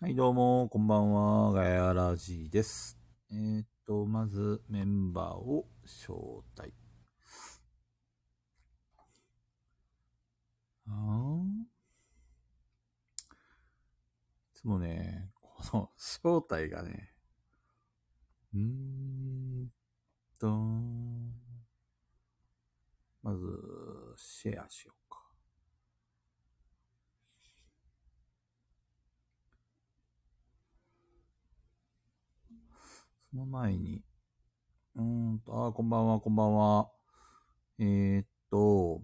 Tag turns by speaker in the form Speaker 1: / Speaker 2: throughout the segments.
Speaker 1: はい、どうも、こんばんは、ガヤラジです。えー、っと、まず、メンバーを招待。あーいつもね、この招待がね、うーんと、まず、シェアしようか。その前に、うーんと、あー、こんばんは、こんばんは。えー、っと、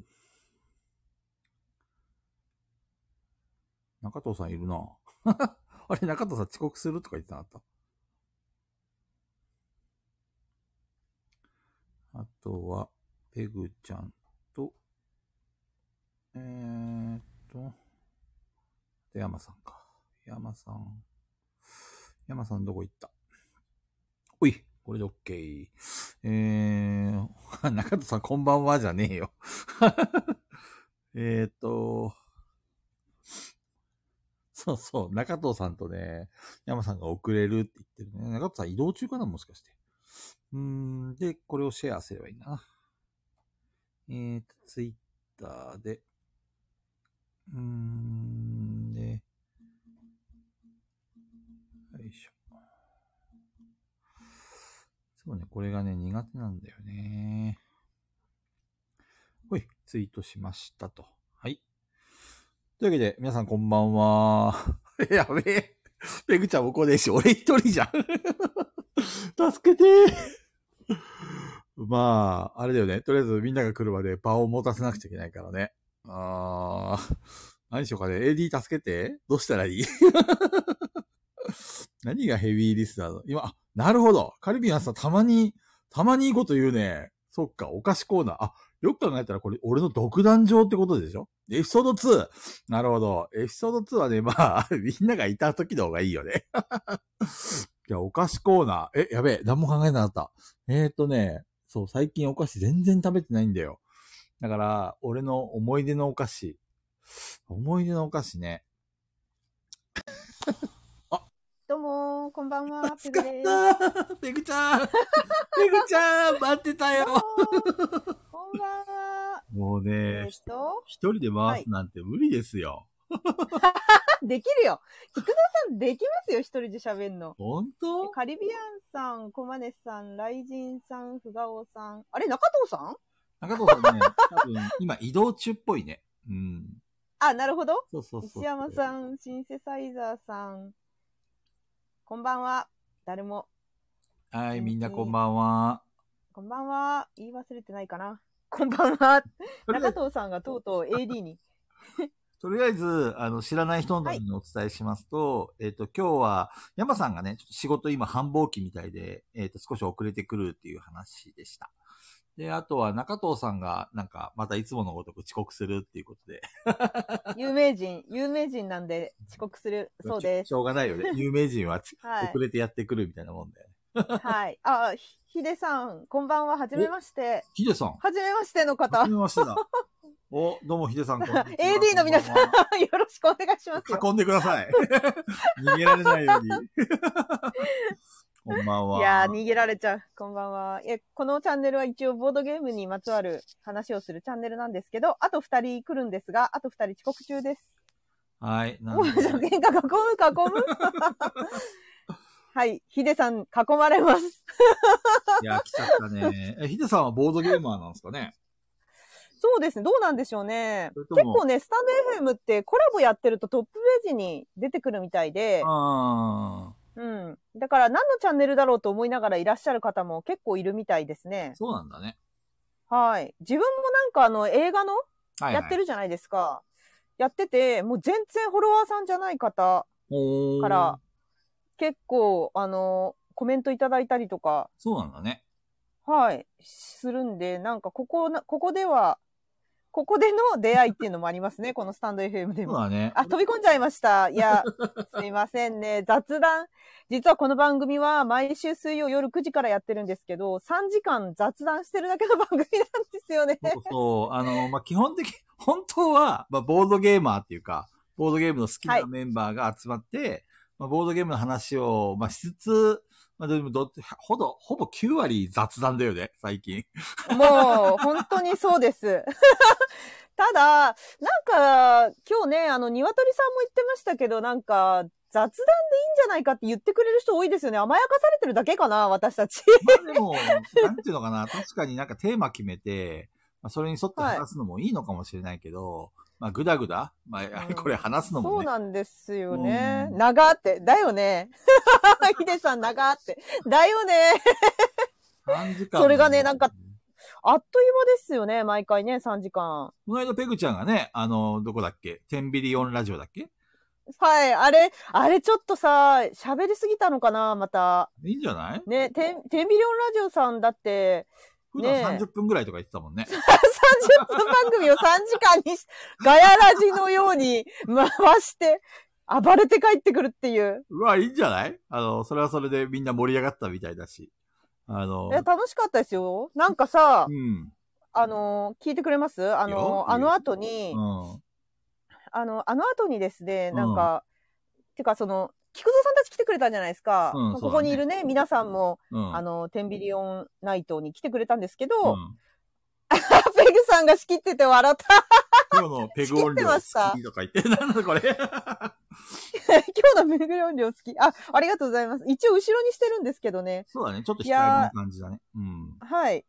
Speaker 1: 中藤さんいるな。 あれ、中藤さん遅刻するとか言ってなかった。あとは、ペグちゃんと、えー、っと、で山さんか。山さん。山さんどこ行ったおい、これで OK。えー、 中戸さんこんばんはじゃねえよ。 えーっと、そうそう、中藤さんとね、山さんが遅れるって言ってるね。中藤さん移動中かなもしかして。うーん、で、これをシェアすればいいな。えーっと、ツイッターで、うーん、で、よいしょ。そうね、これがね、苦手なんだよね。ほい、ツイートしましたと。はい。というわけで、皆さんこんばんは。 やべえ。ペグちゃんも来ねえし、俺一人じゃん。 助けてまあ、あれだよね。とりあえずみんなが来るまで場を持たせなくちゃいけないからね。あー、何しようかね。AD 助けて。どうしたらいい何がヘビーリスナーの今、あ、なるほど。カルビアンさんたまに、たまにいいこと言うね。そっか、お菓子コーナー。あ、よく考えたらこれ、俺の独壇場ってことでしょエピソード 2! なるほど。エピソード2はね、まあ、 みんながいた時の方がいいよね。 じゃあ、お菓子コーナー。え、やべえ、何も考えなかった。えー、っとね、そう、最近お菓子全然食べてないんだよ。だから、俺の思い出のお菓子。思い出のお菓子ね。
Speaker 2: どうもー、こんばんは、ペグです。
Speaker 1: やったーペグちゃんペグちゃん待ってた
Speaker 2: どう
Speaker 1: よ
Speaker 2: もーこんばんは。
Speaker 1: もう
Speaker 2: え
Speaker 1: ね
Speaker 2: ー、っと、
Speaker 1: 一人で回すなんて無理ですよ。
Speaker 2: あできるよ。菊蔵さんできますよ、一人で喋んの。
Speaker 1: 本当
Speaker 2: カリビアンさん、コマネさん、ライジンさん、フガオさん。あれ、中藤さん
Speaker 1: 中藤さんね、多分今移動中っぽいね。うん。
Speaker 2: あ、なるほど。
Speaker 1: そうそうそう。
Speaker 2: 石山さ
Speaker 1: ん。
Speaker 2: ん、シンセサイザーさん。こんばんは。誰も。
Speaker 1: はい、みんなこんばんは。
Speaker 2: こんばんは。言い忘れてないかな。こんばんは。
Speaker 1: とりあえ
Speaker 2: 中
Speaker 1: ず、
Speaker 2: 藤さんがとうとう AD に。
Speaker 1: とりあえずあの、知らない人のためにお伝えしますと、えっ、と、今日は、山さんがね、ちょっと仕事今繁忙期みたいで、えっ、と、少し遅れてくるっていう話でした。で、あとは中藤さんが、なんか、またいつものごとく遅刻するっていうことで、
Speaker 2: 有名人、有名人なんで遅刻するそうで
Speaker 1: し
Speaker 2: す。
Speaker 1: ょうがない よね。有名人はち
Speaker 2: はい
Speaker 1: 遅。れてやってくるみたいなもんで。
Speaker 2: はい。あ、ひヒデさん、こんばんは。はじめまして。
Speaker 1: ヒデさん。
Speaker 2: はじめましての 方。
Speaker 1: は
Speaker 2: AD
Speaker 1: じめましてだ。お、どうもヒデさん。こんにち は
Speaker 2: の皆さん、
Speaker 1: こ
Speaker 2: よ
Speaker 1: んば
Speaker 2: ろしくお願いしますよ。
Speaker 1: んは囲んでください。 逃げられないように。こんばんは。
Speaker 2: いやー、逃げられちゃう。こんばんは。いや、このチャンネルは一応ボードゲームにまつわる話をするチャンネルなんですけど、あと二人来るんですが、あと二人遅刻中です。
Speaker 1: はい。な
Speaker 2: もう、
Speaker 1: ん で
Speaker 2: 喧嘩囲む、囲む はい。ヒデさん、囲まれます。
Speaker 1: いや、来ちゃった ね。え、ヒデさんはボードゲーマーなんですかね
Speaker 2: そうですね。どうなんでしょうね。
Speaker 1: それと
Speaker 2: 結
Speaker 1: も
Speaker 2: 構ね、スタンド FM ってコラボやってるとトップページに出てくるみたいで、
Speaker 1: あ
Speaker 2: うん。だから何のチャンネルだろうと思いながらいらっしゃる方も結構いるみたいですね
Speaker 1: ー、。そうなんだね。
Speaker 2: はい。自分もなんかあの映画の
Speaker 1: はい、
Speaker 2: や
Speaker 1: はい。
Speaker 2: ってるじゃないですか。やってて、もう全然フォロワーさんじゃない方
Speaker 1: おー
Speaker 2: から結構あの、コメントいただいたりとか、
Speaker 1: そうなんだね。
Speaker 2: はい、するんで、なんかここな、ここでは、ここでの出会いっていうのもありますね、このスタンド FM で
Speaker 1: そう
Speaker 2: も。
Speaker 1: だね。
Speaker 2: あ、飛び込んじゃいました。いや、すいませんね。雑談。実はこの番組は毎週水曜夜9時からやってるんですけど、3時間雑談してるだけの番組なんです よね。
Speaker 1: そうそう。あの、まあ、基 本的、本当は、まあ、ボードゲーマーっていうか、ボードゲームの好き
Speaker 2: は
Speaker 1: ないメンバーが集まって、まあ、ボードゲームの話を、まあ、しつつ、まあ、でもど、ほど、ほぼ9割雑談だよね、最 近。
Speaker 2: もう、本当にそうです。 ただ、なんか、今日ね、あの、鶏さんも言ってましたけど、なんか、雑談でいいんじゃないかって言ってくれる人多いですよね。甘やかされてるだけかな、私たち。
Speaker 1: まあでも、なんていうのかな、確かになんかテーマ決めて、まあ、それに沿って話すのもいいのかもしれないけど、まあ、ぐだぐだ、まあ、あれこれ話すの
Speaker 2: そ
Speaker 1: も
Speaker 2: う
Speaker 1: ね、
Speaker 2: なんですよね。
Speaker 1: うん
Speaker 2: 長って。だよね。 ヒデさん長って。だよね。
Speaker 1: 3時間。
Speaker 2: それがねなんか、あっという間ですよね。毎回ね、3時間。
Speaker 1: この間ペグちゃんがね、あの、どこだっけテンビリオンラジオだっけ
Speaker 2: はい。あれ、あれちょっとさ、喋りすぎたのかな、また。
Speaker 1: いいんじゃない
Speaker 2: ね、テン、テンビリオンラジオさんだって、
Speaker 1: 普段
Speaker 2: ねえ
Speaker 1: 30分ぐらいとか言ってたもんね。
Speaker 2: 30分番組を3時間にし、ガヤラジのように回して、暴れて帰ってくるっていう。
Speaker 1: うわ、いいんじゃないあの、それはそれでみんな盛り上がったみたいだし。あの
Speaker 2: い、や、楽しかったですよ。なんかさ
Speaker 1: う、ん。
Speaker 2: あのー聞いてくれますあ
Speaker 1: いいよ
Speaker 2: のーあの後に、
Speaker 1: うん。
Speaker 2: あの、あの後にですね、
Speaker 1: うん
Speaker 2: なんか、てかその、菊蔵さんたち来てくれたじゃないですか。
Speaker 1: うんそ
Speaker 2: まあ
Speaker 1: うだ
Speaker 2: ここ
Speaker 1: ね
Speaker 2: にいるね、皆さんも、
Speaker 1: うん。
Speaker 2: あの、テンビリオンナイトに来てくれたんですけど、
Speaker 1: うん
Speaker 2: ペグさんが仕切ってて笑った。
Speaker 1: 今日のペグ音量好きとか言って、なんだこれ。
Speaker 2: 今日のペグ音量好き。あ、ありがとうございます。一応後ろにしてるんですけどね。
Speaker 1: そうだね。ちょっと控えめな感じだね。うん。
Speaker 2: はい。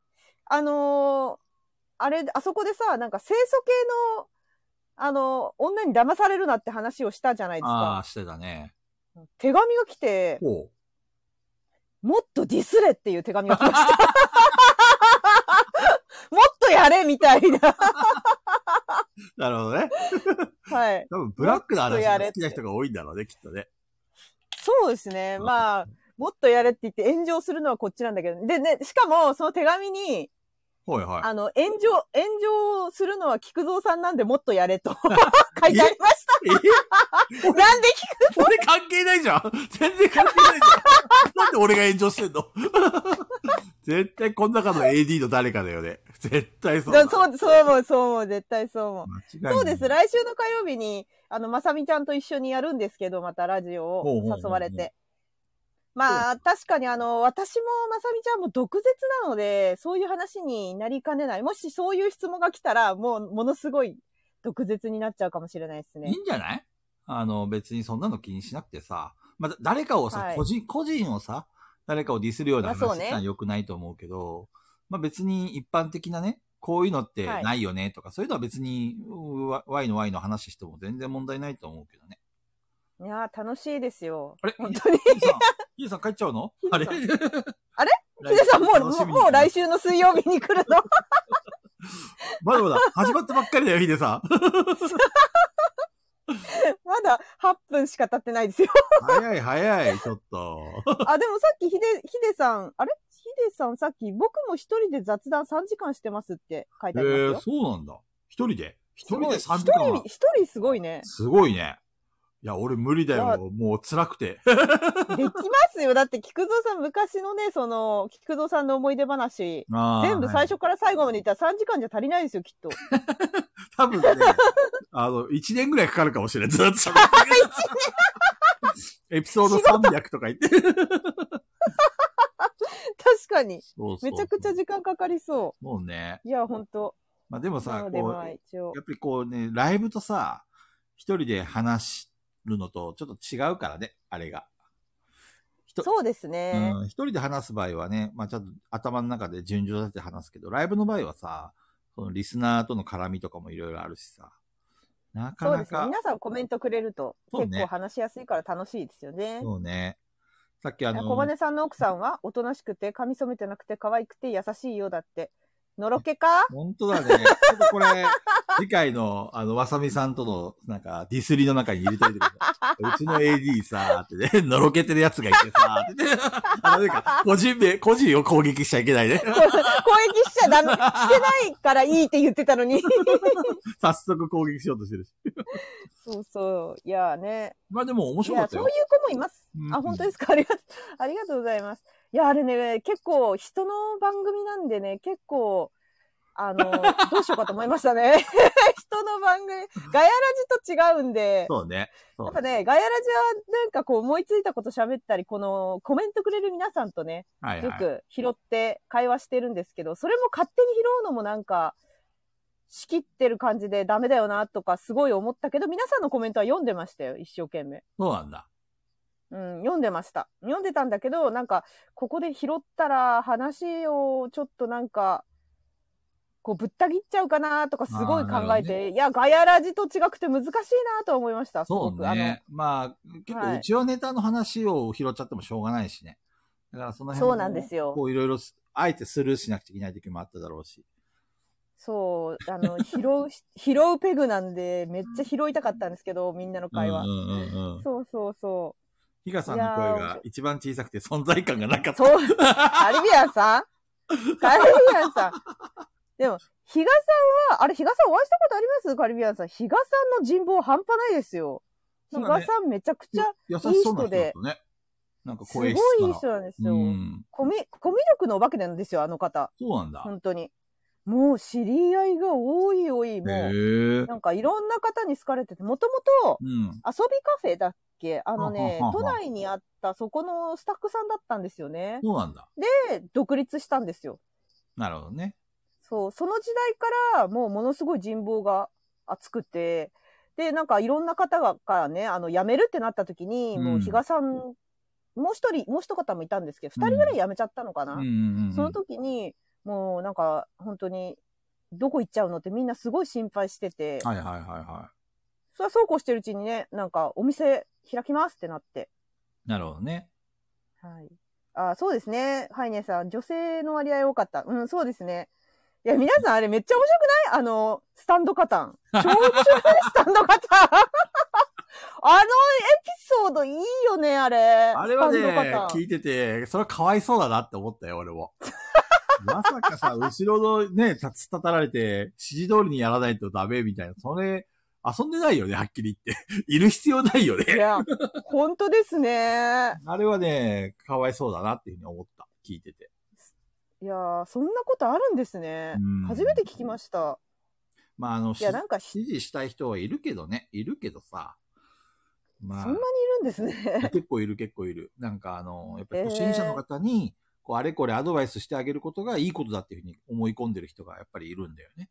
Speaker 2: あのーあれ、あそこでさ、なんか清楚系の、あのー女に騙されるなって話をしたじゃないです
Speaker 1: ああ、
Speaker 2: か。
Speaker 1: してたね。
Speaker 2: 手紙が来て、
Speaker 1: ほ
Speaker 2: もっとディスれっていう手紙が来ました。 もっとやれみたいな。
Speaker 1: う。なるほどね。
Speaker 2: はい。
Speaker 1: 多分、ブラックな
Speaker 2: もっ
Speaker 1: 話
Speaker 2: とやれ
Speaker 1: が
Speaker 2: っ
Speaker 1: 好
Speaker 2: て
Speaker 1: きな人が多いんだろうね、きっとね。
Speaker 2: そうですね。まあ、もっとやれって言って炎上するのはこっちなんだけど。でね、しかもその手紙に、
Speaker 1: はいはい。
Speaker 2: あの、炎上、炎上するのは菊蔵さんなんでもっとやれ と書いてありまし
Speaker 1: え
Speaker 2: た。なんで
Speaker 1: 俺関係ないじゃん全然関係ないじゃんなんで俺が炎上してんの 絶対この中の AD の誰かだよね。絶対そう
Speaker 2: 菊
Speaker 1: だ。
Speaker 2: 蔵そう、そう思う、そう思う、絶対そう思う。
Speaker 1: 間違いない
Speaker 2: そうです。来週の火曜日に、あの、まさみちゃんと一緒にやるんですけど、またラジ
Speaker 1: ほうほ
Speaker 2: オ
Speaker 1: うほうほ
Speaker 2: を
Speaker 1: う
Speaker 2: 誘われて。まあ、確かにあの、私もまさみちゃんも毒舌なので、そういう話になりかねない。もしそういう質問が来たら、もう、ものすごい毒舌になっちゃうかもしれないです
Speaker 1: いい
Speaker 2: ね。
Speaker 1: んじゃないあの、別にそんなの気にしなくてさ、まあ、だ誰かをさ、
Speaker 2: はい
Speaker 1: 個人、個人をさ、誰かをディスるような
Speaker 2: まあそ
Speaker 1: 話
Speaker 2: う
Speaker 1: っ
Speaker 2: ね
Speaker 1: てのは良くないと思うけど、まあ、別に一般的なね、こういうのって
Speaker 2: はい
Speaker 1: ないよねとか、そういうのは別に、うわ Y の Y の話しても全然問題ないと思うけどね。
Speaker 2: いやー、楽しいですよ。
Speaker 1: あれ
Speaker 2: 本当に。
Speaker 1: ヒデさん、ヒデさん帰っちゃうの
Speaker 2: ヒデ
Speaker 1: あ
Speaker 2: さん
Speaker 1: れ
Speaker 2: あれ
Speaker 1: ヒ
Speaker 2: ヒデさん、もう、もうもう来週の水曜日に来るの
Speaker 1: まだまだ始まったばっかりだよ、ヒデさん。
Speaker 2: まだ8分しか経ってないですよ。
Speaker 1: 早い早い、ちょっと。
Speaker 2: あ、でもさっきヒデ、ヒデさん、あれヒデさんさっき、僕も一人で雑談3時間してますって書い
Speaker 1: え
Speaker 2: てありますよ。
Speaker 1: ー、そうなんだ。一人で一
Speaker 2: すご
Speaker 1: 人
Speaker 2: い
Speaker 1: で3時間
Speaker 2: 一
Speaker 1: は
Speaker 2: 人、一人すごいね。
Speaker 1: すごいね。いや、俺無理だ
Speaker 2: いや
Speaker 1: よ。もう辛くて。
Speaker 2: できますよ。だって、菊蔵さん、昔のね、その、菊蔵さんの思い出話、全部最
Speaker 1: 初。
Speaker 2: 初から最後まで言ったら3時間じゃ足りないですよ、きっと。
Speaker 1: 多分ね、あの、1年ぐらいかかるかもしれない。ず っと喋って。エピソード300とか言って。
Speaker 2: 確かに。
Speaker 1: そうそう
Speaker 2: めちゃくちゃ時間かかりそ
Speaker 1: もうね。
Speaker 2: う。いや、ほんと。
Speaker 1: まあでも
Speaker 2: な
Speaker 1: さ、
Speaker 2: ので、
Speaker 1: こ
Speaker 2: ま
Speaker 1: う
Speaker 2: あ、、一応
Speaker 1: や。っぱりこうね、ライブとさ、一人で話るのとちょっと違うからね、あれが。ひと
Speaker 2: そうですね。
Speaker 1: うん、一人で話す場合はね、まあちょっと頭の中で順序立てて話すけど、ライブの場合はさ、そのリスナーとの絡みとかもいろいろあるしさ、なか
Speaker 2: そう
Speaker 1: な
Speaker 2: ですね。
Speaker 1: か、
Speaker 2: 皆さんコメントくれると、
Speaker 1: そうね
Speaker 2: 結構話しやすいから楽しいですよね。
Speaker 1: そうね。さっきあの、
Speaker 2: 小金さんの奥さんは、おとなしくて、髪染めてなくて、可愛くて、優しいようだって。のろけか
Speaker 1: 本当だね。ちょっとこれ、次回の、あの、わさみさんとの、なんか、ディスりの中に入れといてください。うちの AD さ、ってね、のろけてるやつがいてさ、ってね、あの、なんか、個人名、個人を攻撃しちゃいけないね。
Speaker 2: 攻撃しちゃダメ。してないからいいって言ってたのに。
Speaker 1: 早速攻撃しようとしてるし。
Speaker 2: そうそう。いやーね。
Speaker 1: まあでも面
Speaker 2: い
Speaker 1: 白か
Speaker 2: や、
Speaker 1: った
Speaker 2: そう
Speaker 1: よ
Speaker 2: いう。子もいます。
Speaker 1: うん
Speaker 2: あ、本当ですか。ありがと う、ありがとうございます。いや、あれね、結構人の番組なんでね、結構、 あの、どうしようかと思いましたね。 人の番組、ガヤラジと違うんで、
Speaker 1: そうね。そ
Speaker 2: や
Speaker 1: う
Speaker 2: っぱね、ガヤラジはなんかこう思いついたこと喋ったり、このコメントくれる皆さんとね、
Speaker 1: はい
Speaker 2: よ
Speaker 1: はい。
Speaker 2: く拾って会話してるんですけど、それも勝手に拾うのもなんか、仕切ってる感じでダメだよなとかすごい思ったけど、皆さんのコメントは読んでましたよ、一生懸命。
Speaker 1: そうなんだ。
Speaker 2: うん、読んでました。読んでたんだけど、なんか、ここで拾ったら話をちょっとなんか、こうぶった切っちゃうかなとかすごい
Speaker 1: あーなる
Speaker 2: 考
Speaker 1: ほど
Speaker 2: え
Speaker 1: ね
Speaker 2: て、いや、ガヤラジと違くて難しいなと思いました。す
Speaker 1: そ
Speaker 2: ご
Speaker 1: う
Speaker 2: く。あの
Speaker 1: ね。まあ、結構、うちはネタの話を拾っちゃってもしょうがないしね。だからその辺も
Speaker 2: そうなんですよ
Speaker 1: こういろいろす、あえてスルーしなくちゃいけない時もあっただろうし。
Speaker 2: そう、あの、拾うし、拾うペグなんで、めっちゃ拾いたかったんですけど、みんなの会話
Speaker 1: うん。うんうんうん。
Speaker 2: そうそうそ
Speaker 1: ヒガさんの声が一番小さくて存在感がなか
Speaker 2: う。
Speaker 1: った。
Speaker 2: そう、カリビアンさんカリビアンさん。でも、比嘉さんは、あれ、比嘉さんお会いしたことありますカリビアンさん。比嘉さんの人望半端ないですよ。比
Speaker 1: なんか
Speaker 2: 嘉
Speaker 1: ね
Speaker 2: さんめちゃくちゃ、
Speaker 1: 優しそうな人だったね。なんか
Speaker 2: すご
Speaker 1: 声
Speaker 2: いい
Speaker 1: 質
Speaker 2: い
Speaker 1: か
Speaker 2: 人なんです
Speaker 1: ら。
Speaker 2: よ
Speaker 1: う。ん。
Speaker 2: コミ、コミュ力のお化けなんですよ、あの方。
Speaker 1: そうなんだ。
Speaker 2: 本当に。もう知り合いが多い多い。
Speaker 1: へ
Speaker 2: も
Speaker 1: え
Speaker 2: う、。なんかいろんな方に好かれてて、もともと、
Speaker 1: うん。
Speaker 2: 遊びカフェだっけあのね
Speaker 1: はははは、
Speaker 2: 都内にあったそこのスタッフさんだったんですよね。
Speaker 1: そうなんだ。
Speaker 2: で、独立したんですよ。
Speaker 1: なるほどね。
Speaker 2: そう、その時代からもうものすごい人望が厚くて、で、なんかいろんな方がからね、あの、辞めるってなった時に、
Speaker 1: うん
Speaker 2: もう比嘉さん、もう一人、もう一方もいたんですけど、
Speaker 1: うん
Speaker 2: 二人ぐらい辞めちゃったのかな、
Speaker 1: うんうんうん。
Speaker 2: その時に、もうなんか本当に、どこ行っちゃうのってみんなすごい心配してて、
Speaker 1: はいはいはいは
Speaker 2: それはそうこうしてるうちにね、なんかお店開きますってなって、
Speaker 1: い。なるほどね。
Speaker 2: はい。あ、そうですね。ハイネさん、女性の割合多かった。うん、そうですね。いや、皆さんあれめっちゃ面白くないあの、スタンドカタン。超面白くないスタンドカタン。 あのエピソードいいよね、あれ。
Speaker 1: あれはね
Speaker 2: スタンドカタン、
Speaker 1: 聞いてて、それはかわいそうだなって思ったよ、俺も。 まさかさ、後ろのね、立つたたられて、指示通りにやらないとダメみたいな、それ、遊んでないよね、はっきり言って。いる必要ないよ
Speaker 2: い
Speaker 1: ね。
Speaker 2: や、本当ですね。
Speaker 1: あれはね、かわいそうだなっていうふうに思った。聞いてて。
Speaker 2: いや、そんなことあるんですね
Speaker 1: うん。
Speaker 2: 初めて聞きました。
Speaker 1: まあ、あの、
Speaker 2: いや、なんか、そん
Speaker 1: 指示したい人はいるけどね、いるけどさ。まあ
Speaker 2: なにいるんです ね。
Speaker 1: 結構いる結構いる。なんかあの、やっぱり
Speaker 2: えー
Speaker 1: 初心者の方に、こう、あれこれアドバイスしてあげることがいいことだっていうふうに思い込んでる人がやっぱりいるんだよね。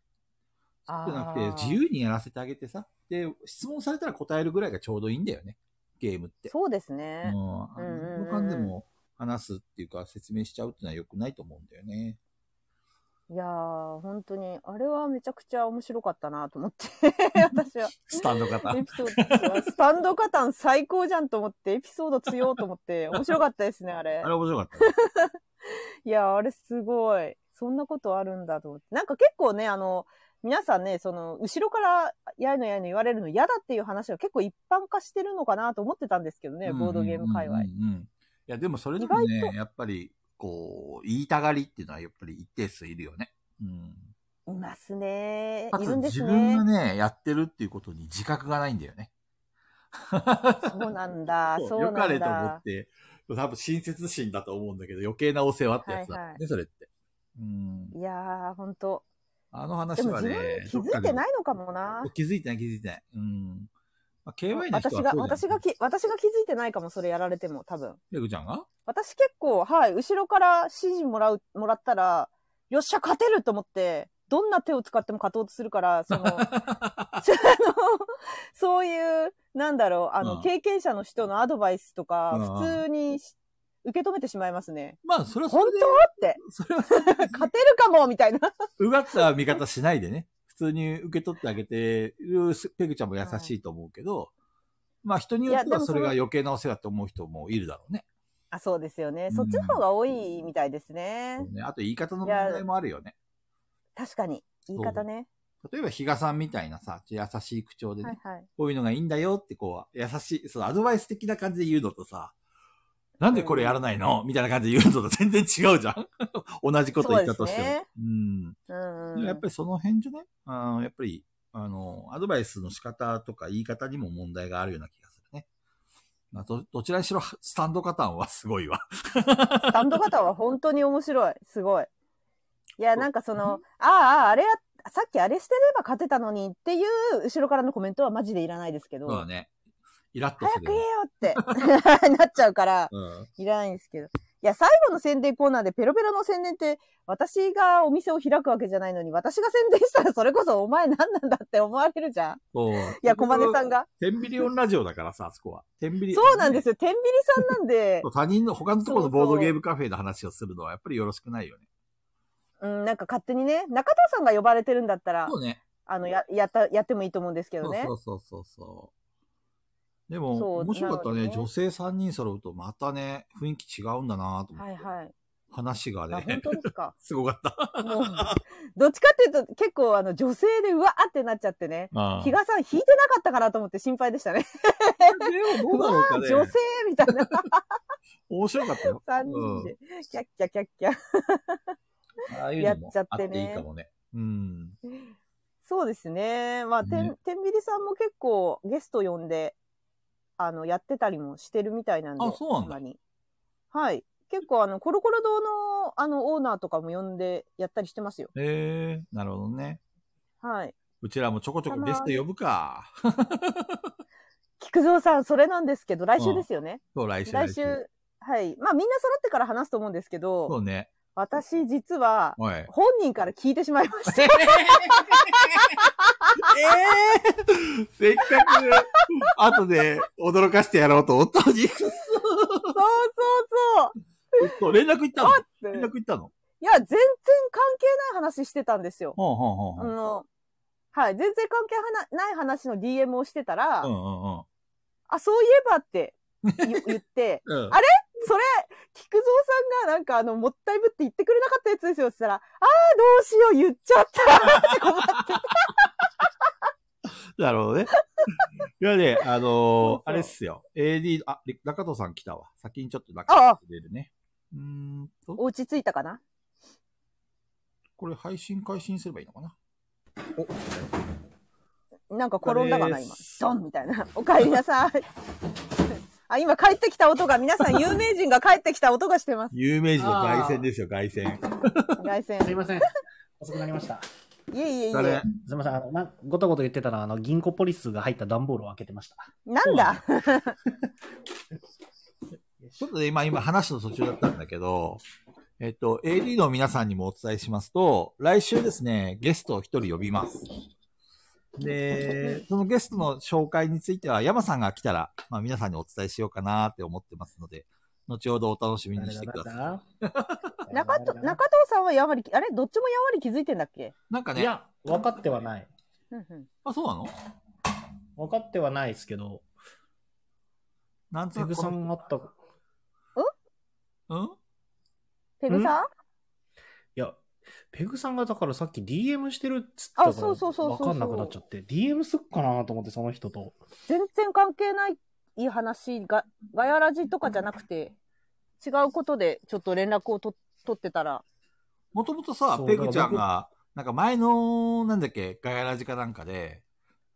Speaker 1: そうじゃなく
Speaker 2: あ
Speaker 1: て
Speaker 2: ー、
Speaker 1: 自由にやらせてあげてさ。で、質問されたら答えるぐらいがちょうどいいんだよね。ゲームって。
Speaker 2: そうです
Speaker 1: うん。あ
Speaker 2: ね。
Speaker 1: の
Speaker 2: うんうんうん
Speaker 1: その間でも話すっていうか説明しちゃうっていうのは良くないと思うんだよね。
Speaker 2: いやー、本当に、あれはめちゃくちゃ面白かったなと 思って、私は。
Speaker 1: スタンド 方。
Speaker 2: エピソード、スタンドカタン最高じゃんと思って、エピソード強いと思って、面白かったですね、あれ
Speaker 1: あ。れ面白かったね。
Speaker 2: いや、あれすごい。そんなことあるんだと思って。なんか結構ね、あの、皆さんね、その、後ろから、やいのやいの言われるの嫌だっていう話が結構一般化してるのかなと思ってたんですけどね、ボードゲーム界
Speaker 1: うん
Speaker 2: 隈
Speaker 1: うん。うんうんいや、でもそれでも
Speaker 2: 意
Speaker 1: ね、やっぱり、こう、言いたがりっていうのはやっぱり一定数いるよね。うん。
Speaker 2: いますね
Speaker 1: か。
Speaker 2: い
Speaker 1: つ
Speaker 2: るんで
Speaker 1: 自
Speaker 2: す
Speaker 1: 分
Speaker 2: ね
Speaker 1: が。ね、やってるっていうことに自覚がないんだよね。
Speaker 2: そうなんだ、
Speaker 1: そう
Speaker 2: そう
Speaker 1: 良か
Speaker 2: な
Speaker 1: れ
Speaker 2: ん
Speaker 1: と思っ
Speaker 2: だ。
Speaker 1: て、多分親切心だと思うんだけど、余計なお世話ってやつだもんね、
Speaker 2: はいは
Speaker 1: それって。うん。
Speaker 2: いやー、ほんと。
Speaker 1: あの
Speaker 2: で
Speaker 1: 話
Speaker 2: も
Speaker 1: は
Speaker 2: 自
Speaker 1: ね
Speaker 2: 分、気
Speaker 1: どっか
Speaker 2: づい
Speaker 1: で
Speaker 2: てないのかもな。
Speaker 1: 気づいてない、気づいてない。うん。まあ、KY の人は
Speaker 2: 私
Speaker 1: そうじ
Speaker 2: が、
Speaker 1: ゃない
Speaker 2: 私がき、私が気づいてないかも、それやられても、多分。
Speaker 1: ペグちゃんが
Speaker 2: 私結構、はい、後ろから指示もらう、もらったら、よっしゃ、勝てると思って、どんな手を使っても勝とうとするから、 その、あの、そういう、なんだろう、あの、
Speaker 1: うん
Speaker 2: 経験者の人のアドバイスと
Speaker 1: うん
Speaker 2: か、普通にし受け止めてしまいますね。
Speaker 1: まあ、それはそ
Speaker 2: 本
Speaker 1: れで、
Speaker 2: 当って、
Speaker 1: それは、
Speaker 2: 勝てるかもみたいな。
Speaker 1: うがった見方しないでね、普通に受け取ってあげてるペグちゃんも優しいと思うけど、まあ人によっ
Speaker 2: い
Speaker 1: て
Speaker 2: やで
Speaker 1: は
Speaker 2: も
Speaker 1: そ
Speaker 2: そ
Speaker 1: れ
Speaker 2: の
Speaker 1: が余計なお世話って思う人もいるだろうね。
Speaker 2: あ、そうですよね。
Speaker 1: うん
Speaker 2: そっちの方が多いみたいですね。
Speaker 1: そうねあと言い方の問題もあるよね。
Speaker 2: 確かに。言い方ね。
Speaker 1: 例えば、比嘉さんみたいなさ、優しい口調でね、
Speaker 2: はいはい。
Speaker 1: こういうのがいいんだよって、こう、優しい、そのアドバイス的な感じで言うのとさ、なんでこれやらないのみたいな感じで言うのと全然違うじゃん 同じこと言ったとしても。
Speaker 2: そうですね
Speaker 1: うん。
Speaker 2: うん
Speaker 1: で
Speaker 2: うん。
Speaker 1: もやっぱりその辺じゃね、あーやっぱり、あの、アドバイスの仕方とか言い方にも問題があるような気がするね。まあ、どどちらにしろ、スタンドカタンはすごいわ。
Speaker 2: スタンド型は本当に面白い。すごい。いや、なんかその、ああ、あれや、さっきあれしてれば勝てたのにっていう後ろからのコメントはマジでいらないですけど、
Speaker 1: そうだね。イラッと
Speaker 2: 早
Speaker 1: す
Speaker 2: く
Speaker 1: る
Speaker 2: 言え。よって なっちゃうから、
Speaker 1: うん。
Speaker 2: いらないんですけど。いや、最後の宣伝コーナーでペロペロの宣伝って、私がお店を開くわけじゃないのに、私が宣伝したらそれこそお前何なんだって思われる じゃん。
Speaker 1: そう。
Speaker 2: いや、小金さん。が。
Speaker 1: テンビリオンラジオだからさ、あそこは。テンビリ。
Speaker 2: そうなんですすよ。天秤さんなんで
Speaker 1: そ、う他人の、他のところのボードゲームカフェの話をするのはやっぱりよろしくないよね。
Speaker 2: うん、なんか勝手にね、中藤さんが呼ばれてるんだったら、
Speaker 1: そうね。
Speaker 2: あの、や、やった、やってもいいと思うんですけどね。
Speaker 1: そうそうそうそう。でも、
Speaker 2: そう
Speaker 1: 面白かった
Speaker 2: な
Speaker 1: ね
Speaker 2: のでね
Speaker 1: 女性3人揃うと、またね、雰囲気違うんだなと思っ
Speaker 2: は
Speaker 1: て、
Speaker 2: いはい。
Speaker 1: 話が
Speaker 2: あ、本
Speaker 1: ね、
Speaker 2: 当ですか。
Speaker 1: すごかった。
Speaker 2: もう、どっちかっていうと、結構、あの、女性でうわーってなっちゃってね。
Speaker 1: あ
Speaker 2: 比嘉さん引いてなかったかなと思って心配でしたね。
Speaker 1: でもどうだろうかね
Speaker 2: わー女性みたいな
Speaker 1: 面白かったよ。
Speaker 2: 3人で、キャッキャキャッキャ。
Speaker 1: うんああいう
Speaker 2: や
Speaker 1: の
Speaker 2: っ
Speaker 1: も
Speaker 2: ちゃっ
Speaker 1: あってて
Speaker 2: ね
Speaker 1: いいかもね。うん。
Speaker 2: そうですね。まあ、てん
Speaker 1: ね、
Speaker 2: てんびりさんも結構ゲスト呼んで、あの、やってたりもしてるみたいなんで。
Speaker 1: あそうなんだ
Speaker 2: たまにはい。結構、あの、コロコロ堂の、あの、オーナーとかも呼んでやったりしてますよ。
Speaker 1: ええなるほどね。
Speaker 2: はい。
Speaker 1: うちらもちょこちょこ
Speaker 2: たま
Speaker 1: ゲ
Speaker 2: に
Speaker 1: スト呼ぶか。
Speaker 2: 菊蔵さん、それなんですけど、来週ですよね。
Speaker 1: そう、来週。
Speaker 2: 来週、はい。まあ、みんな揃ってから話すと思うんですけ
Speaker 1: そ
Speaker 2: ど、
Speaker 1: うね。
Speaker 2: 私、実は、
Speaker 1: おい。え
Speaker 2: 本人から聞いてしまいました。
Speaker 1: え せっかく、後で驚かしてやろうと思ったのに。
Speaker 2: そうそう
Speaker 1: そう、連絡行ったの
Speaker 2: そう。
Speaker 1: 連
Speaker 2: い
Speaker 1: 絡行ったの
Speaker 2: や、全然関係ない話してたんですよ。
Speaker 1: ほうほうほう
Speaker 2: あ
Speaker 1: ほう。
Speaker 2: の、はい、全然関係はなない話の DM をしてたら、
Speaker 1: うんうんうん
Speaker 2: あ、そういえばって言 言って、
Speaker 1: うん。
Speaker 2: あそれ、菊蔵さんがなんかあの、もったいぶって言ってくれなかったやつですよって言ったら、ああ、どうしよう、言っちゃった って困って。
Speaker 1: なるほどね。いやね、あの
Speaker 2: そう
Speaker 1: ー
Speaker 2: そう
Speaker 1: あれっすよ。AD、あ、り中戸さん来たわ。先にちょっと中
Speaker 2: ああ
Speaker 1: 戸出るね。うーんと、
Speaker 2: 落ち着いたかな
Speaker 1: これ配信開始にすればいいのかな
Speaker 2: なんか転んだかな、
Speaker 1: お疲れ
Speaker 2: 今
Speaker 1: っ。す
Speaker 2: ドンみたいな。 お帰りなさい。あ、今帰ってきた音が、皆さん有名人が帰ってきた音がして ます。
Speaker 1: 有名人の凱旋ですよ、凱旋。
Speaker 2: 外線。
Speaker 3: すいません。遅くなりました。
Speaker 2: いえいえいえ。
Speaker 1: 誰
Speaker 3: すいません。あの、なごとごと言ってたのは、あの、銀行ポリスが入った段ボールを開けてました。
Speaker 2: なんだ
Speaker 1: ちょっとね、今、今話の途中だったんだけど、えっと、AD の皆さんにもお伝えしますと、来週ですね、ゲストを一人呼びます。で、そのゲストの紹介については、山さんが来たら、まあ皆さんにお伝えしようかなって思ってますので、後ほどお楽しみにしてください。
Speaker 3: い
Speaker 2: 中と中藤さんはやはり、あれどっちもやはり気づいてんだっけ
Speaker 1: なんか
Speaker 3: い
Speaker 1: ね、
Speaker 3: や、分かってはない。
Speaker 2: うんうん
Speaker 1: あ、そうなの
Speaker 3: 分かってはないですけど、
Speaker 1: なんと
Speaker 3: ペ
Speaker 1: な
Speaker 3: グ
Speaker 1: く
Speaker 3: さ
Speaker 1: この。
Speaker 3: んあった、い
Speaker 1: うん
Speaker 2: ペグさん
Speaker 3: や、ペグさんがだからさっき DM してるっつってたから
Speaker 2: あそうそうそうそうそう
Speaker 3: 分かんなくなっちゃって、DM すっかなと思って、その人と。
Speaker 2: 全然関係ないいい話が、ガヤラジとかじゃなくて、違うことでちょっと連絡をと取ってたら、
Speaker 1: もともとさ
Speaker 3: そ、う
Speaker 1: ペグちゃんが、なんか前の、なんだっけ、ガヤラジかなんかで、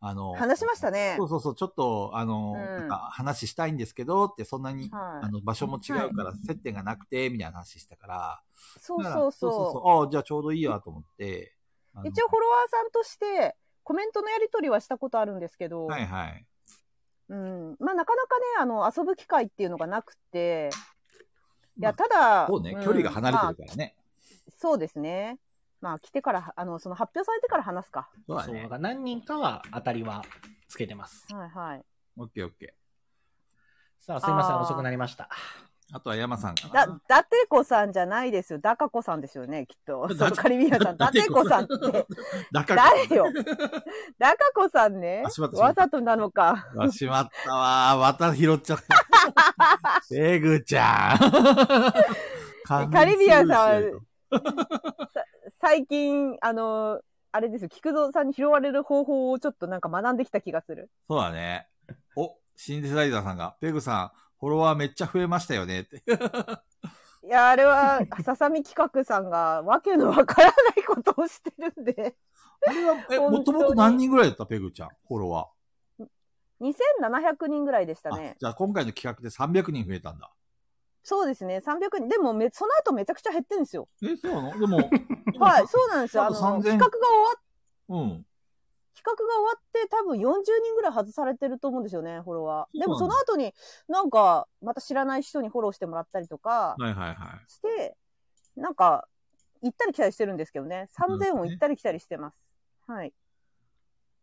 Speaker 1: あの、
Speaker 2: 話しましたね
Speaker 1: そ。うそうそう、ちょっと、あの、
Speaker 2: うん
Speaker 1: なんか話したいんですけどって、そんなに、あ
Speaker 2: はい。
Speaker 1: の、場所も違うから、接点がなくて、みたいな話したから。
Speaker 2: そう
Speaker 1: だから
Speaker 2: そうそ
Speaker 1: ああ、じゃあちょうどいいやと思って。あ
Speaker 2: う。
Speaker 1: の
Speaker 2: 一応フォロワーさんとして、コメントのやり取りはしたことあるんですけど、
Speaker 1: はいはい。
Speaker 2: うん。まあなかなかね、あの、遊ぶ機会っていうのがなくて、いや、
Speaker 1: ま
Speaker 2: ただ、
Speaker 1: あそうね、
Speaker 2: ん
Speaker 1: 距離が離れて
Speaker 2: まあ
Speaker 1: るからね。
Speaker 2: そうですね。まあ来てから、あの、その発表されてから話すか。
Speaker 1: そうだ
Speaker 3: そう、だ
Speaker 1: ね
Speaker 3: か。ら何人かは当たりはつけてます。
Speaker 2: はいはい。
Speaker 1: オッケーオッケ
Speaker 3: さあ、すいません。
Speaker 2: あー
Speaker 3: 遅くなりました。
Speaker 1: ー。あとは山さんか
Speaker 2: だ
Speaker 1: な。、
Speaker 2: だてこさんじゃないですよ。だかこさんですよね、きっと。そ
Speaker 1: だ
Speaker 2: のカリビアンさん。
Speaker 1: だ
Speaker 2: だてこさんって。
Speaker 1: だか
Speaker 2: 誰 よ。だかこさんね
Speaker 1: あしまっ。た
Speaker 2: わざとなのか。
Speaker 1: ら。あしまったわ。また拾っちゃ った。ペグちゃん。完全に
Speaker 2: カリビアンさんは
Speaker 1: スルーしてると
Speaker 2: 最近、あの、あれですよ。菊蔵さんに拾われる方法をちょっとなんか学んできた気がする。
Speaker 1: そうだね。お、シンデサイザーさんが、ペグさん、フォロワーめっちゃ増えましたよねって。
Speaker 2: いや、あ れは、ささみ企画さんがわけのわからないことをしてるんで。
Speaker 1: あれは、え、
Speaker 2: 本当
Speaker 1: も
Speaker 2: に
Speaker 1: ともと何人ぐらいだったペグちゃん、フォロワー。
Speaker 2: 2700人ぐらいでした
Speaker 1: あ
Speaker 2: ね。
Speaker 1: じゃあ今回の企画で300人増えたんだ。
Speaker 2: そうですね、300人。でもめ、その後めちゃくちゃ減ってんですよ。、
Speaker 1: え、そうなの でも
Speaker 2: はい、そうなんですよ。あ
Speaker 1: あ
Speaker 2: の、
Speaker 1: と
Speaker 2: 比
Speaker 1: 3000
Speaker 2: 較が終わっ、
Speaker 1: うん。
Speaker 2: 比較が終わって多分40人ぐらい外されてると思うんですよね、フォロワー。でも
Speaker 1: そ
Speaker 2: そうの
Speaker 1: な
Speaker 2: 後に、なんか、また知らない人にフォローしてもらったりとか、
Speaker 1: はいはいは
Speaker 2: して、なんか、行ったり来たりしてるんですけどね。3000を行ったり来たりしてます。はい。
Speaker 1: い。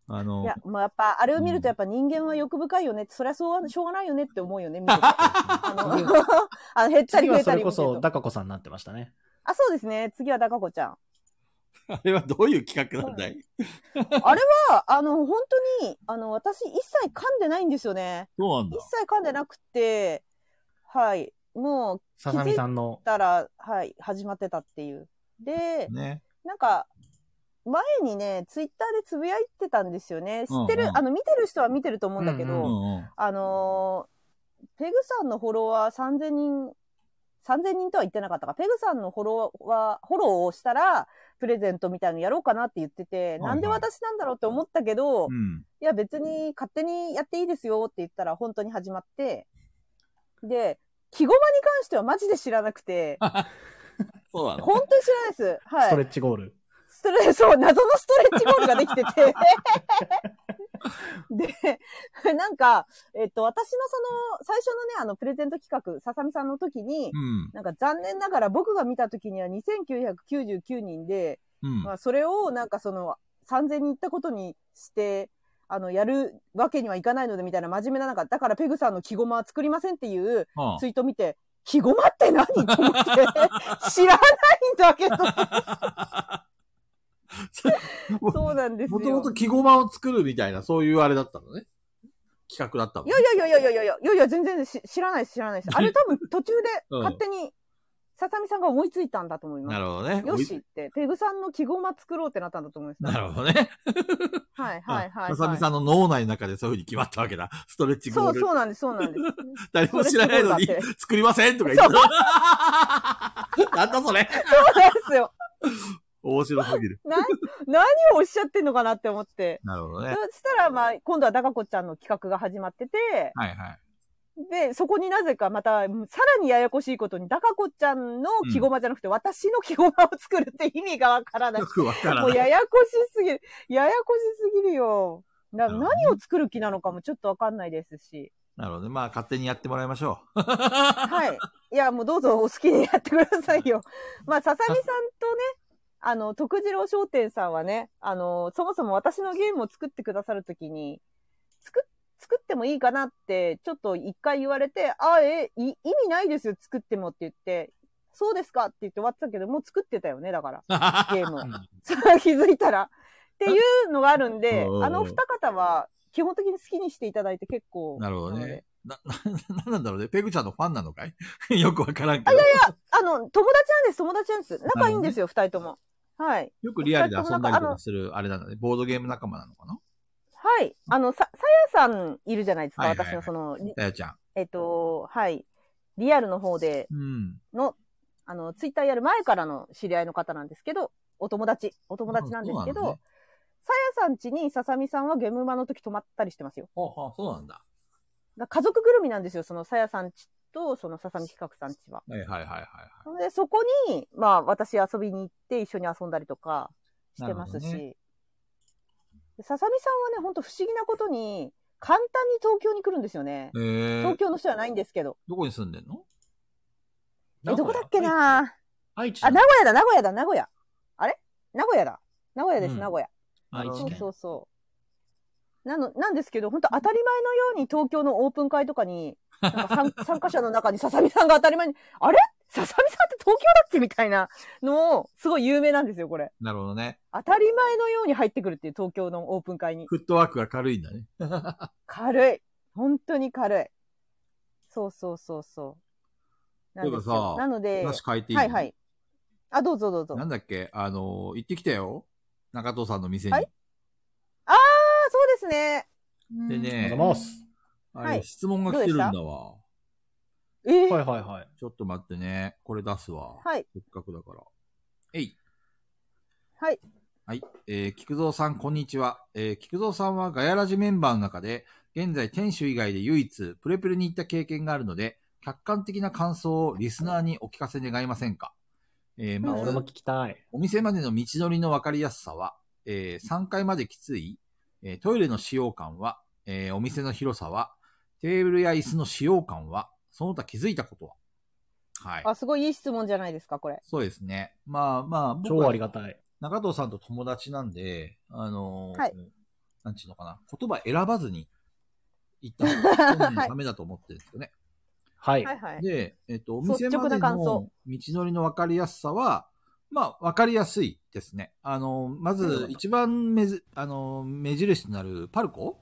Speaker 1: あ
Speaker 2: い
Speaker 1: の、
Speaker 2: や、もうやっぱ、あれを見るとやっぱ人間は欲深いよねって、そりゃそうは、しょうがないよねって思うよね、見ててあの、あの減ったり
Speaker 3: 次
Speaker 2: 増え
Speaker 3: はそ
Speaker 2: た
Speaker 3: れ
Speaker 2: り
Speaker 3: こ
Speaker 2: 見て
Speaker 3: そ、
Speaker 2: ると。
Speaker 3: ダカ子さんになってましたね。
Speaker 2: あ、そうですね。次は高子ちゃん。
Speaker 1: あれはどういう企画なんだい
Speaker 2: ああの、本当に、あの、私一切噛んでないんですよね。
Speaker 1: そうなん
Speaker 2: 一
Speaker 1: だ。
Speaker 2: 切噛んでなくて、はい。もう、
Speaker 3: ささみさんの。
Speaker 2: たら、はい、始まってたっていう。で、
Speaker 1: ね。
Speaker 2: なんか、前にね、ツイッターでつぶやいてたんですよね。知ってる、
Speaker 1: うんうん
Speaker 2: あの、見てる人は見てると思うんだけど、
Speaker 1: う
Speaker 3: うん
Speaker 1: うん。
Speaker 2: あのーペグさんのフォロワー3000人、3000人とは言ってなかったか、ペグさんのフォロワー、フォローをしたら、プレゼントみたいのやろうかなって言ってて、
Speaker 1: いはい
Speaker 2: なんで私なんだろうって思ったけど、
Speaker 1: うん。
Speaker 2: いや別に勝手にやっていいですよって言ったら本当に始まって、で、木駒に関してはマジで知らなく て、
Speaker 1: そうなの
Speaker 2: 本当に知らないです。はい。
Speaker 3: ストレッチゴール。
Speaker 2: ストレそう、謎のストレッチゴールができて て。で、なんか、えっと、私のその、最初のね、あの、プレゼント企画、ささみさんの時に、
Speaker 1: うん。
Speaker 2: なんか残念ながら僕が見た時には2999人で、
Speaker 1: うん
Speaker 2: ま。あ、それをなんかその、3000人行ったことにして、あの、やるわけにはいかないので、みたいな真面目な、なんか、だからペグさんの木駒は作りませんっていう
Speaker 1: ああ
Speaker 2: ツイート見て、木駒って何と思って、知らないん だけど、そうなんですよ。
Speaker 1: もともと木駒を作るみたいな、そういうあれだったのね。企画だったの
Speaker 2: い
Speaker 1: ね。
Speaker 2: やいやいやいやいやいやいやいや、全然し知らないです、知らない です。あれ多分途中で
Speaker 1: うん
Speaker 2: 勝手に、ささみさんが思いついたんだと思い
Speaker 1: な
Speaker 2: ま
Speaker 1: るほどね
Speaker 2: す。。よしって、ペグさんの記号マ作ろうってなったんだと思います。
Speaker 1: なるほどね。
Speaker 2: はいはいはい、
Speaker 1: ささ
Speaker 2: は
Speaker 1: み
Speaker 2: い。
Speaker 1: さんの脳内の中でそういうふうに決まったわけだ。ストレッチ
Speaker 2: そ
Speaker 1: ゴー
Speaker 2: う
Speaker 1: ル。
Speaker 2: そうなんです、そ うなんです。
Speaker 1: 誰も知らないのに
Speaker 2: ストレッチゴールだ、
Speaker 1: 作りませんとか言って た。なんだそれ
Speaker 2: そうなんですよ。
Speaker 1: 面白すぎる。
Speaker 2: な、何をおっしゃってんのかなって思って。
Speaker 1: なるほど
Speaker 2: そ
Speaker 1: ね。
Speaker 2: したら、まあ、今度はダカ子ちゃんの企画が始まってて、
Speaker 1: はいはい。
Speaker 2: で、そこになぜかまた、さらにややこしいことに、ダカ子ちゃんの木駒じゃなくて、私の木駒を作るって意味がわからない
Speaker 1: よ。くわから
Speaker 2: もう
Speaker 1: な
Speaker 2: や
Speaker 1: い。
Speaker 2: やこしすぎる。ややこしすぎるよ。な
Speaker 1: うん
Speaker 2: 何を作る気なのかもちょっとわかんないですし。
Speaker 1: なるほどね。まあ、勝手にやってもらいましょう。
Speaker 2: はい。いや、もうどうぞお好きにやってくださいよ。まあ、ささみさんとね、あの、徳次郎商店さんはね、あの、そもそも私のゲームを作ってくださるときに、作っ、作ってもいいかなって、ちょっと一回言われて、あ、え、い意味ないですよ、作ってもって言って、そうですかって言って終わってたけど、もう作ってたよね、だから。ゲームを
Speaker 3: う。ん
Speaker 2: それは気づいたら。っていうのがあるんで
Speaker 1: う、ん
Speaker 2: あのお二方は基本的に好きにしていただいて結構。
Speaker 1: なるほど
Speaker 2: ので
Speaker 1: ね。。 な、な、なんなんだろうね。ペグちゃんのファンなのかい よくわからんけど。
Speaker 2: あの、友達なんです、友達なんです。仲いいんですよ、二人とも。はい。
Speaker 1: よくリアルで遊んだりとかする、あれなんだね。ボードゲーム仲間なのかな
Speaker 2: はい。あの、さ、さやさんいるじゃないですか、
Speaker 1: はいはいはい
Speaker 2: 私のその、り
Speaker 1: さやちゃん。
Speaker 2: えっと、はい。リアルの方で
Speaker 1: うん。
Speaker 2: の、あの、ツイッターやる前からの知り合いの方なんですけど、お友達、お友達なんですけど、
Speaker 1: そうなの
Speaker 2: さや、
Speaker 1: ね
Speaker 2: さん家にささみさんはゲームマの時泊まったりしてますよ。
Speaker 1: ほうほう、そうなんだ。
Speaker 2: が家族ぐるみなんですよ、そのさやさんちと、そのささみ企画さんちは。
Speaker 1: はいはいはいはいはい。
Speaker 2: で、そこに、まあ、私遊びに行って一緒に遊んだりとかしてます
Speaker 1: なるほど
Speaker 2: し、でささみさんはね、ほんと不思議なことに、簡単に東京に来るんですよね。
Speaker 1: え
Speaker 2: 東
Speaker 1: ー、
Speaker 2: 京の人はないんですけど。
Speaker 1: どこに住んでんの
Speaker 2: え、どこだっけな
Speaker 3: 愛知
Speaker 2: あ、名
Speaker 3: の
Speaker 2: 古屋だ、名古屋だ、名古屋。あれ名古屋だ。名古屋です、
Speaker 3: うん
Speaker 2: 名古屋。
Speaker 1: 愛知
Speaker 2: そう
Speaker 1: 県
Speaker 2: そ。うそう。なの、なんですけど、本当当たり前のように東京のオープン会とかに、なんか参 参加者の中にささみさんが当たり前に、あれささみさんって東京だっけみたいなのを、すごい有名なんですよ、これ。
Speaker 1: なるほどね。
Speaker 2: 当たり前のように入ってくるっていう東京のオープン会に。
Speaker 1: フットワークが軽いんだね。
Speaker 2: 軽い。本当に軽い。そうそうそうそう。なんです
Speaker 1: そういえば
Speaker 2: よ
Speaker 1: さ
Speaker 2: なので、
Speaker 1: 話変えていい
Speaker 2: はいはい。あ、どうぞどうぞ。
Speaker 1: なんだっけあのー、行ってきたよ。中藤さんの店に。
Speaker 2: はいああ、そうですね。
Speaker 1: で
Speaker 3: ありがと
Speaker 1: ね
Speaker 3: う、ございます。
Speaker 1: あ
Speaker 2: は
Speaker 1: れ
Speaker 2: い
Speaker 1: 質問が来てるんだわ。
Speaker 2: えー
Speaker 3: はいはいはい。
Speaker 1: ちょっと待ってね。これ出すわ。
Speaker 2: はい。
Speaker 1: せっかくだから。えい。
Speaker 2: はい。
Speaker 1: はい。えー、菊蔵さん、こんにちは。えー、菊蔵さんはガヤラジメンバーの中で、現在店主以外で唯一、プレプレに行った経験があるので、客観的な感想をリスナーにお聞かせ願いませんかえーま
Speaker 3: まあ、
Speaker 1: ず
Speaker 3: 俺も聞きたい。
Speaker 1: お店までの道のりの分かりやすさは、えー3階まできつい、えートイレの使用感は、えーお店の広さは、テーブルや椅子の使用感は、その他気づいたことは。はい。
Speaker 2: あ、すごいいい質問じゃないですか、これ。
Speaker 1: そうですね。まあまあ、僕
Speaker 3: 超ありが
Speaker 1: い。
Speaker 3: たい。
Speaker 1: 中藤さんと友達なんで、あのー
Speaker 2: はい
Speaker 1: なんちゅうのかな、言葉選ばずに行った方が本 人のためだと思ってるんですよね。
Speaker 3: はい。
Speaker 2: はいはい。
Speaker 1: で、えっと、お店
Speaker 2: 率
Speaker 1: ま
Speaker 2: 直
Speaker 1: で
Speaker 2: な感
Speaker 1: の
Speaker 2: 想
Speaker 1: 道のりの分かりやすさは、まあ、分かりやすいですね。あの、ま
Speaker 2: なるほ
Speaker 1: ず
Speaker 2: ど、
Speaker 1: 一番目ず、あの、目印となるパルコ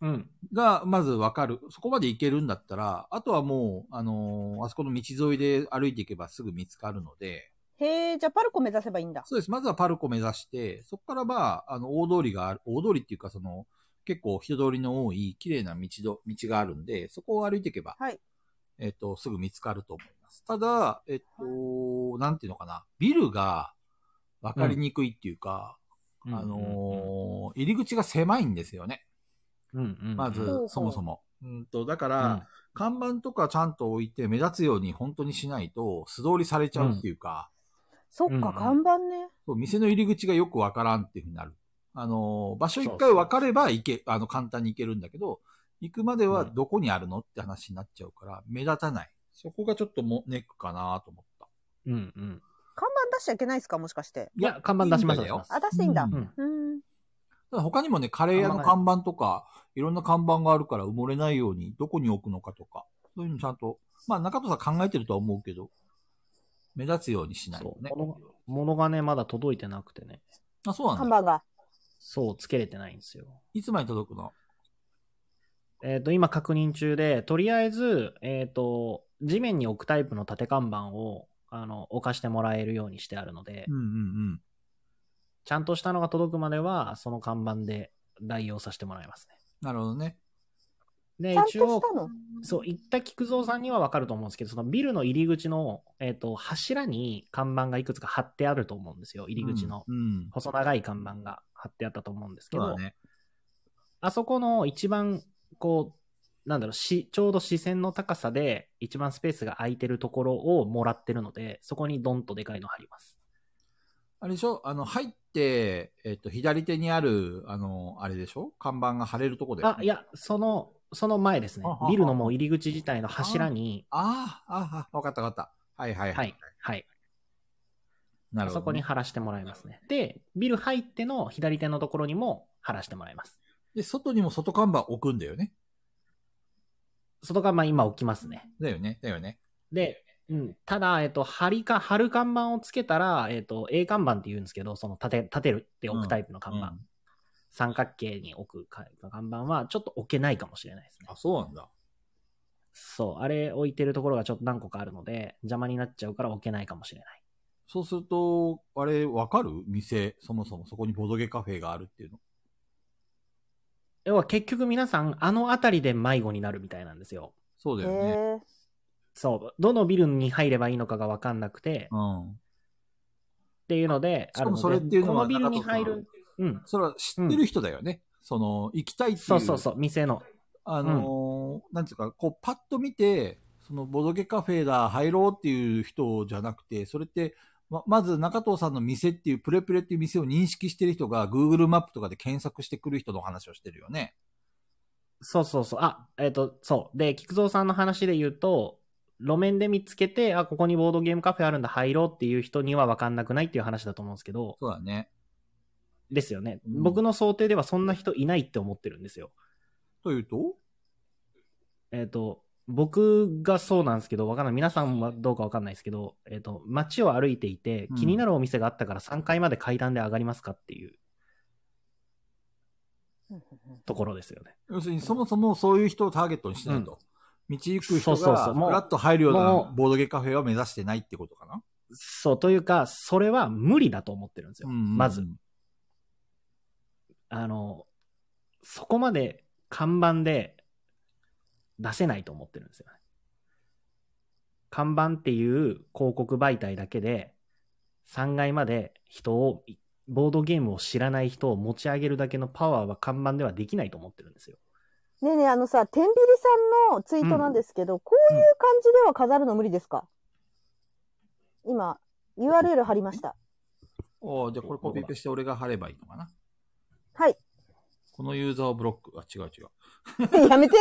Speaker 3: うん。
Speaker 1: が、まず分かる。そこまで行けるんだったら、あとはもう、あの、あそこの道沿いで歩いていけばすぐ見つかるので、
Speaker 2: へえ、じゃあパルコ目指せばいいんだ。
Speaker 1: そうです。まずはパルコ目指して、そこからまあ、あの、大通りがある、大通りっていうか、その、結構人通りの多い、綺麗な道ど、道があるんで、そこを歩いていけば、
Speaker 2: はい。
Speaker 1: えっと、すぐ見つかると思います。ただ、えっと、なんていうのかな、ビルが分かりにくいっていうか、あのー入り口が狭いんですよね。
Speaker 3: うん、うんうん。
Speaker 1: まず、
Speaker 2: ほうほう
Speaker 1: そもそも。うんと、だか
Speaker 3: う
Speaker 1: ら、
Speaker 3: ん、
Speaker 1: 看板とかちゃんと置いて目立つように本当にしないと素通りされちゃうっていうか、
Speaker 2: そっ
Speaker 3: うんう
Speaker 2: か、
Speaker 3: ん
Speaker 2: 看板ね。
Speaker 1: そう店の入り口がよくわからんっていうふうになる。あのー場所一
Speaker 3: そう
Speaker 1: 回
Speaker 3: そう
Speaker 1: 分かれば行け、あの、簡単に行けるんだけど、行くまでは
Speaker 3: うん
Speaker 1: どこにあるのって話になっちゃうから、目立たない。そこがちょっともネックかなと思った。
Speaker 3: うん、うん。
Speaker 2: 看板出しちゃいけないですか、もしかして。
Speaker 3: いや、看板出しまし
Speaker 1: いいんだよ
Speaker 3: た。
Speaker 2: あ、出していいんだ。
Speaker 1: う
Speaker 2: うんん。
Speaker 3: うん。
Speaker 2: ん
Speaker 1: ただ他にもね、カレー屋の看板とか、いろんな看板があるから埋もれないように、どこに置くのかとか、そういうのちゃんと、まあ中戸さん考えてるとは思うけど、目立つようにしないと
Speaker 3: そう。
Speaker 1: ね。
Speaker 3: 物物がね、まだ届いてなくてね。
Speaker 1: あ、そうな
Speaker 2: 看
Speaker 1: んだ。
Speaker 2: 板が。
Speaker 3: そう、つけれてないんですよ。
Speaker 1: いつまで届くの
Speaker 3: えっ、と、今確認中で、とりあえず、えっ、と、地面に置くタイプの縦看板を、あの、置かしてもらえるようにしてあるので、
Speaker 1: うんうんうん。
Speaker 3: ちゃんとしたのが届くまでは、その看板で代用させてもらいます
Speaker 1: なるほどね。
Speaker 2: ち
Speaker 3: ね。で
Speaker 2: ゃん、と
Speaker 3: 一
Speaker 2: し
Speaker 3: 応、
Speaker 2: たの。
Speaker 3: そう、行った菊蔵さんにはわかると思うんですけど、そのビルの入り口の、えっ、と、柱に看板がいくつか貼ってあると思うんですよ。入り口の。
Speaker 1: うん。うん
Speaker 3: 細長い看板が貼ってあったと思うんですけ
Speaker 1: そう
Speaker 3: ど、
Speaker 1: だね。
Speaker 3: あそこの一番、こう、なんだろうし、ちょうど視線の高さで、一番スペースが空いてるところをもらってるので、そこにドンとでかいの貼ります。
Speaker 1: あれでしょあの、入って、えっと、左手にある、あの、あれでしょ看板が貼れるとこで。
Speaker 3: あ、い。や、その、その前ですね
Speaker 1: あは。は
Speaker 3: ビルのもう入り口自体の柱に、
Speaker 1: あーあ、あ、わかったわかった。はいはい
Speaker 3: はい、はい、
Speaker 1: なるほどね。
Speaker 3: そこに貼らしてもらいますね。で、ビル入っての左手のところにも貼らしてもらいます。
Speaker 1: で、外にも外看板置くんだよね。
Speaker 3: 外看板今置きますね。
Speaker 1: だよね。だよね。
Speaker 3: で、うん、ただ、えっと、貼りか、貼る看板をつけたら、えっと、A 看板って言うんですけど、その立て、立てるって置くタイプの看板。
Speaker 1: うん
Speaker 3: 三角形に置くか看板はちょっと置けないかもしれないですね
Speaker 1: あ、。そうなんだ。
Speaker 3: そう、あれ置いてるところがちょっと何個かあるので、邪魔になっちゃうから置けないかもしれない。
Speaker 1: そうすると、あれ、わかる店、そもそもそこにボドゲカフェがあるっていうの。
Speaker 3: 要は結局皆さん、あの辺りで迷子になるみたいなんですよ。
Speaker 1: そう
Speaker 2: へ
Speaker 1: だよね。
Speaker 2: え。
Speaker 3: そう、どのビルに入ればいいのかが分かんなくて、
Speaker 1: う
Speaker 3: っ
Speaker 1: ん。
Speaker 3: ていうので、
Speaker 1: しかも
Speaker 3: あるので
Speaker 1: それっていうのは
Speaker 3: このビルに入
Speaker 1: 中
Speaker 3: る、うん、
Speaker 1: それは知ってる人だよね。その、行きたいっていう。
Speaker 3: そうそうそう、店の、
Speaker 1: あのーなんていうか、こう、パッと見て、その、ボドゲカフェだ、入ろうっていう人じゃなくて、それって、ま、まず中藤さんの店っていう、プレプレっていう店を認識してる人が、Google マップとかで検索してくる人の話をしてるよね。
Speaker 3: そうそうそう、あ、えっ、と、そう、で、菊蔵さんの話で言うと、路面で見つけて、あ、ここにボードゲームカフェあるんだ、入ろうっていう人には分かんなくないっていう話だと思うんですけど、
Speaker 1: そうだね。
Speaker 3: ですよね、
Speaker 1: うん
Speaker 3: 僕の想定ではそんな人いないって思ってるんですよ。
Speaker 1: というと
Speaker 3: えっ、と、僕がそうなんですけど、わかんない。皆さんはどうかわかんないですけど、えっ、と、街を歩いていて
Speaker 1: うん、
Speaker 3: 気になるお店があったから3階まで階段で上がりますかっていうところですよね。
Speaker 1: 要するにそもそもそういう人をターゲットにしてないと。道行く人
Speaker 3: そうそうそ
Speaker 1: が
Speaker 3: う
Speaker 1: フ
Speaker 3: もう
Speaker 1: ラッと入るよう
Speaker 3: も
Speaker 1: な
Speaker 3: う
Speaker 1: ボードゲカフェは目指してないってことかな。
Speaker 3: そう、というか、それは無理だと思ってるんですよ。
Speaker 1: うん
Speaker 3: まず、。あの、そこまで看板で出せないと思ってるんですよね。看板っていう広告媒体だけで3階まで人を、ボードゲームを知らない人を持ち上げるだけのパワーは看板ではできないと思ってるんですよ。
Speaker 2: ねえねえ、あのさ、天秤さんのツイートなんですけど、こういう感じでは飾るの無理ですか、今、URL 貼りました。
Speaker 1: おーじゃあこれコピペして俺が貼ればいいのかな。
Speaker 2: はい。
Speaker 1: このユーザーをブロック。あ、違う違う。
Speaker 2: やめて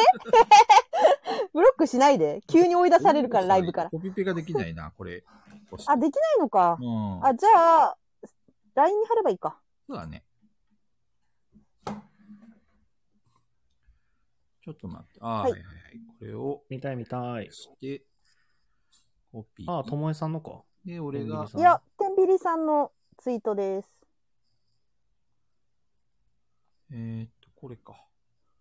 Speaker 2: ブロックしないで。急に追い出されるから、ライブから。
Speaker 1: コピペができないな、これ。
Speaker 2: あ、できないのか
Speaker 1: う。ん。
Speaker 2: あ、じゃあ、LINE に貼ればいいか。
Speaker 1: そうだね。ちょっと待って。あー、は、
Speaker 2: はいい
Speaker 1: はいはい。これを
Speaker 3: 見たい見たい。
Speaker 1: して、コピ
Speaker 3: あ
Speaker 1: ー
Speaker 3: あ、。ともえさんのか。
Speaker 1: で、俺
Speaker 3: 天
Speaker 1: が
Speaker 3: 秤さん
Speaker 2: いや、天秤さんのツイートです。
Speaker 1: えー、っと、これか。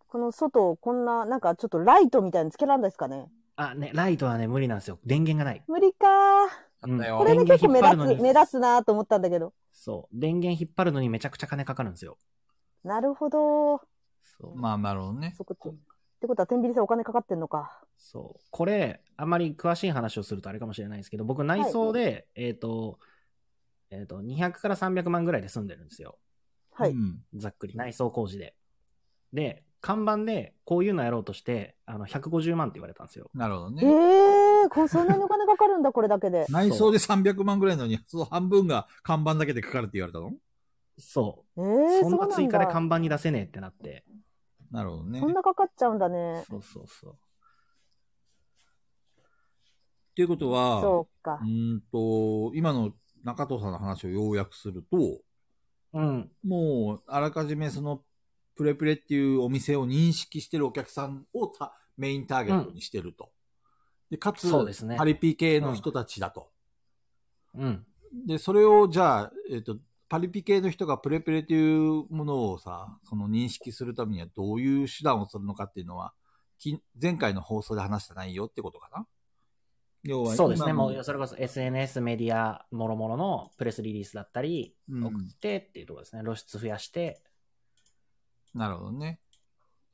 Speaker 2: この外、こんな、なんかちょっとライトみたいにつけられないですかね。
Speaker 3: あ、ね、ライトはね、無理なんですよ。電源がない。
Speaker 2: 無理かー。
Speaker 1: あったよ。
Speaker 2: これね、結構目
Speaker 3: 電源引っ張るの
Speaker 2: 立
Speaker 3: に
Speaker 2: つ、目立つなーと思ったんだけど。
Speaker 3: そう。電源引っ張るのにめちゃくちゃ金かかるんですよ。
Speaker 2: なるほどー。
Speaker 3: そう。
Speaker 1: まあ、なるほどね。
Speaker 2: そこって。ってことは、天秤さんお金かかってんのか。
Speaker 3: そう。これ、あんまり詳しい話をするとあれかもしれないですけど、僕内装で、えっ、と、えっ、と、200から300万ぐらいで住んでるんですよ。
Speaker 2: はい。
Speaker 1: うん。
Speaker 3: ざっくり内装工事で。で、看板でこういうのやろうとして、あの、150万って言われたんですよ。
Speaker 1: なるほどね。
Speaker 2: ええー、こうそんなにお金かかるんだ、これだけで。
Speaker 1: 内装で300万ぐらいなのに、その半分が看板だけでかかるって言われたの
Speaker 3: そ
Speaker 2: えー、
Speaker 3: う。そんな追加で
Speaker 2: そ
Speaker 3: 看板に出せねえってなって。
Speaker 1: なるほどね。
Speaker 2: うなんだそんなかかっちゃうんだね。
Speaker 3: そうそうそう。
Speaker 1: っていうことは、
Speaker 2: そうか
Speaker 1: う。ーんと、今の中藤さんの話を要約すると、
Speaker 3: うん。
Speaker 1: もう、あらかじめその、プレプレっていうお店を認識してるお客さんをたメインターゲットにしてると。で、かつ、
Speaker 3: そうですね
Speaker 1: パリピ系の人たちだと。
Speaker 3: うん。
Speaker 1: で、それを、じゃあ、えっ、と、パリピ系の人がプレプレっていうものをさ、その認識するためにはどういう手段をするのかっていうのは、き前回の放送で話した内容ってことかな要は
Speaker 3: そうですね。
Speaker 1: 今の
Speaker 3: もう、それこそ SNS、メディア、もろもろのプレスリリースだったり、
Speaker 1: うん
Speaker 3: 送ってっていうところですね。露出増やして、
Speaker 1: なるほどね。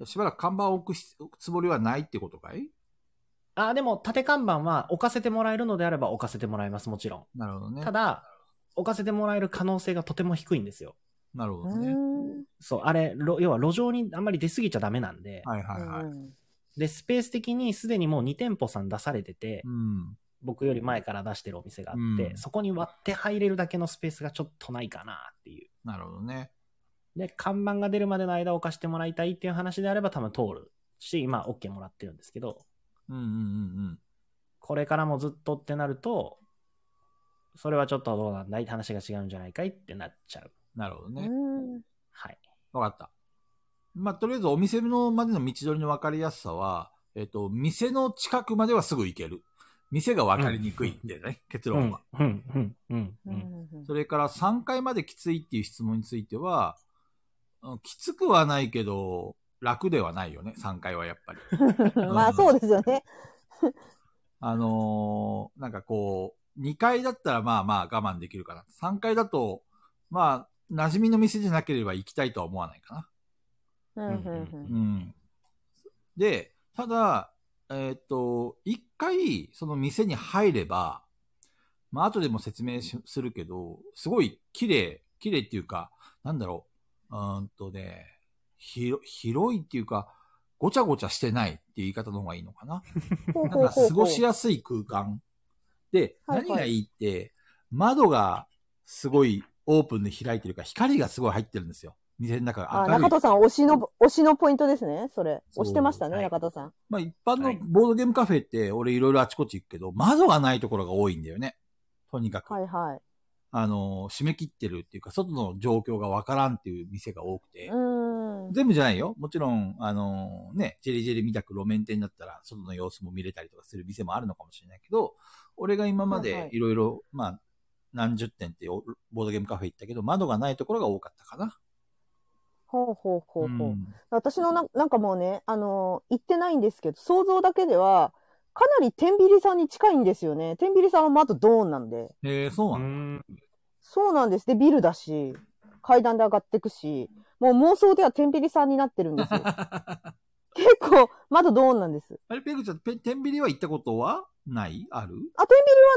Speaker 1: しばらく看板を置くし置くつもりはないってことかい
Speaker 3: あ、でも、縦看板は置かせてもらえるのであれば置かせてもらいます、もちろ
Speaker 1: なるほど
Speaker 3: ん。
Speaker 1: ね
Speaker 3: た。だ、置かせてもらえる可能性がとても低いんですよ。
Speaker 1: なるほ
Speaker 2: うー
Speaker 1: どね。
Speaker 2: ん。
Speaker 3: そう、あれ、ろ要は路上にあんまり出過ぎちゃダメなんで、
Speaker 1: はいはいはい。
Speaker 3: で、スペース的にすでにもう2店舗さん出されてて、
Speaker 1: うん。
Speaker 3: 僕より前から出してるお店があって、
Speaker 1: うん
Speaker 3: そこに割って入れるだけのスペースがちょっとないかなっていう。
Speaker 1: なるほどね。
Speaker 3: で、看板が出るまでの間を貸してもらいたいっていう話であれば多分通るし、今 OK もらってるんですけど、
Speaker 1: うんうんうんうん。
Speaker 3: これからもずっとってなると、それはちょっとどうなんだいって話が違うんじゃないかいってなっちゃう。
Speaker 1: なるほど
Speaker 2: う
Speaker 1: ね。
Speaker 2: ん。
Speaker 3: はい。
Speaker 1: わかった。まあ、とりあえずお店のまでの道取りの分かりやすさは、えっと、店の近くまではすぐ行ける。店が分かりにくいんだよね、結
Speaker 3: う
Speaker 1: 論
Speaker 3: ん
Speaker 1: は。、
Speaker 3: うん、うん、うん
Speaker 2: う
Speaker 3: うん。
Speaker 2: ん
Speaker 1: それから3階まできついっていう質問については、うんきつくはないけど、楽ではないよね、3階はやっぱり。
Speaker 2: まあそうですよね。
Speaker 1: あのーなんかこう、2階だったらまあまあ我慢できるかな。3階だと、まあ、馴染みの店じゃなければ行きたいとは思わないかな。
Speaker 2: うんうんうん
Speaker 1: うん。で、ただ、えーっと、1回その店に入れば、まあ後でも説明しするけど、すごい綺麗、綺麗っていうか、なんだろう、うーんとね、広広いっていうか、ごちゃごちゃしてないっていう言い方の方がいいのかな。
Speaker 2: ほ
Speaker 1: な
Speaker 2: う
Speaker 1: ん
Speaker 2: ほう
Speaker 1: か
Speaker 2: ほう
Speaker 1: 過
Speaker 2: ほ
Speaker 1: ご
Speaker 2: う。
Speaker 1: しやすい空間。で、
Speaker 2: はいはい
Speaker 1: 何がいいって、窓がすごいオープンで開いてるから、光がすごい入ってるんですよ。店の中が
Speaker 2: あ、
Speaker 1: 明る
Speaker 2: 中
Speaker 1: い。
Speaker 2: 戸さん、推しの、推しのポイントですね、それ。
Speaker 1: そう
Speaker 2: 推してましたね、
Speaker 3: はい
Speaker 2: 中戸さん。
Speaker 1: まあ一般
Speaker 3: は
Speaker 1: の
Speaker 3: い
Speaker 1: ボードゲームカフェって、俺いろいろあちこち行くけど、窓がないところが多いんだよね。とにかく。
Speaker 2: はいは
Speaker 1: あのー、締め切ってるっていうか、外の状況がわからんっていう店が多く
Speaker 2: い。
Speaker 1: て
Speaker 2: う。ーん。
Speaker 1: 全部じゃないよ。もちろん、あのーね、ジェリジェリみたく路面店だったら、外の様子も見れたりとかする店もあるのかもしれないけど、俺が今ま
Speaker 2: はいは
Speaker 1: で
Speaker 2: い
Speaker 1: いろいろ、まあ、何十点っておボードゲームカフェ行ったけど、窓がないところが多かったかな。
Speaker 2: ほうほうほうほう。
Speaker 1: ん
Speaker 2: 私のななんかもうね、あのー行ってないんですけど、想像だけでは、かなり天秤さんに近いんですよね。天秤さんは窓ドーンなんで。
Speaker 1: えー、そう
Speaker 3: う
Speaker 1: なの、
Speaker 3: ん。
Speaker 2: そうなんです。で、ビルだし、階段で上がってくし、もう妄想では天秤さんになってる んですよ。結構、窓ドーンなんです。
Speaker 1: あれ、ペグちゃん、ペ天秤は行ったことはないある
Speaker 2: あ、天秤は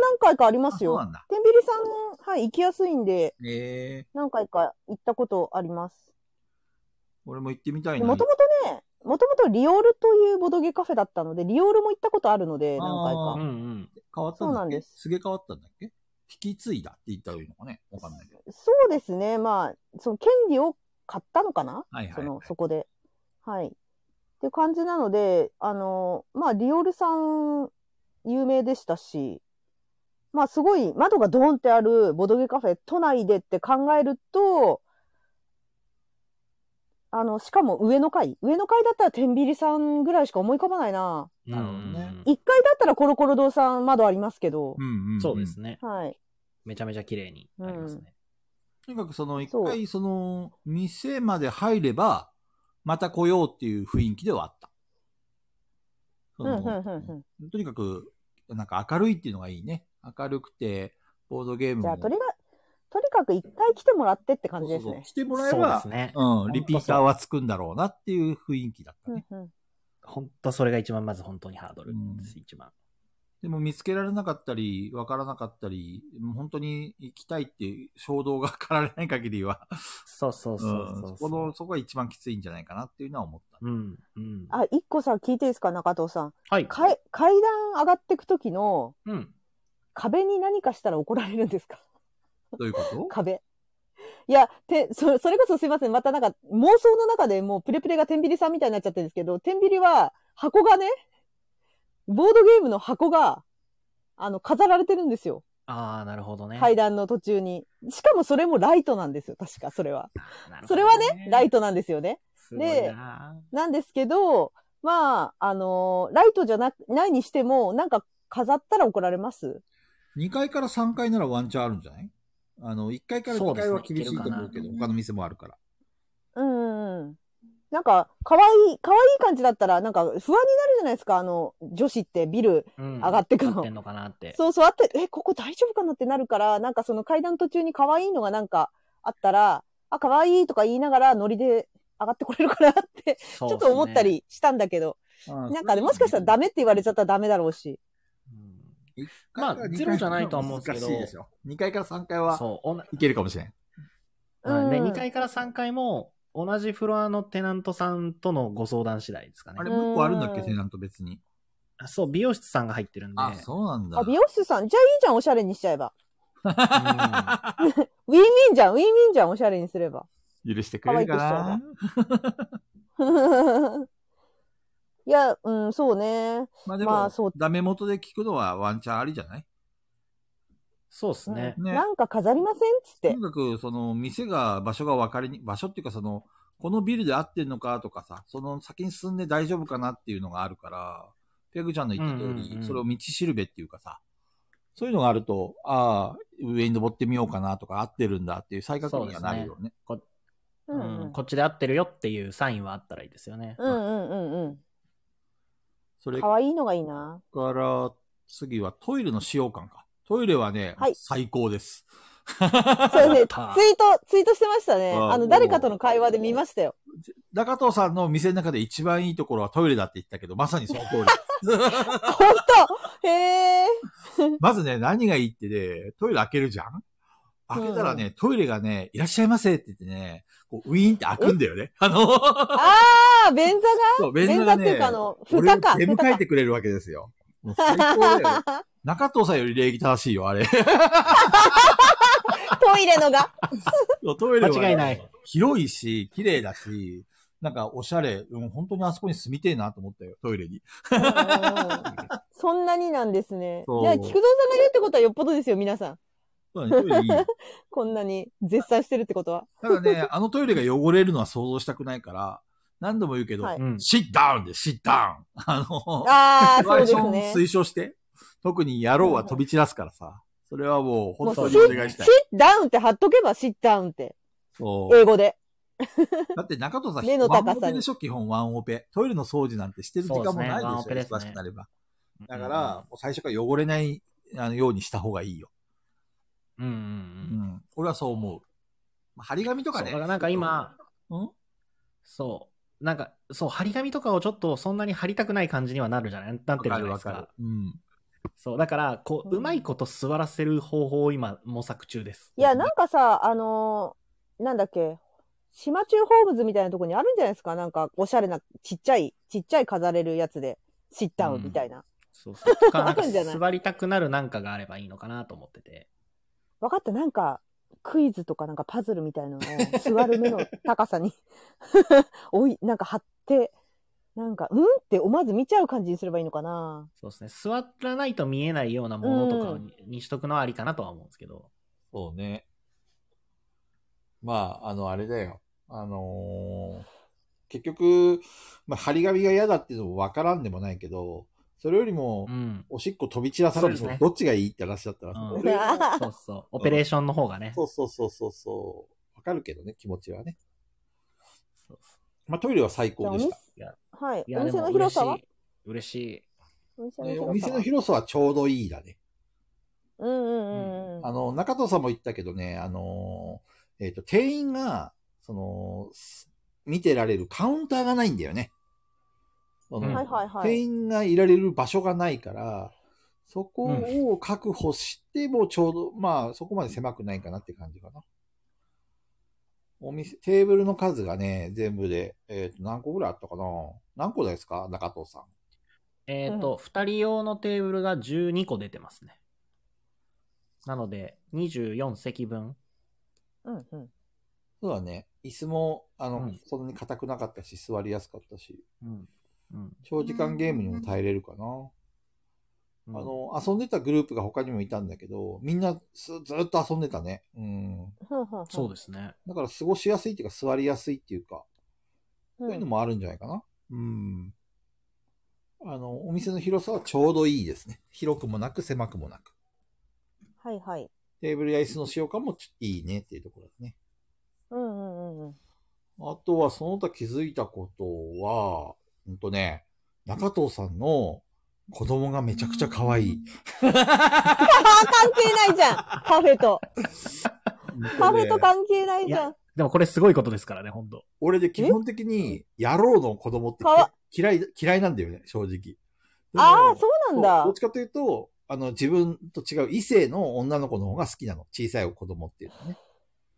Speaker 2: 何回かあります
Speaker 1: あそう
Speaker 2: よ
Speaker 1: なんだ。
Speaker 2: 天秤さん、はい、行きやすいんで、
Speaker 1: ええ
Speaker 2: 何回か行ったことあります。
Speaker 1: 俺も行ってみたい
Speaker 2: で
Speaker 1: な。
Speaker 2: もともとね、もともとリオールというボドゲカフェだったので、リオールも行ったことあるので、何
Speaker 1: あ
Speaker 2: 回
Speaker 1: ー
Speaker 3: うん
Speaker 2: か。
Speaker 3: うん。
Speaker 1: 変わったんだっけ
Speaker 2: そうなんです
Speaker 1: すげえ変わったんだっけ引き継いだって言ったらいいのかねわかんないけど。
Speaker 2: そうですね。まあ、その権利を買ったのかな
Speaker 1: はいはい
Speaker 2: その、そこで。はい。っていう感じなので、あの、まあ、リオールさん、有名でしたし、まあ、すごい、窓がドーンってあるボドゲカフェ、都内でって考えると、あの、しかも上の階上の階だったら天秤さんぐらいしか思い浮かばないな。
Speaker 1: なるほどね
Speaker 3: うん
Speaker 2: 1階だったらコロコロ堂さん窓ありますけど
Speaker 1: う、んんん
Speaker 3: そうです。ね。
Speaker 2: はい。
Speaker 3: めちゃめちゃ綺麗になりますね。
Speaker 1: とにかくその、一
Speaker 2: そう
Speaker 1: 回その、店まで入れば、また来ようっていう雰囲気ではあった。そ
Speaker 2: うん、う
Speaker 1: の
Speaker 2: ん、うん、
Speaker 1: とにかく、なんか明るいっていうのがいいね。明るくて、ボードゲー
Speaker 2: う
Speaker 1: ム
Speaker 2: ん。じゃあ、と
Speaker 1: も
Speaker 2: りが、とにかく1回来てもらってって感じ
Speaker 1: そう
Speaker 2: で
Speaker 1: そうそ
Speaker 2: す
Speaker 1: う
Speaker 2: ね。
Speaker 1: 来てもらえ
Speaker 3: そうで
Speaker 1: ば
Speaker 3: す、ね。
Speaker 1: うん、リピーターはつくんだろうなっていう雰囲気だった
Speaker 2: う
Speaker 1: ね。
Speaker 2: ん、うん。
Speaker 3: 本当それが一番、まず本当にハードルです、一番。
Speaker 1: でも見つけられなかったり、わからなかったり、もう本当に行きたいっていう衝動が 駆られない限りは、
Speaker 3: そうそう
Speaker 1: う
Speaker 3: そ
Speaker 1: ん
Speaker 3: うそう。
Speaker 1: そこの、そこが一番きついんじゃないかなっていうのは思った。
Speaker 3: うん、うん。
Speaker 2: あ、一個さ、聞いていいですか、中藤さん。
Speaker 3: はい。
Speaker 2: 階階段上がってく時の
Speaker 3: うん。
Speaker 2: 壁に何かしたら怒られるんですか
Speaker 1: どういうこと
Speaker 2: 壁。いや、て、そ、それこそすいません。またなんか、妄想の中でもうプレプレが天秤さんみたいになっちゃってるんですけど、天秤は箱がね、ボードゲームの箱が、あの、飾られてるんですよ。
Speaker 3: ああ、なるほどね。
Speaker 2: 階段の途中に。しかもそれもライトなんですよ。確か、それは。
Speaker 3: なるほどね。
Speaker 2: それはね、ライトなんですよね。
Speaker 3: すごいな
Speaker 2: なんですけど、まあ、あのライトじゃな、ないにしても、なんか飾ったら怒られます
Speaker 1: 2階から3階ならワンチャンあるんじゃないあの、1階から2階は厳しいと思うけど、
Speaker 2: そうですねいけるかな
Speaker 1: 他の店もあるから。
Speaker 2: うんうんうん。なんか、可愛い可愛い感じだったら、なんか不安になるじゃないですか、あの、女子ってビル。
Speaker 3: 上
Speaker 2: 上がってくの
Speaker 3: ってんのかなって。
Speaker 2: そうそう、あって、え、ここ大丈夫かなってなるから、なんかその階段途中に可愛いのがなんかあったら、あ、可愛いとか言いながらノリで上がってこれるかなって、
Speaker 3: ち
Speaker 2: ちょっと思った。りしたんだけど、なんかね、もしかしたらダ
Speaker 1: メ。
Speaker 2: メって言われちゃったらダメだろうし。
Speaker 3: うん
Speaker 1: まあ
Speaker 3: まあ、ゼロじゃないとは思うんですけど
Speaker 1: 難しいでしょ。2階から3階は
Speaker 3: そうおな。
Speaker 1: いけるかもしれん。
Speaker 2: うん
Speaker 3: で、2階から3階も、同じフロアのテナントさんとのご相談次第ですか
Speaker 1: あれ、
Speaker 3: ね。
Speaker 1: もう一個あるんだっけ、
Speaker 2: うん
Speaker 1: テナント別に。
Speaker 3: そう、美容室さんが入ってるんで。
Speaker 1: あ、そうなんだ。
Speaker 2: あ、美容師さん、じゃあいいじゃん、おしゃれにしちゃえば。
Speaker 3: う
Speaker 2: ウィンウィンじゃん、ウィンウィンじゃん、おしゃれにすれば。
Speaker 1: 許してくれるか
Speaker 2: 可愛
Speaker 1: ない
Speaker 2: いや、うん、そうね。
Speaker 1: まあで
Speaker 2: ま
Speaker 1: も
Speaker 2: あそう、
Speaker 1: ダメ元で聞くのはワンチャンありじゃない
Speaker 3: そうですね
Speaker 2: う。ん
Speaker 1: ね
Speaker 2: なんか飾りませんつっ
Speaker 1: と
Speaker 2: て
Speaker 1: に。かく、その、店が、場所が分かりに、場所っていうか、その、このビルで合ってんのかとかさ、その先に進んで大丈夫かなっていうのがあるから、ペグちゃんの言った通
Speaker 3: うんうんう
Speaker 1: り、
Speaker 3: ん
Speaker 1: それを道しるべっていうかさ、そういうのがあると、ああ、上に登ってみようかなとか、合ってるんだっていう再確認にはなるよね。
Speaker 2: うんうん
Speaker 3: うんこっちで合ってるよっていうサインはあったらいいですよね。
Speaker 2: うんうんうん
Speaker 1: そ
Speaker 2: うん。
Speaker 1: れ
Speaker 2: か
Speaker 1: か
Speaker 2: わいいのがいいな。
Speaker 1: ら、次はトイレの使用感か。トイレはね、
Speaker 2: はい
Speaker 1: 最高です。
Speaker 2: そう ですね。ツ
Speaker 3: た
Speaker 2: イート、ツイートしてましたね。
Speaker 1: あ
Speaker 2: あ
Speaker 1: もう
Speaker 2: の、誰かとの会話で見ましたよ。
Speaker 1: 中藤さんの店の中で一番いいところはトイレだって言ったけど、まさにその通り。
Speaker 2: ほんとへえ。
Speaker 1: まずね、何がいいってね、トイレ開けるじゃん開けたらね、トイレがね、いらっしゃいませって言ってね、こうウィーンって開くんだよね。あの、
Speaker 2: ああ、便座
Speaker 1: そう、
Speaker 2: が
Speaker 1: 便
Speaker 2: 便
Speaker 1: 座
Speaker 2: 座
Speaker 1: が
Speaker 2: って
Speaker 1: ね
Speaker 2: いうか、あの、
Speaker 1: 俺を
Speaker 2: 蓋か。
Speaker 1: 出
Speaker 2: 蓋
Speaker 1: 迎え
Speaker 2: か。
Speaker 1: てくれるわけですよ。もう最高だ よ中藤さんより礼儀正しいよ、あれ。
Speaker 2: トイレの が。
Speaker 1: トイレはね
Speaker 3: 間違いない。
Speaker 1: 広いし、綺麗だし、なんかおしゃれ。うん本当にあそこに住みてえなと思ったよ、トイレに。
Speaker 2: うんうんそんなになんですね。
Speaker 1: そう
Speaker 2: じゃあ、菊蔵さんが言うってことはよっぽどですよ、皆さん。
Speaker 1: そうだね、トイレいい よ。
Speaker 2: こんなに絶賛してるってことは。
Speaker 1: ただね、あのトイレが汚れるのは想像したくないから、何度も言うけど、
Speaker 2: はい
Speaker 3: うん
Speaker 1: シッダウンで、シッダウン。あ の、
Speaker 2: ああ、そうで
Speaker 1: シ
Speaker 2: す
Speaker 1: ョン
Speaker 2: ね。
Speaker 1: 推奨して、特に野郎は飛び散らすからさ、それはもう
Speaker 2: もう
Speaker 1: 本
Speaker 2: シ
Speaker 1: 当
Speaker 2: ッ
Speaker 1: にお願いし
Speaker 2: シ
Speaker 1: た
Speaker 2: ッ
Speaker 1: い。
Speaker 2: ダウンって貼っとけば、シッダウンって。
Speaker 1: そう
Speaker 2: 英語で。
Speaker 1: だって中藤さん、
Speaker 2: 目の
Speaker 1: ワン
Speaker 2: 高さ
Speaker 1: オ
Speaker 2: に
Speaker 1: ペでしょ、基本ワンオペ。トイレの掃除なんてしてる時間もないでしょ、
Speaker 3: そうですね
Speaker 1: 忙
Speaker 3: ワンオペです
Speaker 1: し
Speaker 3: ね
Speaker 1: くなれば。だから、もう最初から汚れないあのようにした方がいいよ。
Speaker 3: うんうんう。
Speaker 1: うんん。俺はそう思う。まあ、張り紙とか
Speaker 3: そうだ
Speaker 1: ね
Speaker 3: か。らなんか今、
Speaker 1: うん
Speaker 3: そう、なんか、そう、張り紙とかをちょっとそんなに貼りたくない感じにはなるじゃないなってるじゃないですか。。
Speaker 1: うん。
Speaker 3: そう、だから、こう、
Speaker 2: うん
Speaker 3: うまいこと座らせる方法を今、模索中です。
Speaker 2: いや、なんかさ、あのーなんだっけ、島中ホームズみたいなとこにあるんじゃないですかなんか、おしゃれな、ちっちゃい、ちっちゃい飾れるやつで、シッタウンみたいな。
Speaker 3: そうそう。とか、 なん
Speaker 2: あ
Speaker 3: か
Speaker 2: るんじゃない
Speaker 3: 座りたくなるなんかがあればいいのかなと思ってて。
Speaker 2: 分かった、なんか、クイズとかなんかパズルみたいなのを座る目の高さに おい、なんか貼って、なんか、うんって思わず見ちゃう感じにすればいいのかな。
Speaker 3: そうですね。座らないと見えないようなものとかに,、にしとくのはありかなとは思うんですけど。
Speaker 1: そうね。まあ、あの、あれだよ。あのー結局、まあ、張り紙が嫌だっていうのもわからんでもないけど、それよりも
Speaker 3: う、ん。
Speaker 1: おしっこ飛び散らされる
Speaker 3: そう
Speaker 1: の
Speaker 3: ですね
Speaker 1: どっちがいいって話だったら、
Speaker 3: うん
Speaker 1: それよりも
Speaker 3: そうそう。オペレーションの方がね。
Speaker 1: そうそうそうそうそう。わかるけどね、気持ちはね。
Speaker 3: そうそう
Speaker 1: まあ、トイレは最
Speaker 2: じゃあ
Speaker 1: 高でした。
Speaker 2: はい。
Speaker 3: い
Speaker 2: お
Speaker 3: や、で
Speaker 2: 店
Speaker 3: も
Speaker 2: の
Speaker 3: 嬉
Speaker 2: 広
Speaker 3: し。
Speaker 2: さはい
Speaker 3: 嬉しい。
Speaker 2: お店
Speaker 1: えーお店の
Speaker 2: 広さ
Speaker 1: 広さはちょうどいいだね。
Speaker 2: は。うんうんうんうん。
Speaker 1: あの、中藤さんも言ったけどね、あのーえっ、と、店員が、その、す見てられるカウンターがないんだよね。その
Speaker 3: うん
Speaker 2: はいはいはい
Speaker 1: 店員がいられる場所がないから、そこを確保してもちょうど、まあ、そこまで狭くないかなって感じかな。お店、テーブルの数がね、全部で、えっ、と、何個ぐらいあったかな何個ですか中藤さん。
Speaker 3: えっ、と、二、人用のテーブルが12個出てますね。なので、24席分。
Speaker 2: うんうん。
Speaker 1: そうだね。椅子も、あの、
Speaker 3: うん
Speaker 1: そんなに硬くなかったし、座りやすかったし、
Speaker 3: うん。うん。
Speaker 1: 長時間ゲームにも耐えれるかな。
Speaker 3: うん
Speaker 1: あ、の、遊んでたグループが他にもいたんだけど、みんなすずーっと遊んでたね。うん。
Speaker 2: ふんふんふん
Speaker 3: そうですね。
Speaker 1: だから過ごしやすいっていうか、座りやすいっていうか、
Speaker 2: う
Speaker 1: そういうの
Speaker 2: ん
Speaker 1: もあるんじゃないかな。うん。あの、お店の広さはちょうどいいですね。広くもなく、狭くもなく。
Speaker 2: はいはい。
Speaker 1: テーブルや椅子の使用感もちょいいねっていうところですね。
Speaker 2: うんうんうんうん。
Speaker 1: あとは、その他気づいたことは、ほんとね、中藤さんの子供がめちゃくちゃ可愛い。
Speaker 2: あー関係ないじゃんカフェ と。カフェと関係ないじゃん。
Speaker 3: でもこれすごいことですからね、本当
Speaker 1: 俺で基本的に、野郎の子供って
Speaker 2: かわ
Speaker 1: 嫌い、嫌いなんだよね、正直。
Speaker 2: ああ、
Speaker 1: う
Speaker 2: そうなんだ
Speaker 1: どっ。ちかというと、あの、自分と違う異性の女の子の方が好きなの。小さい子供っていうのはね。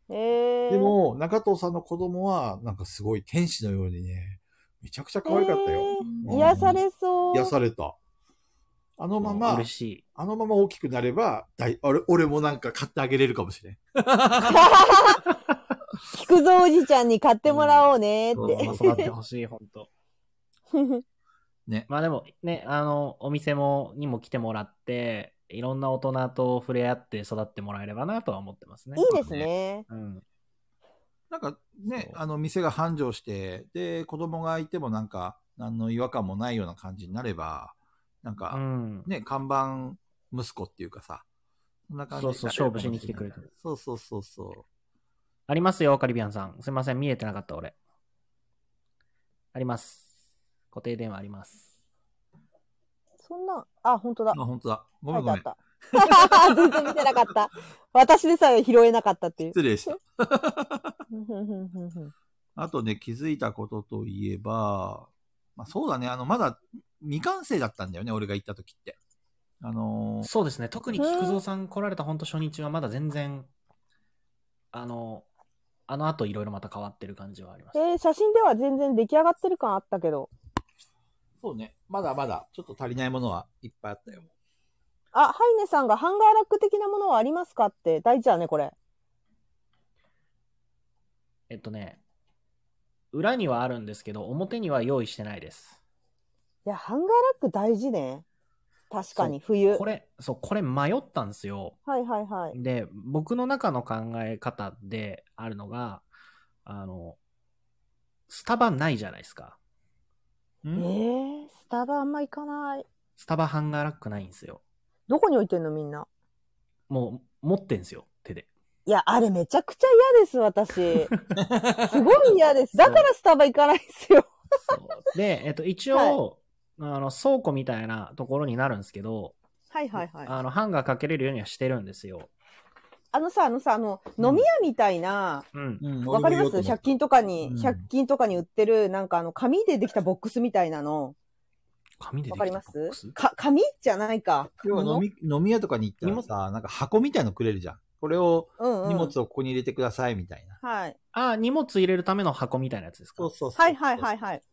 Speaker 2: ええ。
Speaker 1: でも、中藤さんの子供は、なんかすごい天使のようにね、めちゃくちゃ可愛かったよ。
Speaker 2: えー癒されそう。
Speaker 1: 癒された。あのまま
Speaker 3: 嬉、し い。
Speaker 1: あのまま大きくなれば、だいあれ俺もなんか買ってあげれるかもしれん。
Speaker 2: 菊蔵おじちゃんに買ってもらおうねっ
Speaker 1: うん
Speaker 2: て。
Speaker 3: まあ育ってほしい、本当
Speaker 1: ね。
Speaker 3: まあでもね、あの、お店も、にも来てもらって、いろんな大人と触れ合って育ってもらえればなとは思ってますね。
Speaker 2: いいですね。
Speaker 3: うん。
Speaker 1: なんかね、
Speaker 3: そう
Speaker 1: あの、店が繁盛して、で、子供がいてもなんか、何の違和感もないような感じになれば、なん
Speaker 3: う
Speaker 1: か、
Speaker 3: ん。
Speaker 1: ね、看板息子っていうかさ、そんな感じになれる
Speaker 3: そうそう勝負しに来てくれてる。
Speaker 1: そうそうそうそう。
Speaker 3: ありますよ、カリビアンさん。すいません、見えてなかった、俺。あります。固定電話あります。
Speaker 2: そんな、あ、本当だ
Speaker 1: あ、。本当だ。ごめ
Speaker 2: 書
Speaker 1: んご
Speaker 2: いてあ
Speaker 1: めん
Speaker 2: っ。た。 全然見てなかった。私でさえ拾えなかった っていう。
Speaker 1: 失礼した。
Speaker 2: うん
Speaker 1: あとね、気づいたことといえば、まあ、そうだね、あの、まだ未完成だったんだよね、俺が行った時って。あのー
Speaker 3: そうですね、特に菊蔵さん来られた本当初日はまだ全然、あの、あの後いろいろまた変わってる感じはありま
Speaker 2: えー
Speaker 3: す。
Speaker 2: 写真では全然出来上がってる感あったけど。
Speaker 1: そうね、まだまだ、ちょっと足りないものはいっぱいあったよ。
Speaker 2: あ、ハイネさんがハンガーラック的なものはありますかって大事だね、これ。
Speaker 3: えっとね、裏にはあるんですけど、表には用意してないです。
Speaker 2: いや、ハンガーラック大事ね。確かに、冬。
Speaker 3: これ、そう、これ迷ったんですよ。
Speaker 2: はいはいはい。
Speaker 3: で、僕の中の考え方であるのが、あの、スタバないじゃないですか。
Speaker 1: う
Speaker 2: え
Speaker 1: ん
Speaker 2: ー、スタバあんま行かない。
Speaker 3: スタバハンガーラックないんですよ。
Speaker 2: どこに置いてんのみんな。
Speaker 3: もう、持ってんすよ、手で。
Speaker 2: いや、あれめちゃくちゃ嫌です、私。 すごい嫌です。だからスタバ行かないですよ。
Speaker 3: そうで、えっと、一応、あの、倉庫みたいなところになるんですけど、
Speaker 2: はいはいはい。
Speaker 3: あの、ハンガーかけれるようにはしてるんですよ。
Speaker 2: あのさ、あのさ、あの、
Speaker 3: うん
Speaker 2: 飲み屋みたいな、
Speaker 3: うん。
Speaker 1: うん、
Speaker 2: わかりま
Speaker 1: 俺も言おうと
Speaker 2: す
Speaker 1: 思った
Speaker 2: ?100 均とかに、
Speaker 1: うん
Speaker 2: 100均とかに売ってる、なんかあの、紙でできたボックスみたいなの。
Speaker 3: 紙で
Speaker 2: わ
Speaker 3: でき
Speaker 2: か
Speaker 3: た
Speaker 2: り
Speaker 3: ボ
Speaker 2: ます
Speaker 3: ックス
Speaker 2: か、紙じゃないか。
Speaker 1: 要は飲み飲み屋とかに行ったらさ、なんか箱みたいのくれるじゃん。これを、
Speaker 2: うんうん。
Speaker 1: 荷物をここに入れてください、みたいな。
Speaker 2: はい。
Speaker 3: ああ、荷物入れるための箱みたいなやつですか
Speaker 1: そうそうそう。
Speaker 2: はいはいはいはい。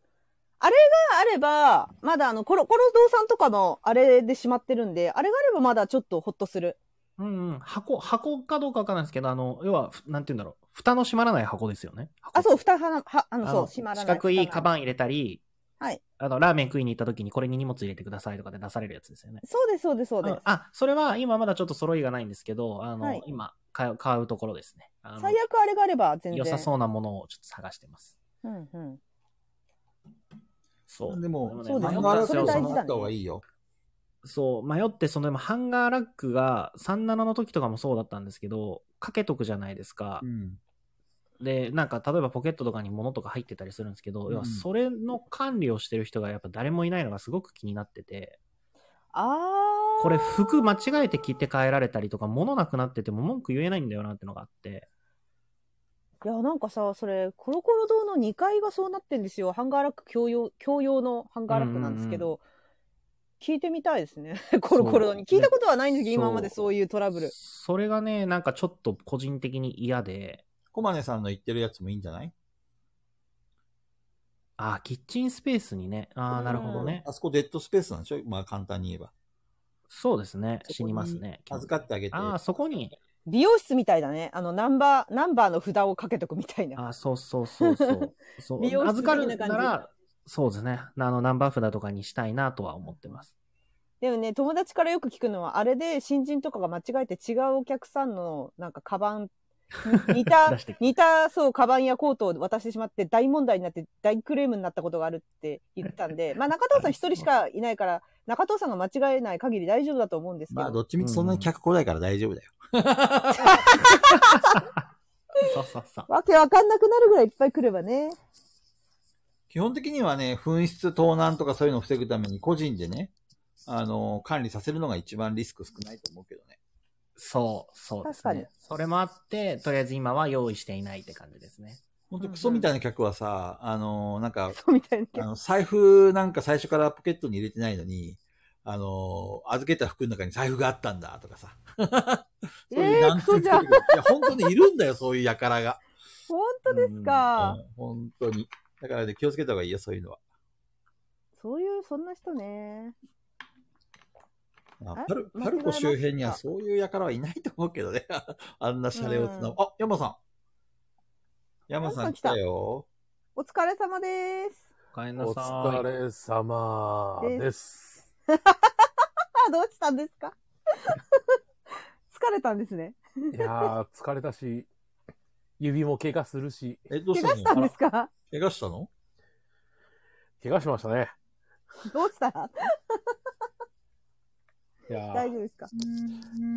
Speaker 2: あれがあれば、まだあの、コロ、コロ堂さんとかのあれでしまってるんで、あれがあればまだちょっとほっとする。
Speaker 3: うんうん。箱、箱かどうかわかんないですけど、あの、要は、ふなんて言うんだろう。蓋の閉まらない箱ですよね。箱
Speaker 2: あ、そう、蓋はな、は、あの、
Speaker 3: あ
Speaker 2: そう、
Speaker 3: の
Speaker 2: 閉まらない。
Speaker 3: 四角いカ
Speaker 2: ン。
Speaker 3: バン入れたり、
Speaker 2: はい。
Speaker 3: あの、ラーメン食いに行った時にこれに荷物入れてくださいとかで出されるやつですよね。
Speaker 2: そうです、そうです、そうです
Speaker 3: あ。あ、それは今まだちょっと揃いがないんですけど、あの、
Speaker 2: はい
Speaker 3: 今買う、買うところですね。あの
Speaker 2: 最悪あれがあれば全然。
Speaker 3: 良さそうなものをちょっと探してます。
Speaker 2: う。うんうん。
Speaker 3: そう。
Speaker 1: でも、
Speaker 2: そうで
Speaker 1: ハ
Speaker 2: すね
Speaker 3: 迷
Speaker 1: ン
Speaker 3: っ
Speaker 1: ガーラッ
Speaker 3: たんです
Speaker 1: ク
Speaker 2: それ
Speaker 3: よ
Speaker 1: を
Speaker 2: 大
Speaker 3: そ
Speaker 1: 備
Speaker 2: 事だ
Speaker 1: え
Speaker 2: ね
Speaker 1: た方がいいよ。
Speaker 3: そう、迷って、その今、ハンガーラックが、37の時とかもそうだったんですけど、かけとくじゃないですか
Speaker 1: う。ん。
Speaker 3: で、なんか、例えばポケットとかに物とか入ってたりするんですけど、
Speaker 1: うん
Speaker 3: 要は、それの管理をしてる人が、やっぱ誰もいないのがすごく気になってて、
Speaker 2: あー。
Speaker 3: これ、服間違えて着て帰られたりとか、物なくなってても文句言えないんだよなってのがあって、
Speaker 2: いや、なんかさ、それ、コロコロ堂の2階がそうなってんですよ。ハンガーラック共用、共用のハンガーラックなんですけど、
Speaker 3: うん
Speaker 2: 聞いてみたいです ね。コロコロ堂に。聞いたことはないんですけど、
Speaker 3: そう
Speaker 2: 今までそういうトラブル。
Speaker 3: それがね、なんかちょっと個人的に嫌で、
Speaker 1: コマネさんの言ってるやつもいいんじゃない
Speaker 3: ああ、キッチンスペースにね、ああ、なるほどね。
Speaker 1: あそこデッドスペースなんでしょまあ簡単に言えば。
Speaker 3: そうですね、
Speaker 1: そこに
Speaker 3: 死にますね。
Speaker 1: 預かってあげて。
Speaker 3: ああ、そこに、
Speaker 2: 美容室みたいだね。あの、ナンバー、ナンバーの札をかけとくみたいな。
Speaker 3: あ、そうそうそうそう。 そ
Speaker 2: 美容
Speaker 3: う
Speaker 2: 室
Speaker 3: 預かる
Speaker 2: 的な
Speaker 3: な
Speaker 2: 感じ
Speaker 3: ら、そうですね。あの、ナンバー札とかにしたいなとは思ってます。
Speaker 2: でもね、友達からよく聞くのは、あれで新人とかが間違えて違うお客さんの、なんか、カバン、に 似た
Speaker 3: 出して、
Speaker 2: 似た、そう、カバンやコートを渡してしまって、大問題になって、大クレームになったことがあるって言ってた んで、まあ、中藤さん一人しかいないから、中藤さんが間違えない限り大丈夫だと思うんですけど、
Speaker 1: まあどっちみちそんなに客来ないから大丈夫だよ。
Speaker 3: そうそうそう。
Speaker 2: わけわかんなくなるぐらいいっぱい来ればね。
Speaker 1: 基本的にはね、紛失、盗難とかそういうのを防ぐために個人でね、あの、管理させるのが一番リスク少ないと思うけどね。
Speaker 3: そう、そうで
Speaker 2: 確
Speaker 3: す
Speaker 2: かに
Speaker 3: ね。それもあって、とりあえず今は用意していないって感じですね。
Speaker 1: ほんとクソみたいな客はさ、あの、なんか、
Speaker 2: そうみたいな。
Speaker 1: あの、財布なんか最初からポケットに入れてないのに、あの、預けた服の中に財布があったんだとかさ。そういう
Speaker 2: えー、クソじゃん。
Speaker 1: 難癖いや、本当にいるんだよ、そういう輩が。
Speaker 2: 本当ですか。
Speaker 1: うん本当に。だからね、気をつけた方がいいよ、そういうのは。
Speaker 2: そういう、そんな人ね。
Speaker 1: あ
Speaker 2: あ
Speaker 1: パル
Speaker 2: 間違え
Speaker 1: パルコ
Speaker 2: ました
Speaker 1: 周辺にはそういう輩はいないと思うけどね。 あんなシャレをつな、
Speaker 2: うん
Speaker 1: あ、山さん。山さん来たよ。
Speaker 2: お疲れ様です。
Speaker 3: おかえりな
Speaker 4: お疲
Speaker 3: さい。
Speaker 4: れ様です。
Speaker 2: あ、どうしたんですか 疲れたんですね。
Speaker 4: いやー、疲れたし、指も怪我するし、
Speaker 1: え、どうし
Speaker 2: 怪
Speaker 1: たの
Speaker 2: 我したんですか
Speaker 1: 怪我したの
Speaker 4: 怪我しましたね。
Speaker 2: どうしたら
Speaker 4: いやー
Speaker 2: 大丈夫ですか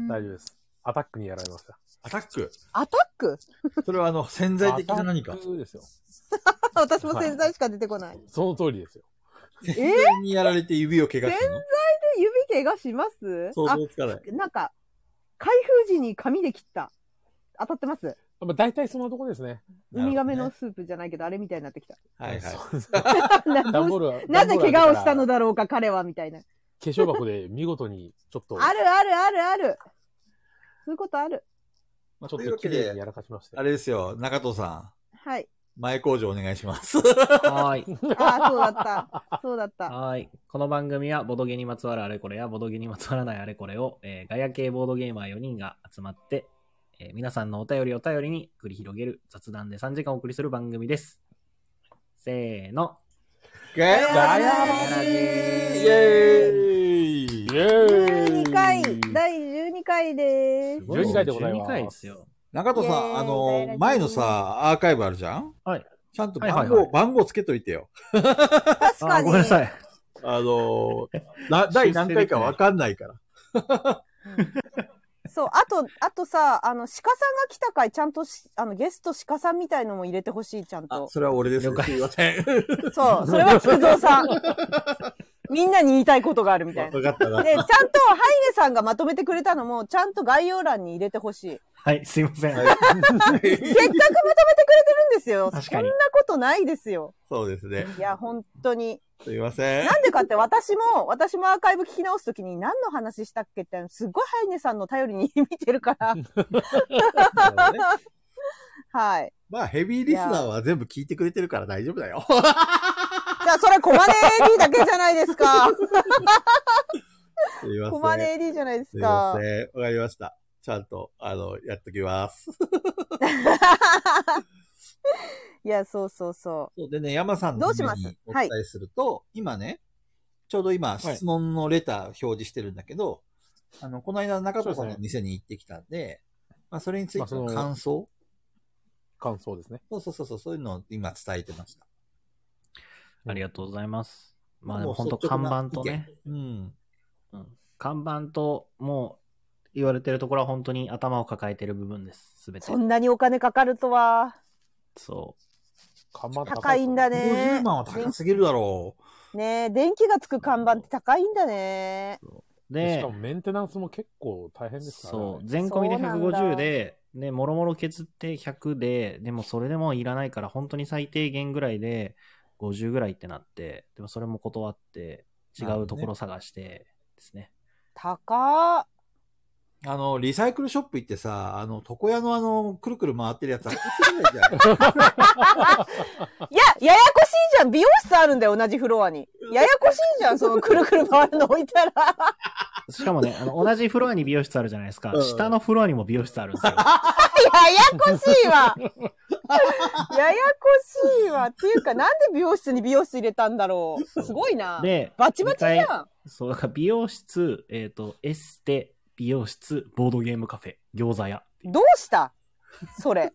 Speaker 4: 大丈夫です。アタックにやられました。
Speaker 1: アタック。
Speaker 2: アタック
Speaker 1: それはあの、潜在的な何
Speaker 4: ア
Speaker 1: か
Speaker 4: タ。ックですよ。
Speaker 2: 私も洗剤しか出てこない。
Speaker 4: その通りですよ。
Speaker 1: 潜在にやられて指を怪我したの
Speaker 2: で、指怪我します
Speaker 1: 想
Speaker 2: あ、
Speaker 1: 像つかない。
Speaker 2: なんか、開封時に紙で切った。当たってます
Speaker 4: まあ、大体そのとこですね。
Speaker 2: ウミガメの
Speaker 1: なる
Speaker 2: スープじゃないけど、あれみたいになってきた。
Speaker 1: はいはい。
Speaker 4: そうです
Speaker 2: な
Speaker 4: ね ダン
Speaker 2: ど
Speaker 4: ボ
Speaker 2: う
Speaker 4: ール は
Speaker 2: しなぜ怪我をしたの
Speaker 4: だ
Speaker 2: だろうか、彼は、みたいな。
Speaker 4: 化粧箱で見事に、ちょっと、
Speaker 2: あるあるあるある。そういうことある。
Speaker 4: ちょっと綺麗にやらかしました
Speaker 1: あ。れですよ、中藤さ
Speaker 2: はい。
Speaker 1: ん。前工場お願いし ます。
Speaker 3: はーい。
Speaker 2: ああ、そうだ った。そうだった。
Speaker 3: はーい。この番組は、ボドゲにまつわるあれこれや、ボドゲにまつわらないあれこれを、えーガヤ系ボードゲーマー4人が集まって、えー皆さんのお便りを頼りに繰り広げる雑談で3時間お送りする番組です。せーの。
Speaker 1: ガヤ
Speaker 2: ガヤ
Speaker 1: ラジイェーイ
Speaker 4: イェ
Speaker 2: 12回、第12回です。
Speaker 4: ごい12回でございま
Speaker 3: 12
Speaker 4: す
Speaker 3: 回ですよ。
Speaker 1: 中藤さ
Speaker 2: イェーイ
Speaker 1: ん、あ
Speaker 2: ガヤラ
Speaker 1: の
Speaker 2: ジ、
Speaker 1: 前のさ、アーカイブあるじゃん
Speaker 3: はい。
Speaker 1: ちゃんと
Speaker 3: は
Speaker 1: 番
Speaker 3: いはいは
Speaker 1: 号、
Speaker 3: い
Speaker 1: 番号つけといてよ。
Speaker 2: 確
Speaker 3: あ
Speaker 2: か
Speaker 3: ー、
Speaker 2: に。
Speaker 3: ごめんなさい。
Speaker 1: あ の、な第何回かわかんないから。
Speaker 2: そう、あと、あとさ、あの、鹿さんが来た回、ちゃんとし、あの、ゲスト鹿さんみたいのも入れてほしい、ちゃん
Speaker 1: あ、
Speaker 2: と。
Speaker 1: それは俺ですね。
Speaker 3: 了解
Speaker 1: すいません。
Speaker 2: そう、それは菊蔵さん。みんなに言いたいことがあるみ たいな。
Speaker 1: わかったな。
Speaker 2: で、ちゃんと、ハイネさんがまとめてくれたのも、ちゃんと概要欄に入れてほしい。せっ
Speaker 3: はい、すいません。
Speaker 2: かくまとめてくれてるんですよ。
Speaker 3: 確かに
Speaker 2: そんなことないですよ。
Speaker 1: そうですね。
Speaker 2: いや、本当に。
Speaker 1: すいません。
Speaker 2: なんでかって私も、私もアーカイブ聞き直すときに何の話したっけって、すっごいハイネさんの頼りに見てるから。
Speaker 1: ね
Speaker 2: はい。
Speaker 1: まあ、ヘビーリスナーは全部聞いてくれてるから大丈夫 だよ。
Speaker 2: じゃあそれコマネ AD だけじゃないですか。
Speaker 1: すいません。
Speaker 2: コマネ AD じゃないですす
Speaker 1: いま
Speaker 2: か
Speaker 1: せ。ん。わかりました。ちゃんと、あの、やっときます。
Speaker 2: いや、そうそうそ
Speaker 1: そうでね、山さんの
Speaker 2: どうします
Speaker 1: ためにお伝えすると、今ね、ちょうど今、質問のレター表示してるんだけど、あの、この間中藤さんの店に行ってきたんで、まあ、それについての
Speaker 4: まあその
Speaker 1: 感想、
Speaker 4: 感想ですね。
Speaker 1: そうそうそうそう、そういうのを今伝えてました。
Speaker 3: ありがとうございます。まあで
Speaker 1: も
Speaker 3: も
Speaker 1: う
Speaker 3: 本当
Speaker 1: 率直
Speaker 3: 看
Speaker 1: な
Speaker 3: 板とね、
Speaker 1: うん。
Speaker 3: うん看板ともう言われてるところは本当に頭を抱えてる部分です、すべ
Speaker 2: う。
Speaker 3: て
Speaker 2: そ。んなにお金かかるとは。
Speaker 3: そ
Speaker 4: 看板
Speaker 2: 高いんだね
Speaker 1: 50万は高すぎるだろう。
Speaker 2: ねえ、電気がつく看板って高いんだね。
Speaker 3: う。
Speaker 4: そうし
Speaker 3: で
Speaker 4: か、もメンテナンスも結構大変ですからね。
Speaker 3: そう、全込みで
Speaker 2: そうなんだ
Speaker 3: 150で、で、もろもろ削って100で、でもそれでもいらないから、本当に最低限ぐらいで、50ぐらいってなって、でもそれも断って、違うところ探してですね。
Speaker 2: 高っ。
Speaker 1: あの、リサイクルショップ行ってさ、あの、床屋のあの、くるくる回ってるやつ、あれ買ってくればいいじゃん。
Speaker 2: いや、ややこしいじゃん。美容室あるんだよ、同じフロアに。ややこしいじゃん、そのくるくる回るの置いたら。
Speaker 3: しかもね、あの同じフロアに美容室あるじゃないですか
Speaker 1: う。ん
Speaker 3: 下のフロアにも美容室あるんですよ。
Speaker 2: ややこしいわ。ややこしいわ。っていうか、なんで美容室に美容室入れたんだろう。すごいな。
Speaker 3: で、
Speaker 2: バチバチじ
Speaker 3: 二
Speaker 2: ゃ
Speaker 3: 階
Speaker 2: ん。
Speaker 3: そう、だから美容室、えっ、と、エステ、美容室、ボードゲームカフェ、餃子屋。
Speaker 2: どうしたそれ。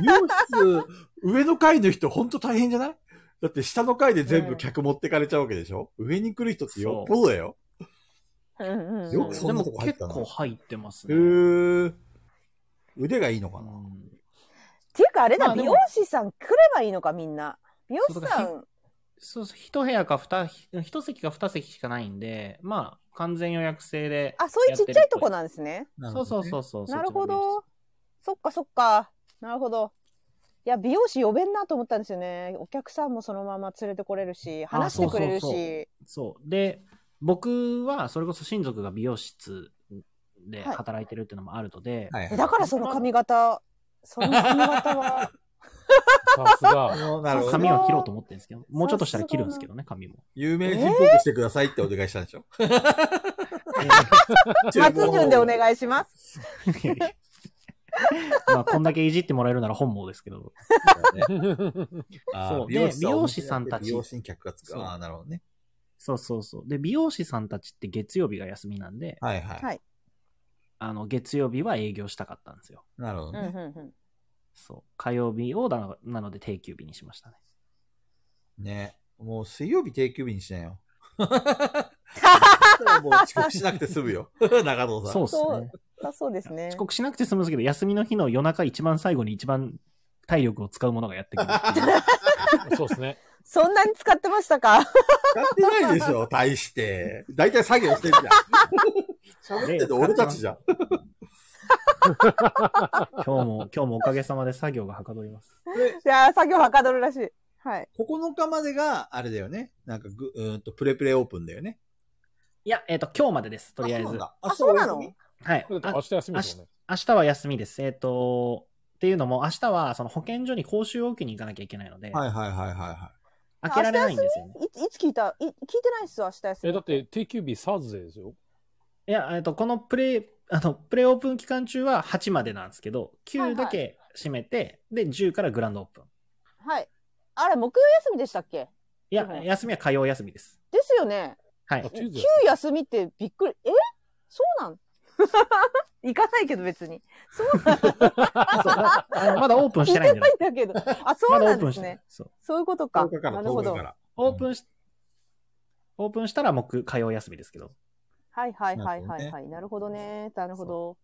Speaker 1: 美 容室、上の階の人、ほんと大変じゃないだって下の階で全部客持ってかれちゃうわけでしょ、上に来る人ってよっぽどだよ。
Speaker 2: うんうん
Speaker 1: よくそんなとこ入っ
Speaker 3: 結
Speaker 1: たな
Speaker 3: 構入ってます
Speaker 1: へ
Speaker 3: ね。
Speaker 1: ー。腕がいいのかな、
Speaker 3: うん
Speaker 2: っていうか、あれだ、
Speaker 3: まあで
Speaker 2: 美
Speaker 3: も
Speaker 2: 容師さん来ればいいのか、みんな。美容師さ
Speaker 3: そ
Speaker 2: ん。
Speaker 3: そうそう、一部屋か二、一席か二席しかないんで、まあ、完全予約制で。
Speaker 2: あ、そういうちっちゃいとこなんですね。
Speaker 3: そうそうそうそう。
Speaker 2: なるほ
Speaker 3: そっ
Speaker 2: ど。そっかそっか。なるほど。いや、美容師呼べんなと思ったんですよね。お客さんもそのまま連れてこれるし、話してくれる
Speaker 3: そう
Speaker 2: し。
Speaker 3: そうちの美容室そう。で、僕は、それこそ親族が美容室で
Speaker 2: はい
Speaker 3: 働いてるっていうのもあるので、
Speaker 1: はいは
Speaker 2: え
Speaker 1: い。
Speaker 2: だからその髪 型、その髪型は。
Speaker 4: さすが。
Speaker 1: あのなるほど
Speaker 3: 髪
Speaker 1: ね。
Speaker 3: は切ろうと思ってるんですけど、もうちょっとしたら切るんですけどね、髪も。
Speaker 1: 有名人っぽくしてくださいってお願いしたんでしょ、
Speaker 2: 松潤でお願いします。
Speaker 3: いやいやまあ、こんだけいじってもらえるなら本望ですけど。
Speaker 1: あー
Speaker 3: そう
Speaker 1: 美容師
Speaker 3: で美容師さんたち
Speaker 1: 美容師に客がつく。
Speaker 3: そう
Speaker 1: ああ、なるほどね。
Speaker 3: そうそうそう。で、美容師さんたちって月曜日が休みなんで、
Speaker 1: はいはい。
Speaker 2: はい
Speaker 3: あの、月曜日は営業したかったんですよ。
Speaker 1: なるほど
Speaker 2: うん
Speaker 1: ね。
Speaker 2: うんうん
Speaker 3: そう。火曜日をな、なので定休日にしましたね。
Speaker 1: ねもう水曜日定休日にしな よ。そしたらもう遅刻しなくて済むよ。 中野さん。
Speaker 3: そうっす
Speaker 2: そう
Speaker 3: ね。
Speaker 2: あそうですね
Speaker 3: 遅。刻しなくて済むんですけど、休みの日の夜中一番最後に一番体力を使うものがやってくるっていう。
Speaker 4: そうですね。
Speaker 2: そんなに使ってましたか
Speaker 1: 使ってないでしょ、大して。大体作業してるじゃん。喋ってて俺たちじゃん。
Speaker 3: 今日も、今日もおかげさまで作業がはかどります。
Speaker 2: いやー、作業はかどるらしい。はい。
Speaker 1: 9日までが、あれだよね。なんかぐ、うーんと、プレプレオープンだよね。
Speaker 3: いや、えっ、と、今日までです、とりあえず。は
Speaker 1: あ
Speaker 2: あ、そうなの
Speaker 3: い。
Speaker 4: だって
Speaker 3: あ
Speaker 4: 明日休みですもんね。
Speaker 3: 明日は休みです。えっ、と、っていうのも、明日はその保健所に講習を受けに行かなきゃいけないので、
Speaker 1: はいはいはいはいは
Speaker 3: 開けられないんですよね。
Speaker 2: いいつ聞いたい聞いてないっすよ、明日休
Speaker 4: え、
Speaker 2: み。
Speaker 4: だって定休日サーズデーですよ。
Speaker 3: いや、えっと、このプレイ、あの、プレイオープン期間中は8までなんですけど、9だけ閉めて、で、10からグランドオープン。
Speaker 2: はい。あれ、木曜休みでしたっけ
Speaker 3: いや、
Speaker 2: はい
Speaker 3: 休みは火曜休みです。
Speaker 2: ですよね。
Speaker 3: は
Speaker 4: あ
Speaker 3: い。
Speaker 4: Tuesday
Speaker 2: 旧休みってびっくり。えそうなん行かないけど別に。
Speaker 3: そうまあのまだオープンし
Speaker 2: 聞い
Speaker 3: てない
Speaker 2: て
Speaker 3: んで
Speaker 2: ないんだけど。あ、そ
Speaker 3: ま
Speaker 2: う
Speaker 3: だオ
Speaker 2: な
Speaker 3: ー
Speaker 2: ん
Speaker 3: プ
Speaker 2: で
Speaker 3: ンし
Speaker 2: す
Speaker 3: てない
Speaker 2: ね。。
Speaker 3: そう。
Speaker 2: そういうことか。
Speaker 1: い。10日から
Speaker 2: なるほ
Speaker 1: 10日
Speaker 2: ど。
Speaker 1: から。
Speaker 3: オープンし、オープンしたら木、火曜休みですけど。
Speaker 2: はいはいは
Speaker 1: な
Speaker 2: い
Speaker 1: るほど
Speaker 2: は
Speaker 1: ね
Speaker 2: いはい。なるほどね。なるほど。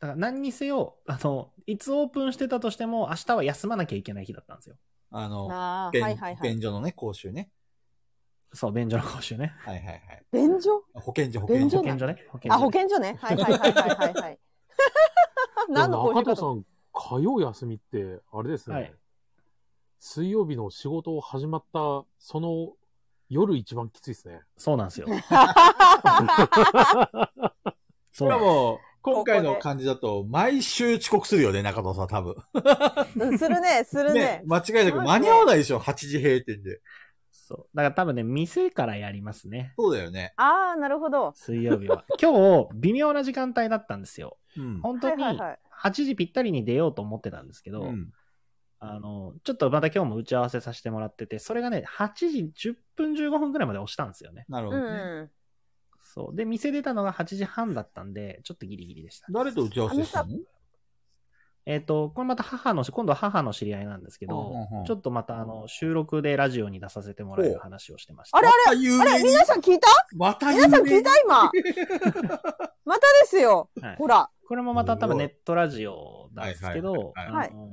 Speaker 3: だから何にせよ、あの、いつオープンしてたとしても、明日は休まなきゃいけない日だったんですよ。
Speaker 1: あの、
Speaker 2: なあ、
Speaker 1: 便
Speaker 2: はいはいはい。
Speaker 1: 便所のね、講習ね。
Speaker 3: そう、便所の講習ね。
Speaker 1: はいはいはい。
Speaker 2: 便所
Speaker 1: 保健所、保
Speaker 2: 便
Speaker 1: 健
Speaker 2: 所
Speaker 1: 所
Speaker 3: 保。健所ね。保健所ね
Speaker 2: あ、保健所ね。はいはいはいはいはいはい。何の
Speaker 4: でも中
Speaker 2: 講
Speaker 4: 田
Speaker 2: 師
Speaker 4: さ
Speaker 2: か
Speaker 4: ん、火曜休みって、あれですね、
Speaker 3: はい
Speaker 4: 水曜日の仕事を始まった、その夜一番きついですね。
Speaker 3: そうなん ですよ。
Speaker 1: し
Speaker 3: そう
Speaker 1: か
Speaker 3: なんです
Speaker 1: も、今回の
Speaker 2: ここで
Speaker 1: 感じだと、毎週遅刻するよね、中野さん、多分。
Speaker 2: うんするね、するね。
Speaker 1: 間違いなく
Speaker 2: そうですね
Speaker 1: 間に合わないでしょ、8時閉店で。
Speaker 3: そう。だから多分ね、店からやりますね。
Speaker 1: そうだよね。
Speaker 2: ああ、なるほど。
Speaker 3: 水曜 日は。今日、微妙な時間帯だったんですよ。
Speaker 1: うん。
Speaker 3: 本
Speaker 2: は
Speaker 3: 当
Speaker 2: い
Speaker 3: に、
Speaker 2: はい
Speaker 3: 8
Speaker 2: はい。
Speaker 3: 時ぴったりに出ようと思ってたんですけど、
Speaker 1: うん
Speaker 3: あの、ちょっとまた今日も打ち合わせさせてもらってて、それがね、8時10分15分ぐらいまで押したんですよね。
Speaker 1: なるほ
Speaker 2: う
Speaker 1: ど
Speaker 2: ん
Speaker 1: ね、
Speaker 2: う
Speaker 3: そう。で、店出たのが8時半だったんで、ちょっとギリギリでした。
Speaker 1: 誰と打ち合わせしたの
Speaker 3: えっ、と、これまた母の、今度は母の知り合いなんですけど、
Speaker 1: うんうんうん
Speaker 3: ちょっとまたあの、収録でラジオに出させてもらえる話をしてました。
Speaker 2: あれ
Speaker 1: また有
Speaker 2: ん。あ
Speaker 1: 名
Speaker 2: れ、
Speaker 1: に
Speaker 2: 皆さん聞いた
Speaker 1: また有
Speaker 2: 皆さん聞
Speaker 1: 名
Speaker 2: いた今。またですよ。
Speaker 3: はい
Speaker 2: ほら。
Speaker 3: これもまた多分ネットラジオなんですけど、
Speaker 1: はい
Speaker 3: あ
Speaker 2: はいはいはい
Speaker 3: のー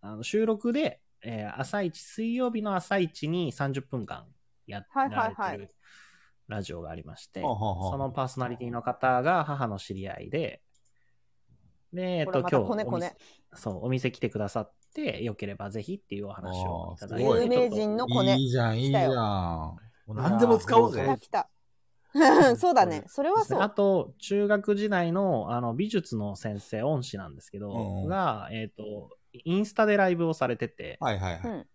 Speaker 3: あの収録で、えー朝一、水曜日の朝一に30分間やって
Speaker 2: は
Speaker 3: ら
Speaker 2: いはいはい
Speaker 3: れてるラジオがありまして、
Speaker 1: はあはあはあ
Speaker 3: そのパーソナリティの方が母の知り合いで、で、えっ
Speaker 2: ほ
Speaker 3: と、
Speaker 2: ら、
Speaker 3: 今
Speaker 2: ま
Speaker 3: 日
Speaker 2: たこねこ
Speaker 3: お
Speaker 2: ね
Speaker 3: 店。そう、お店来てくださって、よければぜひっていうお話をいただいて、
Speaker 1: あーすごい
Speaker 2: 有名人の子ね
Speaker 1: い。いじゃん、いいじゃん。
Speaker 2: 来たよ
Speaker 1: もう何でも使おう
Speaker 2: 来
Speaker 1: ぜ
Speaker 2: た。来た。うん そうだね。それは
Speaker 3: です
Speaker 2: そ
Speaker 3: ねあ
Speaker 2: う。
Speaker 3: と、中学時代のあの美術の先生、恩師なんですけど、
Speaker 1: うんうん
Speaker 3: が、えっ、と、インスタでライブをされてて、
Speaker 1: はいはいうは
Speaker 2: ん。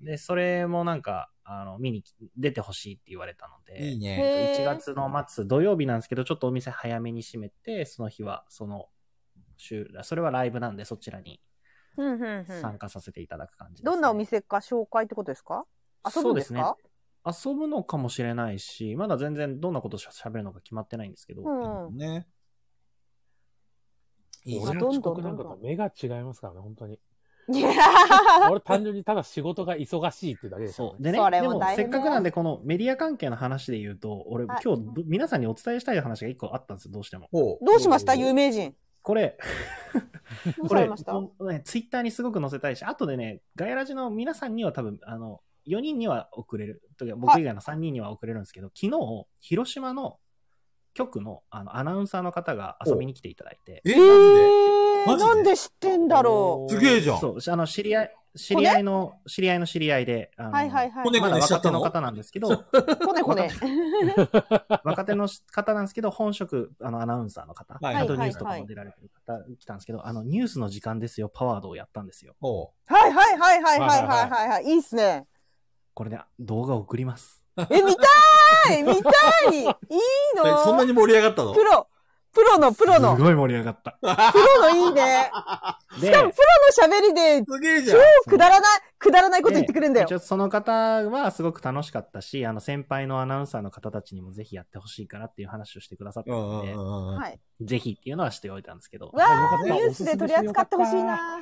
Speaker 3: で、それもなんか、あの、見に来出てほしいって言われたの
Speaker 1: い。いい
Speaker 3: で、
Speaker 1: ね。
Speaker 2: へ
Speaker 3: 1
Speaker 2: ー
Speaker 3: 月の末、土曜日なんですけど、ちょっとお店早めに閉めて、その日は、その、週それはライブなんで、そちらに
Speaker 2: うんうんうん
Speaker 3: 参加させていただく感じですね、
Speaker 2: どんなお店か紹介ってことですか遊ぶんですか
Speaker 3: そうですね。遊ぶのかもしれないし、まだ全然どんなことしゃべるのか決まってないんですけど、
Speaker 2: うん。
Speaker 1: ね。いいじゃん。
Speaker 4: 俺の
Speaker 2: ど
Speaker 4: 遅
Speaker 2: んどん
Speaker 4: 刻なんか
Speaker 2: ど
Speaker 4: と
Speaker 2: ん
Speaker 4: 目が違いますからね、本当 に。
Speaker 2: いや
Speaker 4: 俺単純にただ仕事が忙しいってだけですよ
Speaker 3: そ
Speaker 4: ね
Speaker 3: う。。でね、
Speaker 2: それ
Speaker 3: で
Speaker 2: も
Speaker 3: も
Speaker 2: 大変
Speaker 3: せ
Speaker 2: だ
Speaker 3: っ
Speaker 2: よ
Speaker 3: かくなんで、このメディア関係の話で言うと、俺、今
Speaker 2: はい
Speaker 3: 日ぶ、皆さんにお伝えしたい話が一個あったんですよ、どうしても。
Speaker 1: ほ
Speaker 2: どうしました有名人。
Speaker 3: これ、
Speaker 2: どう
Speaker 3: こ
Speaker 2: され
Speaker 3: れ、
Speaker 2: ました
Speaker 3: このね、ツイッターにすごく載せたいし、あとでね、ガヤラジの皆さんには多分、あの、4人には送れる。というか、僕以外の3人には送れるんですけど、昨日、広島の局のあのアナウンサーの方が遊びに来ていただいて、
Speaker 1: え、
Speaker 2: え
Speaker 1: なんでマ
Speaker 2: ー、
Speaker 1: ジで
Speaker 2: なんで知ってんだろ
Speaker 1: すげえじゃん。
Speaker 3: そう、あの、知り合い、知り合いの、知り合いの知り合いで、あ
Speaker 2: う。
Speaker 3: の、
Speaker 2: はいはいはい。
Speaker 1: こね
Speaker 3: まだ
Speaker 1: しちゃっ
Speaker 3: 若
Speaker 1: た
Speaker 3: 手
Speaker 1: の
Speaker 3: の方なんです けど、
Speaker 2: こねこね。
Speaker 3: 若手の方なんですけど、本職、あの、アナウンサーの方、
Speaker 1: はい
Speaker 3: あとニュースとかも出られてる方、来たんですけど、あの、ニュースの時間ですよ、パワードをやったんですよ。
Speaker 1: ほ。
Speaker 2: はいはいはいはいはいはいはいはい。いいっすね。
Speaker 3: これね、動画送ります。
Speaker 2: え、見たい見たいいいう
Speaker 1: えそんな
Speaker 2: の
Speaker 1: に盛り上がったの
Speaker 2: プロ、プロのプロの、
Speaker 3: す
Speaker 2: プ
Speaker 3: ごい盛り上がった。
Speaker 2: ロのいいね。
Speaker 3: で
Speaker 2: しかもプロの喋りです
Speaker 1: げえじゃん。
Speaker 2: くだらない、くだらないこと言ってくれんだよ
Speaker 3: ち。ょっとその方はすごく楽しかったし、あの先輩のアナウンサーの方たちにもぜひやってほしいからっていう話をしてくださった
Speaker 1: うんう
Speaker 3: の
Speaker 1: ん
Speaker 3: で、
Speaker 1: うんうん。
Speaker 2: はい。
Speaker 3: ぜひっていうのはしておいたんですけど、
Speaker 2: わ
Speaker 4: よかっ
Speaker 2: ー、
Speaker 4: た
Speaker 2: ニュースで取り扱ってほしいな。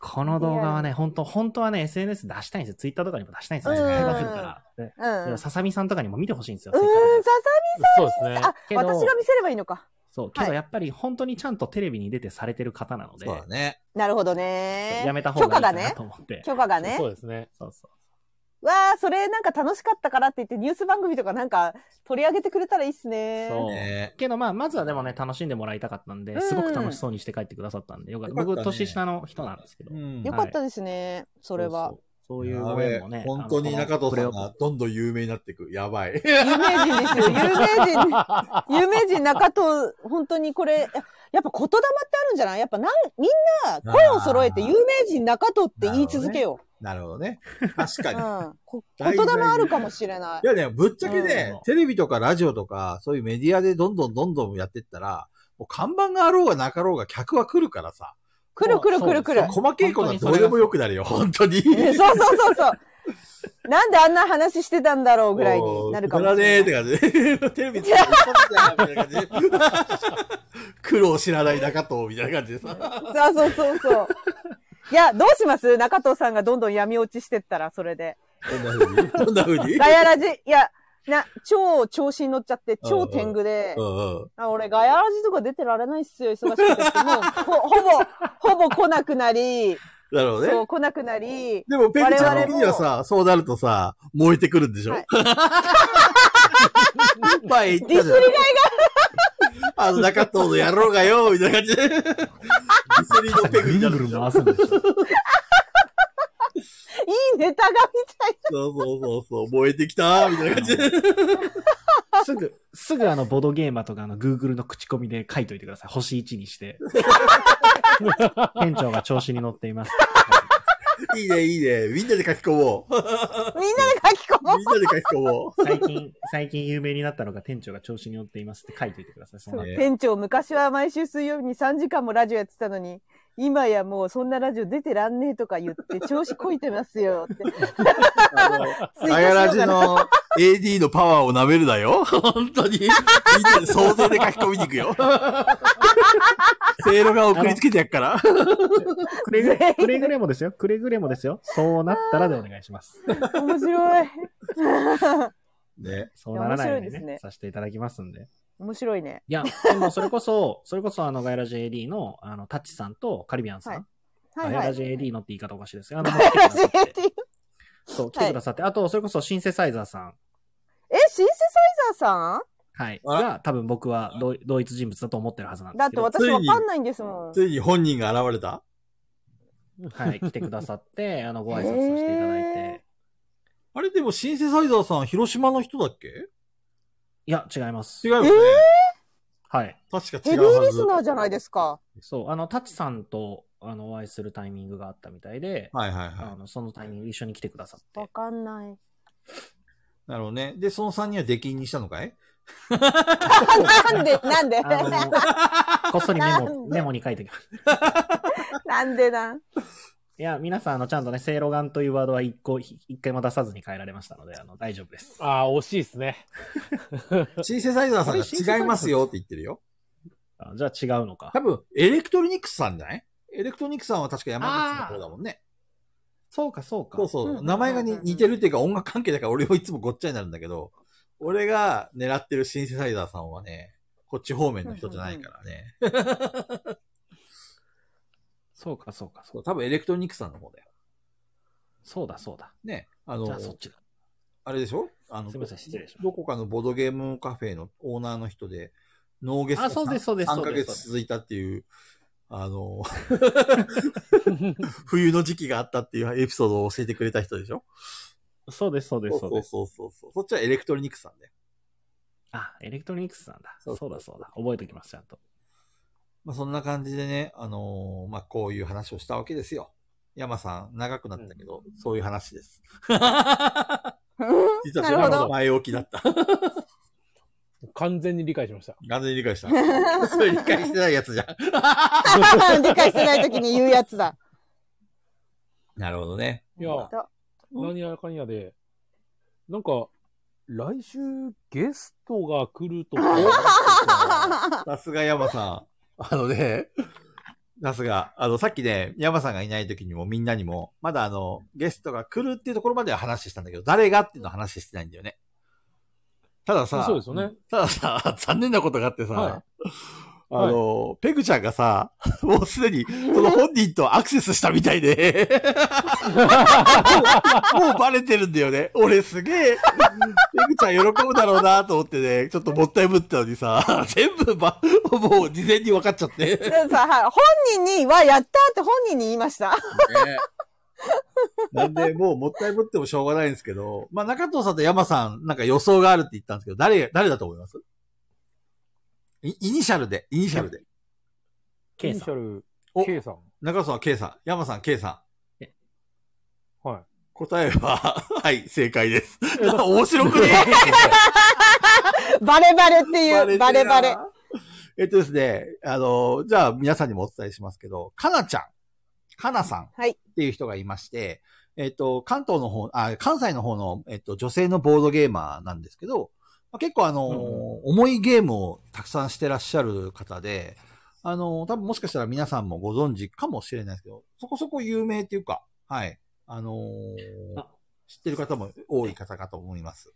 Speaker 3: この動画はね、本当本当はね、SNS 出したいんですよ。Twitter とかにも出したいんですよ。
Speaker 2: うん
Speaker 3: 大変だから。で
Speaker 2: うん。うー
Speaker 3: でも
Speaker 2: ん、さ
Speaker 3: ささみさんとかにも見てほしいんですよ。せっかくだか
Speaker 2: さ、
Speaker 4: そうですね。
Speaker 2: あ、
Speaker 3: けど
Speaker 2: 私が見せればいいのか。
Speaker 3: らそう、け
Speaker 2: は
Speaker 3: ど
Speaker 2: い
Speaker 3: やっぱり本当にちゃんとテレビに出てされてる方なので、
Speaker 1: そうだね。
Speaker 2: なるほど
Speaker 3: そ
Speaker 2: ね
Speaker 3: う。やめた方がいいかなと思って。
Speaker 2: 許可がね。
Speaker 4: そうですね。
Speaker 3: そうそう。
Speaker 2: わあ、それなんか楽しかったからって言ってニュース番組とかなんか取り上げてくれたらいいっすね。
Speaker 3: そう
Speaker 1: ね
Speaker 3: けどまあ、まずはでもね、楽しんでもらいたかったん
Speaker 2: う
Speaker 3: で、
Speaker 2: ん
Speaker 3: すごく楽しそうにして帰ってくださったんで、よかった。
Speaker 1: よかった
Speaker 3: 僕、
Speaker 1: ね
Speaker 3: 年下の人なんですけど。
Speaker 1: うん
Speaker 2: よかったですね。それは。
Speaker 3: そうそうそういうご縁もね
Speaker 1: やべえ。本当に中藤さんがどんどん有名になっていく。やばい。
Speaker 2: 有名 人ですよ。有名人。有名人中藤、本当にこれ、ややっぱ言霊ってあるんじゃないやっぱなん、みんな声を揃えて
Speaker 1: あー
Speaker 2: 有名人中藤って言い続けよ
Speaker 1: なるほどね。確か
Speaker 2: う。
Speaker 1: に。
Speaker 2: うん。こ
Speaker 1: 大
Speaker 2: 言
Speaker 1: 事
Speaker 2: 霊あるかもしれない
Speaker 1: い。やね、ぶっちゃけね、
Speaker 3: うん
Speaker 1: テレビとかラジオとか、そういうメディアでどんどんどんどんやってったら、もう看板があろうがなかろうが客は来るからさ、
Speaker 2: くるくるくるくる。
Speaker 1: 細けいことはどうでもよくなるよ、本当に。
Speaker 2: ねそうそうそうそう。なんであんな話してたんだろうぐらいになるかもしれない。
Speaker 1: なねえって感じで。 テレビつけてるみたいな感じで。苦労知らない中藤みたいな感じで さ。
Speaker 2: そうそうそうそう。いや、どうします中藤さんがどんどん闇落ちしてったら、それで。
Speaker 1: どんな風にどんな風に
Speaker 2: ガヤラジ、いや、な、超調子に乗っちゃって、超天狗で
Speaker 1: う、んうん。
Speaker 2: あ俺ガヤラジとか出てられないっすよ、忙しくてって。もう、ほほぼ、ほぼ来なくなり、
Speaker 1: なるほどね
Speaker 2: そう、。来なくなり、
Speaker 1: でも、ペグちゃん
Speaker 2: 我
Speaker 1: 的
Speaker 2: 々も
Speaker 1: にはさ、そうなるとさ、燃えてくるんでしょ、
Speaker 2: はい
Speaker 1: 前言ったじゃん。ディスりがいが。あの、中藤の野郎がよ、みたいな感じで。ディスりのペグになるんでしょ
Speaker 3: すんでしょ。
Speaker 2: いいんネタがみ たい
Speaker 1: そうそうそうそう、燃えてきたみたいな感じで。
Speaker 3: すぐ、すぐあの、ボードゲーマーとかあの、Google の口コミで書いといてください。星1にして。店長が調子に乗っています。
Speaker 1: いいね、いいね。みんなで書き込もう。
Speaker 2: な。みんなで書き込もう。
Speaker 1: みんなで書き込も
Speaker 3: 最近、最近有名になったのが店長が調子に乗っていますって書いといてください。そんな
Speaker 1: ね
Speaker 2: 店長、昔は毎週水曜日に3時間もラジオやってたのに、今やもうそんなラジオ出てらんねえとか言って調子こいてますよって。
Speaker 1: う。ガヤラジの AD のパワーを舐めるなよ。本当に。みんなで総勢で書き込みに行く よ。せいろが送りつけてやっから。
Speaker 3: くれぐれ、くれぐれもですよ。くれぐれもですよ。そうなったらでお願いし ます。
Speaker 2: 面白い。
Speaker 1: ね。
Speaker 3: そうならないように
Speaker 2: 面白いで
Speaker 3: ね、
Speaker 2: すね
Speaker 3: させていただきますんで。
Speaker 2: 面白いね。
Speaker 3: いや、でもそれこそ、それこそあの、ガイラジ AD の、あの、タッチさんとカリビアンさん。
Speaker 2: はいはい
Speaker 3: ガイ
Speaker 2: は
Speaker 3: ラ
Speaker 2: い。
Speaker 3: ジ AD のって言い方おかしいで すがあの、
Speaker 2: ガヤラジ
Speaker 3: 来てくださって
Speaker 2: AD
Speaker 3: そう、来てくださって。あと、それこそシンセサイザーさん。
Speaker 2: え、シンセサイザーさ
Speaker 3: はい。
Speaker 1: あら
Speaker 3: が、多分僕は同同一人物だと思ってるはずなん
Speaker 2: ん
Speaker 3: で
Speaker 2: だ
Speaker 3: す
Speaker 2: って
Speaker 3: けど。
Speaker 2: 私わかんないんですもん。
Speaker 1: ついに本人が現れた
Speaker 3: はい。来てくださって、あの、ご挨拶させていただい
Speaker 2: へー
Speaker 3: て。
Speaker 1: あれでもシンセサイザーさん、広島の人だっけ
Speaker 3: いや、違います
Speaker 1: 違う。よね。
Speaker 3: はい。
Speaker 1: 確か違
Speaker 2: ヘビ
Speaker 1: うはず。
Speaker 2: ーリスナーじゃないですか。
Speaker 3: そう、あの、タチさんと、あの、お会いするタイミングがあったみたいで、
Speaker 1: はいはい
Speaker 3: あ
Speaker 1: は
Speaker 3: の、そのタイミングで一緒に来てくださっ
Speaker 2: わ
Speaker 3: て。
Speaker 2: かんない。
Speaker 1: い。なるほどね。で、その3人は出禁にしたのかい
Speaker 2: なんで、なんで、
Speaker 3: あ の、こっそりメ
Speaker 2: なん
Speaker 3: モ、
Speaker 2: で
Speaker 3: メモに書いてきます。
Speaker 2: なんでなん。
Speaker 3: いや、皆さん、あの、ちゃんとね、正露丸というワードは一個、ひ一回も出さずに変えられましたので、あの、大丈夫です。
Speaker 4: ああ、惜しいですね。
Speaker 1: シンセサイザーさんが違いますよって言ってるよ。
Speaker 3: あじゃあ違うのか
Speaker 1: 多。分、エレクトロニクスさんじゃないエレクトロニクスさんは確か山口の方だもんね。
Speaker 3: そうか、そうか。
Speaker 1: そうそう。
Speaker 2: うん
Speaker 1: 名前がに似てるっていうか音楽関係だから俺はいつもごっちゃになるんだけど、俺が狙ってるシンセサイザーさんはね、こっち方面の人じゃないからね。
Speaker 3: そうか、そうか、そ
Speaker 1: そうう、多分エレクトロニクスさんの方だよ。
Speaker 3: そうだ、そうだ。
Speaker 1: ね。あ
Speaker 3: じ
Speaker 1: の
Speaker 3: ゃあ、、そっちだ。
Speaker 1: あれでしょあの、
Speaker 3: すみません、失礼しま
Speaker 1: どこかのボードゲームカフェのオーナーの人で、ノーゲスト
Speaker 3: あそうですそうです
Speaker 1: 3
Speaker 3: そ
Speaker 1: ヶ
Speaker 3: うです
Speaker 1: 月続いたっていう、あの、 冬の時期があったっていうエピソードを教えてくれた人でしょ
Speaker 3: す。そうです、そうです、そうです。
Speaker 1: そうそうそうそう。そっちはエレクトロニクスさんで。
Speaker 3: あ、エレクトロニクスなんだ。
Speaker 1: そ
Speaker 3: そううだ、そうだ。覚えておきます、ちゃんと。
Speaker 1: まあそんな感じでね、あのーまあこういう話をしたわけですよ。山さん、長くなったけど、そういう話 です。実は
Speaker 2: な
Speaker 1: そ
Speaker 2: る
Speaker 1: れ
Speaker 2: ほ
Speaker 1: が
Speaker 2: ど。
Speaker 1: 前置きだった。
Speaker 4: 完全に理解しました。
Speaker 1: 完全に理解 した。それ理解してないやつじゃん。
Speaker 2: 理解してないときに言うやつだ。
Speaker 1: なるほどね。
Speaker 4: いや、何やかんやで、なんか、来週ゲストが来るとか、
Speaker 1: さすが山 さん。あのね、さすが、あの、さっきね、山さんがいない時にもみんなにも、まだあの、ゲストが来るっていうところまでは話したんだけど、誰がっていうのは話してないんだよね。たださ、
Speaker 4: そうですよね。
Speaker 1: たださ、残念なことがあって さ、
Speaker 4: はい
Speaker 1: あの、ペグちゃんがさ、 もうすでに、その本人とアクセスしたみたい で、もうもうバレてるんだよね。俺すげえ、ペグちゃん喜ぶだろうなと思ってね、ちょっともったいぶったのにさ、全部ば、もう事前に分かっちゃって。
Speaker 2: でもさ、はい本人にはやったって本人に言いました。
Speaker 1: なんで、もうもったいぶってもしょうがないんですけど、まあ中藤さんと山さん、なんか予想があるって言ったんですけど、誰、誰だと思いますイイニシャルで、イニシャルで。
Speaker 4: イ
Speaker 3: K
Speaker 4: ニシ
Speaker 3: さ
Speaker 4: ャ
Speaker 3: ん。
Speaker 4: ル
Speaker 1: お
Speaker 4: K さん。
Speaker 1: 中藤さんは K さん、山さん K さん。
Speaker 4: はい。
Speaker 1: 答えは、 はい、正解です。面白くね
Speaker 2: バレバレって
Speaker 1: え
Speaker 2: いう、バレバレ。。
Speaker 1: えっとですね、あの、じゃあ皆さんにもお伝えしますけど、かなちゃん、かなさんっ
Speaker 2: はい
Speaker 1: ていう人がいまして、えっと、関東の方、あ、関西の方の、えっと、女性のボードゲーマーなんですけど、まあ結構あの、
Speaker 3: うんう
Speaker 1: 重いゲームをたくさんしてらっしゃる方で、あの、多分もしかしたら皆さんもご存知かもしれないですけど、そこそこ有名っていうか、はい。あのー
Speaker 3: あ
Speaker 1: 知ってる方も多い方かと思います。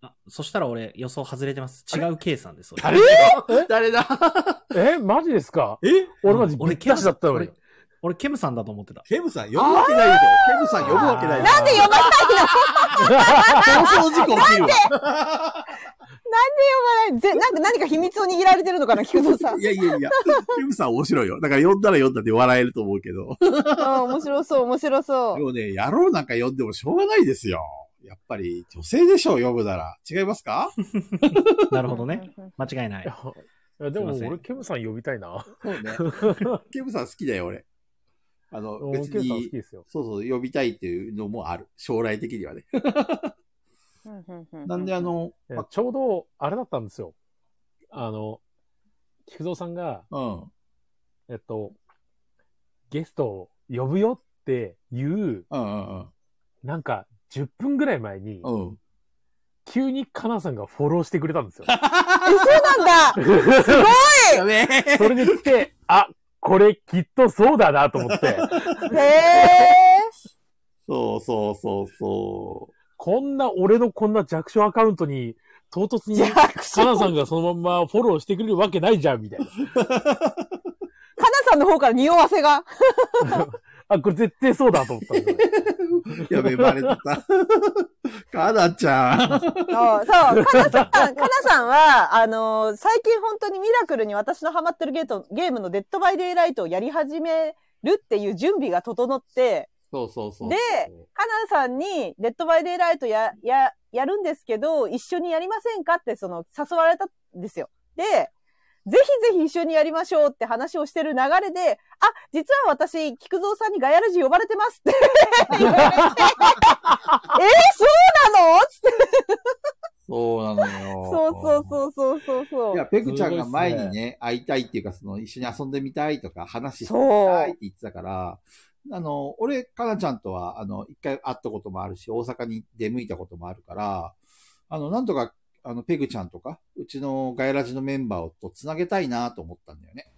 Speaker 3: あ、そしたら俺予想外れてます。違う K さんです。俺
Speaker 1: 誰誰だ
Speaker 4: え、マジですか
Speaker 1: え
Speaker 4: 俺マジ
Speaker 3: 俺
Speaker 4: びったしだったのに
Speaker 3: ケム。俺、ケムさんだと思ってた。
Speaker 1: ケムさん呼ぶわけないでしょ。ケムさん呼ぶわけないでしょ。
Speaker 2: なんで呼ばないの
Speaker 1: 放送事故起きるわ。
Speaker 2: ないぜなんか何か秘密を握られてるのかな、菊蔵さん。
Speaker 1: いやいやいや、キムさん面白いよ。だから読んだら読んだで笑えると思うけど。
Speaker 2: うん面白そう、面白そ
Speaker 1: で
Speaker 2: う。
Speaker 1: もね、野郎なんか読んでもしょうがないですよ。やっぱり女性でしょう、読むなら。違いますか
Speaker 3: なるほどね。。間違いないい。
Speaker 4: いやいやです
Speaker 3: い
Speaker 4: も
Speaker 3: ません
Speaker 4: 俺、ケムさん呼びたいな。
Speaker 1: そうね。ケムさん好きだよ、俺。あの、
Speaker 4: うん
Speaker 1: 別
Speaker 4: ケムさん好
Speaker 1: に
Speaker 4: き、ですよ。
Speaker 1: そうそう、呼びたいっていうのもある。将来的にはね。
Speaker 2: うんうんう
Speaker 1: なんで、あ、の、
Speaker 4: いやちょうど、あれだったんですよ。あの、菊蔵さんが、
Speaker 1: うん。
Speaker 4: えっと、ゲストを呼ぶよっていう、
Speaker 1: うんうん
Speaker 4: なんか、10分ぐらい前に、
Speaker 1: うん。うん。
Speaker 4: 急にカナさんがフォローしてくれたん ですよ。
Speaker 2: え、そうなんだ
Speaker 1: やべえ
Speaker 4: それに来 て、あ、これきっとそうだなと思って、
Speaker 2: へー
Speaker 1: そうそうそうそ
Speaker 4: こんな、俺のこんな弱小アカウントに、唐突に、
Speaker 2: 弱小
Speaker 4: カナさんがそのまんまフォローしてくれるわけないじゃん、みたいな。
Speaker 2: かなさんの方から匂わせが。
Speaker 4: あ、これ絶対そうだと思ったんですよ。
Speaker 1: う。やべえ、バレてた。かなちゃん。
Speaker 2: そう、そう、かな さん、かなさんは、あのー最近本当にミラクルに私のハマってるゲートゲームのデッドバイデイライトをやり始めるっていう準備が整って、
Speaker 1: そうそうそう。
Speaker 2: で、かなさんにデッドバイデイライトや、や、やるんですけど、一緒にやりませんかって、その、誘われたんですよ。で、ぜひぜひ一緒にやりましょうって話をしてる流れで、あ、実は私、菊蔵さんにガヤラジ呼ばれてますって言われて、えそうなのつって
Speaker 1: そうなのよ。
Speaker 2: そうそうそうそうそうそう。
Speaker 1: いや、ペグちゃんが前に
Speaker 4: すご
Speaker 1: ね、会いたいっていうか、その、一緒に遊んでみたいとか、話してみ
Speaker 2: そ
Speaker 1: たいっ
Speaker 2: う
Speaker 1: て。言ってたから、あの、俺、かなちゃんとは、あの、一回会ったこともあるし、大阪に出向いたこともあるから、あの、なんとか、あの、ペグちゃんとか、うちのガイラジのメンバーと繋げたいなと思ったんだよね。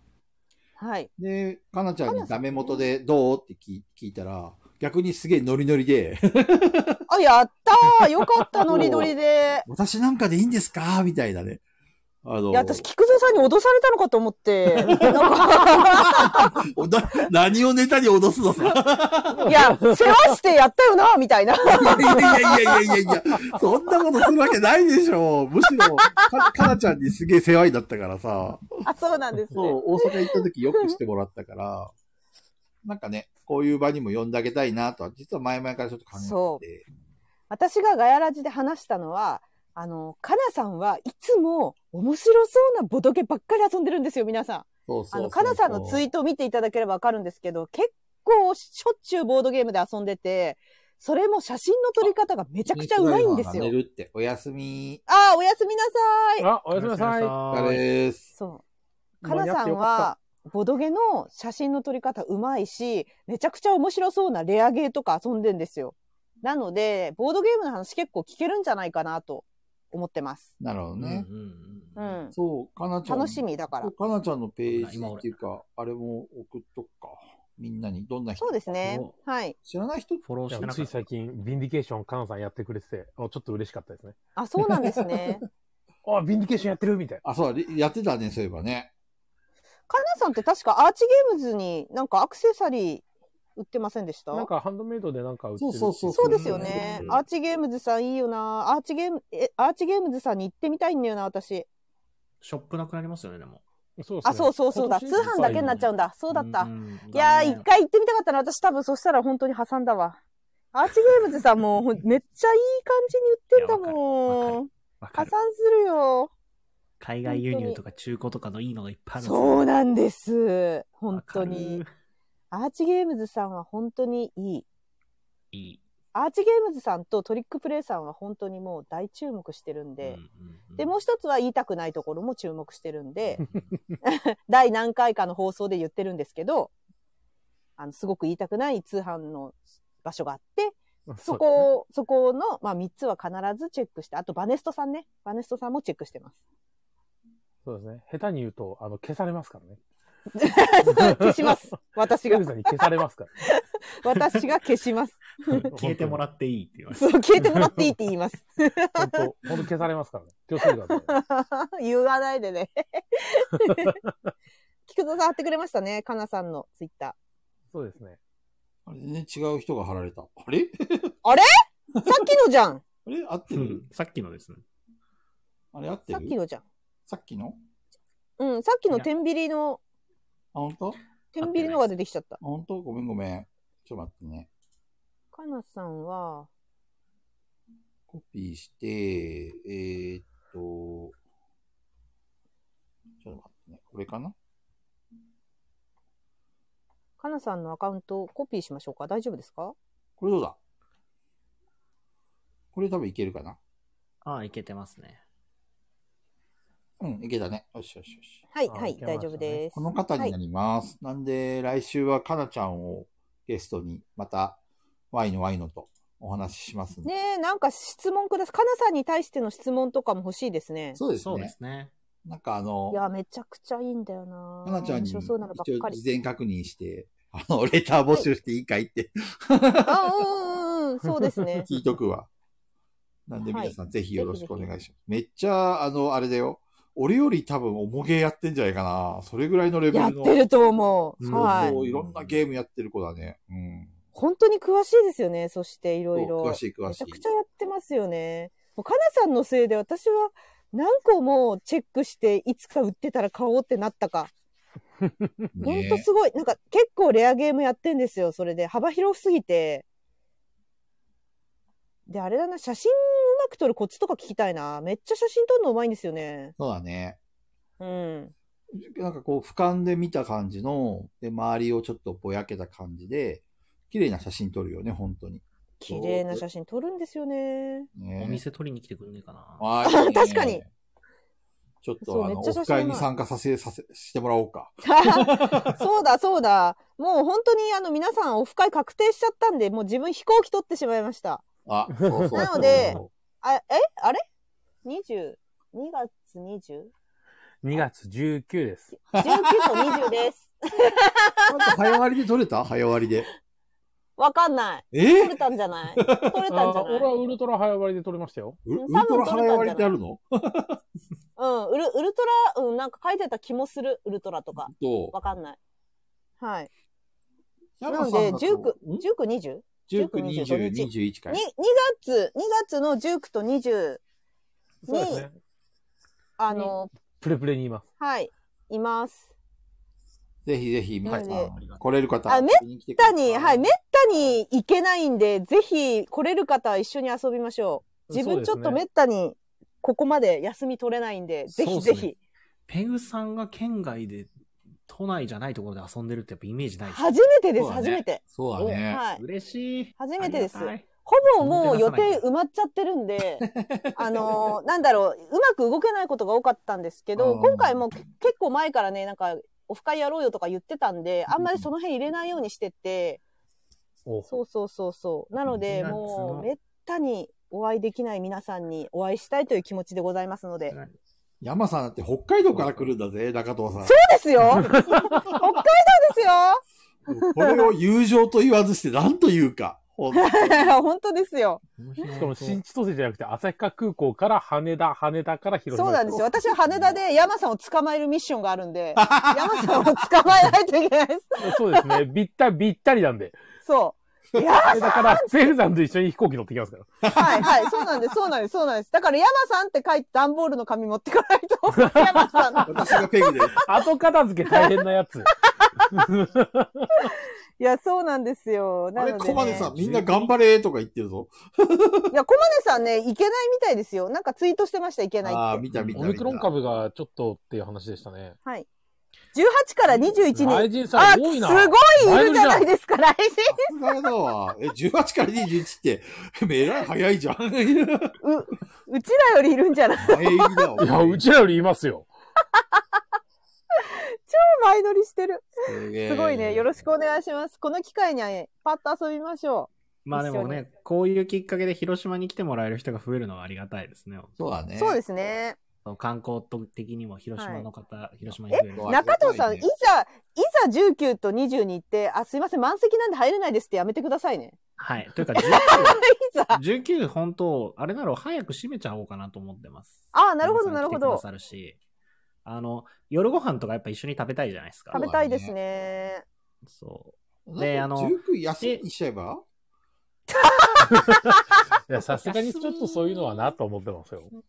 Speaker 2: はい。
Speaker 1: で、かなちゃん
Speaker 2: か
Speaker 1: に
Speaker 2: なさ
Speaker 1: ダ
Speaker 2: ん
Speaker 1: メ元でどうって聞い聞いたら、逆にすげえノリノリで、
Speaker 2: あ、やったーよかった、ノリノリで。
Speaker 1: 私なんかでいいんですかみたいなね。あの、
Speaker 2: いや、私、菊蔵さんに脅されたのかと思って。 なんか
Speaker 1: おだ何をネタに脅すのさ。
Speaker 2: いや、世話してやったよな、みたいな。
Speaker 1: いやいやいやいやいやいや、そんなことするわけないでしょ。むしろ、かかなちゃんにすげえ世話になったからさ、
Speaker 2: あ、そうなんです
Speaker 1: そ
Speaker 2: ね
Speaker 1: う。、大阪行った時よくしてもらったから、なんかね、こういう場にも呼んであげたいなとは、実は前々からちょっと考
Speaker 2: そ
Speaker 1: えてて。
Speaker 2: 私がガヤラジで話したのは、あの、かなさんはいつも面白そうなボドゲばっかり遊んでるんですよ、皆さん。
Speaker 1: そうそう
Speaker 2: あの、かなさんのツイートを見ていただければわかるんですけど、結構しょっちゅうボードゲームで遊んでて、それも写真の撮り方がめちゃくちゃうまいんですよ
Speaker 1: 寝。るって、おやすみ。
Speaker 2: ああ、おやすみなさい。
Speaker 4: あ、おやすみなさい。
Speaker 1: お
Speaker 3: は
Speaker 1: 疲
Speaker 3: い
Speaker 1: れです。
Speaker 2: そう。か
Speaker 4: 間
Speaker 2: な
Speaker 4: に合
Speaker 2: さ
Speaker 4: って
Speaker 2: ん
Speaker 4: よかった
Speaker 2: は、ボドゲの写真の撮り方うまいし、めちゃくちゃ面白そうなレアゲーとか遊んでんですよ。なので、ボードゲームの話結構聞けるんじゃないかなと思ってます。
Speaker 1: なるほどね。
Speaker 3: うん
Speaker 2: う
Speaker 3: うんうん
Speaker 2: ん。
Speaker 1: そう、かなちゃん。
Speaker 2: 楽しみだから
Speaker 1: そう。かなちゃんのページ
Speaker 3: 今俺
Speaker 1: っていうか、あれも送っとくか。みんなに、どんな人
Speaker 2: そうですね
Speaker 3: そ。
Speaker 2: はい。
Speaker 1: 知らない人
Speaker 3: フォロー
Speaker 4: い
Speaker 3: し
Speaker 4: や
Speaker 3: てな
Speaker 4: つ
Speaker 3: かっ
Speaker 4: い
Speaker 3: た。
Speaker 4: 最近、ヴィンディケーション、カナさんやってくれてて、あちょっと嬉しかったですね。
Speaker 2: あ、そうなんです ね。
Speaker 4: あ、ヴィンディケーションやってるみたい
Speaker 1: あ、そうだ、りやってたね、そういえばね。
Speaker 2: かなさんって確かアーチゲームズになんかアクセサリー売ってませんでした
Speaker 4: な。なんか、ハンドメイドでなんか売って
Speaker 1: そう
Speaker 4: る。
Speaker 1: そうそう
Speaker 2: そうですよね
Speaker 3: う。ん
Speaker 2: アーチゲームズさんいいよな。アーチゲーム、え、アーチゲームズさんに行ってみたいんだよな、私。
Speaker 3: ショップなくなりますよね、でも。
Speaker 4: そうですね
Speaker 2: あ、そうそうそうだ。通
Speaker 4: 今年
Speaker 2: 販だけになっちゃうんだ。そうだった。
Speaker 3: ん
Speaker 2: いやー、
Speaker 3: 残念
Speaker 2: 一回行ってみたかったな。私多分そしたら本当に挟んだわ。アーチゲームズさんもほんめっちゃいい感じに売ってた
Speaker 3: いやわかる
Speaker 2: もん。
Speaker 3: わか
Speaker 2: 破
Speaker 3: る
Speaker 2: 産するよ。
Speaker 3: 海外輸入とか中古とかのいいのがいっぱいあるんですよ
Speaker 2: そうなんです。本
Speaker 3: わか
Speaker 2: 当
Speaker 3: る
Speaker 2: に。アーチゲームズさんは本当にいい。
Speaker 3: いい。
Speaker 2: アーチゲームズさんとトリックプレイさんは本当にもう大注目してるんで。
Speaker 3: うんうんうん
Speaker 2: で、 もう一つは言いたくないところも注目してるんで、第何回かの放送で言ってるんですけど、あの、すごく言いたくない通販の場所があって、
Speaker 4: そう
Speaker 2: そこを、そこの、まあ、3つは必ずチェックして、あとバネストさんね。バネストさんもチェックしてます。
Speaker 4: そうですね。下手に言うと、あの、消されます からね。
Speaker 2: 消します。私
Speaker 4: ペ
Speaker 2: が
Speaker 4: グ、さんに消されますからね。
Speaker 2: 私が消します。
Speaker 3: 消えてもらっていいって言われて。
Speaker 2: そう、消えてもらっていいって言います。
Speaker 4: 本当、本当消されますからね。気をつけてくださいね。
Speaker 2: 言わないでね。菊蔵さん貼ってくれましたね。かなさんのツイッタ
Speaker 4: そうですね。
Speaker 1: あれね、違う人が貼られた。あれ
Speaker 2: ー。さっきのじゃん
Speaker 1: あれ合って
Speaker 3: う
Speaker 1: る、
Speaker 3: んさっきのですね。
Speaker 1: あれ合って
Speaker 2: さ
Speaker 1: る
Speaker 2: っきのじゃん。
Speaker 1: さっきの
Speaker 2: うん、さっきの天秤の、
Speaker 1: あ、本当？あ、
Speaker 2: 天秤のが出てきちゃった。
Speaker 1: 本当？ごめんごめん。ちょっと待ってね。
Speaker 2: かなさんは、
Speaker 1: コピーして、えー、っと、ちょっと待ってね。これかな
Speaker 2: かなさんのアカウントをコピーしましょうか大丈夫ですか
Speaker 1: これどうだこれ多分いけるかな
Speaker 3: ああ、いけてますね。
Speaker 1: うん、いけたね。よしよしよし。
Speaker 2: はい、
Speaker 4: あ
Speaker 2: はい、
Speaker 4: いけましたね
Speaker 2: 大丈夫です。
Speaker 1: この方になります。なんで、来週はかなちゃんをゲストに、また、ワイのワイのとお話ししますんで。
Speaker 2: ねえ、なんか質問ください。かなさんに対しての質問とかも欲しいですね。
Speaker 1: そうです
Speaker 3: そうで
Speaker 1: ね。
Speaker 3: すね。
Speaker 1: なんかあの
Speaker 2: い、や、めちゃくちゃいいんだよな。
Speaker 1: かなちゃんに一
Speaker 2: 面
Speaker 1: 応
Speaker 2: 白そうなのばっかり
Speaker 1: 事。前確認して、あの、レター募集していいかいって。
Speaker 2: あ、うんうんうんうん、そうですね
Speaker 1: 聞いとくわ。なんで
Speaker 2: はい
Speaker 1: 皆さんぜひよろしくお願いし
Speaker 2: ぜ
Speaker 1: ます。めっちゃ、あの、あれだよ。俺より多分、おもげやってんじゃないかな。 それぐらいのレベ
Speaker 2: やっ
Speaker 1: ルの。
Speaker 2: てると思う。
Speaker 3: うん
Speaker 1: は。
Speaker 2: はいい。
Speaker 1: いろんなゲームやってる子だね。うん。
Speaker 2: 本当に詳しいですよね。そして、いろいろ
Speaker 1: 詳。しい詳
Speaker 2: め
Speaker 1: し
Speaker 2: ちゃ
Speaker 1: い。
Speaker 2: くちゃやってますよね。もうかなさんのせいで私は何個もチェックして、いつか売ってたら買おうってなったか。ほんと
Speaker 1: ね
Speaker 2: すごい。なんか結構レアゲームやってんですよ。それで幅広すぎて。で、あれだな、写真うまく撮るコツとか聞きたいな。めっちゃ写真撮るのうまいんですよね。
Speaker 1: そうだね。
Speaker 2: うん。
Speaker 1: なんかこう、俯瞰で見た感じの、で、周りをちょっとぼやけた感じで、綺麗な写真撮るよね、本当に。
Speaker 2: 綺麗な写真撮るんですよね。
Speaker 1: ね
Speaker 3: お店取りに来てくんねえかな。
Speaker 1: あーいいね
Speaker 2: 確かに。
Speaker 1: ちょっ
Speaker 2: そう
Speaker 1: と、あの、
Speaker 2: め
Speaker 1: オ
Speaker 2: っちゃ写真
Speaker 1: フ会に参加させ、させ、してもらおうか。
Speaker 2: そうだそうだ。もう本当にあの皆さんオフ会確定しちゃったんで、もう自分飛行機取ってしまいました。
Speaker 1: あ、そうそうそう
Speaker 2: なのであ、えあれ ?20、2月 20?19
Speaker 4: 2月19です。
Speaker 2: と20です。
Speaker 1: なんか 早割りで撮れた早割りで。
Speaker 2: わかんない。
Speaker 1: え
Speaker 2: 取れたんじゃない取れたんじ
Speaker 4: あ
Speaker 2: ゃ
Speaker 4: 俺は
Speaker 2: ない
Speaker 4: ウルトラ早割りで撮りましたよ。
Speaker 1: ウル
Speaker 2: 多
Speaker 1: ウ
Speaker 2: 分
Speaker 1: ルトラ早割りってあるの
Speaker 2: うん、ウル、ウルトラ、うん、なんか書いてた気もする。ウルトラとか。
Speaker 1: と
Speaker 2: わ、かんない。はい。
Speaker 1: な
Speaker 2: なので、19、19、20?
Speaker 1: 19、
Speaker 2: 19
Speaker 1: 20、21か
Speaker 2: に2
Speaker 1: い
Speaker 2: 月、2月の19と20
Speaker 4: そうですね。
Speaker 2: あの、
Speaker 4: プレプレにいます。
Speaker 2: はい、います。
Speaker 1: ぜひぜひ、皆さ
Speaker 2: なの
Speaker 1: ん、来れる方、
Speaker 2: あめ
Speaker 1: 遊びに来てくだ
Speaker 2: め
Speaker 1: さ
Speaker 2: ったに、はい、めったに行けないんで、ぜひ来れる方は一緒に遊びましょう。自分ちょっとめったにここまで休み取れないんで、ぜ
Speaker 3: そ
Speaker 2: ひ
Speaker 3: うです
Speaker 2: ぜ
Speaker 3: ね
Speaker 2: ひ、
Speaker 3: ペグさんが県外で、都内じゃないところで遊んでるってやっぱイメージないですね
Speaker 2: 初めてです、
Speaker 1: そうだね
Speaker 2: 初めて。
Speaker 1: そうだね。
Speaker 2: はい。
Speaker 3: 嬉しい。
Speaker 2: 初めてです
Speaker 3: ありがたい
Speaker 2: ほぼもう
Speaker 3: も
Speaker 2: 予
Speaker 3: てなさない
Speaker 2: 定埋まっちゃってるんで、あのーなんだろう、うまく動けないことが多かったんですけど、
Speaker 1: うん
Speaker 2: 今回もけ結構前からね、なんか、オフ会やろうよとか言ってたんで、あんまりその辺入れないようにしてて、
Speaker 4: お
Speaker 2: そうそうそうそう。なので、
Speaker 3: うん
Speaker 2: もう、めったにお会いできない皆さんにお会いしたいという気持ちでございますので。そ
Speaker 1: 山さんだって北海道から来るんだぜ、中藤さん。
Speaker 2: うですよ北海道ですよ
Speaker 1: これを友情と言わずして何というか。ほんと
Speaker 2: 本当ですよ。
Speaker 4: しかも新千歳じゃなくて、旭川空港から羽田、羽田から広島。
Speaker 2: そうなんですよ。。私は羽田で山さんを捕まえるミッションがあるんで、山さんを捕まえないといけないです。
Speaker 4: そうですね。びったり、びったりなんで。
Speaker 2: そう。いや、は
Speaker 4: 羽田から、ゼルさんと一緒に飛行機乗ってきますから。
Speaker 2: いはい、そうなんです、そうなんです、そうなんです。だから、山さんって書いて段ボールの紙持ってかないと、山さんの。
Speaker 1: 私がペグ で。
Speaker 4: 後片付け大変なや つ。
Speaker 2: いや、そうなんですよ。な
Speaker 1: あ
Speaker 2: ので、
Speaker 1: れ、
Speaker 2: ね。
Speaker 1: コマネさん、みんな頑張れとか言ってるぞ。
Speaker 2: いや、コマネさんね、いけないみたいですよ。なんかツイートしてました、いけない
Speaker 1: ああー、
Speaker 2: って。
Speaker 1: 見た見た見た。
Speaker 4: オミクロン株がちょっとっていう話でしたね。
Speaker 2: はい。18から21
Speaker 4: 外
Speaker 2: に。
Speaker 4: 人さ
Speaker 2: あ、
Speaker 4: ん
Speaker 2: す
Speaker 4: 多いな。
Speaker 2: ごいいるじゃないですか、来人。
Speaker 1: さすがだわ。え、18から21って、えらい早いじゃん。前行
Speaker 2: う、うちらよりいるんじゃない
Speaker 1: きだわ。
Speaker 4: いや、うちらよりいま すよ。
Speaker 2: 前乗りしてる。
Speaker 1: すげえ
Speaker 2: すごいね。よろしくお願いします。この機会にはね、パッと遊びましょ
Speaker 3: まあでもね、こういうきっかけで広島に来てもらえる人が増えるのはありがたいですね。
Speaker 1: そうだ
Speaker 2: う。
Speaker 1: ね。
Speaker 2: そうですね。
Speaker 3: 観光的にも広島の方、広島に
Speaker 2: え
Speaker 3: 増える
Speaker 1: わ
Speaker 2: 中藤さん、
Speaker 1: あ
Speaker 2: い
Speaker 1: り
Speaker 2: ざ
Speaker 1: が、
Speaker 2: いざ19と20に行って、あ、すいません、満席なんで入れないですってやめてくださいね。
Speaker 3: はい。というか、
Speaker 2: いざ。
Speaker 3: 19、19本当、あれなら早く閉めちゃおうかなと思ってます。
Speaker 2: あー、なるほど、
Speaker 3: 皆
Speaker 2: なる
Speaker 3: さん来
Speaker 2: ほ
Speaker 3: てくだ
Speaker 2: ど。
Speaker 3: さるし、あの、夜ご飯とかやっぱ一緒に食べたいじゃないですか
Speaker 2: 食。べたいですね。
Speaker 3: そ
Speaker 1: で、
Speaker 3: で
Speaker 1: あ
Speaker 3: あ
Speaker 1: の、
Speaker 3: の
Speaker 1: 19休みにしちゃえば
Speaker 4: いや、さすがにちょっとそういうのはなと思ってますよ。
Speaker 3: う。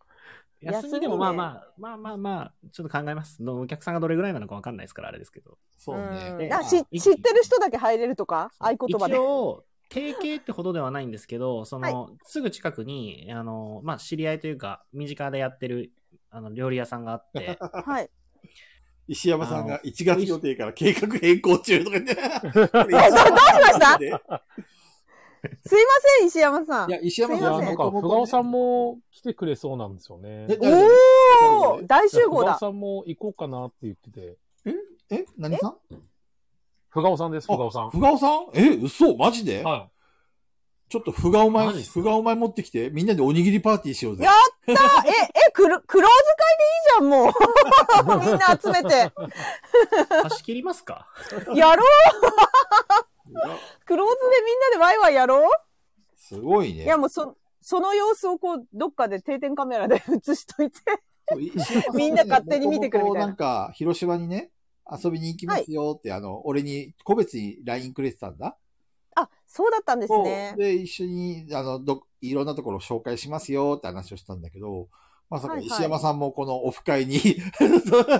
Speaker 3: 休みでもまあまあ、まあまあまあ、ちょっと考えます。のお客さんがどれぐらいなのかわかんないですから、あれですけど。
Speaker 1: そうね。
Speaker 2: うん
Speaker 3: ま
Speaker 2: あ
Speaker 3: あ
Speaker 2: し
Speaker 3: 一
Speaker 2: 知ってる人だけ入れるとか合言葉で
Speaker 3: 一。応、提携ってほどではないんですけど、その、すぐ近くに、あの、まあ、知り合いというか、身近でやってる、あの、料理屋さんがあって、
Speaker 2: はい。
Speaker 1: 石山さん
Speaker 3: あ
Speaker 1: が
Speaker 3: の
Speaker 1: 1月予定から計画変更中とか言 って。どうし
Speaker 2: えどどうしましたすいません、石山さん。
Speaker 1: いや、石
Speaker 2: す
Speaker 1: 山
Speaker 2: い
Speaker 4: い
Speaker 1: さ
Speaker 4: や、
Speaker 1: ん
Speaker 2: ま
Speaker 1: は
Speaker 2: せ
Speaker 4: な
Speaker 1: ね
Speaker 4: んか、ふがおさんも来てくれそうなんですよね。
Speaker 1: え誰
Speaker 2: おー大
Speaker 4: いや
Speaker 2: 集合
Speaker 4: ふがお
Speaker 2: だ。
Speaker 4: さんも行こうかなって言ってて。
Speaker 1: え何さん
Speaker 4: ふがおさんです、ふ
Speaker 1: あ
Speaker 4: がおさん。
Speaker 1: ふがおさんえ、嘘マジで
Speaker 4: は
Speaker 1: ちょっとふがお前、
Speaker 3: マジっすか
Speaker 1: ふがお前持ってきて、みんなでおにぎりパーティーしようぜ
Speaker 2: や。あえ、え、クロクローズ会でいいじゃん、もう。みんな集めて。
Speaker 3: 貸し切りますか
Speaker 2: やろう
Speaker 1: うわ
Speaker 2: クローズでみんなでワイワイやろう
Speaker 1: すごいね。
Speaker 2: いや、もうそ、その様子をこう、どっかで定点カメラで 映しといて。 みんな勝手に見てくるみたい
Speaker 1: 元々な
Speaker 2: な
Speaker 1: んか、広島にね、遊びに行きますよって、あの、俺に個別に LINE くれてたんだ。
Speaker 2: あ、そうだったんですね
Speaker 1: そう。で、一緒に、あの、ど、いろんなところを紹介しますよって話をしたんだけど、まさか
Speaker 2: はいはい
Speaker 1: 石山さんもこのオフ会 に、演劇参戦
Speaker 2: すご。い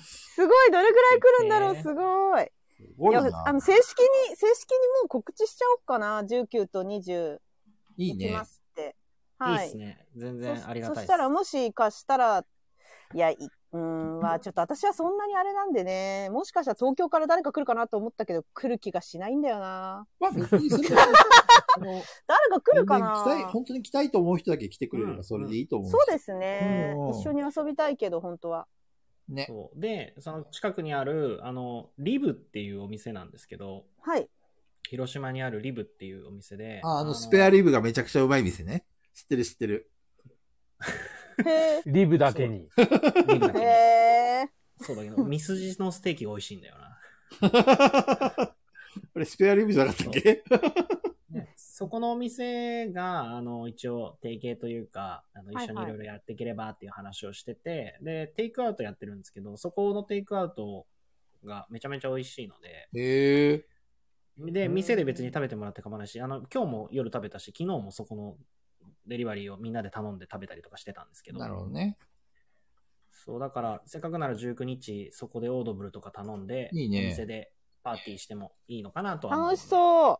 Speaker 2: すごいどれぐらい来るんだろう
Speaker 3: です
Speaker 2: すごい
Speaker 1: すご
Speaker 2: い
Speaker 1: い
Speaker 2: や、
Speaker 1: な
Speaker 2: あの、正式に、正式にもう告知しちゃおうかな。19と20
Speaker 1: いい
Speaker 2: 行き
Speaker 1: ね
Speaker 2: ま。すって。
Speaker 3: いい
Speaker 2: は
Speaker 3: っ
Speaker 2: い
Speaker 3: す。ね。全
Speaker 2: そ
Speaker 3: 然ありがた
Speaker 2: そ
Speaker 3: いで
Speaker 2: し
Speaker 3: す
Speaker 2: た。ら、もしかしたら、いや、いうーん、まあ、ちょっと私はそんなにあれなんでね、もしかしたら東京から誰か来るかなと思ったけど、来る気がしないんだよな。
Speaker 1: まあ、別にそれ はあの
Speaker 2: 誰か来るかな
Speaker 1: 全然来たい、本当に来たいと思う人だけ来てくれれ
Speaker 3: う
Speaker 1: ば
Speaker 3: ん
Speaker 1: それでいいと思うし。
Speaker 2: そうですね
Speaker 1: うん。
Speaker 2: 一緒に遊びたいけど、本当は。
Speaker 1: ね。
Speaker 3: そうで、その近くにある、あの、リブっていうお店なんですけど、
Speaker 2: はい。
Speaker 3: 広島にあるリブっていうお店で、
Speaker 1: あ、あの、スペアリブがめちゃくちゃうまい店ね。知ってる知ってる。
Speaker 2: へえ。
Speaker 4: い。リブだけに。
Speaker 3: リ ブだけど
Speaker 2: へえ。
Speaker 3: そうだけど、ミスジのステーキが美味しいんだよな。
Speaker 1: 俺、スペアリブじゃなかったっけ
Speaker 3: ねそこのお店が、あの、一応、提携というか、あの、
Speaker 2: はいはい
Speaker 3: 一緒にいろいろやっていければっていう話をしてて、で、テイクアウトやってるんですけど、そこのテイクアウトがめちゃめちゃ美味しいので、
Speaker 1: へえ。
Speaker 3: で、店で別に食べてもらって構わないし、あの、今日も夜食べたし、昨日もそこのデリバリーをみんなで頼んで食べたりとかしてたんですけど、
Speaker 1: なるほどね。
Speaker 3: そう、だから、せっかくなら19日、そこでオードブルとか頼んで、
Speaker 1: いいね
Speaker 3: お店でパーティーしてもいいのかなとは思う
Speaker 2: 楽しそう。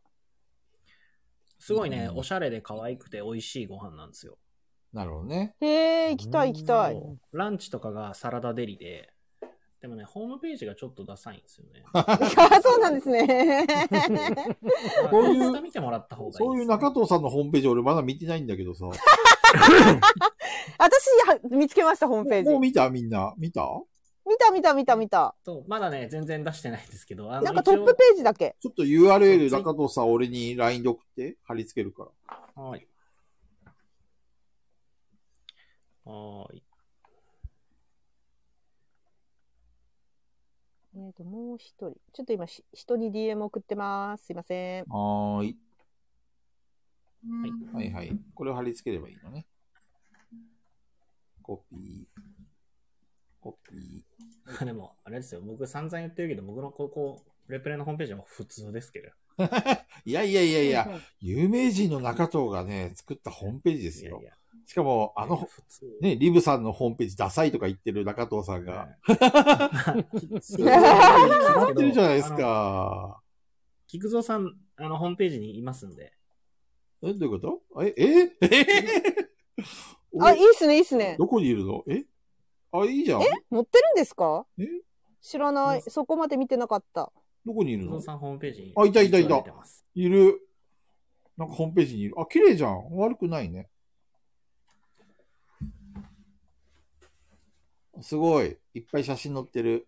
Speaker 3: すごいね、
Speaker 1: うん
Speaker 3: おしゃれで可愛くて美味しいご飯なんですよ。
Speaker 1: なるほどね。
Speaker 2: へえ、行きたい行きたい。
Speaker 3: そうランチとかがサラダデリで、でもね、ホームページがちょっとダサいんですよ ね。
Speaker 2: あ そうなんですね。
Speaker 1: こ
Speaker 3: こ
Speaker 1: う
Speaker 3: う
Speaker 1: いう
Speaker 3: いう。見てもらった方がいいですね、
Speaker 1: そういう中藤さんのホームページ俺まだ見てないんだけどさ。
Speaker 2: 私は見つけました、ホームページ。
Speaker 1: もう見たみんな。見た
Speaker 2: 見た見た見た見た。
Speaker 3: そうまだね、全然出してないんですけど、あ
Speaker 2: なんかトップページだけ。
Speaker 1: ちょっと URL
Speaker 3: そう
Speaker 1: 中藤さん俺に LINE で送って貼り付けるから。
Speaker 3: ージ。はい。はーい。
Speaker 2: えー、と、もう一人。ちょっと今し、人に DM 送ってます。すいません。
Speaker 1: はーい。
Speaker 3: はい
Speaker 1: はいはい。これを貼り付ければいいのね。コピー。コピ
Speaker 3: まあでも、あれですよ、僕散々言ってるけど、僕のここ、プレプレのホームページは普通ですけど。
Speaker 1: ー。いやいやいやいや、
Speaker 2: うん
Speaker 1: 有名人の中藤がね、作ったホームページで
Speaker 3: い
Speaker 1: す
Speaker 3: や
Speaker 1: よ
Speaker 3: い。や、
Speaker 1: しかも、あの、
Speaker 3: 普通。
Speaker 1: ね、リブさんのホームページダサいとか言ってる中藤さん が、
Speaker 3: 決
Speaker 1: や
Speaker 3: ま
Speaker 1: ってるじゃないです。か。
Speaker 3: 菊蔵さん、あの、ホームページにいますんで。
Speaker 1: え、どういうことえ、え え
Speaker 2: あ、いいっすね、いいっすね。
Speaker 1: どこにいるのえあ、いいじゃん。
Speaker 2: 持ってるんですか
Speaker 1: え
Speaker 2: 知らない。
Speaker 3: う
Speaker 2: そこまで見てなかった。
Speaker 1: どこにいる
Speaker 3: 菊
Speaker 1: の
Speaker 3: 蔵さんホームページに。
Speaker 1: あいたいたいた
Speaker 3: 実は出てます
Speaker 1: いる。なんかホームページにいる。あ、綺麗じゃん。悪くないね。すごい。いっぱい写真載ってる。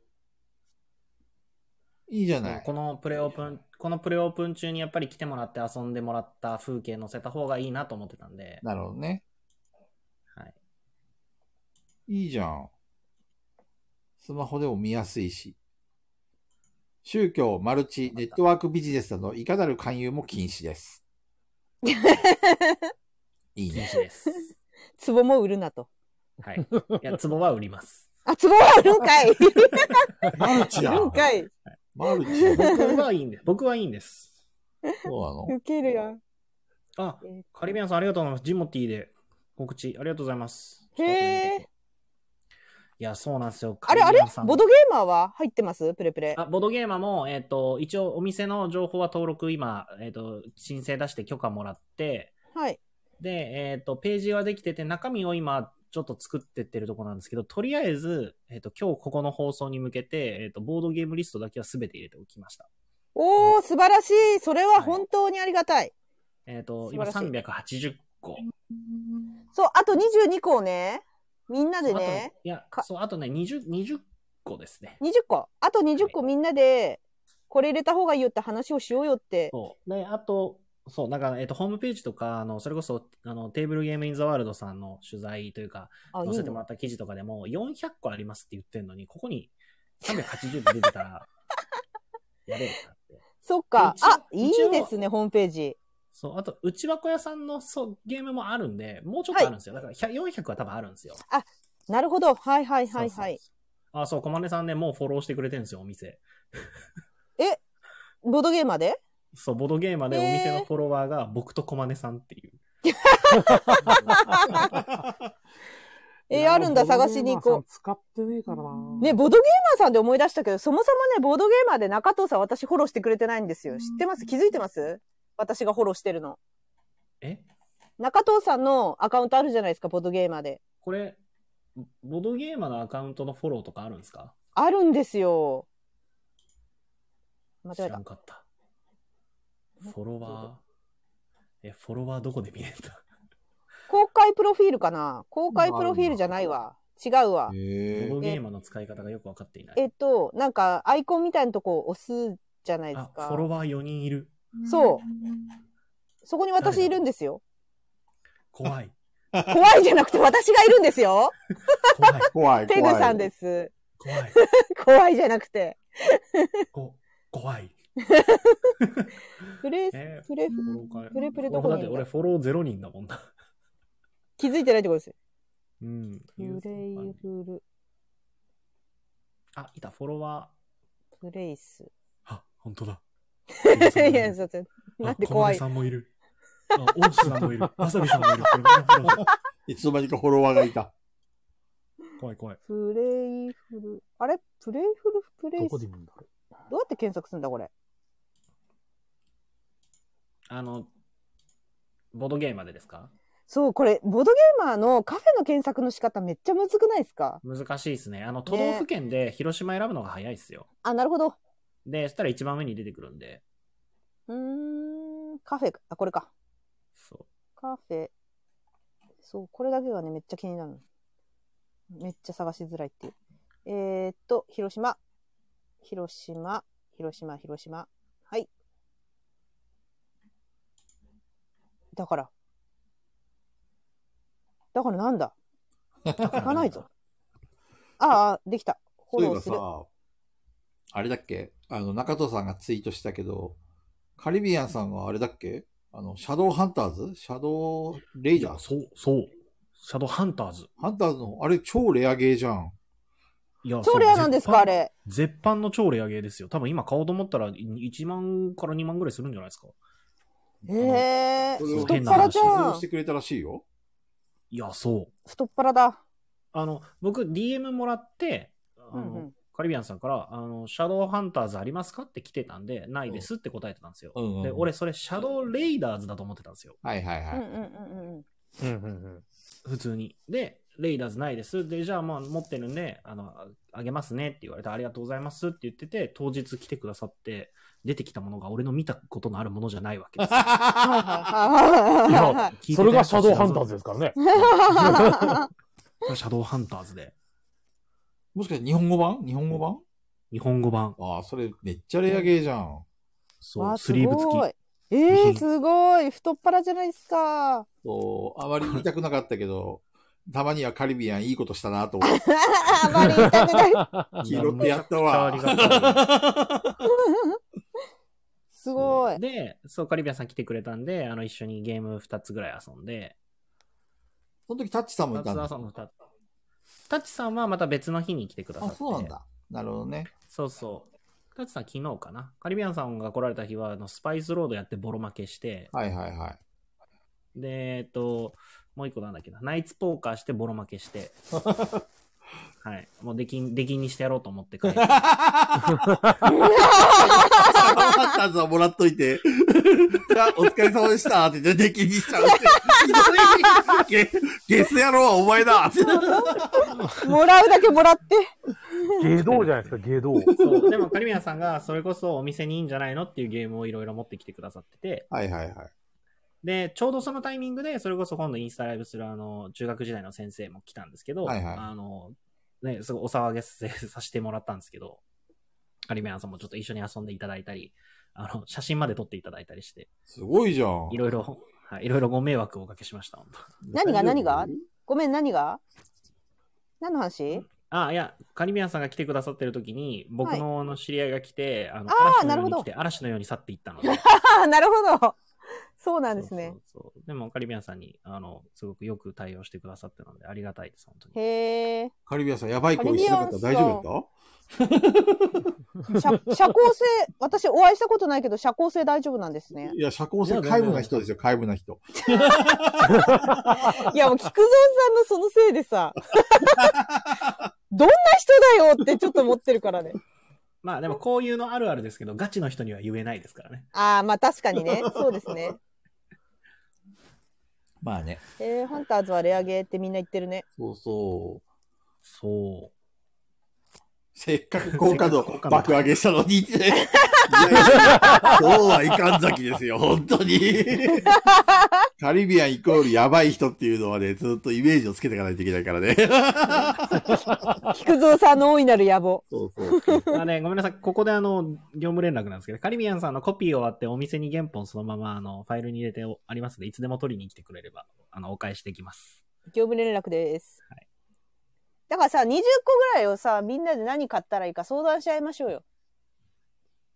Speaker 1: いいじゃない。
Speaker 3: このプレオープン、このプレオープン中にやっぱり来てもらって遊んでもらった風景載せた方がいいなと思ってたんで、
Speaker 1: なるほどね。
Speaker 3: はい。
Speaker 1: いいじゃん。スマホでも見やすいし。宗教、マルチ、ネットワークビジネスなど、いかなる勧誘も禁止です。いい
Speaker 3: 禁
Speaker 1: ね。
Speaker 3: 止です。
Speaker 2: 壺も売るなと。
Speaker 3: はい。いや、壺は売ります。
Speaker 2: あ、壺は売るんかい売
Speaker 1: マルチだ
Speaker 2: るんかい
Speaker 1: マルチだ
Speaker 3: 僕はいいんです。僕はいいんです。
Speaker 1: そうなの
Speaker 2: ウケるやん。
Speaker 3: あ、
Speaker 2: えー
Speaker 3: カリビアンさんありがとうございます。ジモティーで告知、ありがとうございます。
Speaker 2: へー
Speaker 3: いや、そうなんですよ。
Speaker 2: あれあれ
Speaker 3: カリビアンさん
Speaker 2: ボドゲーマーは入ってますプレプレ。
Speaker 3: あボードゲーマーも、えっ、と、一応お店の情報は登録今、えっ、と、申請出して許可もらって、
Speaker 2: はい。
Speaker 3: で、えっ、と、ページはできてて、中身を今、ちょっと作ってってるとこなんですけど、とりあえず、えっ、と、今日ここの放送に向けて、えっ、と、ボードゲームリストだけは全て入れておきました。
Speaker 2: おー、素晴らしい。それは本当にありがたい。
Speaker 3: えっ、と、
Speaker 2: 素晴
Speaker 3: 今
Speaker 2: らしい
Speaker 3: 380個。
Speaker 2: そう、あと22個をね、みんなでね
Speaker 3: あ、といや、
Speaker 2: か
Speaker 3: そう、あとね、20、20個ですね。
Speaker 2: 20個、あと20個みんなで、これ入れた方がいいよって話をしようよって。
Speaker 3: そう。で、あと、そう、なんか、えっと、ホームページとか、あの、それこそ、あの、テーブルゲームインザワールドさんの取材というか、
Speaker 2: あ、い
Speaker 3: 載
Speaker 2: い
Speaker 3: せても
Speaker 2: の
Speaker 3: らった記事とかでも、400個ありますって言ってるのに、ここに380個出てたら、 やべえなって。
Speaker 2: そっか。あ、いい
Speaker 3: 一応
Speaker 2: ですね、ホームページ。
Speaker 3: そう、あと、内箱屋さんのそうゲームもあるんで、もうちょっとあるんですよ。だから、100 400は多分あるんですよ。
Speaker 2: なるほど。はいはいはい
Speaker 3: そう
Speaker 2: は
Speaker 3: そう
Speaker 2: い。
Speaker 3: そう。あ、そう、コマネさんね、もうフォローしてくれてるんですよ、お店。
Speaker 2: ボードゲーマーで
Speaker 3: そう、ボードゲーマーでお店のフォロワーが僕とコマネさんっていう。
Speaker 2: えーあるんだ、
Speaker 4: いや
Speaker 2: 探しに行こ。
Speaker 4: 使ってねえからな。
Speaker 2: う。ね、ボードゲーマーさんで思い出したけど、そもそもね、ボードゲーマーで中藤さん私フォローしてくれてないんですよ。知ってます気づいてます私がフォローしてるの。
Speaker 3: え
Speaker 2: 中藤さんのアカウントあるじゃないですか、ボードゲーマーで。
Speaker 3: これ、ボドゲーマーのアカウントのフォローとかあるんですか
Speaker 2: あるんですよ。間違
Speaker 3: 知
Speaker 2: え
Speaker 3: ら
Speaker 2: た
Speaker 3: ん。かった。フォロワー、え、フォロワーどこで見れた
Speaker 2: 公開プロフィールかな公開プロフィールじゃないわ。違うわ。
Speaker 1: へー
Speaker 3: ボドゲーマーの使い方がよくわかっていない。
Speaker 2: えっと、なんか、アイコンみたいなとこを押すじゃないです
Speaker 3: あ、フ
Speaker 2: か。
Speaker 3: ォロワー4人いる。
Speaker 2: そう。そこに私いるんですよ。
Speaker 3: 怖い。
Speaker 2: 怖いじゃなくて私がいるんですよ。
Speaker 3: 怖い。
Speaker 1: 怖い。。
Speaker 2: ペグさんですす。
Speaker 3: 怖い。
Speaker 2: 怖いじゃなくて。
Speaker 3: こ怖い。
Speaker 2: プレ、
Speaker 3: え
Speaker 2: プレ、
Speaker 3: ー、フォローか
Speaker 2: プレプレどこ
Speaker 3: 俺だっ
Speaker 2: にい
Speaker 3: て
Speaker 2: るんだ
Speaker 3: 俺フォロー0人だもんな。
Speaker 2: 気づいてないってことですよ。
Speaker 3: うん。
Speaker 2: プレイフル、
Speaker 3: あ、いた、フォロワ
Speaker 2: プレイス。
Speaker 3: ー。あ、本当だ。
Speaker 2: いや、そうそうなんで怖い
Speaker 3: あ小金さんもいる。あ、大石さんも いる。わさびさんもいる。これみんなフォロー
Speaker 1: いつの間にかフォロワーがいた。
Speaker 3: 怖い怖い。
Speaker 2: プレイフル。あれプレイフル、プレ
Speaker 4: ど
Speaker 2: イス。
Speaker 4: こで
Speaker 2: ど
Speaker 4: 見るんだろ
Speaker 2: うやって検索するんだ、これ。
Speaker 3: あの、ボードゲームまでですか
Speaker 2: そう、これ、ボードゲーマーのカフェの検索の仕方めっちゃむずくないですか
Speaker 3: 難しいですね。あの、都道府県で広島選ぶのが早いですよ。
Speaker 2: あ、なるほど。
Speaker 3: で、そしたら一番上に出てくるんで。
Speaker 2: うーん、カフェか。あ、これか。
Speaker 3: そ
Speaker 2: カフェ。そう、これだけがね、めっちゃ気になるの。めっちゃ探しづらいっていう。えー、っと、広島。広島、広島、広島。はい。だから。だからなんだ
Speaker 3: う。
Speaker 2: 行
Speaker 3: 行
Speaker 2: かないぞ。。ああ、できた。フ
Speaker 1: そ
Speaker 2: ォ
Speaker 1: ういえ
Speaker 2: ロー
Speaker 1: ば
Speaker 2: する。
Speaker 1: さ、あれだっけあの、中戸さんがツイートしたけど、カリビアンさんはあれだっけあの、シャドウハンターズシャドウレイ
Speaker 3: い
Speaker 1: ジャ
Speaker 3: や、
Speaker 1: ー
Speaker 3: そう、そう。シャドウハンターズ。
Speaker 1: ハンターズの、あれ超レアゲーじゃん。
Speaker 3: いや、
Speaker 2: 超レアなんですか、あれ。
Speaker 3: 絶版の超レアゲーですよ。多分今買おうと思ったら1万から2万ぐらいするんじゃないですか。
Speaker 2: へえ
Speaker 1: それを
Speaker 2: ー、
Speaker 3: 太
Speaker 2: 太
Speaker 3: っ
Speaker 2: っ
Speaker 3: 腹
Speaker 2: 腹
Speaker 3: じ
Speaker 2: じ
Speaker 3: ゃ
Speaker 2: ゃ
Speaker 3: ん
Speaker 1: 寄贈
Speaker 2: ん
Speaker 1: して。くれたらしいよ。
Speaker 3: いや、そう。
Speaker 2: 太っ腹だ。
Speaker 3: あの、僕 DM もらって、あ
Speaker 2: う
Speaker 3: の
Speaker 2: んうん。
Speaker 3: カリビアンさんから、あの、シャドウハンターズありますかって来てたんで、ないですって答えてたんですよ。
Speaker 1: うんうんうん
Speaker 3: で、俺それシャドウレイダーズだと思ってたんですよ。
Speaker 1: はいはいは
Speaker 2: うん
Speaker 1: い。
Speaker 2: うんうんうん。
Speaker 4: う。うんうん
Speaker 3: 普通に。で、レイダーズないです。で、じゃあまあ持ってるんで、あの、ああげますねって言われて、ありがとうございますって言ってて、当日来てくださって、出てきたものが俺の見たことのあるものじゃないわけですよ。いや
Speaker 2: は
Speaker 3: 聞いて
Speaker 4: それがシャドウハンター
Speaker 3: た
Speaker 4: ズですからね。
Speaker 2: いはいはい。
Speaker 3: これシャドウハンターズで、
Speaker 1: もしかして日本語版日本語版
Speaker 3: 日本語版、
Speaker 1: ああ、それめっちゃレアゲーじゃん。
Speaker 3: そ
Speaker 2: わ
Speaker 3: う、スリーブ付き。。
Speaker 2: すごいえ
Speaker 3: 備
Speaker 2: え
Speaker 3: 品
Speaker 2: すごい。太っ腹じゃないです か。
Speaker 1: そう、あまり見たくなかったけど、 たまにはカリビアンいいことしたなと思って、
Speaker 2: あまり言いたくない。
Speaker 1: 拾ってやった わ。
Speaker 3: めちゃくちゃありがたい
Speaker 2: すごい。
Speaker 3: で、そう、カリビアンさん来てくれたんで、あの、一緒にゲーム2つぐらい遊んで、
Speaker 1: その時タッチさんもい
Speaker 3: 2
Speaker 1: たんだ。
Speaker 3: つ遊んだ。タッチさんはまた別の日に来てくださっ
Speaker 1: あ、
Speaker 3: て。
Speaker 1: そうなんだ。なるほどね。
Speaker 3: そうそう。タッチさん昨日かな。カリビアンさんが来られた 日は、あの、スパイスロードやってボロ負けして、
Speaker 1: はいはいはい。
Speaker 3: で、えっと、もう一個なんだっけな。ナイツポーカーしてボロ負けして。はい。もう出禁、出禁にしてやろうと思って帰って。
Speaker 1: あったぞ、もらっといて。あお疲れ様でしたって言って、出禁にしちゃう って。 ゲゲス野郎はお前だって。
Speaker 2: もらうだけもらって。
Speaker 4: 芸道じゃないですか、芸 道。
Speaker 3: そう。でも、カリミヤさんが、それこそお店にいいんじゃないのっていうゲームをいろいろ持ってきてくださってて、
Speaker 1: はいはいはい。
Speaker 3: で、ちょうどそのタイミングで、それこそ今度インスタライブする、あの、中学時代の先生も来たんですけど、
Speaker 1: はいはい
Speaker 3: あの、ね、すごいお騒げさせさせてもらったんですけど、カリミヤさんもちょっと一緒に遊んでいただいたり、あの、写真まで撮っていただいたりして、
Speaker 1: すごいじゃん
Speaker 3: い。ろいろ、はい、いろいろご迷惑をおかけしました、本当
Speaker 2: 何が何がごめん、何が何の話
Speaker 3: あ、いや、カリミヤさんが来てくださってる時に、僕のあの知り合いが来て、あの、
Speaker 2: あー
Speaker 3: 嵐のように
Speaker 2: なる
Speaker 3: 来
Speaker 2: ほ
Speaker 3: て、嵐のように去っていったので。
Speaker 2: ああ、なるほど。 そうなんですね。
Speaker 3: そうそうそうでも、カリビアンさんに、あの、すごくよく対応してくださってるので、ありがたいです、本当に。
Speaker 2: へえ。
Speaker 1: カリビアンさん、やばい声してなかった
Speaker 2: カ
Speaker 1: 大
Speaker 2: リビアンさん
Speaker 1: 丈夫だっ
Speaker 2: 社社交性、私お会いしたことないけど、社交性大丈夫なんです
Speaker 1: た
Speaker 2: ね。
Speaker 1: いや、社交性、皆無な人ですよ、皆無な人。
Speaker 2: いや、もう、菊蔵さんのそのせいで さ、どんな人だよってちょっと思ってるからね。
Speaker 3: まあ、でも、こういうのあるあるですけど、ガチの人には言えないですからね。
Speaker 2: ああ、まあ確かにね。そうですね。
Speaker 1: まあね。
Speaker 2: えー、ハンターズはレアゲーってみんな言って るね。
Speaker 1: そうそう。
Speaker 3: そ
Speaker 1: せっかく好感度
Speaker 3: せっかく好感度
Speaker 1: 爆上げしたのにって。 いやいや今日はいかんざきですよ、本当に。カリビアンイコールやばい人っていうのはね、ずっとイメージをつけていかないといけないからね。
Speaker 2: 菊蔵さんの大いなる野望。
Speaker 1: そうそう。
Speaker 3: う。まあね、ごめんなさい。ここで、あの、業務連絡なんですけど、カリビアンさんのコピー終わって、お店に原本そのまま、あの、ファイルに入れておありますので、いつでも取りに来てくれれば、あの、お返しできます。
Speaker 2: 業務連絡です。
Speaker 3: はい
Speaker 2: だからさ、20個ぐらいをさ、みんなで何買ったらいいか相談し合いましょうよ。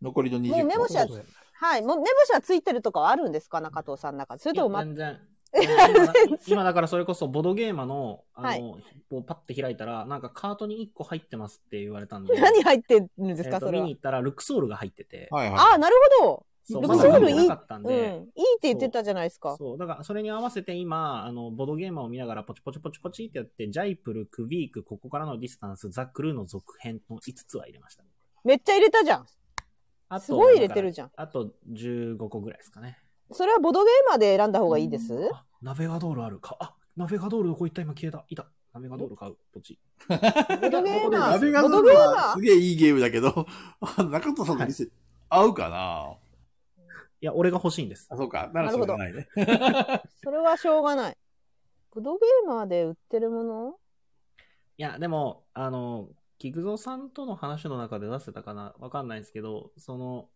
Speaker 1: 残りの20
Speaker 2: もうメモしちゃっ
Speaker 1: 個
Speaker 2: はい。もう目星はついてるとかはあるんですか中藤さんの中で。それともま、
Speaker 3: 全然。今今だから それこそボドゲーマの、あ
Speaker 2: は
Speaker 3: の、こうパッて開いたら、なんかカートに1個入ってますって言われたん で。
Speaker 2: 何入ってるんです
Speaker 3: え
Speaker 2: か、
Speaker 3: っ
Speaker 2: そ
Speaker 3: と
Speaker 2: れ
Speaker 3: 見
Speaker 2: は
Speaker 3: に。行ったらルクソールが入ってて、
Speaker 1: はい
Speaker 2: あ
Speaker 1: は
Speaker 2: あ、なるほど。
Speaker 3: そう
Speaker 2: ル
Speaker 3: ま
Speaker 2: ク
Speaker 3: だ
Speaker 2: ソール
Speaker 3: 見て
Speaker 2: いい
Speaker 3: なかったん
Speaker 2: うん。いいっ
Speaker 3: で、
Speaker 2: て言ってたじゃないですか。
Speaker 3: そうだからそれに合わせて今あのボードゲーマーを見ながらポチポチポチポチってやってジャイプルクビークここからのディスタンスザ・クルーの続編の5つは入れました
Speaker 2: めっちゃ入れたじゃん。
Speaker 3: あと
Speaker 2: すごい入れてるじゃん
Speaker 3: だからあと15個ぐらいですかね
Speaker 2: それはボドゲーマーで選んだ方がいいです、
Speaker 3: あナベガドールあるかあナベガドールどこ行った今消えたいたナベガドール買うポチ
Speaker 2: ボドゲー
Speaker 1: い。
Speaker 2: マ
Speaker 1: ナビ
Speaker 2: ー。
Speaker 1: ガ
Speaker 2: ボ
Speaker 1: ド
Speaker 2: ド
Speaker 1: ル
Speaker 2: ゲー
Speaker 1: は
Speaker 2: マ
Speaker 1: す
Speaker 2: ー。
Speaker 1: げえいいゲームだけど、あ中戸さんの店、合うかない
Speaker 3: や俺が欲しいんです
Speaker 1: あ、そうか。なら
Speaker 2: な
Speaker 1: しょ
Speaker 2: るほ
Speaker 1: う
Speaker 2: ど
Speaker 1: がないね。
Speaker 2: それはしょうがない。ボドゲーマーで売ってるもの
Speaker 3: いや、でも、あの、菊蔵さんとの話の中で出せたかなわかんないですけど、その、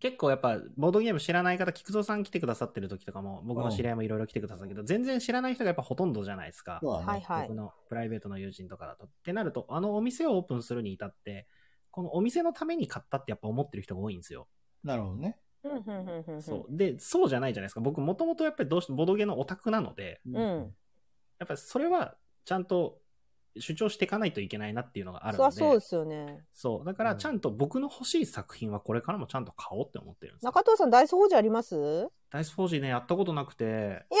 Speaker 3: 結構やっぱ、ボードゲーム知らない方、菊蔵さん来てくださってる時とかも、僕の知り合いもいろいろ来てくださったけど、全然知らない人がやっぱほとんどじゃないですか。
Speaker 1: そうだ
Speaker 2: はい
Speaker 1: ね。
Speaker 2: はい
Speaker 3: 僕。のプライベートの友人とかだと。ってなると、あのお店をオープンするに至って、このお店のために買ったってやっぱ思ってる人が多いんですよ。
Speaker 1: なるほどね。
Speaker 2: うんうんうんうんうん
Speaker 3: そう。で、そうじゃないじゃないですか。僕もともとやっぱりどうしてボードゲームのオタクなので、
Speaker 2: うん。
Speaker 3: やっぱりそれはちゃんと主張していかないといけないなっていうのがある
Speaker 2: そり
Speaker 3: の
Speaker 2: ゃ
Speaker 3: で。
Speaker 2: そうですよね。
Speaker 3: そうだからちゃんと僕の欲しい作品はこれからもちゃんと買おうって思ってるんですよ。
Speaker 2: 中藤さん、ダイス法じゃありますなんで
Speaker 3: ダイスフォージーね、やったことなくて、
Speaker 2: なんでダイ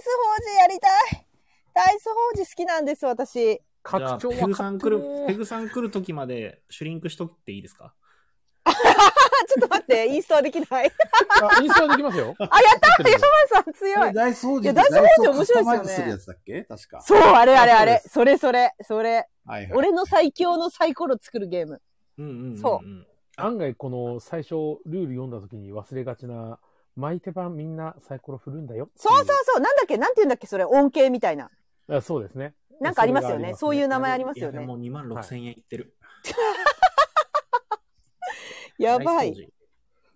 Speaker 2: ス法事やりたいダイス法事好きなんです、私。
Speaker 3: じゃあ、
Speaker 4: 拡張
Speaker 3: ペグさん
Speaker 4: は
Speaker 3: 来
Speaker 4: 買
Speaker 3: る、
Speaker 4: って
Speaker 3: ペ
Speaker 4: ね
Speaker 3: グさん来る時までシュリンクしとっていいですか
Speaker 2: あ、ちょっと待って、インストはできない。
Speaker 4: あインスタできますよ。あ、やっ
Speaker 2: あ、山さん
Speaker 1: こ
Speaker 2: 強
Speaker 1: れ
Speaker 2: い。
Speaker 1: ダイソー
Speaker 2: い
Speaker 1: ジ
Speaker 2: や
Speaker 1: って
Speaker 2: ダイソージ面白いですよ
Speaker 1: ダイソーをカスタ
Speaker 2: ね
Speaker 1: マイズするやつだっけ確か。
Speaker 2: そう、あれあれあ
Speaker 4: あ
Speaker 2: れ。それそれ、それ。
Speaker 1: はいはい。
Speaker 2: 俺の最強のサイコロ作るゲーム。
Speaker 3: うんうんうん、うん。
Speaker 2: そ
Speaker 4: 案外この最初ルール読んだ時に忘れがちな、巻いてばみんなサイコロ振るんだよ。
Speaker 2: そうそうそう。なんだっけなんて言うんだっけそれ。恩恵みたいな。
Speaker 4: う。あそうですね。
Speaker 2: なんかありますよね。そ
Speaker 4: そう
Speaker 2: いう
Speaker 4: れがありますね
Speaker 2: 名前あります
Speaker 3: いや
Speaker 2: よ
Speaker 3: で
Speaker 2: ね。
Speaker 3: もう2万6千円いってる。
Speaker 2: やばい。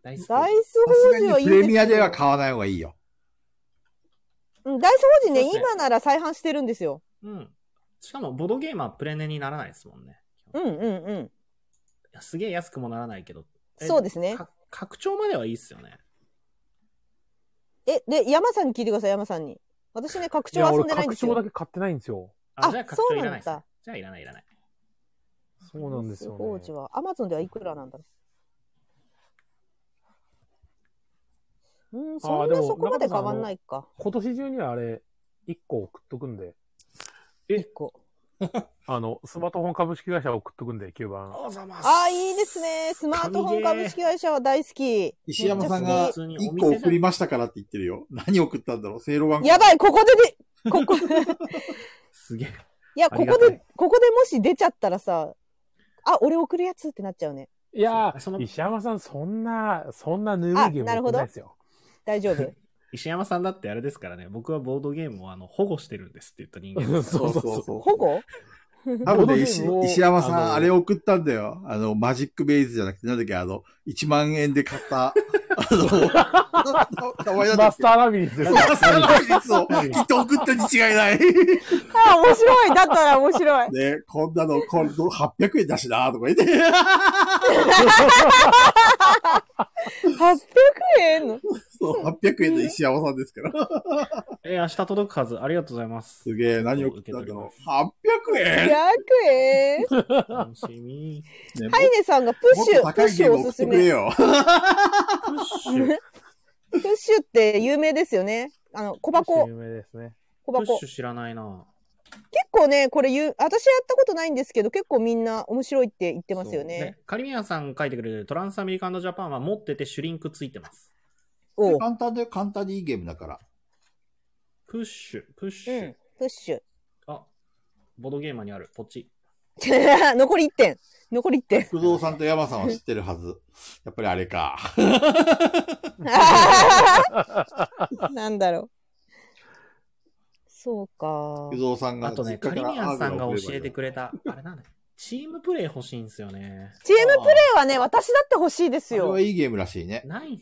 Speaker 3: ダイスフォー
Speaker 2: ダイ
Speaker 3: ジー。
Speaker 1: さ
Speaker 2: ス
Speaker 1: す
Speaker 2: 法
Speaker 1: が
Speaker 2: 事は
Speaker 1: に
Speaker 2: いい
Speaker 1: プ
Speaker 2: ですよ
Speaker 1: レミアでは買わない方がいいよ。
Speaker 2: うん、ダイス法事ね
Speaker 3: そうですね
Speaker 2: 今なら再販してるんですよ。
Speaker 3: うん。しかも、ボードゲームはプレネにならないですもんね。
Speaker 2: うんうんうん。
Speaker 3: すげえ安くもならないけど。え
Speaker 2: そうですね。
Speaker 3: か拡張まではいいっすよね。
Speaker 2: え、で、山さんに聞いてください、山さんに。私ね、拡
Speaker 4: い
Speaker 2: 張
Speaker 4: や、
Speaker 2: 遊
Speaker 4: 俺
Speaker 2: んでないん
Speaker 4: 拡
Speaker 2: です
Speaker 4: 張だ
Speaker 2: よ。
Speaker 4: け買ってないんですよ。
Speaker 3: あ、
Speaker 2: あ
Speaker 3: じゃあ拡張いらないっす
Speaker 2: そうなん
Speaker 3: ね
Speaker 2: だ。
Speaker 3: じゃあいらないいらない。
Speaker 4: そうなんですよ
Speaker 2: 工
Speaker 4: ね
Speaker 2: 事。は。アマゾンではいくらなんだろう。うん、
Speaker 4: あ
Speaker 2: そ
Speaker 4: ー
Speaker 2: ん
Speaker 4: で
Speaker 2: な
Speaker 4: も
Speaker 2: そこまで変わんないか。
Speaker 4: 今年中にはあれ、1個送っとくんで、
Speaker 3: え
Speaker 2: 一個。
Speaker 4: あの、スマートフォン株式会社送っとくんで、9番。
Speaker 3: おざます
Speaker 2: ああ、いいですね。スマートフォン株式会社は大好き。
Speaker 1: 石山さんが
Speaker 3: 普通にお
Speaker 1: 1
Speaker 3: 店
Speaker 1: 個
Speaker 3: だ
Speaker 1: 送りましたからって言ってるよ。何送ったんだろうセイロガン。
Speaker 2: やばい、ここでで、ここ、い
Speaker 3: すげえ。
Speaker 2: や、
Speaker 3: あ
Speaker 2: こ
Speaker 3: りが
Speaker 2: こ
Speaker 3: たい
Speaker 2: で、ここでもし出ちゃったらさ、あ、俺送るやつってなっちゃうね。
Speaker 4: いや
Speaker 3: その
Speaker 4: ー、石山さん、そんな、そんなぬるいゲー
Speaker 2: あな
Speaker 4: ム
Speaker 2: る
Speaker 4: 送
Speaker 2: ほ
Speaker 4: ん
Speaker 2: ど
Speaker 4: ないですよ。
Speaker 2: 大丈夫。
Speaker 3: 石山さんだってあれですからね、僕はボードゲームをあの保護してるんですって言った人間 です。
Speaker 1: そうそうそう
Speaker 2: 保護
Speaker 1: 多分ね、石
Speaker 4: ボードゲームを
Speaker 1: 石山さ
Speaker 4: あ
Speaker 1: ん、
Speaker 4: の
Speaker 1: あれ送ったんだよ。あの、マジックベイズじゃなくて、なんだっけ、あの、1万円で買った、あの、名前なんだ
Speaker 4: マ
Speaker 1: っ
Speaker 4: ス
Speaker 1: け
Speaker 4: ターラビリンスですよ。
Speaker 1: マスターラビリンスをきっと送ったに違いない。
Speaker 2: あ、面白 い。だったら面白い。
Speaker 1: ね、こんなの、これ800円だしな、とか言って。
Speaker 2: 800円の
Speaker 1: そう、800円で石山さんですから。
Speaker 3: えー、明日届くはず。ありがとうございます。
Speaker 1: すげえ、何送ったんだろう。800
Speaker 2: ?100
Speaker 1: 円
Speaker 2: 円
Speaker 3: 楽しみ。
Speaker 1: ね
Speaker 2: ハイネさんがプッ
Speaker 1: もっ
Speaker 2: シ
Speaker 1: と
Speaker 2: ュ、プ
Speaker 1: 高
Speaker 2: ッ
Speaker 1: い
Speaker 2: シ
Speaker 1: ゲー
Speaker 2: ュ
Speaker 1: ム
Speaker 2: お
Speaker 1: 送っ
Speaker 2: すす
Speaker 1: てくれ
Speaker 2: め。
Speaker 1: よ。
Speaker 3: プッ シュ。プ
Speaker 2: プッシュって有名ですよね。あの、小箱、
Speaker 4: 有名ですね。
Speaker 2: 小
Speaker 3: ッ
Speaker 2: 箱。
Speaker 3: シュ知らないな。
Speaker 2: 結構ね、これ言う、私やったことないんですけど、結構みんな面白いって言ってますよ
Speaker 3: そう
Speaker 2: ね。。
Speaker 3: でカリミアさん書いてくれてるトランスアメリカンドジャパンは持っててシュリンクついてます。
Speaker 2: おう
Speaker 1: 簡単で、簡単でいいゲームだから。
Speaker 3: プッシュ、プッシ
Speaker 2: う
Speaker 3: ュ。
Speaker 2: ん。プッシュ。
Speaker 3: あ、ボードゲーマーにある。ポチ。
Speaker 2: 残り1点。残り1点。
Speaker 1: 工藤さんと山さんは知ってるはず。やっぱりあれか。
Speaker 2: なんだろう。そうか
Speaker 1: 工。藤さんが。
Speaker 3: あとね、
Speaker 1: 実
Speaker 3: カ
Speaker 1: 家
Speaker 3: リ
Speaker 1: から
Speaker 3: ミアンさんが
Speaker 1: アーグラ
Speaker 3: 教
Speaker 1: を送ればいい
Speaker 3: え
Speaker 1: の
Speaker 3: てくれた、あれなんだチームプレイ欲しいんすよね。
Speaker 2: チームプレイはね、私だって欲しいです
Speaker 1: あれ
Speaker 2: よ。
Speaker 1: はいいゲームらしいね。
Speaker 3: ない
Speaker 2: も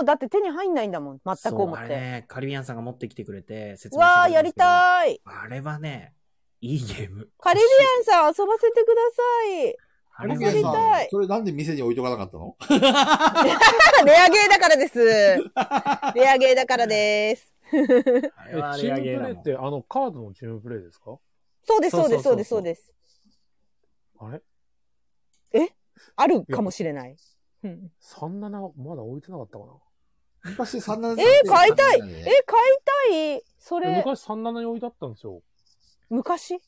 Speaker 2: うだって手に入んないんだもん。全く思
Speaker 3: そうあ
Speaker 2: っ
Speaker 3: れ
Speaker 2: て。
Speaker 3: ね、カリビアンさんが持ってきてくれて説
Speaker 2: う
Speaker 3: 明してくれ
Speaker 2: わ
Speaker 3: た
Speaker 2: あ、
Speaker 3: んですけど
Speaker 2: やりたーい。
Speaker 3: あれはね、いいゲーム。
Speaker 2: カリビアンさん遊ばせてください。
Speaker 3: あ
Speaker 2: カ
Speaker 3: れは
Speaker 2: リビアン
Speaker 3: ね、
Speaker 2: たい
Speaker 1: それなんで店に置いとかなかったの
Speaker 2: レアゲーだからです。 レアゲーだからです。
Speaker 3: あ
Speaker 4: え
Speaker 3: れは
Speaker 4: チ
Speaker 3: レアゲー
Speaker 4: ームプ
Speaker 3: だ
Speaker 4: レイ
Speaker 3: も
Speaker 4: っ
Speaker 3: ん。
Speaker 4: て、あの、カードのチームプレイですか
Speaker 2: そうです、そうです、そ
Speaker 3: そ
Speaker 2: う
Speaker 3: そうそうそう
Speaker 2: うです、そうです。
Speaker 4: あれ
Speaker 2: あるかもしれない。うん、
Speaker 4: ?37 まだ置いてなかったかな
Speaker 1: 昔3な
Speaker 2: えー買いたいえ、買いたいそ
Speaker 4: え
Speaker 2: れ、
Speaker 4: 昔37に置いてあったんですよ。
Speaker 2: 昔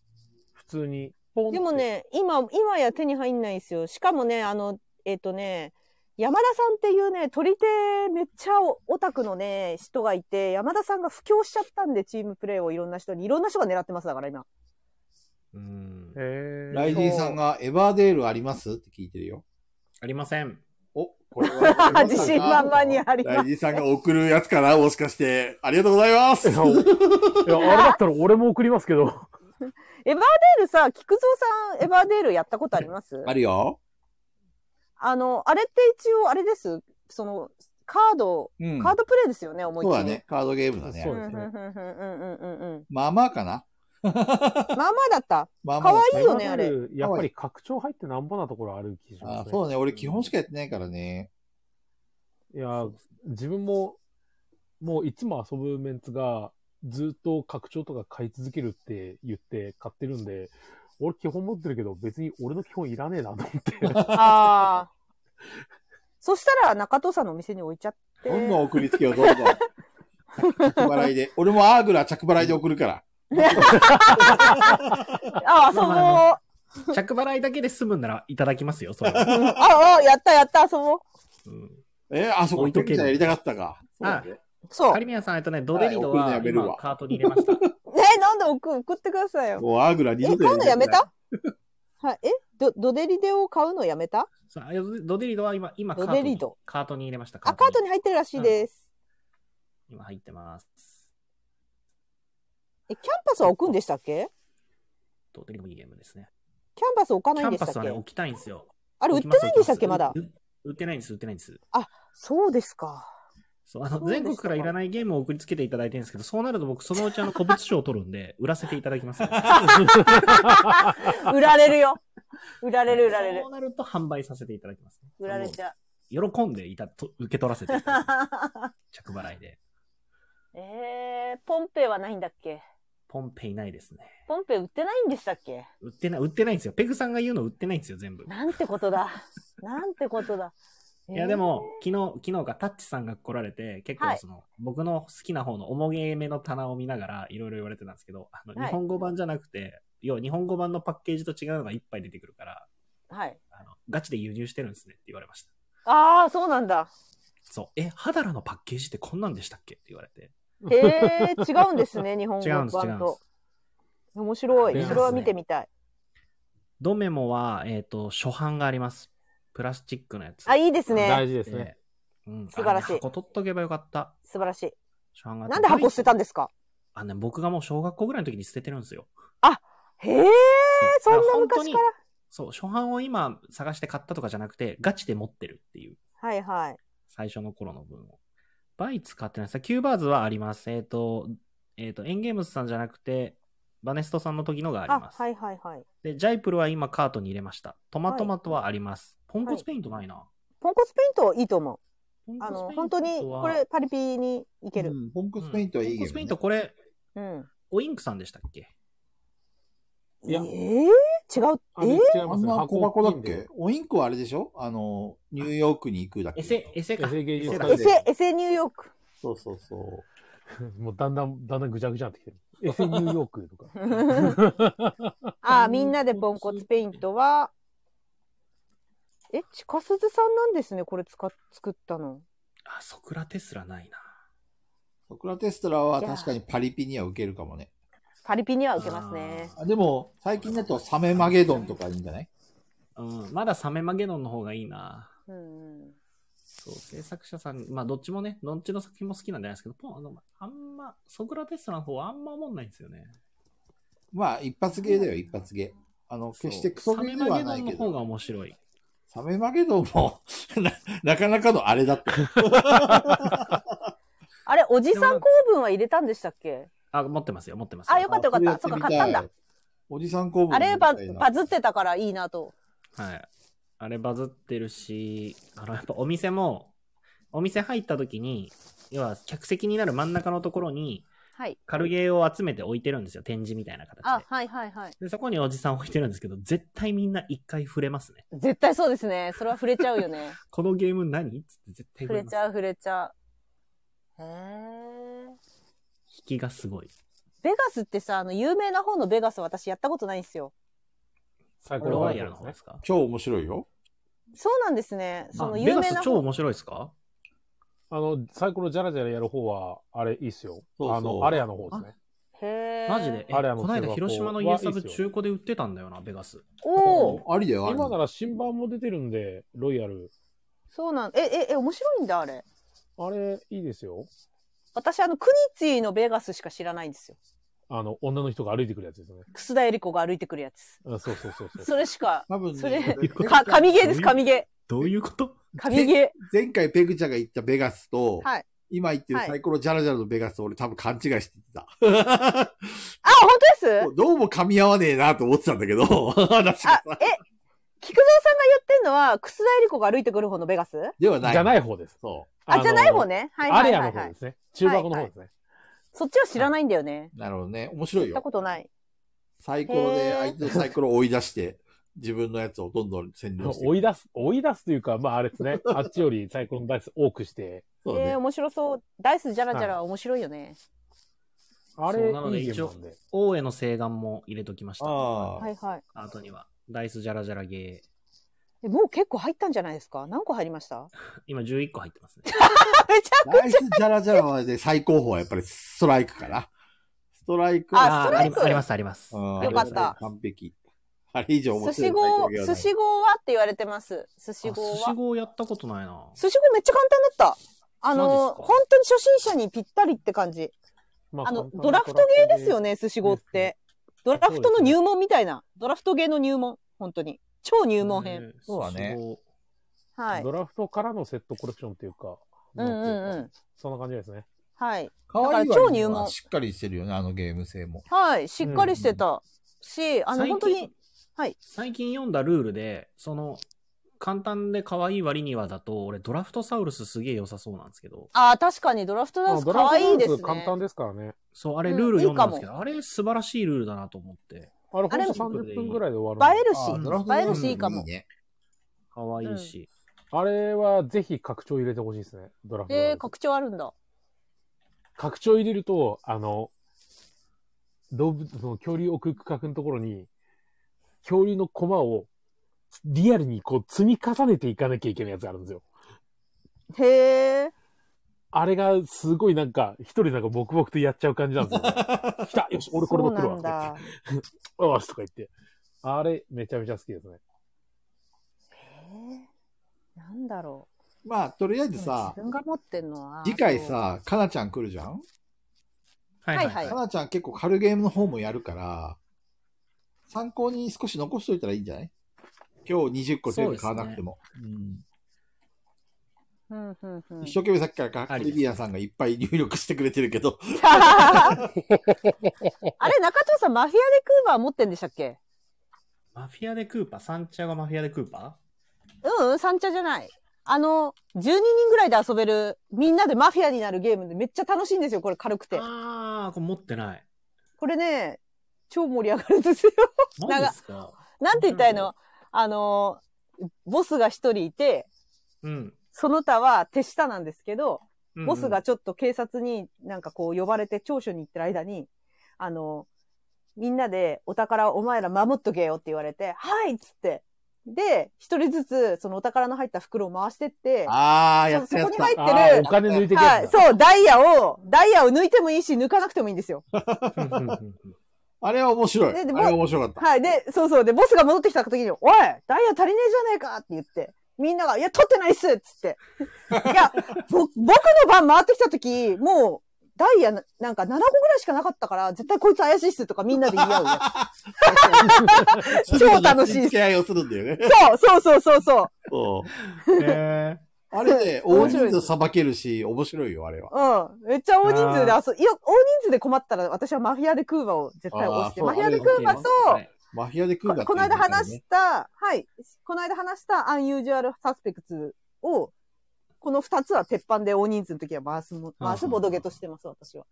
Speaker 4: 普通に。ポンって
Speaker 2: でも、ね、今、今や手に入んないですよ。しかもね、あの、えっ、とね、山田さんっていうね、取り手めっちゃおオタクのね、人がいて、山田さんが布教しちゃったんで、チームプレーをいろんな人に、いろんな人が狙ってますだから今。
Speaker 3: うん。
Speaker 4: え
Speaker 1: ライジンさんがエバーデールありますって聞いてるよ。
Speaker 3: ありません。
Speaker 1: お、これは
Speaker 2: 自信満々にあり
Speaker 1: ラ
Speaker 2: ま
Speaker 1: イ
Speaker 2: す。
Speaker 1: ジンさんが送るやつかなもしかして。ありがとうございます
Speaker 4: いや、おいやあれだったら俺も送りますけど。
Speaker 2: エバーデールさ、菊蔵さん、エバーデールやったことあります
Speaker 1: あるよ。
Speaker 2: あの、あれって一応、あれです。その、カード、
Speaker 1: うん。
Speaker 2: カードプレイですよね、思いっ
Speaker 1: そう
Speaker 2: きり。
Speaker 1: だね。。カードゲームだ
Speaker 4: そ
Speaker 2: うん
Speaker 4: う
Speaker 1: ね。
Speaker 4: で
Speaker 2: うん
Speaker 4: す
Speaker 2: う
Speaker 4: ね
Speaker 2: んうんうんうんうんうん。
Speaker 1: まあまあかな。
Speaker 2: まあまあだった。
Speaker 1: まあまあ。
Speaker 2: かわいいよね
Speaker 4: 今ま
Speaker 2: あれ
Speaker 4: でやっぱり拡張入ってなんぼなところある気がします、ね。
Speaker 1: あそうだね。俺基本しかやってないからね。
Speaker 4: いや、自分も、もういつも遊ぶメンツが、ずっと拡張とか買い続けるって言って買ってるんで、俺基本持ってるけど、別に俺の基本いらねえなと思って。
Speaker 2: ああ。そしたら中藤さんのお店に置いち ゃって。
Speaker 1: どんどん送りつけよう、ど んどん。着払いで。俺もアーグラ着払いで送るから。
Speaker 2: ああ、遊ぼう。
Speaker 3: まあま
Speaker 2: あ
Speaker 3: 着払いだけで済むならいただきますよ、それは。
Speaker 2: あ、やったやった、遊ぼう。
Speaker 3: うん
Speaker 1: えーあそこ、
Speaker 3: 置いと
Speaker 1: ペン
Speaker 3: ける
Speaker 1: ちゃんやりたかったか。
Speaker 3: あ
Speaker 1: そうだね
Speaker 2: そう
Speaker 3: カ。リミアンさん、えっとね、ドデリド
Speaker 1: はい送るの
Speaker 3: は
Speaker 1: やめるわ
Speaker 3: 今カートに入れました。
Speaker 2: え、なんで送送ってくださいよ。
Speaker 1: もうアーグラ
Speaker 2: え、
Speaker 1: 二
Speaker 2: 買
Speaker 1: 度
Speaker 2: う
Speaker 1: とやり
Speaker 2: の
Speaker 1: た
Speaker 2: や
Speaker 1: くな
Speaker 2: め
Speaker 1: い
Speaker 2: た はい。え、ど、ドデリデを買うのやめた
Speaker 3: そうあドデリドは今、今カート
Speaker 2: ドデリ
Speaker 3: に
Speaker 2: ド
Speaker 3: カートに入れました。
Speaker 2: あ、カートに入ってるらしいです。
Speaker 3: 今入ってます。
Speaker 2: え、キャンパスは置くんでしたっけ
Speaker 3: ドデリドもいいゲームですね。
Speaker 2: キャンパス置か
Speaker 3: キ
Speaker 2: ない
Speaker 3: ャ
Speaker 2: ん
Speaker 3: ン
Speaker 2: でし
Speaker 3: パ
Speaker 2: たっ
Speaker 3: スは
Speaker 2: け、
Speaker 3: ね、置きたいんですよ。
Speaker 2: あれ売ってないんでしたっけまだ
Speaker 3: う。売ってないんです、売ってないんです。
Speaker 2: そうですか。
Speaker 3: そうあの
Speaker 2: そうでし
Speaker 3: 全
Speaker 2: たか
Speaker 3: 国からいらないゲームを送りつけていただいてるんですけど、そうなると僕、そのうちあの古物商を取るんで、売らせていただきます、ね。
Speaker 2: 売られるよ。 売られる売られる
Speaker 3: そ。うなると販売させていただきます、ね。
Speaker 2: 売られちゃう。
Speaker 3: もう喜んでいたと受け取らせ ていただきます着払いで。
Speaker 2: えー、ポンペイはないんだっけ
Speaker 3: ポンペイないですね。
Speaker 2: ポンペイ売ってないんでしたっけ
Speaker 3: 売ってない、売ってないんですよ。ペグさんが言うの売ってないんですよ、全部。
Speaker 2: なんてことだ。なんてことだ。
Speaker 3: いやでも、昨日、昨日かタッチさんが来られて、結構その、僕の好きな方の重げめの棚を見ながらいろいろ言われてたんですけど、あの、
Speaker 2: はい
Speaker 3: 日本語版じゃなくて、要は日本語版のパッケージと違うのがいっぱい出てくるから、
Speaker 2: えー。はい。
Speaker 3: あのガチで輸入してるんですねって言われました。
Speaker 2: ああ、そうなんだ。
Speaker 3: そう。え、ハダラのパッケージってこんなんでしたっけって言われて。
Speaker 2: へえ、違うんです ね、日本
Speaker 3: 違うんで
Speaker 2: 語
Speaker 3: す、
Speaker 2: 版
Speaker 3: 違うんで
Speaker 2: と
Speaker 3: す。。
Speaker 2: 面白
Speaker 4: 違い
Speaker 2: い。
Speaker 4: ます
Speaker 2: そ
Speaker 4: ね
Speaker 2: れは見てみたい。
Speaker 3: ドメモは、えっ、と、初版があります。プラスチックのやつ。
Speaker 2: あ、
Speaker 3: い
Speaker 2: いいですね。
Speaker 4: 大事ですね。
Speaker 3: うん、
Speaker 2: 素晴らしい
Speaker 3: あね箱取っとけばよかった。
Speaker 2: 素晴らしい。
Speaker 3: 初版があって
Speaker 2: なんで箱捨てたんですか
Speaker 3: あ、ね、僕がもう小学校ぐらいの時に捨ててるんですよ。
Speaker 2: へえ、そん
Speaker 3: だ
Speaker 2: な
Speaker 3: ら本当
Speaker 2: 昔
Speaker 3: に
Speaker 2: から。
Speaker 3: そう、初版を今探して買ったとかじゃなくて、ガチで持ってるっていう、
Speaker 2: はいはい。
Speaker 3: 最初の頃の分を。バイ使ってないです。キューバーズはあります。えっ、と、えっ、と、エンゲームズさんじゃなくて、バネストさんの時のがあり
Speaker 2: あ
Speaker 3: ま、す。
Speaker 2: はいはいはい。
Speaker 3: で、ジャイプルは今カートに入れました。トマトマトはあります。ポンコツペイントないな。
Speaker 2: ポンコツペイントいいと思う。あ
Speaker 3: ポンコ
Speaker 2: の、
Speaker 3: ツペイン
Speaker 2: 本
Speaker 3: ト
Speaker 2: 当
Speaker 3: は
Speaker 2: に、これ、パリピにいけ
Speaker 1: う
Speaker 2: る。
Speaker 1: んポンコ
Speaker 3: うん
Speaker 1: ツペイントはいい
Speaker 3: ポ
Speaker 1: け
Speaker 3: ンコツ
Speaker 1: ど、
Speaker 3: ペイ
Speaker 1: ね
Speaker 3: ントこれ、
Speaker 2: うん。
Speaker 3: おインクさんでしたっけ
Speaker 2: え
Speaker 4: いや
Speaker 2: え違う。
Speaker 4: あれ
Speaker 2: え
Speaker 4: 違い
Speaker 1: あ
Speaker 4: ま
Speaker 1: ん
Speaker 4: すね。
Speaker 1: な小箱だっ
Speaker 4: 大きいん
Speaker 1: け
Speaker 4: で
Speaker 1: おインクはあれでしょあの、ニューヨークに行くだっけ
Speaker 3: エセ、エセか。
Speaker 4: エセ芸術
Speaker 3: エセ
Speaker 4: 家
Speaker 3: だ
Speaker 4: で
Speaker 2: エセ、エセニューヨー ク。
Speaker 1: そうそうそう。
Speaker 4: もうだんだん、だんだんぐちゃぐちゃになってきてる。エセニューヨークとか。
Speaker 2: あー、みんなでポンコツペイントは、え、ちかすずさんなんですね、これ使っ、作ったの。
Speaker 3: あ、ソクラテスラないな。
Speaker 1: ソクラテストラはい
Speaker 2: や
Speaker 1: 確かにパリピには受けるかもね。
Speaker 2: パリピには受けますね。
Speaker 1: あでも、最近だとサメマゲドンとかいいんじゃない
Speaker 3: うん、まだサメマゲドンの方がいいな。
Speaker 2: うんうん。
Speaker 3: そう、制作者さん、まあ、どっちもね、どっちの作品も好きなんじゃないですけど、ポンあの、あんま、ソクラテスラの方はあんま思んないんですよね。
Speaker 1: まあ、一発芸だよ、一発芸。あの、決してクソ
Speaker 3: サ
Speaker 1: ゲ
Speaker 3: メ
Speaker 1: ーで
Speaker 3: マ
Speaker 1: は
Speaker 3: ゲド
Speaker 1: な
Speaker 3: ン
Speaker 1: い
Speaker 3: の
Speaker 1: け
Speaker 3: 方
Speaker 1: ど。
Speaker 3: が面白い。
Speaker 1: サメマゲドンも な、なかなかのあれだった。
Speaker 2: あれ、おじさん公文は入れたんでしたっけ
Speaker 3: あ、持ってますよ、持ってます
Speaker 2: あ、よかったよかった。そっか、買ったんだ。。
Speaker 1: おじさん公文
Speaker 2: あれバ、バ
Speaker 1: ズ
Speaker 2: ズってたからいいなと。
Speaker 3: はい。あれバズってるし、あの、やっぱお店も、お店入った時に、要は客席になる真ん中のところに、
Speaker 2: はい。
Speaker 3: 軽ゲーを集めて置いてるんですよ、展示みたいな形
Speaker 2: あ
Speaker 3: で、。
Speaker 2: はいはいはい。
Speaker 3: で、そこにおじさん置いてるんですけど、絶対みんな一回触れますね。
Speaker 2: 絶対そうですね。それは触れちゃうよ ね。
Speaker 3: このゲーム何つって絶
Speaker 2: 触
Speaker 3: 対触れ
Speaker 2: れ
Speaker 3: ま
Speaker 2: ち
Speaker 3: す。
Speaker 2: ゃう触れちゃう。へえ。
Speaker 3: 引きがすごい。
Speaker 2: ベガスってさ、あの、有名な方のベガス私やったことないんですよ。
Speaker 4: サイコ
Speaker 3: ロ
Speaker 4: ロ
Speaker 3: ワ
Speaker 4: ワ
Speaker 3: イ
Speaker 4: イ
Speaker 3: ヤ
Speaker 4: ヤ
Speaker 3: ー
Speaker 4: ー
Speaker 3: の方で
Speaker 4: の方ですす
Speaker 3: か
Speaker 1: 超面白いよ。
Speaker 2: そうなんですね。その
Speaker 3: あ
Speaker 2: 有
Speaker 3: ベガ
Speaker 2: 名
Speaker 3: ス
Speaker 2: な
Speaker 3: 超
Speaker 2: 方。
Speaker 3: 面白いですか
Speaker 4: あの、サイコロジャラジャラやる方は、あれいいっすよ。
Speaker 1: そうそう
Speaker 4: あの、アレアの方ですね。
Speaker 2: へえ。
Speaker 3: マジで。えこ
Speaker 4: あれはもう
Speaker 3: の間広島の家サブ
Speaker 4: 中学校はいいっす
Speaker 3: 中古で売ってたんだよな、ベガス。
Speaker 2: おお。
Speaker 1: ありだよ、あり
Speaker 4: 今なら新版も出てるんで、ロイヤル。
Speaker 2: そうなん。え、え、え、面白いんだ、あれ。
Speaker 4: あれ、いいですよ。
Speaker 2: 私、あの、クニツィのベガスしか知らないんですよ。
Speaker 4: あの、女の人が歩いてくるやつですね。
Speaker 2: 楠田絵理子が歩いてくるやつ。
Speaker 4: あそうそうそうそう。
Speaker 2: それしか。
Speaker 1: 多分ね、
Speaker 2: それ
Speaker 1: ペグちゃん
Speaker 2: か、神ゲーです、神ゲ
Speaker 3: どういうこと
Speaker 2: ー。神ゲ
Speaker 1: 前回ペグちゃんが行ったベガスと、
Speaker 2: ー。はい。
Speaker 1: 今言ってる
Speaker 2: はい
Speaker 1: サイコロジャラジャラのベガスと俺多分勘違いしてた。
Speaker 2: あ、本当です
Speaker 1: どうも噛み合わねえなと思ってたんだけど、 話が
Speaker 2: あ、え、菊蔵さんが言ってんのは、楠田絵理子が歩いてくる方のベガス
Speaker 1: ではない。。
Speaker 4: じゃないい方です。
Speaker 1: そ
Speaker 2: あ、
Speaker 4: の
Speaker 2: じゃない方。ね。はい
Speaker 4: ア
Speaker 2: はい
Speaker 4: レア
Speaker 2: は
Speaker 4: の
Speaker 2: い、は
Speaker 4: 方で
Speaker 2: い。
Speaker 4: すね。中箱の方ですね。
Speaker 2: そっちは知らないんだよね。
Speaker 1: う。なるほどね。面白い
Speaker 2: 行った
Speaker 1: よ。
Speaker 2: ことない。
Speaker 1: サイコロ
Speaker 2: へ
Speaker 1: で
Speaker 2: ー
Speaker 1: 相手のサイコロを追い出して、自分のやつをどんどん占領していく。
Speaker 4: 追い出す、追い出すというか、まああれですね。あっちよりサイコロのダイス多くして。
Speaker 1: そう
Speaker 2: えー、
Speaker 1: ね。
Speaker 2: 面白そう。ダイスじゃらじゃら面白いよね。
Speaker 4: あ
Speaker 3: そ
Speaker 4: れ、
Speaker 3: うなので
Speaker 4: いいゲームなんで。
Speaker 3: 大江の誓願も入れときました。
Speaker 1: あ
Speaker 2: は
Speaker 1: あ。
Speaker 2: いはい。
Speaker 3: アートには。ダイスジャラジャラゲ
Speaker 2: えもう結構入ったんじゃないですか何個入りました
Speaker 3: ー。今11個入ってますね。
Speaker 2: めちゃ
Speaker 1: ナイスジャラジャラまで最高峰はやっぱりストライクかな。ストライク
Speaker 2: あストライ
Speaker 3: あ
Speaker 2: ク
Speaker 3: あります、あります。
Speaker 1: うん
Speaker 3: あり
Speaker 2: よか
Speaker 3: ま
Speaker 2: っ
Speaker 3: す
Speaker 2: た
Speaker 1: 完璧。あれ以上面
Speaker 2: 寿
Speaker 1: 白いサ
Speaker 2: 司
Speaker 1: イ
Speaker 2: 号
Speaker 1: コロ、ゲーはない
Speaker 2: 寿司号はって言われてます。寿司
Speaker 3: あ
Speaker 2: 号
Speaker 3: 寿司
Speaker 2: は。
Speaker 3: 号やったことないな。
Speaker 2: 寿司号めっちゃ簡単だった。あ
Speaker 3: そう
Speaker 2: の、
Speaker 3: ですか
Speaker 2: 本当に初心者にぴったりって感じ。
Speaker 4: ま
Speaker 2: あの、
Speaker 4: 簡単な
Speaker 2: ドラフトゲーですよ
Speaker 4: ね。
Speaker 2: ね、寿司号っ
Speaker 4: うん
Speaker 2: て。ドラフトの入門みたいな。ドラフトゲーの入門。本当に。超入門編。
Speaker 3: えー
Speaker 1: そうだね
Speaker 3: 寿司号
Speaker 2: はい
Speaker 4: ド。ラフトからのセットコレクションっていうか、
Speaker 2: うんうん
Speaker 4: なんていうか
Speaker 2: ん。
Speaker 4: そんな感じですね。
Speaker 2: はい。
Speaker 1: 可愛い
Speaker 2: だから超
Speaker 1: 割に
Speaker 2: 入
Speaker 1: は
Speaker 2: 門
Speaker 1: しっかりしてるよね、あのゲーム性も。
Speaker 2: はい。しっかりしてた。し、あの、
Speaker 3: 最近
Speaker 2: 本当に。はい。
Speaker 3: 最近読んだルールで、その、簡単で可愛い割にはだと、俺ドラフトサウルスすげえ良さそうなんですけど、
Speaker 2: ああ、確かにドラフトダン
Speaker 4: あ
Speaker 2: ス
Speaker 4: ドラ
Speaker 2: 可
Speaker 4: フト
Speaker 2: 愛い
Speaker 4: ゲ
Speaker 2: で
Speaker 4: ー
Speaker 2: す
Speaker 4: ム
Speaker 2: ね。
Speaker 4: 簡単ですからね。
Speaker 3: そう、あれ
Speaker 2: うん
Speaker 3: ルール読んだんですけど、あれ素晴らしいルールだなと思って、
Speaker 4: あれ、ほん
Speaker 2: あれ
Speaker 4: と30分ぐらいで終わるん
Speaker 2: 映
Speaker 4: で。
Speaker 2: える
Speaker 1: あ
Speaker 2: し
Speaker 1: ードラフ、ト
Speaker 2: 映えるしいいかも
Speaker 1: い。ね。
Speaker 3: 可愛いし、
Speaker 4: あれはぜひ拡張入れてほしいですね。ドラフト。
Speaker 2: えー、拡張あるんだ。
Speaker 4: 拡張入れると、あの、動物、その恐竜を置く区画のところに、恐竜のコマをリアルにこう積み重ねていかなきゃいけないやつがあるんですよ。
Speaker 2: へえ。
Speaker 4: あれがすごいなんか、一人なんか黙々とやっちゃう感 じなんですよね。来たよし、俺これ持ってるわ。
Speaker 2: そう
Speaker 4: と
Speaker 2: な
Speaker 4: か
Speaker 2: んだ。
Speaker 4: 言ってよし、とか言って。あれ、めちゃめちゃ好きですね。
Speaker 2: へえ。なんだろ
Speaker 1: まあ、とりあえ
Speaker 2: う。
Speaker 1: ずさ
Speaker 2: 自、分が持ってんのは。
Speaker 1: 次回さ、かなちゃん来るじゃん
Speaker 3: はい
Speaker 2: はいはい
Speaker 1: かなちゃん結構軽ゲームの方もやるから、参考に少し残しといたらいいんじゃない今日20個全部買わなくても。うん
Speaker 2: そう。うんうんうん。
Speaker 1: 一生懸命さっきからカリビアンさんがいっぱい入力してくれてるけど、
Speaker 2: あれ、中藤さん、マフィア・デ・クーバー持ってんでしたっけ
Speaker 3: マフィアでクーパー、サンチャゴマフィアでクーパ
Speaker 2: うんうん、三茶じゃない。あの、12人ぐらいで遊べる、みんなでマフィアになるゲームでめっちゃ楽しいんですよ、これ軽く
Speaker 3: ー
Speaker 2: て。
Speaker 3: ああ、これ持ってない。
Speaker 2: これね、超盛り上がるんですよ。
Speaker 3: マジですか
Speaker 2: なんて言ったらいいのあの、ボスが一人いて、
Speaker 3: うん。
Speaker 2: その他は手下なんですけど、
Speaker 3: うん
Speaker 2: ボスが、ちょっと警察になんかこう呼ばれて聴取に行ってる間に、あの、みんなでお宝をお前ら守っとけよって言われて、はいっつって。で、一人ずつそのお宝の入った袋を回してって、
Speaker 1: あー、やっ
Speaker 2: そ
Speaker 1: たや
Speaker 2: こ
Speaker 1: っ
Speaker 2: に
Speaker 1: た
Speaker 2: 入。
Speaker 4: あ
Speaker 2: って
Speaker 4: ー
Speaker 2: る
Speaker 4: お金抜いていく
Speaker 2: は
Speaker 4: や
Speaker 2: い、
Speaker 4: つだ。
Speaker 2: そう、ダイヤを、ダイヤを抜いてもいいし、抜かなくてもいいんですよ。
Speaker 3: うんうんうんうん
Speaker 1: あれは面白い。あ
Speaker 2: で
Speaker 1: れ
Speaker 2: でも
Speaker 1: は面白かった。
Speaker 2: はい。で、そうそう。で、ボスが戻ってきた時に、おいダイヤ足りねえじゃねえかって言って、みんなが、いや、取ってないっすっつって。いや、 ぼ、僕の番回ってきた時、もう、ダイヤな、なんか7個ぐらいしかなかったから、絶対こいつ怪しいっすとかみんなで言い合うよ。 超楽しいです
Speaker 1: 試合をするんだよね。
Speaker 2: そうそうそうそうそう。
Speaker 1: そう
Speaker 3: へ
Speaker 1: あれね、大
Speaker 2: 面白い
Speaker 1: 人数さばけるし、面白いよ、あれは。
Speaker 2: うん。めっちゃ大人数で遊、いや、大人数で困ったら、私はマフィアでクーバを絶対押して、
Speaker 1: あーそう
Speaker 2: マフィアでクーバと、
Speaker 3: ー
Speaker 1: マフィアで食うんだ
Speaker 2: ここの間話した、はい。この間話したアンユージュアルサスペクツを、この二つは鉄板で大人数の時は回すも、回すボドゲとしてます、私は。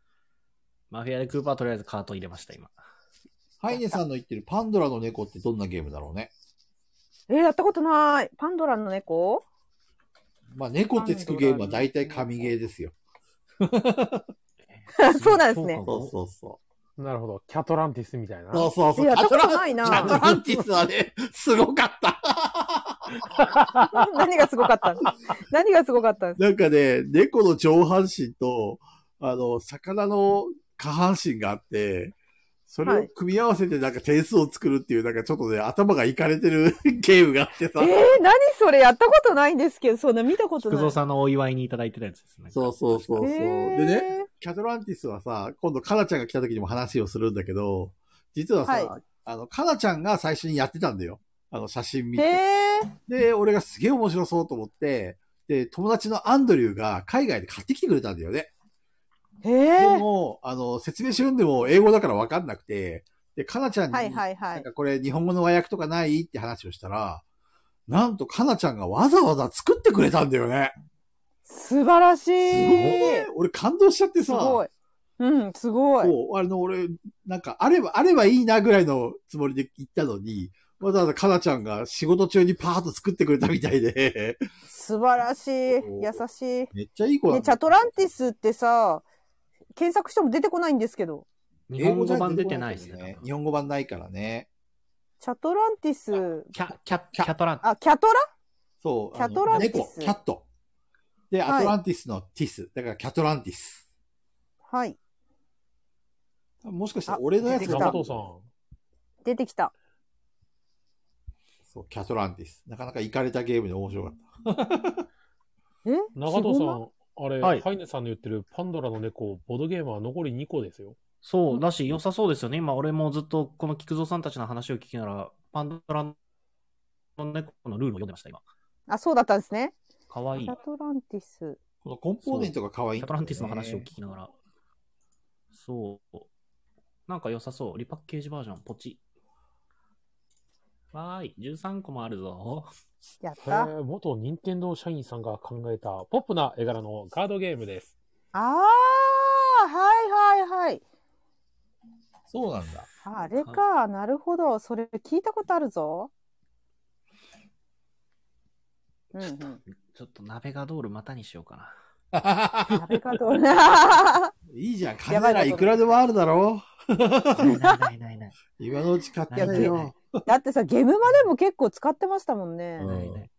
Speaker 3: マフィアでクーパーとりあえずカート入れました、今。
Speaker 1: ハイネさんの言ってるパンドラの猫ってどんなゲームだろうね。
Speaker 2: えー、やったことない。パンドラの猫
Speaker 1: まあ、猫ってつくゲームは大体神ゲーですよ。
Speaker 2: そうなんですね
Speaker 3: そう
Speaker 1: そ
Speaker 3: か
Speaker 1: うそうそ
Speaker 4: なるほど。キャトランティスみたいな
Speaker 1: う。。そうそうそう。
Speaker 2: いややったこと
Speaker 1: キャトラン
Speaker 2: ないな
Speaker 1: キ ャトランティスはね、すごかった。
Speaker 2: 何がすごかったの何がすごかったんです
Speaker 1: なんかね、猫の上半身と、あの、魚の下半身があって、それ
Speaker 2: は
Speaker 1: を
Speaker 2: い
Speaker 1: 組み合わせてなんか点数を作るっていう、なんかちょっとね、頭がいかれてる ゲームがあってさ
Speaker 2: え。ー、何それやったことないんですけど、そんな見たことな
Speaker 3: 福
Speaker 2: い。
Speaker 3: 蔵さんのお祝いにいただいてたやつですね。
Speaker 1: そうそうそうそう。
Speaker 2: えー
Speaker 1: でね、キャトランティスはさ、今度カナちゃんが来た時にも話をするんだけど、実はさ、
Speaker 2: は
Speaker 1: あの、カナちゃんが最初にやってたんだよ。あの、写真見て。
Speaker 2: えー、
Speaker 1: で、俺がすげえ面白そうと思って、で、友達のアンドリューが海外で買ってきてくれたんだよね。
Speaker 2: え
Speaker 1: で
Speaker 2: ー、
Speaker 1: も、あの、説明しるんでも英語だからわかんなくて、で、かなちゃんに、
Speaker 2: はいはいは
Speaker 1: なん
Speaker 2: い。
Speaker 1: かこれ日本語の和訳とかないって話をしたら、なんとかなちゃんがわざわざ作ってくれたんだよね。
Speaker 2: 素晴らし
Speaker 1: すごいね
Speaker 2: い。
Speaker 1: 俺感動しちゃって
Speaker 2: す
Speaker 1: さ、
Speaker 2: ごい。うん、すごい。
Speaker 1: もう、あの、俺、なんか、あれば、あればいいなぐらいのつもりで行ったのに、わざわざかなちゃんが仕事中にパーッと作ってくれたみたい で、
Speaker 2: 素晴らしい。優しい。
Speaker 1: めっちゃいい子だ
Speaker 2: ね、チャトランティスってさ、検索しても出てこないんですけど、
Speaker 3: 日本語版出てないです
Speaker 1: 英語じゃ
Speaker 3: ね。
Speaker 1: 日本語版ないからね。
Speaker 2: チャトランティス、
Speaker 3: キャ、キャ、キャトラン。
Speaker 2: あ、キャトラ
Speaker 1: そう。
Speaker 2: キャトランティス
Speaker 1: あの猫、キャット。で、
Speaker 2: はい
Speaker 1: アトランティスのティス。だからキャトランティス。
Speaker 2: はい、
Speaker 1: もしかしたら俺のやつ
Speaker 2: 出てき
Speaker 1: が
Speaker 2: た
Speaker 4: 中藤さん。
Speaker 2: 出てきた。
Speaker 1: そう、キャトランティス。なかなかイかれたゲームで面白かっ
Speaker 2: え
Speaker 4: 中藤さ
Speaker 2: すごい
Speaker 4: ん、あれ、
Speaker 3: はい
Speaker 4: ハイネさんの言ってるパンドラの猫、ボードゲームは残り2個ですよ。
Speaker 3: そう、だし、良さそうですよね。今、俺もずっとこの菊蔵さんたちの話を聞きながら、パンドラの猫のルールを読んでました、今。
Speaker 2: あ、そうだったんですね。
Speaker 3: かわい
Speaker 2: チ
Speaker 3: い
Speaker 2: ャ。トランティ
Speaker 1: た。
Speaker 2: ス。
Speaker 1: このコンポーネントが可愛いん
Speaker 3: キ
Speaker 1: だ
Speaker 3: ャト
Speaker 1: よ
Speaker 3: ラ
Speaker 1: ね、
Speaker 3: ンティスの話を聞きながら。そう。なんか良さそう。リパッケージバージョン、ポチ。わーい、13個もあるぞ。
Speaker 2: やっ
Speaker 4: へ
Speaker 2: た。
Speaker 4: ー元任天堂社員さんが考えたポップな絵柄のカードゲームです。
Speaker 2: あー、はいはいはい。
Speaker 1: そうなんだ。
Speaker 2: あれか、なるほど。それ聞いたことあるぞ。うんうん。
Speaker 3: ちょっと鍋がドールまたにしようかな。
Speaker 2: 食べ方 をな い
Speaker 1: いじゃん。金ならいくらでもあるだろ
Speaker 3: ないないない ないない。
Speaker 1: う。今のうち買って
Speaker 3: な
Speaker 1: ないい
Speaker 3: ない
Speaker 1: よ。
Speaker 2: だってさ、ゲムマでも結構使ってましたもんね。
Speaker 5: うん
Speaker 3: ないない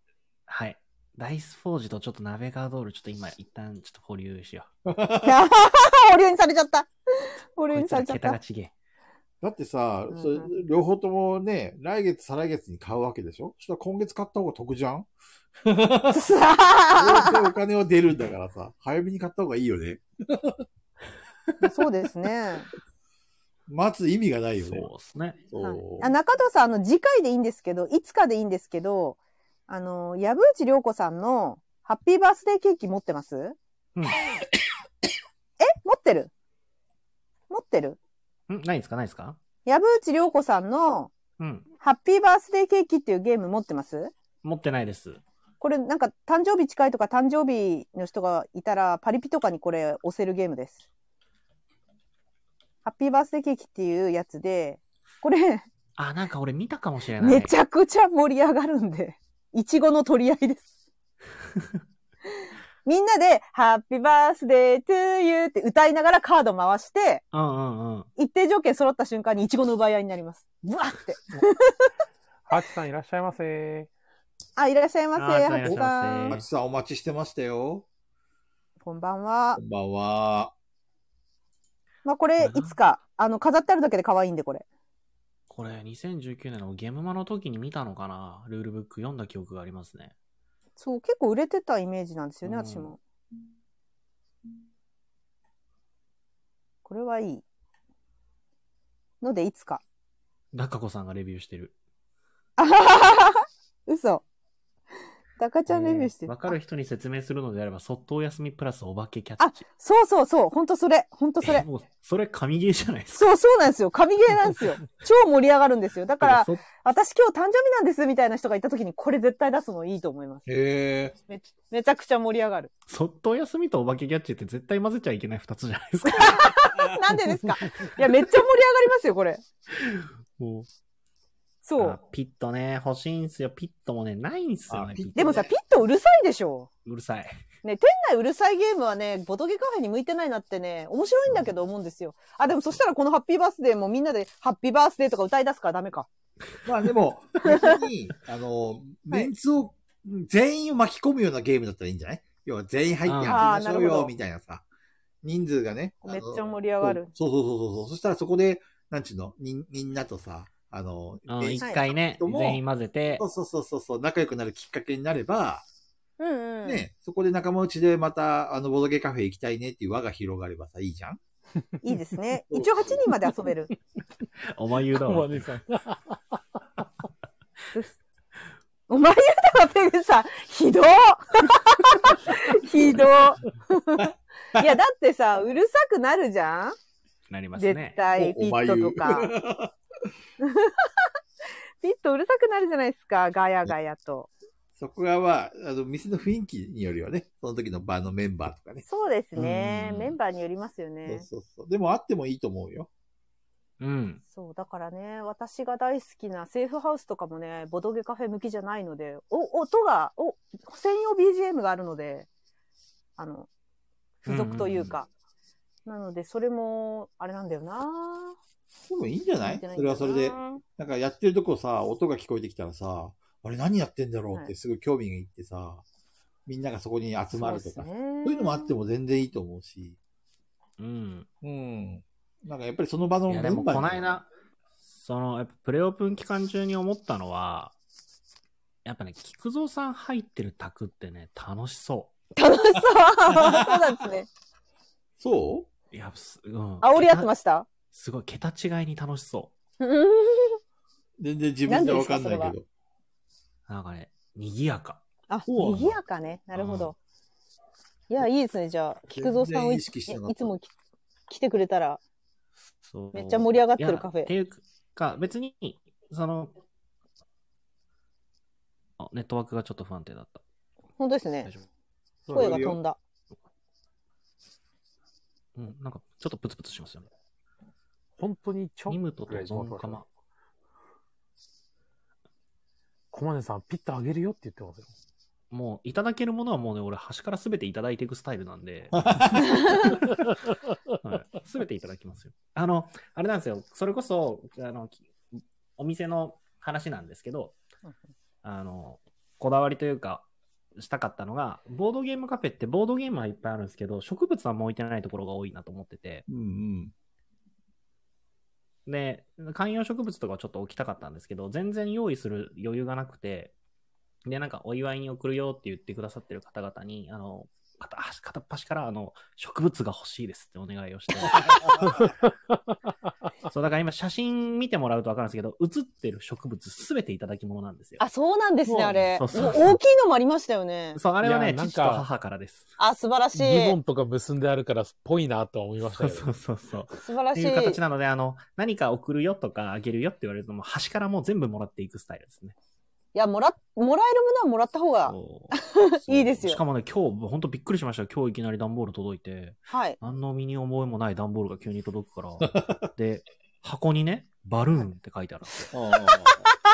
Speaker 3: はい。ダイスフォージとちょっと鍋がドール、ちょっと今一旦ちょっと保留しよ
Speaker 2: 保留にされちゃった。保
Speaker 3: う。
Speaker 2: 留
Speaker 3: こ
Speaker 2: に
Speaker 3: いつ
Speaker 2: さ
Speaker 3: ら
Speaker 2: れちゃっ
Speaker 3: 桁が
Speaker 2: た。
Speaker 3: ちげえ。
Speaker 1: だってさ
Speaker 2: う、ん
Speaker 1: それ両方ともね、来月、再来月に買うわけでしょそしたら今月買った方が得じゃ んどうせお金は出るんだからさ、早めに買った方がいいよね。
Speaker 2: そうですね。
Speaker 1: 待つ意味がないよ
Speaker 3: そう
Speaker 1: ね。
Speaker 3: ですね。
Speaker 1: そう
Speaker 2: はいあ中藤さん、あの、次回でいいんですけど、いつかでいいんですけど、あの、矢内涼子さんのハッピーバースデーケーキ持ってます
Speaker 3: うん
Speaker 2: え持ってる持ってる
Speaker 3: んないですかないですか
Speaker 2: 矢内涼子さんの
Speaker 3: うん。
Speaker 2: ハッピーバースデーケーキっていうゲーム持ってます
Speaker 3: 持ってないです。
Speaker 2: これなんか誕生日近いとか誕生日の人がいたらパリピとかにこれ押せるゲームです。ハッピーバースデーケーキっていうやつで、これ
Speaker 3: あ、なんか俺見たかもしれない。
Speaker 2: めちゃくちゃ盛り上がるんで、いちごの取り合い です。みんなで、ハッピーバースデートゥーユーって歌いながらカード回して、
Speaker 3: うんうんうん。
Speaker 2: 一定条件揃った瞬間にいちごの奪い合いになります。ブワって。
Speaker 4: ハチさんいらっしゃいま せ。
Speaker 2: あ、いらっしゃいませ、
Speaker 3: あいらっ
Speaker 2: ハッ
Speaker 3: しゃいませ
Speaker 2: ピーさ
Speaker 1: マ
Speaker 2: ん。
Speaker 1: チさんお待ちしてましたよ。
Speaker 2: こんばんは
Speaker 1: こ。んばんは。
Speaker 2: まあこれ、いつか、あの、飾ってあるだけで可愛いんで、これ。
Speaker 3: これ2019年のゲームマの時に見たのかなルールブック読んだ記憶がありますね。
Speaker 2: そう、結構売れてたイメージなんですよね、
Speaker 3: うん
Speaker 2: 私も。これはいい。ので、いつか。
Speaker 3: ダカ子さんがレビューしてる。
Speaker 2: あははは嘘。ダカちゃんレビューして
Speaker 3: え
Speaker 2: る。
Speaker 3: ーわかる人に説明するのであれば、そっとお休みプラスお化けキャッチ。
Speaker 2: あそうそうそう、ほんとそれ。ほんとそ
Speaker 3: え
Speaker 2: れ。
Speaker 3: もうそれ神ゲーじゃないですか。
Speaker 2: そうそうなんですよ。神ゲーなん ですよ。超盛り上がるんですよ。だから、
Speaker 3: そ
Speaker 2: 私今日誕生日なんですみたいな人がいた時にこれ絶対出すのいいと思います。
Speaker 1: へえ。
Speaker 2: めめちゃくちゃ盛り上がる。
Speaker 3: そっとお休みとお化けキャッチって絶対混ぜちゃいけない二つじゃないですか。
Speaker 2: なんでですかいや、めっちゃ盛り上がりますよ、これ。
Speaker 3: もう
Speaker 2: そ
Speaker 3: あ
Speaker 2: う。
Speaker 3: ピットね、欲しいんすよ。ピットもね、ないんすよね
Speaker 1: あピッ。ト
Speaker 2: でもさ、ピットうるさいでしょ。
Speaker 3: うるさい。
Speaker 2: ね、店内うるさいゲームはね、ボトゲカフェに向いてないなってね、面白いんだけど思うんですよ。あ、でもそしたらこのハッピーバースデーもみんなでハッピーバースデーとか歌い出すからダメか。
Speaker 1: まあで も、別に、あの、メンツを、全員を巻き込むようなゲームだったらいいんじゃない要は全員入って遊びましょう
Speaker 2: あーなるほど
Speaker 1: よ、みたいなさ。人数がね。あの
Speaker 2: めっちゃ盛り上がる。
Speaker 1: そうそうそうそうそう。そしたらそこで、なんちゅうの、みんみんなとさ、あの、
Speaker 3: うん、
Speaker 1: え
Speaker 3: 一回ね、
Speaker 1: はい
Speaker 3: 全員混ぜて
Speaker 1: そ、うそうそうそうそう、仲良くなるきっかけになれば、
Speaker 2: うんうん。
Speaker 1: ね、そこで仲間内でまた、あの、ボドゲカフェ行きたいねっていう輪が広がればさ、いいじゃん
Speaker 2: いいですね。一応8人まで遊べる。
Speaker 3: お前言うだ
Speaker 4: お
Speaker 3: ろ。
Speaker 4: 姉さん。
Speaker 2: お前言うたわ、ペグさん。ひどっひどっいや、だってさ、うるさくなるじゃん、
Speaker 3: なります
Speaker 2: 絶
Speaker 3: ね。
Speaker 2: 対、
Speaker 1: お
Speaker 2: ピ
Speaker 1: お前
Speaker 2: ッ
Speaker 1: 言
Speaker 2: トと
Speaker 1: う
Speaker 2: か。ピットうるさくなるじゃないですか、ガヤガヤと。
Speaker 1: そこがまあ、あの、店の雰囲気によりはね、その時の場のメンバーとかね。
Speaker 2: そうですね
Speaker 3: う。ん
Speaker 2: メンバーによりますよ
Speaker 1: そう
Speaker 2: ね。
Speaker 1: そうそう。でもあってもいいと思うよ。
Speaker 3: うん。
Speaker 2: そう、だからね、私が大好きなセーフハウスとかもね、ボドゲカフェ向きじゃないので、お、音が、お、専用 BGM があるので、あの、付属というか。なので、それも、あれなんだよな
Speaker 1: でもいいんじゃない
Speaker 2: 見てない
Speaker 1: そ
Speaker 2: ん
Speaker 1: れ
Speaker 2: だ
Speaker 1: は
Speaker 2: よな
Speaker 1: それで。なんかやってるとこさ、音が聞こえてきたらさ、あれ何やってんだろうっ
Speaker 2: は
Speaker 1: て
Speaker 2: い
Speaker 1: すぐ興味がいってさ、みんながそこに集まると
Speaker 2: そ
Speaker 1: か、
Speaker 2: う
Speaker 1: そう,、
Speaker 2: ですね
Speaker 1: いうのもあっても全然いいと思うし。
Speaker 3: うん。
Speaker 1: うん。なんかやっぱりその場の
Speaker 3: い
Speaker 1: メ
Speaker 3: や、
Speaker 1: ンバ
Speaker 3: で
Speaker 1: ー
Speaker 3: も
Speaker 1: に
Speaker 3: この間、その、やっぱプレオープン期間中に思ったのは、やっぱね、菊蔵さん入ってる卓ってね、楽しそ。
Speaker 2: 楽しそう そうなんですね。
Speaker 1: そう
Speaker 3: いや、すうん。
Speaker 2: 煽り合ってま
Speaker 3: した。
Speaker 2: した
Speaker 3: すごい、桁違いに楽しそう
Speaker 2: うん
Speaker 1: う全然自分じゃわかんない
Speaker 2: な
Speaker 1: け
Speaker 2: んで
Speaker 1: ど。。
Speaker 3: なんかね、賑やか。
Speaker 2: あ、
Speaker 1: そうなの
Speaker 2: 賑やかね。なるほど。いや、いいですね。じゃあ、菊蔵さんを
Speaker 1: 全然
Speaker 2: い
Speaker 1: 意識してなかった
Speaker 2: いつもき来てくれたら。
Speaker 3: そう
Speaker 2: めっちゃ盛り上がってる
Speaker 3: いや
Speaker 2: カフェ
Speaker 3: っていうか、別に、その、あ、ネットワークがちょっと不安定だった。
Speaker 2: 本当です
Speaker 3: 大
Speaker 2: ね。
Speaker 3: 丈夫。
Speaker 2: 声が飛んだ。
Speaker 3: うん、なんか、ちょっとプツプツしますよね。
Speaker 4: 本当にちょ
Speaker 3: ニム
Speaker 4: っ
Speaker 3: トとゾンカマ。
Speaker 4: コマネさん、ピッとあげるよって言ってますよ。
Speaker 3: もういただけるものはもうね、俺端からすべていただいていくスタイルなんで、すべていただきますよ。あの、あれなんですよ。それこそ、あの、きお店の話なんですけど、あの、こだわりというか、したかったのが、ボードゲームカフェってボードゲームはいっぱいあるんですけど、植物はもう置いてないところが多いなと思ってて、
Speaker 1: うんうん。
Speaker 3: で、観葉植物とかをちょっと置きたかったんですけど、全然用意する余裕がなくて、で、なんかお祝いに送るよって言ってくださってる方々に、あの、片足片っ端からあの植物が欲しいですってお願いを して。そう、だから今写真見てもらうと分かるんですけど、写ってる植物すべていただき物なんですよ。
Speaker 2: あ、そうなんですね、あれ。
Speaker 3: そうそう
Speaker 2: もう
Speaker 3: そう
Speaker 2: 大きいのもありましたよね。
Speaker 3: そう、あれはい
Speaker 4: や
Speaker 3: ね、
Speaker 4: なんか
Speaker 3: 父と母からです。
Speaker 2: あ、素晴らし
Speaker 4: リボ
Speaker 2: い。
Speaker 4: ンとか結んであるから、ぽいなとは思いました
Speaker 3: そう
Speaker 4: よ、ね。
Speaker 3: そうそうそう。
Speaker 2: 素晴ら
Speaker 3: って
Speaker 2: し
Speaker 3: いう形
Speaker 2: い。
Speaker 3: なので、あの、何か送るよとかあげるよって言われると、もう端からもう全部もらっていくスタイルですね。
Speaker 2: いや、もら、もらえるものはもらった方が、
Speaker 3: そう
Speaker 2: いいですよ
Speaker 3: しかもね、今日、本当びっくりしましたよ。今日いきなり段ボール届いて、
Speaker 2: はい。
Speaker 3: 何の身に覚えもない段ボールが急に届くから、 で、箱にね、バルーンって書いてあるんですよ。バ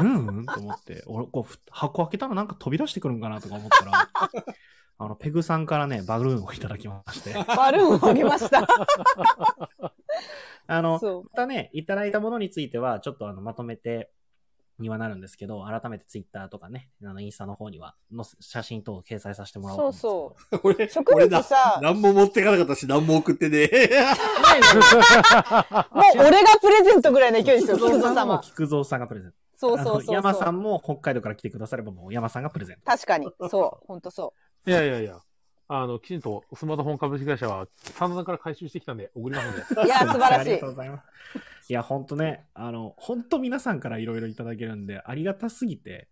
Speaker 3: ルーンと思って、俺、こうふ、箱開けたらなんか飛び出してくるんかなとか思ったら、 あの、ペグさんからね、バルーンをいただきまして、
Speaker 2: バルーンをあげました。
Speaker 3: あの、
Speaker 2: そう。
Speaker 3: またね、いただいたものについては、ちょっとあのまとめてにはなるんですけど、改めてツイッターとかね、あのインスタの方にはの写真等を掲載させてもらおうと思うんですけ
Speaker 2: そ
Speaker 3: ど。
Speaker 2: う
Speaker 6: 俺、
Speaker 2: 植
Speaker 6: 俺
Speaker 2: 物
Speaker 6: な、
Speaker 2: さ、
Speaker 6: 何も持ってかなかったし、何も送ってねえ。
Speaker 2: もう俺がプレゼントぐらいの勢いですよ、
Speaker 3: 菊
Speaker 2: 菊
Speaker 3: 蔵
Speaker 2: 蔵
Speaker 3: さんも
Speaker 2: 様。
Speaker 3: 菊蔵さんがプレゼント。
Speaker 2: そうそうそうそう。
Speaker 3: あの山さんも北海道から来てくだされば、もう山さんがプレゼント。
Speaker 2: 確かに。そう。ほんとそ
Speaker 4: いやいやいや。あの、きちんとスマートフォン株式会社は、真田から回収してきたんで、送りますんで。
Speaker 2: う。いや、素晴ら
Speaker 3: あ
Speaker 2: し
Speaker 3: りが
Speaker 2: い
Speaker 3: とう。ございます。いや、ほんとね、あの、ほんと皆さんからいろいろいただけるんで、ありがたすぎて、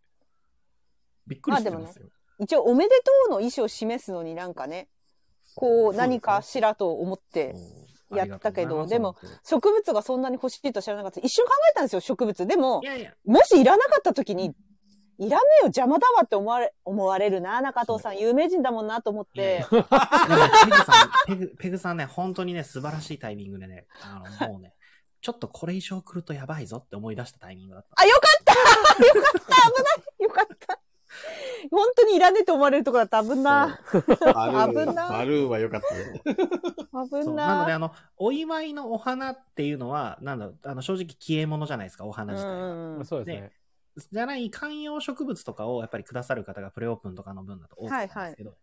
Speaker 3: びっくりしてますよ。
Speaker 2: 一応、おめでとうの意思を示すのになんかね、こう、何かしらと思って、
Speaker 3: そう
Speaker 2: やったけど
Speaker 3: ありがとうございます
Speaker 2: 植物がそんなに欲しいと知らなかった。一瞬考えたんですよ、植物。でも
Speaker 3: い、やいや、
Speaker 2: もしいらなかった時に、いらねえよ、邪魔だわって思われ、思われるな、中藤さん。有名人だもんなと思っ
Speaker 3: いやい
Speaker 2: て
Speaker 3: や。でもねペグさん、ペグ、ペグさんね、本当にね、素晴らしいタイミングでね、あの、もうね、ちょっとこれ以上来るとやばいぞって思い出したタイミングだった。
Speaker 2: あ、よかった よかった危ないよかった本当にいらねえと思われるとこだった。危んな。
Speaker 6: バルー
Speaker 2: 危
Speaker 6: ン、
Speaker 2: ない
Speaker 6: バルーンは良かったよ。
Speaker 2: 危
Speaker 3: そ
Speaker 2: ん
Speaker 3: うなので、
Speaker 2: な。
Speaker 3: あの、お祝いのお花っていうのは、なんだろう、あの、正直消え物じゃないですか、お花自体は。
Speaker 2: うんうん
Speaker 4: そうですね。
Speaker 3: ねじゃない観葉植物とかをやっぱりくださる方がプレオープンとかの分だと多かったんですけど、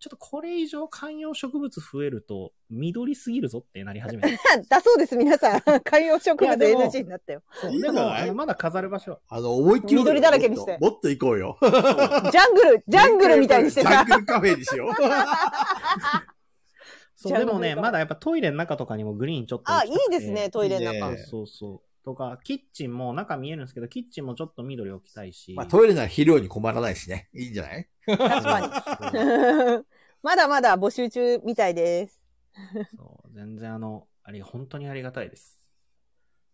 Speaker 3: ちょっとこれ以上観葉植物増えると緑すぎるぞってなり始 めて。
Speaker 2: だそうです、皆さん。 観葉植
Speaker 3: い
Speaker 2: 物
Speaker 3: やでも
Speaker 2: NG になったよ。
Speaker 6: いいんじ
Speaker 3: で
Speaker 6: ゃ
Speaker 3: も、
Speaker 6: な
Speaker 3: あ
Speaker 6: い
Speaker 3: のまだ飾る場所。
Speaker 6: あの、思いっきり。
Speaker 2: 緑だらけにして
Speaker 6: もっともっと行こうよ。
Speaker 2: ジャングル、ジャングルみたいにして
Speaker 6: ジャ
Speaker 2: さ
Speaker 6: ン。グルカフェにしよう。
Speaker 3: そう、でも
Speaker 2: ジャングル
Speaker 3: ね、
Speaker 2: が
Speaker 3: まだやっぱトイレの中とかにもグリーンちょっと
Speaker 2: あ、
Speaker 3: 置
Speaker 2: い
Speaker 3: き
Speaker 2: い
Speaker 3: たくて。
Speaker 2: ですね、トイレの中。
Speaker 6: いいね
Speaker 3: そうそう。とか、キッチンも中見えるんですけど、キッチンもちょっと緑置きたいし。
Speaker 6: まあ、トイレなら肥料に困らないしね。いいんじゃない
Speaker 2: 確かに。
Speaker 3: そう
Speaker 2: まだまだ募集中みたいです。
Speaker 3: そう全然あの、あれ、本当にありがたいです。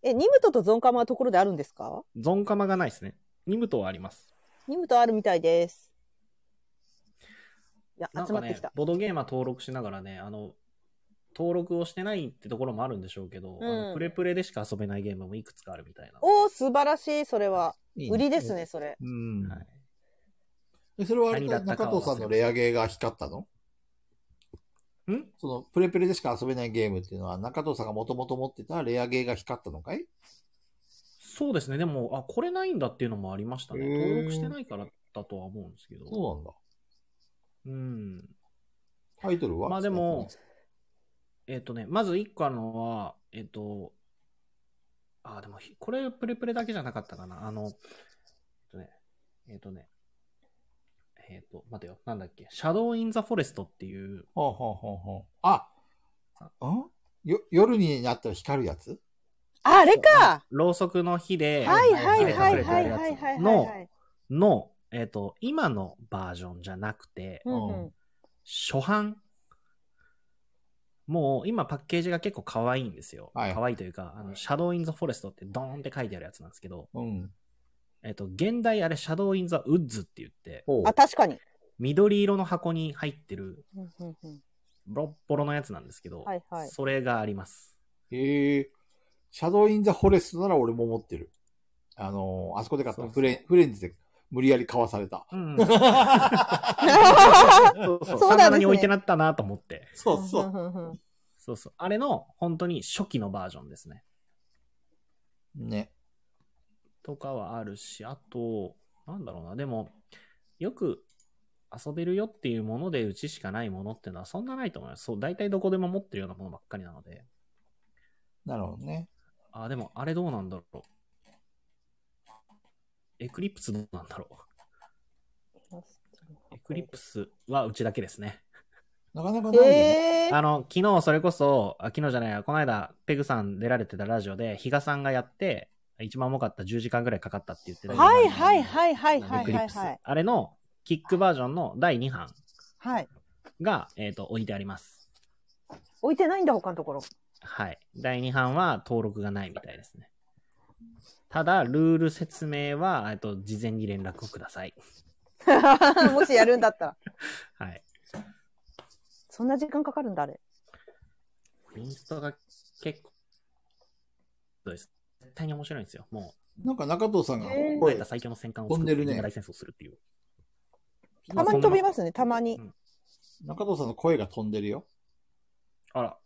Speaker 2: え、ニムトとゾンカマはところであるんですか
Speaker 3: ゾンカマがないですね。ニムトはあります。
Speaker 2: ニムトあるみたいです。いや、
Speaker 3: なん
Speaker 2: 集
Speaker 3: か
Speaker 2: まって
Speaker 3: ね
Speaker 2: きた。、
Speaker 3: ボードゲーマー登録しながらね、あの、登録をしてないってところもあるんでしょうけど、あ
Speaker 2: う
Speaker 3: の
Speaker 2: ん
Speaker 3: プレプレでしか遊べないゲームもいくつかあるみたいな。
Speaker 2: おー、素晴らしい、それは。
Speaker 6: いいね
Speaker 2: 売りですね、それ。
Speaker 6: うん。
Speaker 3: はい
Speaker 6: でそれはあれ
Speaker 3: 何だ
Speaker 6: か
Speaker 3: ったか
Speaker 6: 中藤さんのレアゲーが光ったの
Speaker 3: ん
Speaker 6: その、プレプレでしか遊べないゲームっていうのは、中藤さんがもともと持ってたレアゲーが光ったのかい
Speaker 3: そうですね、でも、あ、これないんだっていうのもありましたね。
Speaker 6: へー
Speaker 3: 登録してないからだとは思うんですけど。
Speaker 6: そうなんだ。
Speaker 3: うん。
Speaker 6: タイトルは
Speaker 3: まあでも、、えっ、とね、まず1個あるのは、えっ、と、あ、でもひ、これ、プレプレだけじゃなかったかな。あの、えっ、とね、えっ、とね、えっ、と、待てよ、なんだっけ、シャドウ・イン・ザ・フォレストっていう、
Speaker 6: ほうほうほうほう。あ、んよ夜になったら光るやつ
Speaker 2: ああれか
Speaker 3: ろうそくの火で、
Speaker 2: はい
Speaker 6: はい
Speaker 3: 隠れて
Speaker 6: はい
Speaker 3: くれるやつ
Speaker 2: はいはいはいはいはい
Speaker 3: の、の、えっ、と、今のバージョンじゃなくて、
Speaker 2: うん
Speaker 6: う
Speaker 2: うんん。
Speaker 3: 初版。もう今パッケージが結構可愛いんですよ。
Speaker 6: はい
Speaker 3: 可愛いというか、あの、シャドウインザフォレストってドーンって書いてあるやつなんですけど、
Speaker 6: うん。
Speaker 3: えっと、現代あれシャドウインザウッズって言って、
Speaker 6: ほう
Speaker 2: あ、確か に。
Speaker 3: 緑色の箱に入ってる
Speaker 2: うんうんうん
Speaker 3: ボロッボロのやつなんですけど、
Speaker 2: はいはい
Speaker 3: それがあります。
Speaker 6: へえ。シャドウ・イン・ザ・フォレストなら俺も持ってる。あのーあそこで買った
Speaker 3: そうそう
Speaker 6: フレンフレンズで
Speaker 1: 無理やり買わされた。
Speaker 3: うん、
Speaker 2: う
Speaker 3: そうそう。
Speaker 2: そうなんですね
Speaker 3: 魚に置いてなったなと思って。
Speaker 1: そう そう。
Speaker 2: う。
Speaker 3: そうそう。あれの本当に初期のバージョンですね。
Speaker 1: ね。
Speaker 3: とかはあるし、あと、なんだろうな、でも、よく遊べるよっていうものでうちしかないものっていうのはそんなないと思います。そう、大体どこでも持ってるようなものばっかりなので。
Speaker 1: なるほどね。
Speaker 3: あー、でもあれどうなんだろう。エクリプスどうなんだろう。エクリプスはうちだけですね。
Speaker 1: なかなかないよね。
Speaker 2: えー
Speaker 3: あの、昨日それこそ、あ昨日じゃないや、この間、ペグさん出られてたラジオで、比嘉さんがやって、一番重かった10時間ぐらいかかったって言ってた。
Speaker 2: はいはい
Speaker 3: い。
Speaker 2: はいはいは
Speaker 3: エ
Speaker 2: い
Speaker 3: クリ
Speaker 2: はい
Speaker 3: プス
Speaker 2: はい。。
Speaker 3: あれの、キックバージョンの第2版
Speaker 2: はい。
Speaker 3: が、えっ、と、置いてあります。
Speaker 2: 置いてないんだ、他のところ。
Speaker 3: はい。第2版は登録がないみたいですね。ただ、ルール説明は、えっと、事前に連絡をください。
Speaker 2: もしやるんだったら。
Speaker 3: はい。
Speaker 2: そんな時間かかるんだ、あれ。
Speaker 3: インストが結構、そうです。絶対に面白いんですよ。も
Speaker 1: なんか中藤さんが
Speaker 2: えー
Speaker 3: う、超え
Speaker 1: 声
Speaker 3: た最強の戦艦を
Speaker 1: 飛ん
Speaker 3: 作
Speaker 1: で
Speaker 3: っ
Speaker 1: る
Speaker 3: て、
Speaker 1: ね
Speaker 3: 大戦争するっていう。
Speaker 2: たまに飛びますね、たまに。
Speaker 1: 中藤さんの声が飛んでるよ。
Speaker 3: あら。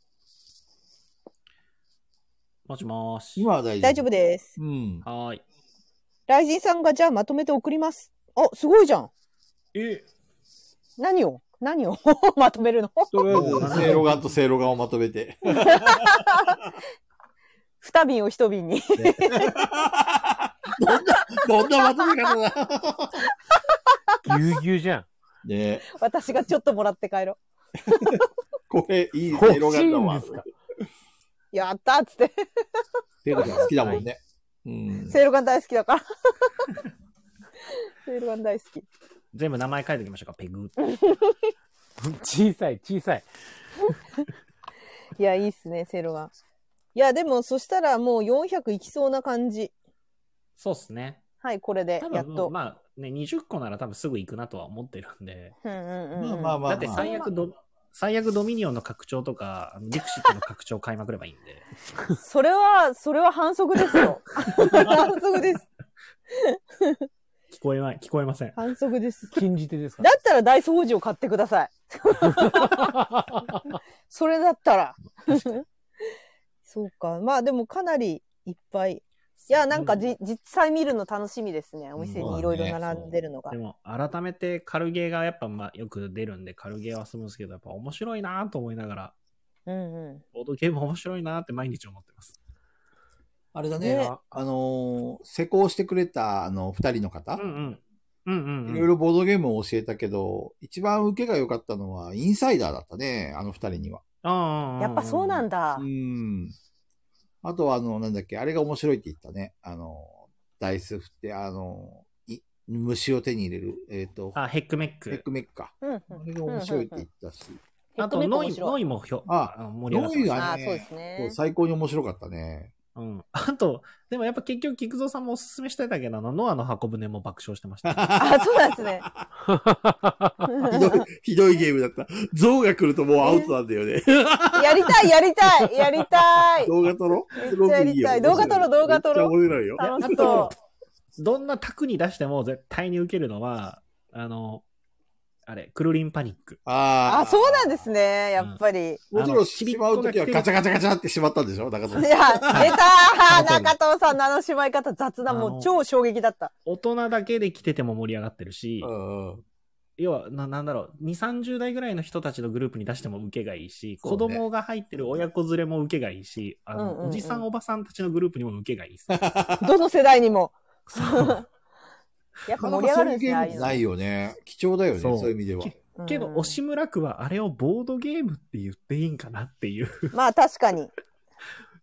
Speaker 3: もしもーし。
Speaker 1: 今は大丈夫。
Speaker 2: 大丈夫です。
Speaker 1: うん。
Speaker 3: はーい。
Speaker 2: ライジンさんがじゃあまとめて送ります。あ、すごいじゃん。
Speaker 3: え
Speaker 2: 何を何を まとめるの
Speaker 1: とりあえず、セイロガンとセイロガンをまとめ て。
Speaker 2: 二瓶を一瓶に。
Speaker 1: どんなまとめ方だ
Speaker 4: ぎゅうぎゅうじゃん。
Speaker 1: ね
Speaker 2: 私がちょっともらって帰ろ
Speaker 1: これ、いいセイロ
Speaker 4: 欲
Speaker 1: ガ
Speaker 4: しい
Speaker 1: ンだ
Speaker 4: ん
Speaker 1: わ
Speaker 4: で。すか
Speaker 2: う。やったーっつって。
Speaker 1: セイロガン好きだもんね。うん。
Speaker 2: セイロガン大好きだから。 セイロガン大好き。
Speaker 3: 全部名前書いておきましょうか、ペグ。
Speaker 4: 小さい、小さい。
Speaker 2: いや、いいっすね、セイロガン。いや、でもそしたらもう400いきそうな感じ。
Speaker 3: そうっすね。
Speaker 2: はい、これで
Speaker 3: 多、
Speaker 2: やっと
Speaker 3: 分、。まあ、ね、20個なら多分すぐ行くなとは思ってるんで。
Speaker 2: うんうんうん
Speaker 1: ま
Speaker 2: う
Speaker 1: あまあ
Speaker 2: ん。
Speaker 1: ま
Speaker 3: だ
Speaker 1: あ、
Speaker 3: って
Speaker 1: まあ。
Speaker 3: 最悪ド、最悪ドミニオンの拡張とか、あのディクシットの拡張買いまくればいいんで。
Speaker 2: それは、それは反則ですよ。 反則です。
Speaker 3: 聞こえない、聞こえません。
Speaker 2: 反則です。
Speaker 4: 禁じ手ですか
Speaker 2: だったらダイソー宝珠を買ってください。それだったら。そうか。まあでもかなりいっぱい。いや、なんかじ、実際見るの楽しみですね。お店にいろいろ並んでるのが。
Speaker 3: でも、改めて、カルゲーがやっぱ、まあ、よく出るんで、カルゲーは遊ぶんですけど、やっぱ面白いなと思いながら、
Speaker 2: うんう
Speaker 3: ボードゲーム面白いなって毎日思ってます。
Speaker 1: あれだね、
Speaker 2: ね
Speaker 1: あのー施工してくれた、あの、二人の方、
Speaker 3: うんうん。うんうん、うん。
Speaker 1: いろいろボードゲームを教えたけど、一番受けが良かったのは、インサイダーだったね、あの二人には。
Speaker 3: あ
Speaker 2: ん。
Speaker 3: あ。
Speaker 2: やっぱそうなんだ
Speaker 1: う。ん。あとは、あの、なんだっけ、あれが面白いって言ったね。あの、ダイス振って、あの、い虫を手に入れる、えっ、と、
Speaker 3: あ、ヘックメッ
Speaker 1: ヘッ
Speaker 3: ク。
Speaker 1: クメックか。
Speaker 2: うん
Speaker 1: あれが面白いって言ったし、
Speaker 2: うん。
Speaker 3: あと、ノイ、ノ
Speaker 2: イ。
Speaker 3: イもひょ、
Speaker 1: あ
Speaker 3: の盛り上がってまし
Speaker 1: ノイ
Speaker 3: た
Speaker 1: が
Speaker 2: ああ、
Speaker 1: ね
Speaker 2: そうです
Speaker 1: そう
Speaker 2: ね。
Speaker 1: 最高に面白かったね。
Speaker 3: うん。 あと、でもやっぱ結局、菊蔵さんもおすすめしてたけど、あの、ノアの箱舟も爆笑してました。
Speaker 2: あ、そうなんですね。
Speaker 1: ひどい、 ひどいゲームだった。象が来るともうアウトなんだよね。
Speaker 2: やりたい、やりたい、やりたい。
Speaker 1: 動画撮ろ
Speaker 2: めっちゃ
Speaker 1: すごくいいよ
Speaker 2: やりたい動画撮ろう動画撮ろう
Speaker 1: めっちゃ面白いよ。
Speaker 2: 楽し
Speaker 3: いやあ
Speaker 2: そ
Speaker 3: とどんな卓に出しても絶対に受けるのは、あの、あれ、クルリンパニック。
Speaker 2: う。
Speaker 1: あ
Speaker 2: あ、そうなんですね。やっぱり。
Speaker 1: すもちろ
Speaker 3: あの
Speaker 1: ん、しまうときは
Speaker 3: ちびっこが来てる
Speaker 1: ガチャガチャガチャってしまったんでしょ中
Speaker 2: いや、
Speaker 1: 藤
Speaker 2: 出
Speaker 1: さん。
Speaker 2: たー中藤さんのあのしまい方雑だ。
Speaker 3: あの
Speaker 2: もう超衝撃だった。
Speaker 3: 大人だけで来てても盛り上がってるし、
Speaker 1: うんうん。
Speaker 3: 要はな、なんだろう、2、30代ぐらいの人たちのグループに出しても受けがいいし、
Speaker 1: そ
Speaker 3: 子
Speaker 1: うね
Speaker 3: 供が入ってる親子連れも受けがいいし、あの、
Speaker 2: うんうんうん
Speaker 3: おじさんおばさんたちのグループにも受けがいいっす。
Speaker 2: どの世代にも。
Speaker 3: そう
Speaker 2: やっぱ
Speaker 1: なかな
Speaker 2: 盛り
Speaker 1: かそういう
Speaker 2: 上がるんですね、
Speaker 1: ゲ
Speaker 2: ああ
Speaker 1: ーム
Speaker 2: い
Speaker 1: な
Speaker 2: うの
Speaker 1: いよね。貴重だよね、
Speaker 3: そう
Speaker 1: そういう意味では。
Speaker 2: うん
Speaker 3: けど、押村区はあれをボードゲームって言っていいんかなっていう。
Speaker 2: まあ確かに。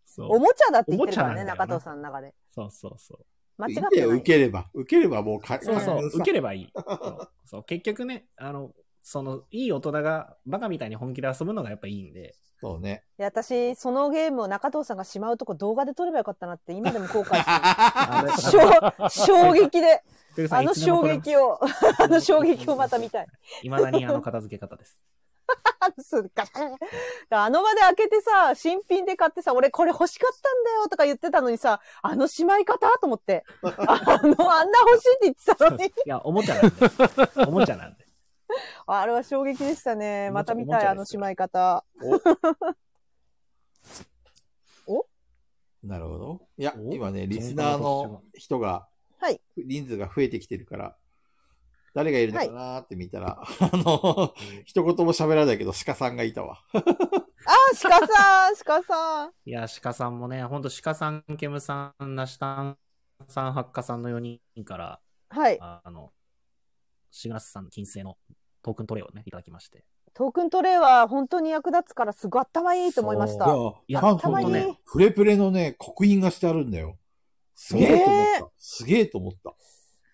Speaker 3: そう
Speaker 2: おもちゃだって言ってるから
Speaker 3: お
Speaker 2: ね、
Speaker 3: もちゃなんだよな
Speaker 2: 中藤さんの中で。
Speaker 3: そうそうそう。
Speaker 2: 間違
Speaker 1: い
Speaker 2: っ
Speaker 1: いんだ
Speaker 2: て
Speaker 1: よ
Speaker 2: ない
Speaker 1: 受。ければ。受ければもうか、
Speaker 3: そうそ
Speaker 1: 完
Speaker 3: う、
Speaker 1: 全
Speaker 3: 受
Speaker 1: さ
Speaker 3: ければいい。そうそう結局ね、あの、その、いい大人がバカみたいに本気で遊ぶのがやっぱいいんで、
Speaker 1: そうね。
Speaker 2: いや、私、そのゲームを中藤さんがしまうとこ動画で撮ればよかったなって今でも後悔
Speaker 3: あれ
Speaker 2: してる 衝衝撃で、
Speaker 3: ペグさん
Speaker 2: あの
Speaker 3: いつでも
Speaker 2: 衝
Speaker 3: これ
Speaker 2: 撃を、あの衝撃をまた見たい。
Speaker 3: いまだにあの片付け方です。
Speaker 2: すっか あの場で開けてさ、新品で買ってさ、俺これ欲しかったんだよとか言ってたのにさ、あのしまい方と思 って。あの、あんな欲しいって言ってたのに。
Speaker 3: いや、おもちゃなんで。おもちゃなんで。
Speaker 2: あれは衝撃でしたね。
Speaker 3: お
Speaker 2: ま
Speaker 3: もち
Speaker 2: た
Speaker 3: ゃ
Speaker 2: 見たい、あのしまい方。
Speaker 6: なるほど。いや、
Speaker 3: お
Speaker 6: 今ね、リスナーの人が、
Speaker 2: はい
Speaker 6: 人数が増えてきてるから、誰がいるのかなーって見たら、あ の、一言も喋らないけど、鹿さんがいたわ。
Speaker 2: あー、鹿 さん、鹿さん。
Speaker 3: いや、鹿さんもね、ほんと鹿さん、ケムさん、ナシタンさん、ハッカさんの4人から、
Speaker 2: はい。
Speaker 3: ああの、シグナスさんの金星のトークントレイをね、いただきまして。
Speaker 2: トークントレイは本当に役立つからすごい頭いいと思いまし
Speaker 3: あ
Speaker 2: た。
Speaker 6: い
Speaker 3: い
Speaker 6: や、
Speaker 3: や
Speaker 6: ファン
Speaker 2: たま
Speaker 6: の
Speaker 2: に
Speaker 6: ね、プレプレのね、刻印がしてあるんだよ。すげえと思った。すげえと思った。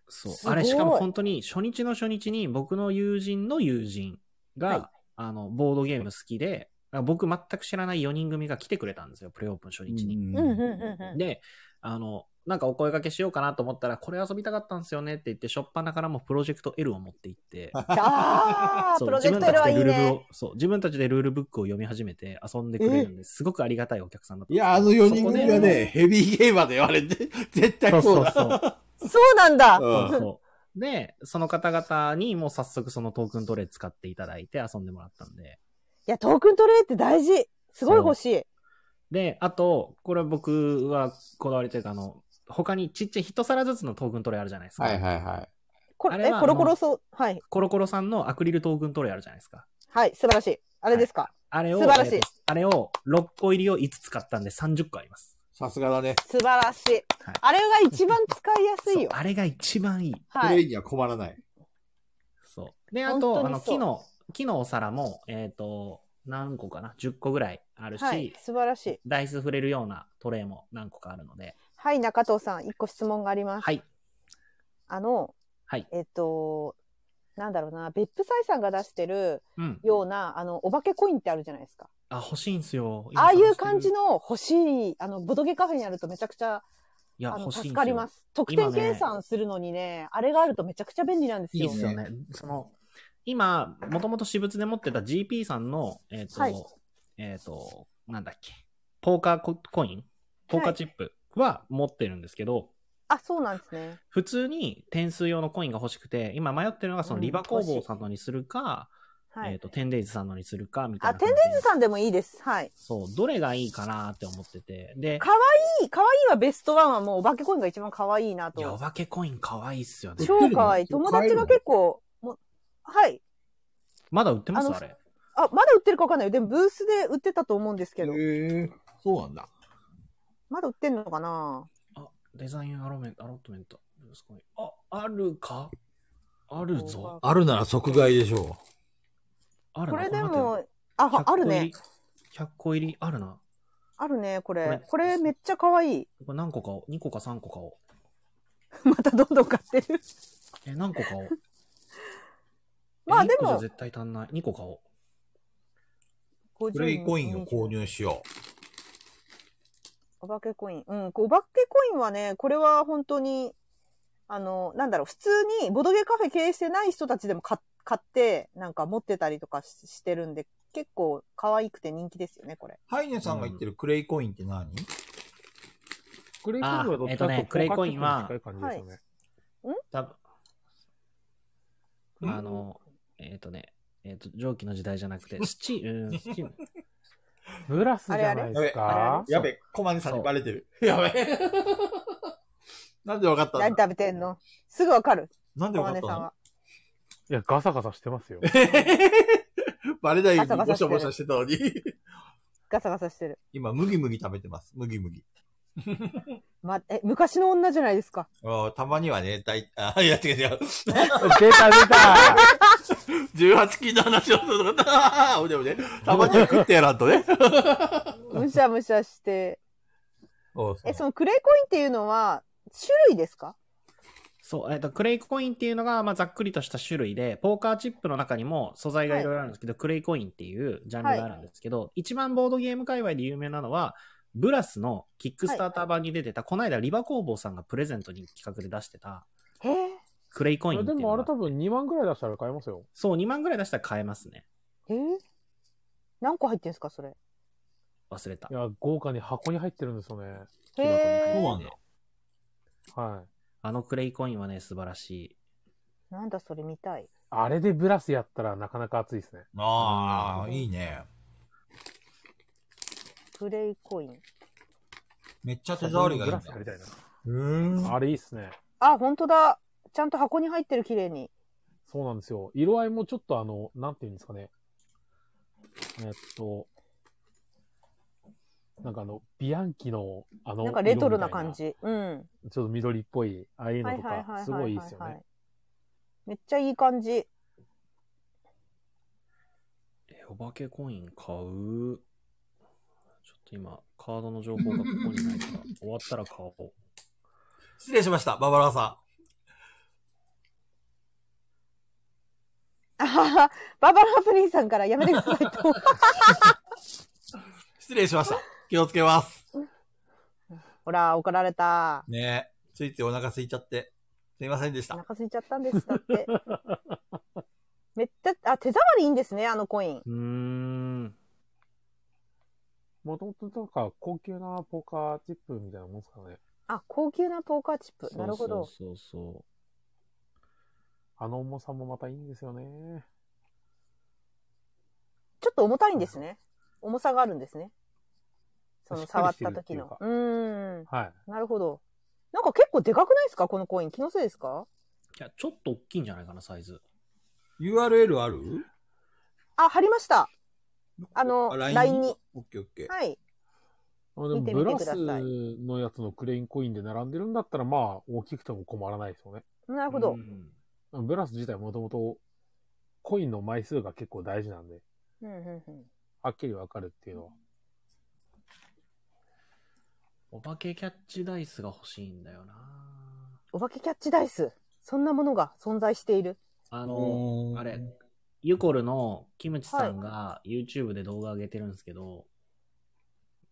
Speaker 3: そう
Speaker 2: す。ごい
Speaker 3: あれ、しかも本当に初日の初日に僕の友人の友人が、
Speaker 2: はい
Speaker 3: あの、ボードゲーム好きで、僕全く知らない4人組が来てくれたんですよ、プレオープン初日に。
Speaker 2: うんうんうんうん。
Speaker 3: で、あの、なんかお声掛けしようかなと思ったら、これ遊びたかったんですよねって言って、しょっぱなからもうプロジェクト L を持って行って、
Speaker 2: ああ、
Speaker 3: そ
Speaker 2: プ
Speaker 3: う
Speaker 2: ロジェクト L はいい
Speaker 3: 自分たちでルール
Speaker 2: ね。
Speaker 3: を、そう、自分たちでルールブックを読み始めて遊んでくれるんですごくありがたいお客さんだったん
Speaker 6: い
Speaker 3: ですよ
Speaker 6: や、あの4人
Speaker 3: そこ
Speaker 6: 組
Speaker 3: で
Speaker 6: はね、ヘビーゲーマーだよ、あれって。 絶対
Speaker 3: そう
Speaker 6: そ
Speaker 3: そうう
Speaker 6: だ。
Speaker 3: そう。
Speaker 2: そうなんだ。
Speaker 6: うん
Speaker 3: そうそう。で、その方々にもう早速そのトークントレイ使っていただいて遊んでもらったんで。
Speaker 2: いや、トークントレイって大事。すごい欲しい。
Speaker 3: で、あと、これは僕はこだわりというか、あの、他にちっちゃい一皿ずつのトークントレイあるじゃないですか。
Speaker 6: はいはいはい。
Speaker 2: こ
Speaker 3: あ
Speaker 2: れ、
Speaker 3: れ
Speaker 2: え、
Speaker 3: は
Speaker 2: コロコロそう。はい。
Speaker 3: コロコロさんのアクリルトークントレイあるじゃないですか。
Speaker 2: はい、素晴らしい。あれですか。
Speaker 3: あれを、
Speaker 2: 素晴らしい
Speaker 3: えーとあれを6個入りを5つ買ったんで30個あります。
Speaker 6: さすがだね。
Speaker 2: 素晴らしい
Speaker 3: はい。
Speaker 2: あれが一番使いやすい
Speaker 3: そう
Speaker 2: よ。
Speaker 3: あれが一番いい。
Speaker 6: プ
Speaker 2: は
Speaker 6: レ
Speaker 2: い。
Speaker 6: イには困らない。
Speaker 3: そう。で、あ
Speaker 2: 本当に
Speaker 3: と、あの、
Speaker 2: そう
Speaker 3: 木の、木のお皿も、えっ、と、何個かな ?10 個ぐらいあるし、
Speaker 2: はい、素晴らしい。
Speaker 3: ダイス触れるようなトレイも何個かあるので、
Speaker 2: はい、中藤さん、一個質問があります。
Speaker 3: はい。
Speaker 2: あの、
Speaker 3: はい。
Speaker 2: えっと、なんだろうな、別府斎さんが出してる
Speaker 3: うん。
Speaker 2: ような、あの、お化けコインってあるじゃないですか。
Speaker 3: あ、欲しいんすよ。今
Speaker 2: ああい
Speaker 3: 探して
Speaker 2: う
Speaker 3: る
Speaker 2: 感じ。の欲しい、あの、ボドゲカフェにあるとめちゃくちゃ、
Speaker 3: いや、
Speaker 2: あの、
Speaker 3: 欲しいんす
Speaker 2: 助
Speaker 3: よ
Speaker 2: かります。得点計算するのにね、あれがあるとめちゃくちゃ便利なんです
Speaker 3: いい
Speaker 2: よ
Speaker 3: っ。すよね。その、今、もともと私物で持ってた GP さんの、えっ、と、
Speaker 2: はい
Speaker 3: えっ、と、なんだっけ、ポーカーココインポーカーチップは持ってるんですけど、
Speaker 2: あ、そうなんですね。
Speaker 3: 普通に点数用のコインが欲しくて、今迷ってるのがそのリバ工房さんのにするか、
Speaker 2: は
Speaker 3: えっ、
Speaker 2: い。
Speaker 3: と、テンデイズさんのにするか、みたい
Speaker 2: あ、
Speaker 3: な
Speaker 2: テ
Speaker 3: 感
Speaker 2: ン
Speaker 3: じ
Speaker 2: デ
Speaker 3: で。
Speaker 2: イズさんでもいいです。はい。
Speaker 3: そう、どれがいいかなって思ってて。で、
Speaker 2: 可愛い、可愛いはベストワンはもうお化けコインが一番可愛いない
Speaker 3: や、お
Speaker 2: と。
Speaker 3: 化けコイン可愛いっすよね。
Speaker 2: 超可愛い。友達が結構、もうはい。
Speaker 3: まだ売ってます
Speaker 2: あ
Speaker 3: あ
Speaker 2: の
Speaker 3: れ。
Speaker 2: あ、まだ売ってるかわかんないよ。でもブースで売ってたと思うんですけど。
Speaker 6: へえ、そうなんだ。
Speaker 2: まだ売ってんのかな
Speaker 3: あ、デザインアロメアロットメント。すごい。あ、あるかあるぞ。
Speaker 1: あるなら即買いでしょ
Speaker 3: ある
Speaker 2: こ
Speaker 3: な
Speaker 2: れで、
Speaker 3: 待っ
Speaker 2: も
Speaker 3: て、
Speaker 2: あ、ある。ね
Speaker 3: 100。個入り100個入りあるな。
Speaker 2: あるね、こ
Speaker 3: こ
Speaker 2: れ
Speaker 3: れ。
Speaker 2: これめっちゃ可愛い。
Speaker 3: これ何個買おう ?2 個か3個買おう。
Speaker 2: またどんどん買ってる。
Speaker 3: え、何個買おう
Speaker 2: まあ
Speaker 3: え
Speaker 2: でも
Speaker 3: 一個じゃ絶対足んない。2個買おう。
Speaker 2: 50
Speaker 1: う。プレイコインを購入しよ
Speaker 2: お化けコイン。うん。お化けコインはね、これは本当に、あの、なんだろう、普通にボドゲカフェ経営してない人たちでも買買って、なんか持ってたりとかししてるんで、結構可愛くて人気ですよね、これ。
Speaker 1: う。ハイネさんが言ってるクレイコインって何、
Speaker 4: クレイコインはどっちか
Speaker 3: あえっとねクレイコインは
Speaker 4: 近い感じですよね。
Speaker 3: 多分
Speaker 1: うん
Speaker 3: あの、えっ、とね、えっ、と、蒸気の時代じゃなくて、スチーム、スチーム。
Speaker 4: ブラスじゃないです
Speaker 2: あ
Speaker 4: か。
Speaker 6: やべ、コマネさんにバレてる。やべ。 なんでわかった
Speaker 2: 何
Speaker 6: んだ
Speaker 2: 食べてんのすぐわかる、
Speaker 1: なんで
Speaker 2: 小
Speaker 1: わかった
Speaker 2: 金さん
Speaker 1: の
Speaker 2: は。
Speaker 4: いや、ガサガサしてますよ。
Speaker 6: バレないよう
Speaker 2: ガサ
Speaker 6: に
Speaker 2: ガサ
Speaker 6: もしゃも
Speaker 2: してる
Speaker 6: しゃしてたのに。
Speaker 2: ガサガサしてる。
Speaker 1: 今、麦麦食べてます。麦麦。
Speaker 2: ま、え、昔の女じゃないですか。
Speaker 1: あーたまにはね、大、あ、いや違う違う。
Speaker 4: 出た出た
Speaker 6: 18禁の話をするの かなおねおね。たまには食ってやらんとね。
Speaker 2: むしゃむし ゃして。
Speaker 1: そうそう
Speaker 2: え、そのクレイコインっていうのは、種類ですか
Speaker 3: そう、えっ、と、クレイコインっていうのが、まあ、ざっくりとした種類で、ポーカーチップの中にも素材がいろいろあるんですけど、クレイコインっていうジャンルがあるんですけど、一番ボードゲーム界隈で有名なのは、ブラスのキックスターター版に出てた、この間リバ工房さんがプレゼントに企画で出してた、
Speaker 2: へえ。
Speaker 3: クレイコインって
Speaker 4: で
Speaker 3: いう
Speaker 4: も
Speaker 3: の
Speaker 4: あれ
Speaker 3: が
Speaker 4: 多分2万ぐらい出したら買えますよ。
Speaker 3: そう、2万ぐらい出したら買えますね。
Speaker 2: えー何個入ってんすか、それ。
Speaker 3: 忘れた
Speaker 4: い。や、豪華に箱に入ってるんですよね。
Speaker 2: へ
Speaker 1: そう
Speaker 2: え
Speaker 3: 木箱に入
Speaker 1: な
Speaker 3: っ
Speaker 1: ん
Speaker 3: てて
Speaker 1: だ
Speaker 4: はい。
Speaker 3: あのクレイコインはね、素晴らしい。
Speaker 2: なんだそれ見たい。
Speaker 4: あれでブラスやったらなかなか熱いですね。
Speaker 1: ああ、いいね。
Speaker 2: プレイコイン。
Speaker 1: めっちゃ手触りがいい
Speaker 4: ブ
Speaker 1: んだ
Speaker 4: ラス。やりたい
Speaker 1: うん
Speaker 4: な。あれいいっすね。
Speaker 2: あ、本当だ。ちゃんと箱に入ってる、綺麗に。
Speaker 4: そうなんですよ。色合いもちょっとあの、なんていうんですかね。えっと、なんかあの、ビアンキの、あの、
Speaker 2: なんかレトロな
Speaker 4: 色みたい
Speaker 2: 感。じ。うん。
Speaker 4: ちょっと緑っぽい、ああいうのと
Speaker 2: はいはいはいは
Speaker 4: か、
Speaker 2: い
Speaker 4: すごいいいですよ
Speaker 2: は
Speaker 4: ね。
Speaker 2: は。めっちゃいい感じ。
Speaker 3: え、お化けコイン買うちょっと今、カードの情報がここにないから、終わったら買おう。
Speaker 1: 失礼しました、ババラさ
Speaker 2: あははババラプリンさんからやめてください と。
Speaker 1: ん。失礼しました。気をつけます。
Speaker 2: ほら、怒られた。
Speaker 1: ねえ。ついついお腹空いちゃって。すいませんでした。
Speaker 2: お腹空いちゃったんです、だ って。めっちゃ、あ、手触りいいんですね、あのコイン。
Speaker 3: うーん。
Speaker 4: もともとなんか高級なポーカーチップみたいなもんですからね。
Speaker 2: あ、高級なポーカーチップ。なるほど。
Speaker 3: そうそうそうそう。
Speaker 4: あの重さもまたいいんですよね。
Speaker 2: ちょっと重たいんですね。重さがあるんですね。その
Speaker 4: しっ
Speaker 2: 触
Speaker 4: かり
Speaker 2: っ
Speaker 4: してる
Speaker 2: た
Speaker 4: って
Speaker 2: 時
Speaker 4: いう
Speaker 2: の
Speaker 4: か。
Speaker 2: うーん。
Speaker 4: はい。
Speaker 2: なるほど。なんか結構でかくないですかこのコイン。気のせいですか
Speaker 3: いや、ちょっと大きいんじゃないかな、サイズ。
Speaker 1: URL ある
Speaker 2: あ、貼りました。あの LINE に。
Speaker 1: オッケーオッケー。
Speaker 2: はい。
Speaker 4: あでも
Speaker 2: 見て
Speaker 4: ブ
Speaker 2: みて
Speaker 4: ラ
Speaker 2: くだ
Speaker 4: ス
Speaker 2: さい
Speaker 4: のやつのクレインコインで並んでるんだったら、まあ、大きくても困らないですよね。
Speaker 2: なるほど。
Speaker 3: うん
Speaker 4: ブラス自体もともと、コインの枚数が結構大事なんで、
Speaker 2: うんうんうん
Speaker 4: はっきりわかるっていうのは。
Speaker 3: お化けキャッチダイスが欲しいんだよな。
Speaker 2: お化けキャッチダイス。そんなものが存在している。
Speaker 3: あ
Speaker 1: あ
Speaker 3: の、あれ、ユコルのキムチさんが YouTube で動画上げてるんですけど、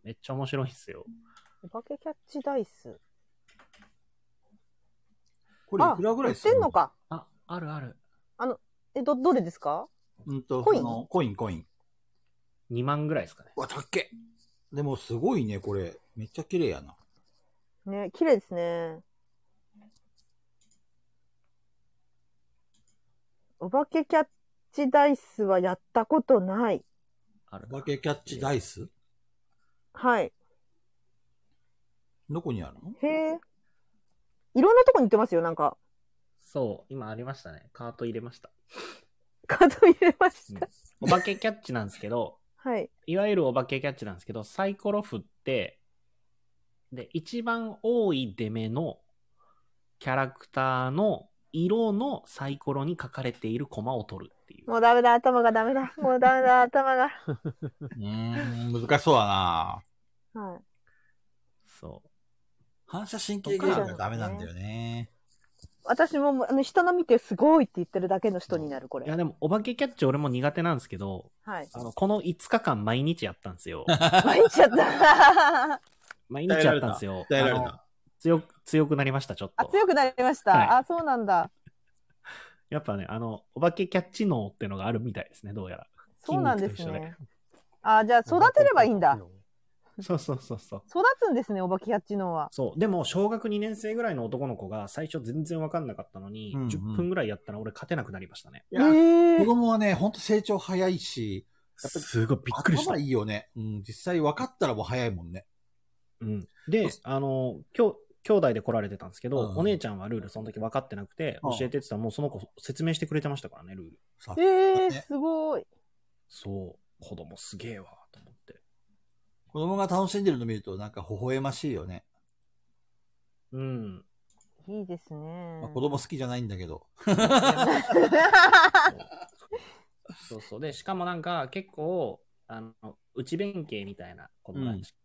Speaker 3: めっちゃ面白いんですよ。
Speaker 2: お化けキャッチダイス。
Speaker 1: これい
Speaker 2: あ、
Speaker 1: くらぐら
Speaker 2: 売
Speaker 1: い
Speaker 2: っ
Speaker 1: する
Speaker 2: てんのか。
Speaker 3: あ、あるある。
Speaker 2: え、ど、どれですか
Speaker 1: うんと、
Speaker 2: コイン
Speaker 1: そのコイン、コイン。
Speaker 3: 2万ぐらいですかね。
Speaker 1: うわ、たっけでもすごいね、これ。めっちゃ綺麗やな。
Speaker 2: ね、綺麗ですね。お化けキャッチダイスはやったことない。
Speaker 3: ある
Speaker 1: お化けキャッチダイス
Speaker 2: はい。
Speaker 1: どこにあるの
Speaker 2: へえ。いろんなとこに行ってますよ、なんか。
Speaker 3: そう、今ありましたね。カート入れました。
Speaker 2: カード入れま
Speaker 3: う
Speaker 2: し
Speaker 3: ん
Speaker 2: た。
Speaker 3: お化けキャッチなんですけど、
Speaker 2: はい。
Speaker 3: いわゆるお化けキャッチなんですけど、サイコロ振って、で、一番多い出目のキャラクターの色のサイコロに書かれているコマを取るっていう。
Speaker 2: もうダメだ、頭がダメだ。もうダメだ、頭が。
Speaker 1: うーん、難しそうだな
Speaker 2: はい。
Speaker 3: そう。
Speaker 1: 反射神経外科がダメなんだよね。
Speaker 2: 私も、あの、人の見てすごいって言ってるだけの人になる、こ
Speaker 3: い
Speaker 2: れ
Speaker 3: や、。でも、お化けキャッチ俺も苦手なんですけど、
Speaker 2: はい。
Speaker 3: あの、この5日間毎日やったんで すよ。
Speaker 2: 参っちゃった。
Speaker 3: 毎日やったんですよ。
Speaker 1: 耐えられ
Speaker 3: あ
Speaker 1: た
Speaker 3: の強く、強くなりました、ちょっ
Speaker 2: あ、
Speaker 3: と。
Speaker 2: 強くなりました。
Speaker 3: はい
Speaker 2: あ、そうなんだ。
Speaker 3: やっぱね、あの、お化けキャッチ能ってのがあるみたいですね、ど うやら。
Speaker 2: そうなんです
Speaker 3: 筋肉と一
Speaker 2: ね。あ、じゃあ育てればいいんだ。。
Speaker 3: そうそうそうそう。
Speaker 2: 育つんですね、お化けキャッチのは。
Speaker 3: そう。でも、小学2年生ぐらいの男の子が最初全然わかんなかったのに、
Speaker 1: うんうん
Speaker 3: 10分ぐらいやったら俺勝てなくなりましたね。
Speaker 1: い
Speaker 2: え
Speaker 1: や子
Speaker 2: ー、
Speaker 1: 供はね、ほんと成長早いし、やっぱり
Speaker 3: すごいびっくりした
Speaker 1: 頭。いいよね。うん、実際分かったらもう早いもんね。
Speaker 3: うん、で、あの、きょ兄弟で来られてたんですけど、
Speaker 1: うん
Speaker 3: お姉ちゃんはルールその時分かってなくて、
Speaker 1: うん
Speaker 3: 教えてって言ったらもうその子説明してくれてましたからね、ルール。
Speaker 1: さ
Speaker 2: えー、すごい。
Speaker 3: そう。子供すげえわ、と思って。
Speaker 1: 子供が楽しんでるの見るとなんか微笑ましいよね。
Speaker 3: うん。
Speaker 2: いいですね
Speaker 1: まあ、。子 供好きじゃないんだけど。
Speaker 3: そうそう。で、しかもなんか結構、あの、内弁慶みたいな子供なんです、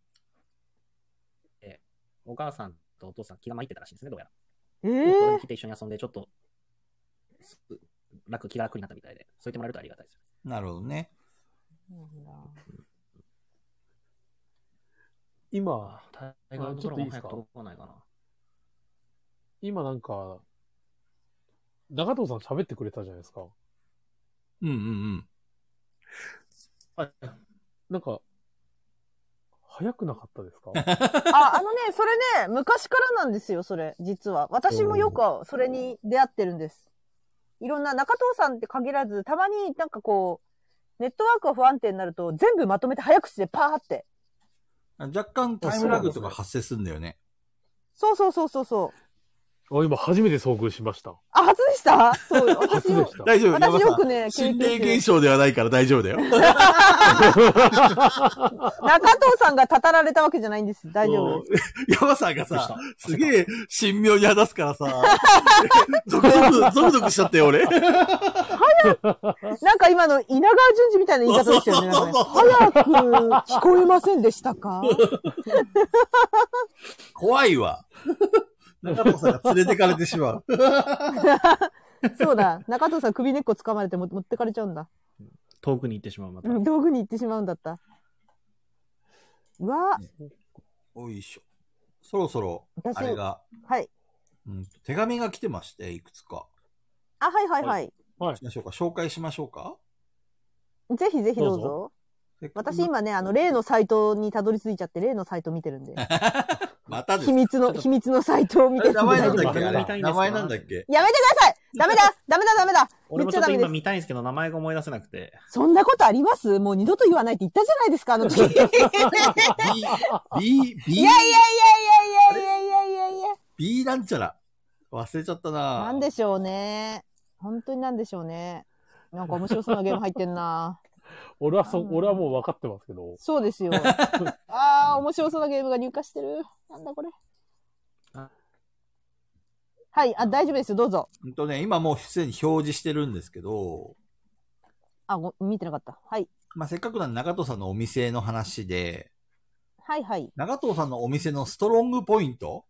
Speaker 3: でお母さんとお父さん気が参ってたらしいんですね、どうやら。
Speaker 2: え
Speaker 3: 子供
Speaker 2: ー
Speaker 3: 来、て一緒に遊んで、ちょっと、す楽、気が楽になったみたいで、そう言ってもらえるとありがたいですよ。
Speaker 1: なるほどね。
Speaker 2: なんだ
Speaker 4: 今、
Speaker 3: タイガーの
Speaker 4: ちょ
Speaker 3: 空
Speaker 4: っとい
Speaker 3: も
Speaker 4: いで
Speaker 3: 早
Speaker 4: すか
Speaker 3: く届かないかな。
Speaker 4: 今なんか、中藤さん喋ってくれたじゃないですか。
Speaker 1: うんうんうん。
Speaker 3: あ
Speaker 4: なんか、早くなかっ たですか
Speaker 2: あ、あのね、それね、昔からなんですよ、それ、実は。私もよくそれに出会ってるんです。いろんな、中藤さんって限らず、たまになんかこう、ネットワークが不安定になると、全部まとめて早口でパーって。
Speaker 1: 若干タイムラグとか発生するんだよね。
Speaker 2: そうそうそうそうそう。
Speaker 4: あ今初めて遭遇しました。
Speaker 2: あ、初でした そうよ。私
Speaker 4: 初で
Speaker 2: よ
Speaker 4: し、た。
Speaker 1: 大丈夫
Speaker 2: 私よくね、
Speaker 1: 心
Speaker 2: 経
Speaker 1: 霊
Speaker 2: 験
Speaker 1: 現象ではないから大丈夫だよ。
Speaker 2: 中藤さんがたたられたわけじゃないんです。大丈夫です。
Speaker 1: 山さんが
Speaker 3: びっくりし
Speaker 1: さ
Speaker 3: た、
Speaker 1: すげえ神妙に話すから さ、ゾクゾク、ゾクゾクしちゃったよ、俺。
Speaker 2: なんか今の稲川淳二みたいな言い方ですよね。
Speaker 1: そうそうそう
Speaker 2: なんかね早く聞こえませんでしたか
Speaker 1: 怖いわ。中藤さんが連れてかれてしまう。
Speaker 2: そうだ。中藤さん首根っこ掴まれても持ってかれちゃうんだ。
Speaker 3: 遠くに行ってしまう、また。
Speaker 2: うん道具に行ってしまうんだった。うわ
Speaker 1: ねおいしょ。そろそろ、
Speaker 2: 私
Speaker 1: あれが、
Speaker 2: はい。
Speaker 1: うん、手紙が来てまして、いくつか。
Speaker 2: あ、はいはいはい。
Speaker 1: しましょうか。紹介しましょうか。
Speaker 2: ぜひぜひどうぞ。
Speaker 4: どうぞ
Speaker 2: 私今ね、あの、例のサイトにたどり着いちゃって、例のサイト見てるんで。
Speaker 1: またです
Speaker 2: 秘。密の、秘密のサイトを見てるんで
Speaker 1: 名前なんだっ
Speaker 2: 大
Speaker 1: け
Speaker 2: 丈夫
Speaker 1: あ
Speaker 2: です
Speaker 3: 見たい
Speaker 1: れ。
Speaker 3: んですか
Speaker 1: 名前なんだっけ
Speaker 2: やめてくださいダメだダメだダメだめ
Speaker 3: 俺
Speaker 2: っ
Speaker 3: も
Speaker 2: ち
Speaker 3: ち
Speaker 2: ゃ
Speaker 3: ょっ
Speaker 2: ダ
Speaker 3: と
Speaker 2: メで
Speaker 3: 今
Speaker 2: す。
Speaker 3: 見たいんですけど、名前が思い出せなくて。
Speaker 2: そんなことありますもう二度と言わないって言ったじゃないですか、あ の時。いやいやい
Speaker 1: B、B、B、
Speaker 2: やいやいやいやいやいや。
Speaker 1: B なんちゃら。忘れちゃったな
Speaker 2: なんでしょうね。本当になんでしょうね。なんか面白そうなゲーム入ってんな。
Speaker 4: 俺はそ、俺はもう分かってますけど。
Speaker 2: そうです よ。ああ、面白そうなゲームが入荷してる。なんだこれ
Speaker 3: あ。
Speaker 2: はい、あ、大丈夫ですよ。どうぞ。
Speaker 1: うんとね、今もうすでに表示してるんですけど、
Speaker 2: あ、ご見てなかった。はい。
Speaker 1: まあ、せっかくなんで長藤さんのお店の話で、
Speaker 2: はいはい。
Speaker 1: 長藤さんのお店のストロングポイント、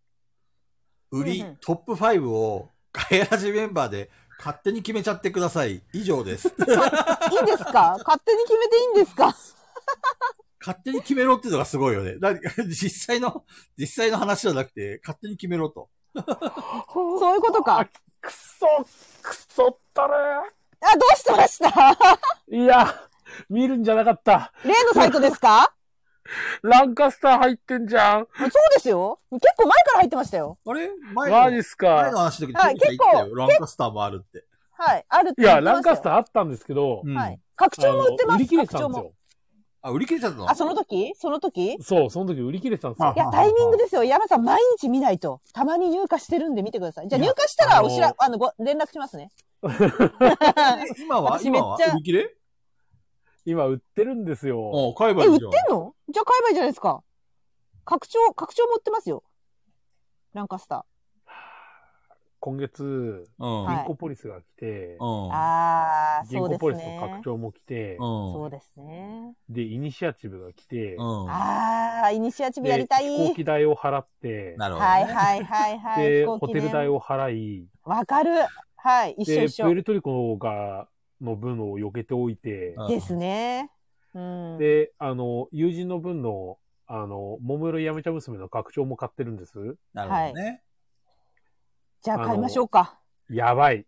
Speaker 1: 売り、
Speaker 2: うんうん
Speaker 1: トップ5を、ガヤラジメンバーで勝手に決めちゃってください。以上です。
Speaker 2: いいんですか 勝手に決めていいんですか
Speaker 1: 勝手に決めろっていうのがすごいよね。だ実際の、実際の話じゃなくて、勝手に決めろと。
Speaker 2: そういうことか。あ、ど
Speaker 4: あくそ、くそったね
Speaker 2: うしてました
Speaker 4: いや、見るんじゃなかった。
Speaker 2: 例のサイトですか
Speaker 4: ランカスター入ってんじゃん。
Speaker 2: そうですよ。結構前から入ってましたよ。
Speaker 1: あれ前
Speaker 4: マジ
Speaker 1: の、
Speaker 4: っす
Speaker 1: 前の
Speaker 4: か。
Speaker 1: 話の時
Speaker 2: はい
Speaker 1: に、たよ。ランカスターもあるって。
Speaker 2: はい。あるって
Speaker 4: い
Speaker 2: 言っ
Speaker 4: や、
Speaker 2: てま
Speaker 4: ラ
Speaker 2: し
Speaker 4: ン
Speaker 2: たよ
Speaker 4: カスターあったんですけど、
Speaker 1: うん
Speaker 2: はい。拡張も売って
Speaker 4: あの
Speaker 2: ま
Speaker 4: 売り
Speaker 2: す。
Speaker 4: 切れて
Speaker 2: 拡
Speaker 4: た
Speaker 2: 張
Speaker 4: んです
Speaker 2: も。
Speaker 4: よ。
Speaker 1: あ、売り切れちゃったの
Speaker 2: あ、その時その時
Speaker 4: そう、その時売り切れてたんですよ
Speaker 1: あ
Speaker 2: い。や、タイミングですよ。山さん、毎日見ないと。たまに入荷してるんで見てください。じゃあ入荷した
Speaker 4: いやあ
Speaker 2: ら、
Speaker 4: の
Speaker 2: お知ら、あの、ご、連絡します ね。
Speaker 1: え今は
Speaker 2: 私
Speaker 1: 今は
Speaker 2: めっちゃ
Speaker 1: 売り切れ
Speaker 4: 今売ってるんですよ。
Speaker 1: お買えば
Speaker 2: え、
Speaker 1: いい
Speaker 2: 売っ
Speaker 1: じ
Speaker 2: て
Speaker 1: ゃん
Speaker 2: ん。のじゃあ買えばいいじゃないですか。拡張、拡張も売ってますよ。ランカスタ
Speaker 4: 今月、
Speaker 1: うん。
Speaker 2: はい
Speaker 4: リンコポリスが来て、
Speaker 2: ー。
Speaker 1: う
Speaker 2: ああ、
Speaker 4: リ
Speaker 2: そ
Speaker 4: ン
Speaker 2: う
Speaker 4: コ
Speaker 2: で
Speaker 4: ポ
Speaker 2: す
Speaker 4: リスの拡
Speaker 2: ね。
Speaker 4: 張も来て、
Speaker 1: ん。
Speaker 2: そううですね。
Speaker 4: で、イニシアチブが来て、
Speaker 1: ん。うん。
Speaker 2: ああ、イニシアチブやりたい。
Speaker 4: で飛行
Speaker 2: は
Speaker 4: 機代を払って、
Speaker 1: なるほど、ね。
Speaker 2: いはいはいはい。
Speaker 4: で、
Speaker 2: 飛
Speaker 4: ホ
Speaker 2: 行
Speaker 4: テ
Speaker 2: 機
Speaker 4: ル代
Speaker 2: ね。
Speaker 4: を払い、
Speaker 2: わかる。はい、一緒
Speaker 4: で、
Speaker 2: 一
Speaker 4: プエ
Speaker 2: 緒。
Speaker 4: ルトリコが、の分を避けておいて、
Speaker 1: うん
Speaker 2: ですね。うん。
Speaker 4: で、あの、友人の分の、あの、桃色やめちゃ娘の拡張も買ってるんです。
Speaker 1: なるほどね。
Speaker 2: じゃあ買いましょうか。
Speaker 4: や ばい。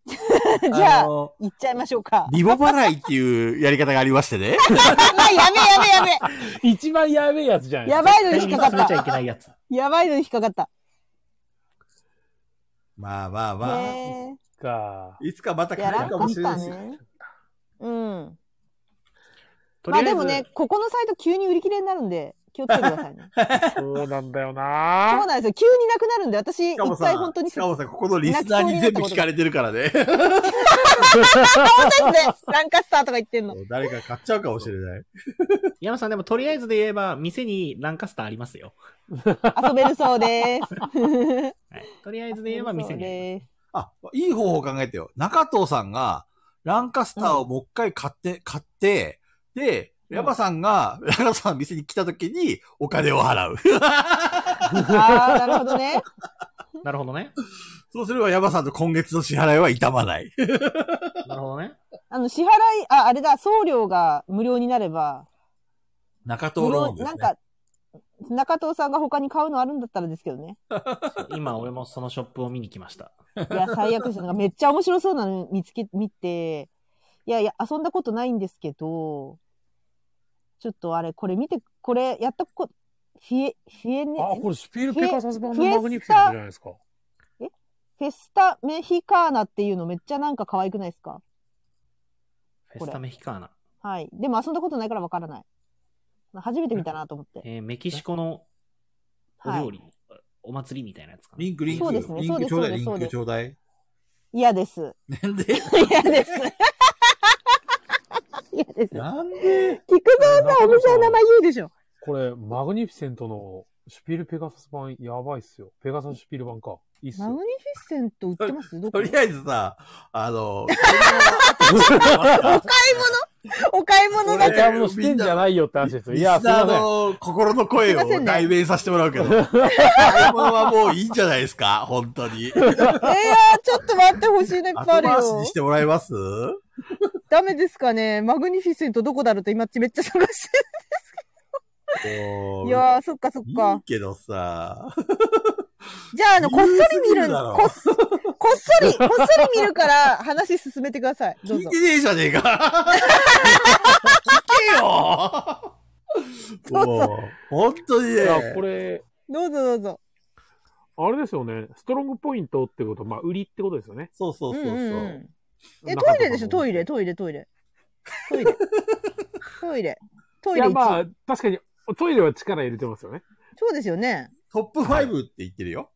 Speaker 2: じゃあ、行
Speaker 1: の
Speaker 2: っちゃいましょうか。
Speaker 1: リボ払いっていうやり方がありまして ね。
Speaker 2: ま あ、やべえやべえやべ
Speaker 4: 一番やべえやつじゃない
Speaker 2: え。
Speaker 4: です
Speaker 2: やばいのに引っ
Speaker 3: 絶対に
Speaker 4: か。
Speaker 2: か
Speaker 3: 忘
Speaker 2: か
Speaker 3: れ
Speaker 2: っ
Speaker 3: ちゃ
Speaker 2: た
Speaker 3: い。けないやつ。
Speaker 2: やばいのに引っかかった。
Speaker 1: まあまあまあ。
Speaker 2: ね
Speaker 4: か。
Speaker 1: いつかまた
Speaker 2: え。
Speaker 1: 買
Speaker 2: や
Speaker 1: える
Speaker 2: らん
Speaker 1: か
Speaker 2: か
Speaker 1: も
Speaker 2: っ
Speaker 1: しれな
Speaker 2: た
Speaker 1: いし。
Speaker 2: ね。うん。
Speaker 3: とり
Speaker 2: まあ
Speaker 3: あえず、
Speaker 2: でもね、ここのサイト急に売り切れになるんで、気をつけてくださいね。
Speaker 4: そうなんだよ
Speaker 2: そう
Speaker 4: な
Speaker 2: なんですよ。急になくなるんで、私、
Speaker 1: しかも
Speaker 2: 一
Speaker 1: さ
Speaker 2: 回本当に。
Speaker 1: しかもさ、ここのリスナーに全部聞かれてるからね。
Speaker 2: そうですね。ランカスターとか言って んの。
Speaker 1: 誰か買っちゃうかもしれない。
Speaker 3: 山さんでもとりあえずで言えば、店にランカスターありますよ。
Speaker 2: 遊べるそうです。
Speaker 3: はい、とりあえずで言えば、店にあり
Speaker 2: です。
Speaker 1: あ、いい方法考えてよ。中藤さんが、ランカスターをもう一回買って、買って、で、山さんが、中藤さんの店に来た時に、お金を払う。
Speaker 2: ああ、なるほどね。
Speaker 3: ます。なるほ どね。
Speaker 1: そうすれば山さんの今月の支払いは痛まない。
Speaker 3: なるほどね。
Speaker 2: あの、支払い、あ、あれだ、送料が無料になれば、
Speaker 1: 中藤
Speaker 2: 無
Speaker 1: ロー
Speaker 2: 料、
Speaker 1: ンです、ね。
Speaker 2: なんか、中藤さんが他に買うのあるんだったらですけどね。
Speaker 3: 今、俺もそのショップを見に来ました。
Speaker 2: いや、最悪です。なんかめっちゃ面白そうなの見つけ、見て、いやいや、遊んだことないんですけど、ちょっとあれ、これ見て、これやったこ、フィエ、フィエネ、
Speaker 4: あ、これスピールペガサス版
Speaker 2: フ
Speaker 4: の
Speaker 2: ィエ
Speaker 4: マグニフィセントじゃないですか。
Speaker 2: フェスタメヒカーナっていうのめっちゃなんか可愛くないですか
Speaker 3: フェスタメヒカーナ。
Speaker 2: はい。でも遊んだことないからわからない。初めて見たなと思って。
Speaker 3: えーメキシコのお
Speaker 2: は
Speaker 3: 料
Speaker 2: い。
Speaker 3: 理、お祭りみたいなやつかな。
Speaker 1: リンク、リンク、
Speaker 2: そうですね
Speaker 1: リンクちょうだい、リ
Speaker 2: そう
Speaker 1: ン
Speaker 2: で
Speaker 1: ク
Speaker 2: す
Speaker 1: ちょうだい。
Speaker 2: 嫌 です。
Speaker 1: なんで
Speaker 2: 嫌です。嫌です。
Speaker 1: なんで
Speaker 2: 菊蔵さん、お店の名前言うでしょ。
Speaker 4: これ、マグニフィセントのシュピールペガサス版やばいっすよ。ペガサスシュピール版か。いいっす
Speaker 2: マグニ
Speaker 4: よ
Speaker 2: フ。ィセント売ってますどことお買い
Speaker 1: りあえずさ、あの、
Speaker 2: 物お買い物
Speaker 1: 俺
Speaker 2: が
Speaker 4: ガチャもしてんじゃないよって話ですよ。いや、すい
Speaker 1: あ
Speaker 4: ません。
Speaker 1: の、心の声
Speaker 2: すいませ
Speaker 1: を
Speaker 2: んね
Speaker 1: 代弁させてもらうけど、買い物はもういいんじゃないですか本当に。
Speaker 2: えー、ちょっと待ってほしいのいっぱいあ
Speaker 1: 後
Speaker 2: る
Speaker 1: 回しに
Speaker 2: よ
Speaker 1: し。てもらえます
Speaker 2: ダメですかねマグニフィセントどこだろうと今めっちゃ探 して。
Speaker 1: い
Speaker 2: いやー、そっかそっ
Speaker 1: い
Speaker 2: か
Speaker 1: い。けどさ。
Speaker 2: じゃあ、あの、こっそり見
Speaker 1: 言う
Speaker 2: る、
Speaker 1: だろ
Speaker 2: こっそこっそり、こっそり見るから話進めてください。どう
Speaker 1: 聞い
Speaker 2: ぞ。
Speaker 1: てねえじゃねえか。聞けよ。
Speaker 2: どう
Speaker 1: もう、本当に
Speaker 4: い
Speaker 1: ね
Speaker 4: や、。これ、
Speaker 2: どうぞどうぞ。
Speaker 4: あれですよね。ストロングポイントってこと、まあ、売りってことですよね。
Speaker 1: そうそううそうそ
Speaker 2: ん
Speaker 1: う。
Speaker 2: うんうん。え、トイレでしょトイレ、トイレ、トイレ。トイレ。トイレ。ト
Speaker 4: い
Speaker 2: イレ
Speaker 4: や、
Speaker 2: 1。
Speaker 4: まあ、確かに、トイレは力入れてますよね。
Speaker 2: そうですよね。
Speaker 1: トップ5って言ってるよ。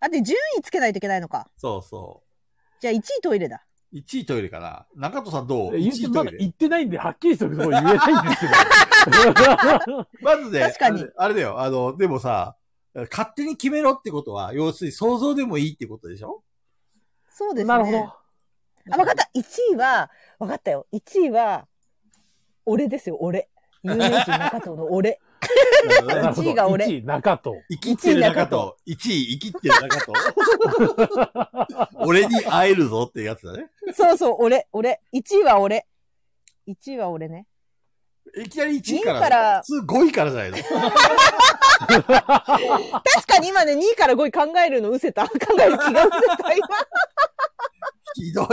Speaker 2: あ、で、順位つけないといけないのか。
Speaker 1: そうそ
Speaker 2: じゃあ、1位トイレだ。
Speaker 1: う。1位トイレかな。中戸さんどう
Speaker 4: 言
Speaker 1: ?1
Speaker 4: っ
Speaker 1: 位
Speaker 4: て、
Speaker 1: ト
Speaker 4: まだ
Speaker 1: イレ
Speaker 4: 言。ってないんで、はっきりしたことも言えないんです けど。
Speaker 1: まずね、
Speaker 2: 確かに
Speaker 1: あれあれだよ。あの、でもさ、勝手に決めろってことは、要するに想像でもいいってことでし ょ
Speaker 2: そうですね。
Speaker 4: なるほど。
Speaker 2: あ、わかった。1位は、わかったよ。1位は、俺ですよ、俺。有名人中藤の俺。
Speaker 4: なるほど
Speaker 2: 1位が俺
Speaker 4: 1位、中 藤。
Speaker 1: 生きってる中と、1位生きってる中と。 俺に会えるぞってやつだね。
Speaker 2: そうそう、俺、俺。1位は俺。1位は俺ね。
Speaker 1: いきなり1位か、
Speaker 2: 二位からら
Speaker 1: 普通5位からじゃないの。
Speaker 2: 確かに今ね、2位から5位考えるの失せた。考える気が失せた、 今。
Speaker 1: ひどい。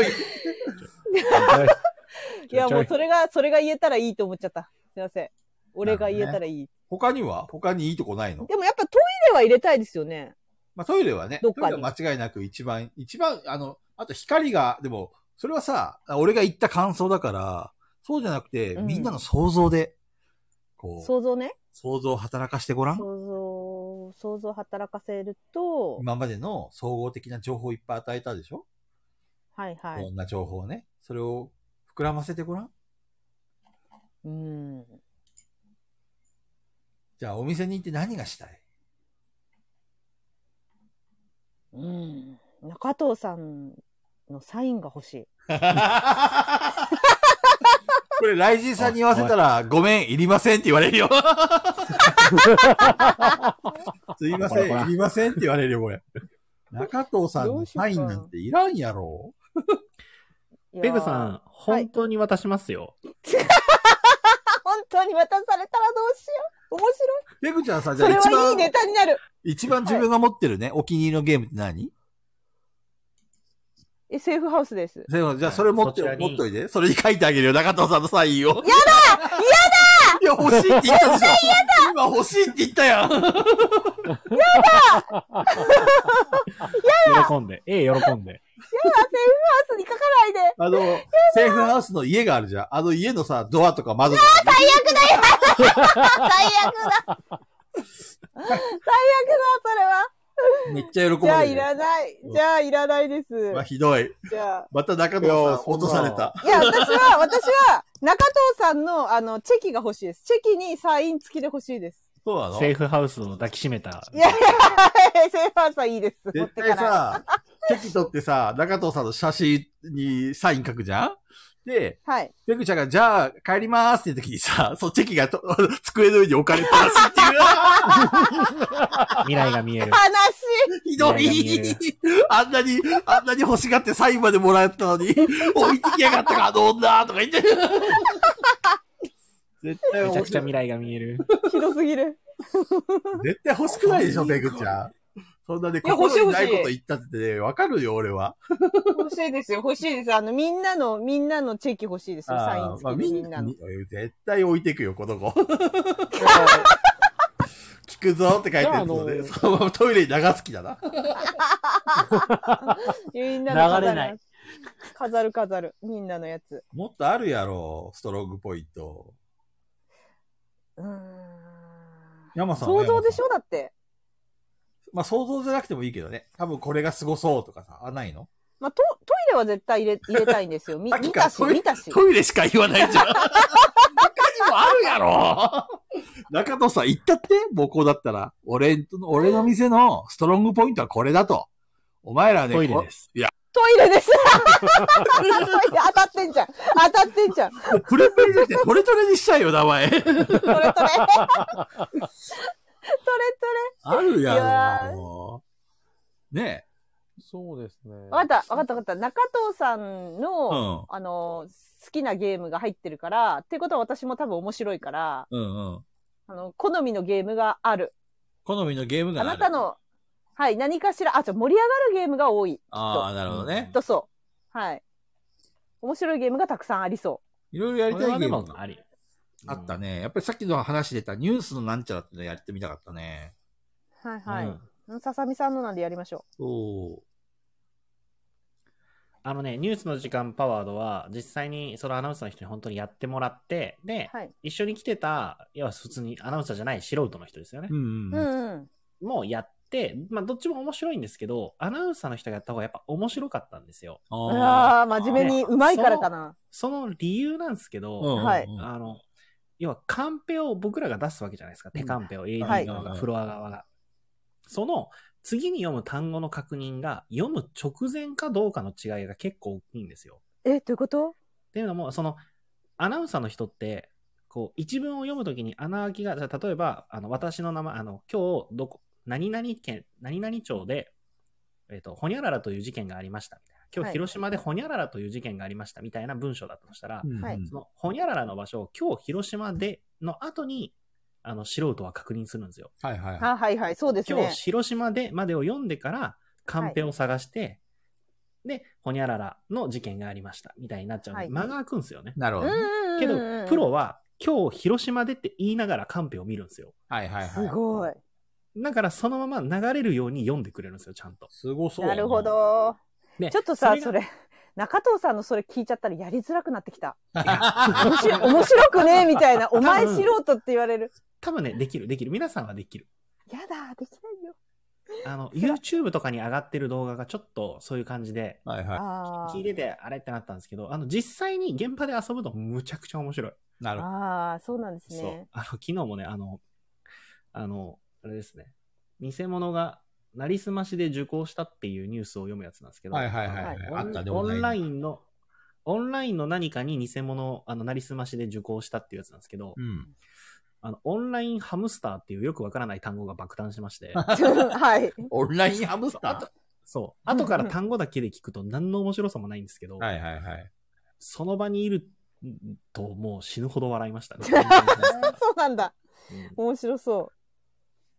Speaker 2: いや、もうそれが、それが言えたらいいと思っちゃった。すいません。俺が言えたらいい。
Speaker 1: 他には他にいいとこないの
Speaker 2: でもやっぱトイレは入れたいですよね。
Speaker 1: まあトイレはね、
Speaker 2: どっ
Speaker 1: ト
Speaker 2: か
Speaker 1: イ
Speaker 2: に
Speaker 1: レは間違いなく一番、一番、あの、あと光が、でも、それはさ、俺が言った感想だから、そうじゃなくて、
Speaker 2: うん
Speaker 1: みんなの想像で、こう、
Speaker 2: 想像ね。
Speaker 1: 想像を働かしてごらん。
Speaker 2: 想像、想像働かせると、
Speaker 1: 今までの総合的な情報をいっぱい与えたでしょ、、
Speaker 2: はいはい
Speaker 1: ろ
Speaker 2: い。
Speaker 1: んな情報をね。それを膨らませてごらん。
Speaker 2: うん。
Speaker 1: じゃあお店に行って何がしたい
Speaker 2: うん。中藤さんのサインが欲しい。
Speaker 1: これ、ライジンさんに言わせたら、ごめん、いりませんって言われ るよ。すいません、いりませんって言われるよ、これ。中藤さんのサインなんていらんやろ。
Speaker 2: いやー
Speaker 3: ペグさん、本当に渡しますよ。
Speaker 2: 本当に渡されたらどうしよう。面白い。
Speaker 1: ペグちゃんさ、じゃ
Speaker 2: そ
Speaker 1: あ
Speaker 2: れ
Speaker 1: 一
Speaker 2: はいいネ
Speaker 1: 番、
Speaker 2: タになる。
Speaker 1: 一番自分が持ってるね、お気に入りのゲームって何
Speaker 2: え、セーフハウスです。
Speaker 1: でもじゃあそれ持って、
Speaker 3: そちらに
Speaker 1: 持っといて。それに書いてあげるよ、中藤さんのサインを。やだやだいや、欲しいって言ったでしょ。今欲しいって言ったやん。
Speaker 3: 喜んで。ええ、喜んで。
Speaker 2: ハウスに書かないで。
Speaker 1: あの、セーフハウスの家があるじゃん。あの家のさ、ドアとか窓とか。
Speaker 2: 最 悪だ。最悪だ、それは。
Speaker 1: めっちゃ喜ばれる。
Speaker 2: じゃあいらない。じゃあいらないです。
Speaker 1: まあ、ひどい。
Speaker 2: じゃあ。
Speaker 1: また中藤さ
Speaker 4: い
Speaker 1: ん
Speaker 4: やそん
Speaker 1: 落
Speaker 4: な
Speaker 1: とされた。
Speaker 2: いや、私 は、私は、中藤さんの、あの、チェキが欲しいです。チェキにサイン付きで欲しいです。
Speaker 1: そうなの
Speaker 3: セーフハウスを抱きしめた。
Speaker 2: いやいや、セーフハウスはいいです。持っ
Speaker 1: 絶
Speaker 2: て
Speaker 1: 対
Speaker 2: かない。
Speaker 1: さ、チェキ取ってさ、中藤さんの写真にサイン書くじゃんで、
Speaker 2: はい。
Speaker 1: ペグちゃんが、じゃあ、帰りまーすって言う時にさ、そう、チェキがと 机の上に置かれてらしいっていうあ
Speaker 3: 未来が見える
Speaker 2: 悲。し
Speaker 1: ー。
Speaker 2: い。
Speaker 1: ひど
Speaker 3: いやいやい
Speaker 1: い。あんなに、あんなに欲しがってサインまでもらったのに、 置いてきやがったか、あの女とか言って。絶対
Speaker 3: めち
Speaker 1: 面
Speaker 3: ゃくちゃ
Speaker 1: 白い
Speaker 3: 未来が見える。
Speaker 2: ひどすぎる。
Speaker 1: 絶対欲しくないでしょ、ペグちゃん。そんなね、
Speaker 2: や欲しい
Speaker 1: 心にない
Speaker 2: 欲しい
Speaker 1: こと言ったってね、わかるよ、俺は。
Speaker 2: 欲しいですよ、欲しいです。あの、みんなの、みんなのチェキ欲しいですよ、サイン
Speaker 1: あーまあ
Speaker 2: 付き
Speaker 1: み
Speaker 2: でみ
Speaker 1: ん
Speaker 2: ん
Speaker 1: な
Speaker 2: なの。
Speaker 1: 絶対置いてくよ、この子。 聞くぞって書いてるので、
Speaker 4: じゃああの
Speaker 1: そのままトイレに流す気だな。
Speaker 2: み んなの飾る
Speaker 3: 流れない
Speaker 2: 飾る飾る、みんなのやつ。
Speaker 1: もっとあるやろ、ストロングポイント。
Speaker 2: うーん。
Speaker 1: 山さんは
Speaker 2: 想像でし
Speaker 1: 山
Speaker 2: ょだって。
Speaker 1: さんまあ想像じゃなくてもいいけどね。多分これがすごそうとかさ、あ、ないの
Speaker 2: まあ、トトイレは絶対入れ、入れたいんですよ。み
Speaker 1: さっ
Speaker 2: 見
Speaker 1: き
Speaker 2: た
Speaker 1: から
Speaker 2: し、
Speaker 1: トイレ
Speaker 2: 見たし。
Speaker 1: トイレしか言わないじゃ ん。他にもあるやろ。中野さん、言ったって母校だったら、俺ん、俺の店のストロングポイントはこれだと。お前らね、
Speaker 3: トイレです。
Speaker 2: トイレです。トイレ当たってんじゃん。当たってんじゃん。こ
Speaker 1: こプレプレじゃなくて、トレトレにしたいよ、名前。
Speaker 2: れトレ。トレトレ。
Speaker 1: ある
Speaker 2: いや
Speaker 1: やろ。ね
Speaker 4: そうですね。
Speaker 2: わかった、わかった、わかった。中藤さん
Speaker 1: え。う
Speaker 2: の、
Speaker 1: ん。
Speaker 2: あの、好きなゲームが入ってるから、っていうことは私も多分面白いから、
Speaker 1: うんうん。
Speaker 2: あの、好みのゲームがある。
Speaker 1: 好みのゲームが
Speaker 2: あ
Speaker 1: ある。
Speaker 2: なた。の、はい、何かしら、あ、じゃあ盛り上がるゲームが多い。きっ
Speaker 1: あ
Speaker 2: と。
Speaker 1: あ、なるほどね。
Speaker 2: とそう。はい。面白いゲームがたくさんありそ
Speaker 1: いろいろやり
Speaker 3: これ
Speaker 1: たい
Speaker 3: は
Speaker 1: ゲ
Speaker 3: で
Speaker 1: ーム
Speaker 3: も
Speaker 1: が
Speaker 3: あり。
Speaker 1: あったね。やっぱりさっきの話出たニュースのなんちゃらってのやってみたかったね。
Speaker 2: う。はいうはい。
Speaker 3: ん
Speaker 2: うんささみさんのなんでやりましょ
Speaker 1: そう。
Speaker 3: あのね、ニュースの時間パワードは、実際にそのアナウンサーの人に本当にやってもらって、で、
Speaker 2: う。はい。
Speaker 3: 一緒に来てた、要は普通にアナウンサーじゃない素人の人ですよね。
Speaker 1: うん
Speaker 2: う
Speaker 1: うん。
Speaker 2: んうん。
Speaker 3: もうやって、まあどっちも面白いんですけど、アナウンサーの人がやった方がやっぱ面白かったんですよ。
Speaker 1: ああ。
Speaker 2: ああ、真面目にうまいからかな。
Speaker 3: その理由なんですけど、
Speaker 1: うんうん
Speaker 2: はい
Speaker 3: あの、要はカンペを僕らが出すわけじゃないですか。手カンペを AD
Speaker 2: はい
Speaker 3: 側が、フロア側が。その、次に読む単語の確認が、読む直前かどうかの違いが結構大きいんですよ。
Speaker 2: え、どういうこと
Speaker 3: っていうのも、その、アナウンサーの人って、こう、一文を読むときに穴開きが、じゃあ例えば、あの、私の名前、あの、今日、どこ、何々県、何々町で、えっ、と、ほにゃららという事件がありました、みたいな。今
Speaker 2: は
Speaker 3: 日、
Speaker 2: い
Speaker 3: 広島でほにゃららという事件がありました、みたいな文章だったとしたら、
Speaker 2: はい
Speaker 3: その、ほにゃららの場所を今日、広島での後に、あの、素人は確認するんですよ。
Speaker 1: はいはい。
Speaker 2: あはいはい、そうです
Speaker 3: 今
Speaker 2: ね
Speaker 3: 日、。広島でまでを読んでから、カンペを探して、で、ほにゃららの事件がありました、みたいになっちゃうんで、
Speaker 2: はい
Speaker 3: 間が空くんですよね。
Speaker 1: なる
Speaker 2: う
Speaker 1: ほ
Speaker 2: ん
Speaker 1: ど
Speaker 2: う
Speaker 1: ね。
Speaker 2: んうんうん。
Speaker 3: けど、プロは今日広島でって言いながらカンペを見るんですよ。
Speaker 1: はいはい
Speaker 2: す
Speaker 1: はい。
Speaker 2: ごい。
Speaker 3: だからそのまま流れるように読んでくれるんですよ、ちゃんと。
Speaker 1: すごそう。
Speaker 2: なる ほ。ど。
Speaker 3: ね
Speaker 2: ちょっとさ、
Speaker 3: れが
Speaker 2: それ、中藤さんのそれ聞いちゃったらやりづらくなってきた。面白面白くねえみたいな、お前素人って言われる。
Speaker 3: 多分ね、できる、できる。皆さんはできる。
Speaker 2: やだ、できないよ。
Speaker 3: あ の、YouTube とかに上がってる動画がちょっとそういう感じで、
Speaker 1: はいは
Speaker 2: あ
Speaker 3: 聞いててあれってなったんですけど、あの、実際に現場で遊ぶとむちゃくちゃ面白い。
Speaker 1: い。な
Speaker 2: あ。
Speaker 1: るほ
Speaker 2: ああ、そうなんです
Speaker 3: そう
Speaker 2: ね。。
Speaker 3: あの、昨日もね、あの、あの、あれですね。偽物が、なりすましで受講したっていうニュースを読むやつなんですけ
Speaker 1: ど。
Speaker 3: ど、
Speaker 1: はいはいは
Speaker 2: はい
Speaker 1: い。
Speaker 3: オ
Speaker 1: あ
Speaker 3: ン
Speaker 1: ったね、
Speaker 3: オンラインの、オンラインの何かに偽物を、あの、なりすましで受講したっていうやつなんですけど、
Speaker 1: うん。
Speaker 3: あの、オンラインハムスターっていうよくわからない単語が爆誕しまし て、
Speaker 2: はい。
Speaker 1: オンラインハムスター
Speaker 3: そう、後から単語だけで聞くと何の面白さもないんですけど、
Speaker 1: はいはいはい。
Speaker 3: その場にいるともう死ぬほど笑いました ね。
Speaker 2: そうなんだ。
Speaker 3: うんい
Speaker 2: 面白そ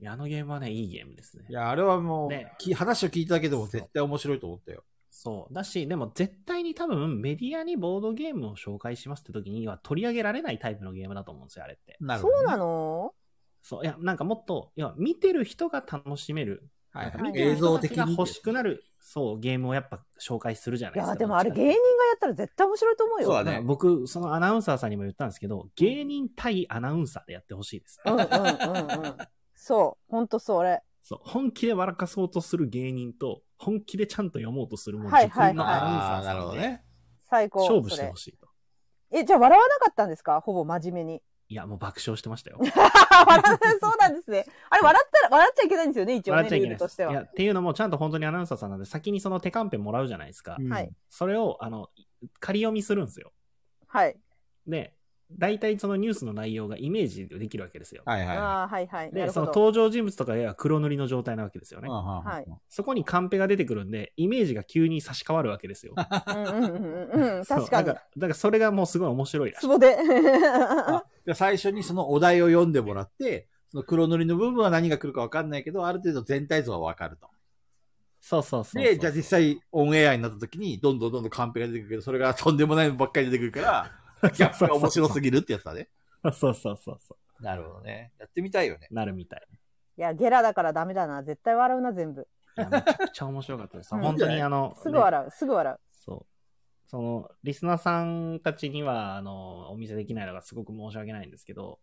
Speaker 3: やあのゲームはね、いいゲームですね
Speaker 1: い。や、あれはもう、
Speaker 3: ね
Speaker 1: き話を聞いただけでも絶対面白いと思ったよ。
Speaker 3: そう。だし、でも絶対に多分メディアにボードゲームを紹介しますって時には取り上げられないタイプのゲームだと思うんですよ、あれって。
Speaker 1: な
Speaker 2: う。そうな
Speaker 1: の
Speaker 2: の
Speaker 3: そう、いや、なんかもっと、いや、見てる人が楽しめる、
Speaker 1: はい
Speaker 3: な
Speaker 1: はい
Speaker 3: んか
Speaker 2: 見てる
Speaker 1: 映
Speaker 2: 人
Speaker 1: 像
Speaker 3: 見て
Speaker 1: 的
Speaker 3: る人たち
Speaker 1: に。
Speaker 3: が欲しくなる、そう、ゲームをやっぱ紹介するじゃな
Speaker 2: い
Speaker 3: いですか。
Speaker 2: や、でもあれ芸人がやったら絶対面白いと思うよ。
Speaker 1: そうだ
Speaker 3: だ
Speaker 1: ね
Speaker 3: から僕、そのアナウンサーさんにも言ったんですけど、芸人対アナウンサーでやってほしいです。
Speaker 2: うんうんうんうん。そう、ほんとそう、俺。
Speaker 3: そう、本気で笑かそうとする芸人と、本気でちゃんと読もうとするもう
Speaker 2: はい
Speaker 3: 自
Speaker 2: はい
Speaker 3: 分
Speaker 2: は
Speaker 3: の
Speaker 2: い
Speaker 3: アナウ
Speaker 1: あ
Speaker 3: ン
Speaker 1: あ、な
Speaker 3: サー
Speaker 1: る
Speaker 3: さ
Speaker 1: ほど
Speaker 3: んで
Speaker 1: ね。
Speaker 2: 最高。
Speaker 3: 勝負し
Speaker 2: そ
Speaker 3: て
Speaker 2: れ
Speaker 3: ほしいと。
Speaker 2: え、じゃあ笑わなかったんですかほぼ真面目に。
Speaker 3: いや、もう爆笑してましたよ。
Speaker 2: 笑わないそうなんですね。あれ、笑ったら、笑っちゃいけないんですよね、一応
Speaker 3: 笑
Speaker 2: ね、
Speaker 3: っちゃい
Speaker 2: ルール
Speaker 3: けないで
Speaker 2: と
Speaker 3: す。
Speaker 2: し
Speaker 3: い
Speaker 2: て
Speaker 3: や、
Speaker 2: は。
Speaker 3: っていうのも、ちゃんと本当にアナウンサーさんなんで、先にその手カンペもらうじゃないですか。
Speaker 2: はい。
Speaker 3: それを、あの、仮読みするんですよ。
Speaker 2: はい。
Speaker 3: で、大体そのニュースの内容がイメージできるわけですよ。
Speaker 1: はいはい。
Speaker 2: ああ、はいはい。な
Speaker 3: で、
Speaker 2: る
Speaker 3: その
Speaker 2: ほど。
Speaker 3: 登場人物とかが黒塗りの状態なわけですよね。
Speaker 1: は
Speaker 2: はい。
Speaker 3: そこにカンペが出てくるんで、イメージが急に差し替わるわけですよ。
Speaker 2: うんうんうんうんうん。
Speaker 3: そう
Speaker 2: 確か
Speaker 3: だ
Speaker 2: に
Speaker 3: か。ら、だからそれがもうすごい面白いらし
Speaker 2: ツ
Speaker 3: い。
Speaker 2: ボで。
Speaker 1: じゃあ最初にそのお題を読んでもらって、その黒塗りの部分は何が来るかわかんないけど、ある程度全体像はわかると。
Speaker 3: そうそうそうそう。
Speaker 1: で、じゃあ実際オンエアになった時に、どんどんどんどんカンペが出てくるけど、それがとんでもないのばっかり出てくるから、ギャップが面白すぎるってやつだね。
Speaker 3: そうそうそうそ
Speaker 1: なるほどね。やってみたいよね。
Speaker 3: う。なるみたい。
Speaker 2: いや、ゲラだからダメだな。絶対笑うな、全部。
Speaker 3: いやめちゃくちゃ面白かったです。
Speaker 2: うん
Speaker 3: 本当にあの、
Speaker 2: すぐ笑う、すぐ笑
Speaker 3: そう。その、リスナーさんたちには、あの、お見せできないのがすごく申し訳ないんですけど、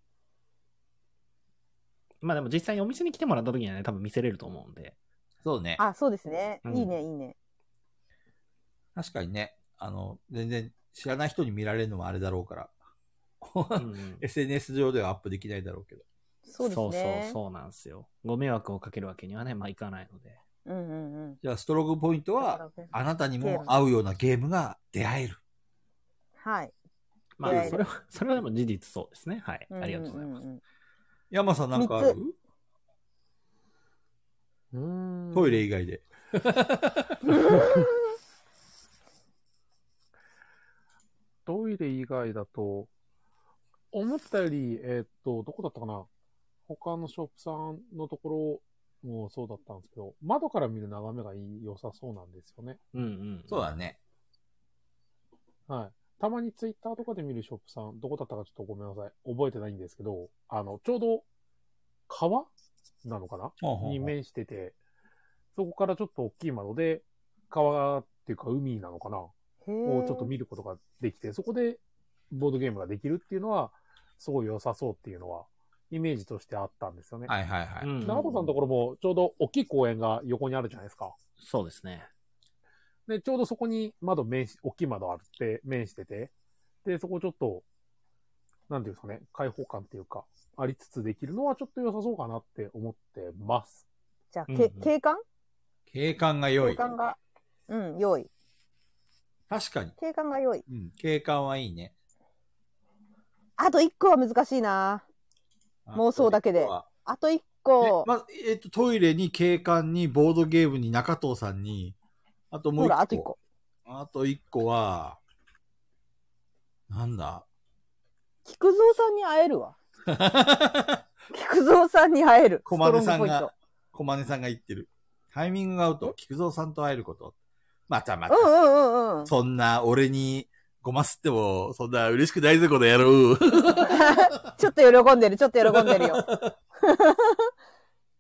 Speaker 3: まあでも実際にお店に来てもらった時にはね、多分見せれると思う んで。
Speaker 1: そうね
Speaker 2: う。。あ、そうですね。
Speaker 3: うん
Speaker 2: いいね、いいね。
Speaker 1: 確かにね、あの、全然知らない人に見られるのもあれだろうから。
Speaker 3: うんうん
Speaker 1: SNS 上ではアップできないだろうけど。
Speaker 2: そうですね。
Speaker 3: そうそうそうなんですよ。ご迷惑をかけるわけにはね、まあいかないので。
Speaker 2: うんうんうん。
Speaker 1: じゃあ、ストロークポイントは、あなたに
Speaker 2: ゲー
Speaker 1: も
Speaker 2: ム
Speaker 1: 合うようなゲームが出会える。
Speaker 2: はい。
Speaker 3: ま
Speaker 2: いや
Speaker 3: あ
Speaker 2: いや
Speaker 3: それは、それはでも事実そうですね。はい。ありがとうございます。
Speaker 2: す。
Speaker 1: 山さんなんかある
Speaker 2: 三
Speaker 4: うーん
Speaker 1: トイレ以外で。
Speaker 4: トイレ以外だと、思ったより、えーっと、どこだったかな他のショップさんのところもそうだったんですけど、窓から見る眺めが良さそうなんですよね。
Speaker 3: うんうん。
Speaker 1: そうだね。
Speaker 4: はい。たまにツイッターとかで見るショップさん、どこだったかちょっとごめんなさい。覚えてないんですけど、あの、ちょうど、川なのかな
Speaker 1: ほうほうほう
Speaker 4: に面してて、そこからちょっと大きい窓で、川っていうか海なのかな
Speaker 2: へ
Speaker 4: を
Speaker 2: ー
Speaker 4: ちょっと見ることができて、そこでボードゲームができるっていうのは、すごい良さそうっていうのは、イメージとしてあったんですよね。
Speaker 1: はいはいはい。
Speaker 3: うん。
Speaker 4: 長子さんのところもちょうど大きい公園が横にあるじゃないですか。
Speaker 3: そうですね。
Speaker 4: で、ちょうどそこに窓面し、大きい窓あって、面してて、で、そこちょっと、なんていうんですかね、開放感っていうか、ありつつできるのはちょっと良さそうかなって思ってます。
Speaker 2: じゃあ、
Speaker 3: うん
Speaker 2: け
Speaker 3: うん
Speaker 2: 景観
Speaker 1: 景観が良
Speaker 2: 景
Speaker 1: い。
Speaker 2: 観が。うん、良い。
Speaker 1: 確かに。
Speaker 2: 景観が良い。
Speaker 1: うん。景観はいいね。
Speaker 2: あと一個は難しいな。妄想だけで
Speaker 1: あとは
Speaker 2: あと一
Speaker 1: え
Speaker 2: 個。
Speaker 1: ま、えっと、トイレに景観に、ボードゲームに、中藤さんに、あともう一
Speaker 2: ほ
Speaker 1: 個。
Speaker 2: ら、あと一個。
Speaker 1: あと一個は、なんだ
Speaker 2: 菊蔵さんに会えるわ。菊蔵さんに会える。
Speaker 1: 小金さん
Speaker 2: ストロングポイント
Speaker 1: が、小金さんが言ってる。タイミングが合うと、菊蔵さんと会えること。またまた
Speaker 2: う。んうんうんうん。
Speaker 1: そんな、俺に、ごますっても、そんな嬉しくないぜ、この野郎。
Speaker 2: ちょっと喜んでる、ちょっと喜んでるよ。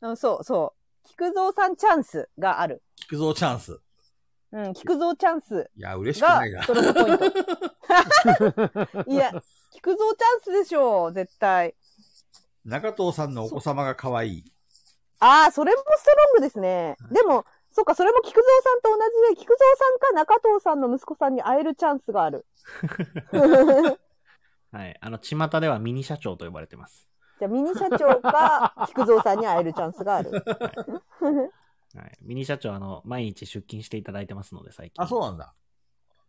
Speaker 2: うん、そうそう。菊蔵さんチャンスがある。
Speaker 1: 菊蔵チャンス。
Speaker 2: うん、菊蔵チャンス
Speaker 1: いや、嬉しく
Speaker 2: が
Speaker 1: ないな
Speaker 2: ス。トロングポイン ト。いや、菊蔵チャンスでしょう、絶対。
Speaker 1: 中藤さんのお子様が可愛い。
Speaker 2: ああ、それもストロングですね。でも、そっか、それも菊蔵さんと同じで、菊蔵さんか中藤さんの息子さんに会えるチャンスが ある。
Speaker 3: はい。あの、巷ではミニ社長と呼ばれてます。
Speaker 2: じゃあ、ミニ社長か菊蔵さんに会えるチャンスがある。
Speaker 3: はい。ミニ社長、あの、毎日出勤していただいてますので、最近。
Speaker 1: あ、そうなんだ。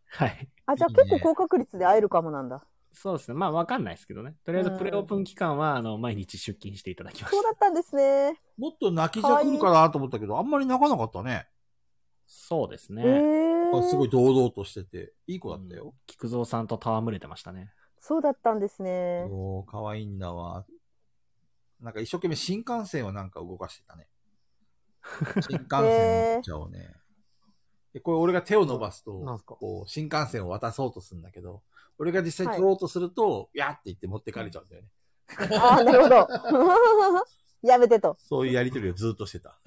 Speaker 3: はい。
Speaker 2: あ、じゃあ
Speaker 1: いいね
Speaker 2: 結構高確率で会えるかもなんだ。
Speaker 3: そうですね。まあ、わかんないですけどね。とりあえず
Speaker 2: う、ん
Speaker 3: プレオープン期間は、あの、毎日出勤していただきまし
Speaker 2: そうだ
Speaker 3: た。
Speaker 2: ったんですね。
Speaker 1: もっと泣きじゃくるかなと思ったけど、あんまり泣かなかったね。
Speaker 3: そうです
Speaker 2: え
Speaker 3: ね。
Speaker 2: ー
Speaker 1: あすごい堂々としてて、いい子だった
Speaker 3: うん
Speaker 1: よ。
Speaker 3: 菊蔵さんと戯れてましたね。
Speaker 2: そうだったんですね。
Speaker 1: おー、可愛いんだわ。なんか一生懸命新幹線をなんか動かして たね。新幹線のお茶をね。で、これ俺が手を伸ばす
Speaker 4: なんす
Speaker 1: と、
Speaker 4: か
Speaker 1: こう、新幹線を渡そうとするんだけど、俺が実際取ろうとすると、やーって言って持ってかれちゃうんだよね。
Speaker 2: ああ、なるほど。 やめてと。
Speaker 1: そういうやりとりをずっとしてた。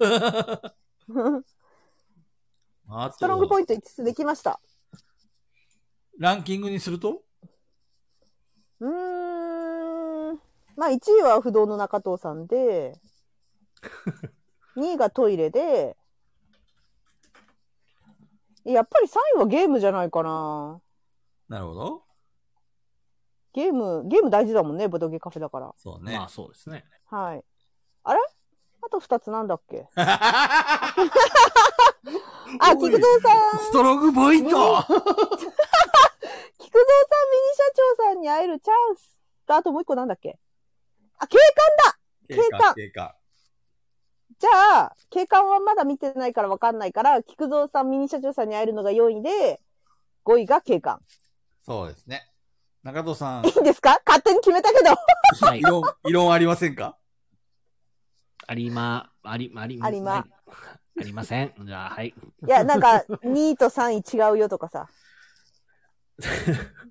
Speaker 1: あ
Speaker 2: ストロングポ
Speaker 1: と、
Speaker 2: イント5つできました。
Speaker 1: ランキングにすると
Speaker 2: うーん。まあ、1位は不動の中藤さんで、2位がトイレで、やっぱり3位はゲームじゃないかな。
Speaker 1: なるほど。
Speaker 2: ゲーム、ゲーム大事だもんね、ボドゲカフェだから。
Speaker 1: そうね。
Speaker 3: まあ、そう ですね。
Speaker 2: はい。あれあと2つなんだっけあ、菊蔵さん。
Speaker 1: ストロングポイント
Speaker 2: 菊蔵さん、ミニ社長さんに会えるチャンス。とあともう一個なんだっけあ、景観景観
Speaker 1: 経過。
Speaker 2: じゃあ、景観はまだ見てないからわかんないから、菊蔵さん、ミニ社長さんに会えるのが4位で、5位が景観。
Speaker 1: そうですね。中戸さん
Speaker 2: い、いんですか勝手に決めたけど。
Speaker 3: は い
Speaker 1: 異。論、異論ありませんか
Speaker 3: ありま、あり、あり、
Speaker 2: ありま
Speaker 3: はい。ありません。じゃあ、はい。
Speaker 2: いや、なんか、2位と3位違うよとか さ。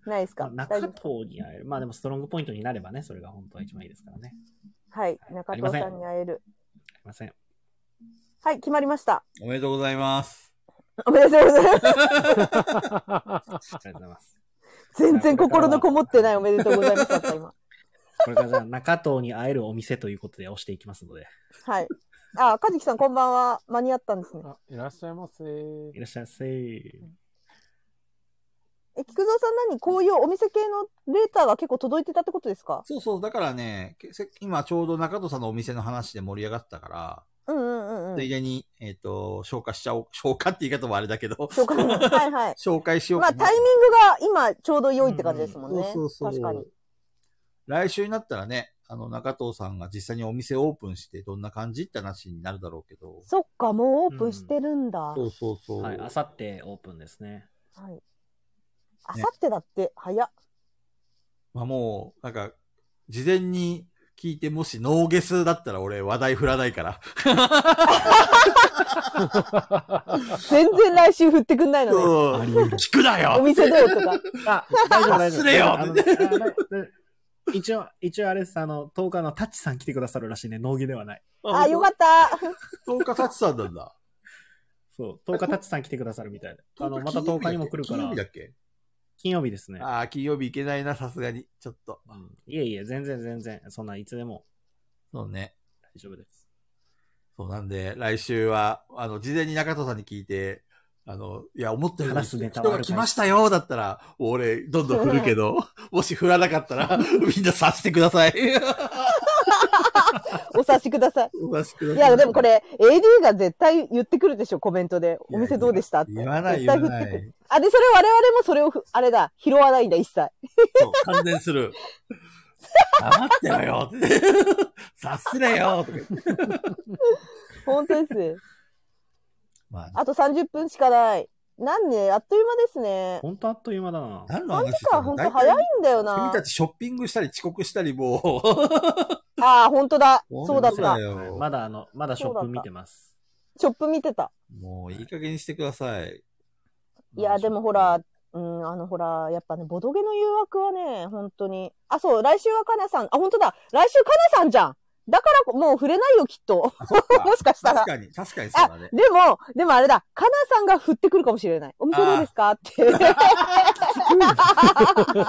Speaker 2: ないです
Speaker 3: まあ
Speaker 2: か
Speaker 3: 中
Speaker 2: 大丈夫
Speaker 3: 藤に会える。まあでも、ストロングポイントになればね、それが本当は一番いいですからね。
Speaker 2: はい。中
Speaker 3: ありま
Speaker 2: 藤
Speaker 3: せん
Speaker 2: さんに会える。
Speaker 3: あり ません。
Speaker 2: はい、決まりました。
Speaker 1: おめでとうございます。
Speaker 2: おめでとうございます。
Speaker 3: ありがとうございます。
Speaker 2: 全然心のこもってないおめでとうござ いますだった、今。
Speaker 3: これからじゃあ、中藤に会えるお店ということで押していきますので、
Speaker 2: はい。あ、かじきさんこんばんは。間に合ったんですね。
Speaker 4: あいらっしゃい ませ。
Speaker 3: いらっしゃいませ。
Speaker 2: え、菊蔵さん何こういうお店系のレーターが結構届いてたってことですか
Speaker 1: そうそう、だからね、けせ今ちょうど中戸さんのお店の話で盛り上がったから、
Speaker 2: うんうんうんう
Speaker 1: つ
Speaker 2: ん
Speaker 1: い。でに、えっ、と、消化しちゃおう。 消化って言い方もあれだ けど、
Speaker 2: そうか。はいはい。
Speaker 1: 紹介しよう
Speaker 2: ま
Speaker 1: か
Speaker 2: あ
Speaker 1: な
Speaker 2: タイミングが今ちょうど良いって感じですもんね。
Speaker 1: そうそうそう
Speaker 2: 確かに。
Speaker 1: 来週になったらね、あの、中藤さんが実際にお店オープンしてどんな感じって話になるだろうけど。
Speaker 2: そっか、もうオープンしてるんだ。
Speaker 1: そうそうそう。
Speaker 3: はい、あさってオープンですね。
Speaker 2: はい。あさってだって、早っ。
Speaker 1: まあもう、なんか、事前に聞いて、もしノーゲスだったら俺話題振らないから。
Speaker 2: 全然来週振ってくんないのね。
Speaker 1: うん聞くな
Speaker 2: お
Speaker 1: よ
Speaker 2: 店どう とか。
Speaker 3: あ、大丈夫、大丈夫。
Speaker 1: 失礼よ
Speaker 3: あのあの一応、一応あれです、あの、10日のタッチさん来てくださるらしいね、農儀ではない。
Speaker 2: あ、よかった。
Speaker 1: 10日経ちさんなんだ。
Speaker 3: そう、10日タッチさん来てくださるみたいで。あの、また10
Speaker 1: 10
Speaker 3: 日にも来るか
Speaker 1: 金
Speaker 3: ら
Speaker 1: 曜日、だっけ
Speaker 3: 金曜日ですね。
Speaker 1: ああ、金曜日行けないな、さすがに。ちょっと。
Speaker 3: うんいえいえ、全然全然、そんないつでも
Speaker 1: そうね。
Speaker 3: 大丈夫です。
Speaker 1: そうなんで、来週は、あの、事前に中藤さんに聞いて、あの、いや、思ったより
Speaker 3: 話すネ
Speaker 1: 人
Speaker 3: タはあ
Speaker 1: が
Speaker 3: るかい
Speaker 1: 来ましたよ、だったら、もう俺、どんどん振るけ ど、もし振らなかったら、みんな察してください。
Speaker 2: お察しください。
Speaker 1: お察しくだ
Speaker 2: い
Speaker 1: さい。
Speaker 2: や、でもこれ、AD が絶対言ってくるでしょ、コメントで。お店どうでしたって。
Speaker 1: 言わない、言
Speaker 2: 絶対
Speaker 1: わ
Speaker 2: 振っ
Speaker 1: な
Speaker 2: てくる。
Speaker 1: い。
Speaker 2: あ、で、それ我々もそれをふ、あれだ、拾わないんだ、一切。
Speaker 1: そう、関連する。黙ってろよって。察すれよとか言って
Speaker 2: 本当ですね。
Speaker 1: まあ、
Speaker 2: あと30分しかない。なんね、あっという間ですね。
Speaker 3: ほんとあっという間だな。
Speaker 1: 何の
Speaker 2: 3
Speaker 1: 話
Speaker 2: 時
Speaker 1: してた
Speaker 2: 間
Speaker 1: の
Speaker 2: 本当早い
Speaker 1: 大体
Speaker 2: んだよ
Speaker 1: 君
Speaker 2: な
Speaker 1: た。ちショッピングしたり遅刻したりも
Speaker 2: ああ、本当だ。
Speaker 1: う。
Speaker 2: そうだっ
Speaker 1: 本当
Speaker 2: た。
Speaker 1: よ
Speaker 3: はいまだあの、まだショップ見てます。
Speaker 2: ショップ見てた。
Speaker 1: もういい加減にしてください。
Speaker 2: いや、でもほら、うん、あのほら、やっぱね、ボドゲの誘惑はね、本当に。あ、そう、来週はかなさん。あ、本当だ。来週かなさんじゃん。だから、もう触れないよ、きっと。
Speaker 1: あそっか
Speaker 2: もしかしたら
Speaker 1: 確。かに、確かにそうだね。
Speaker 2: でも、でもあれだ。かなさんが振ってくるかもしれない。お店どうですかって。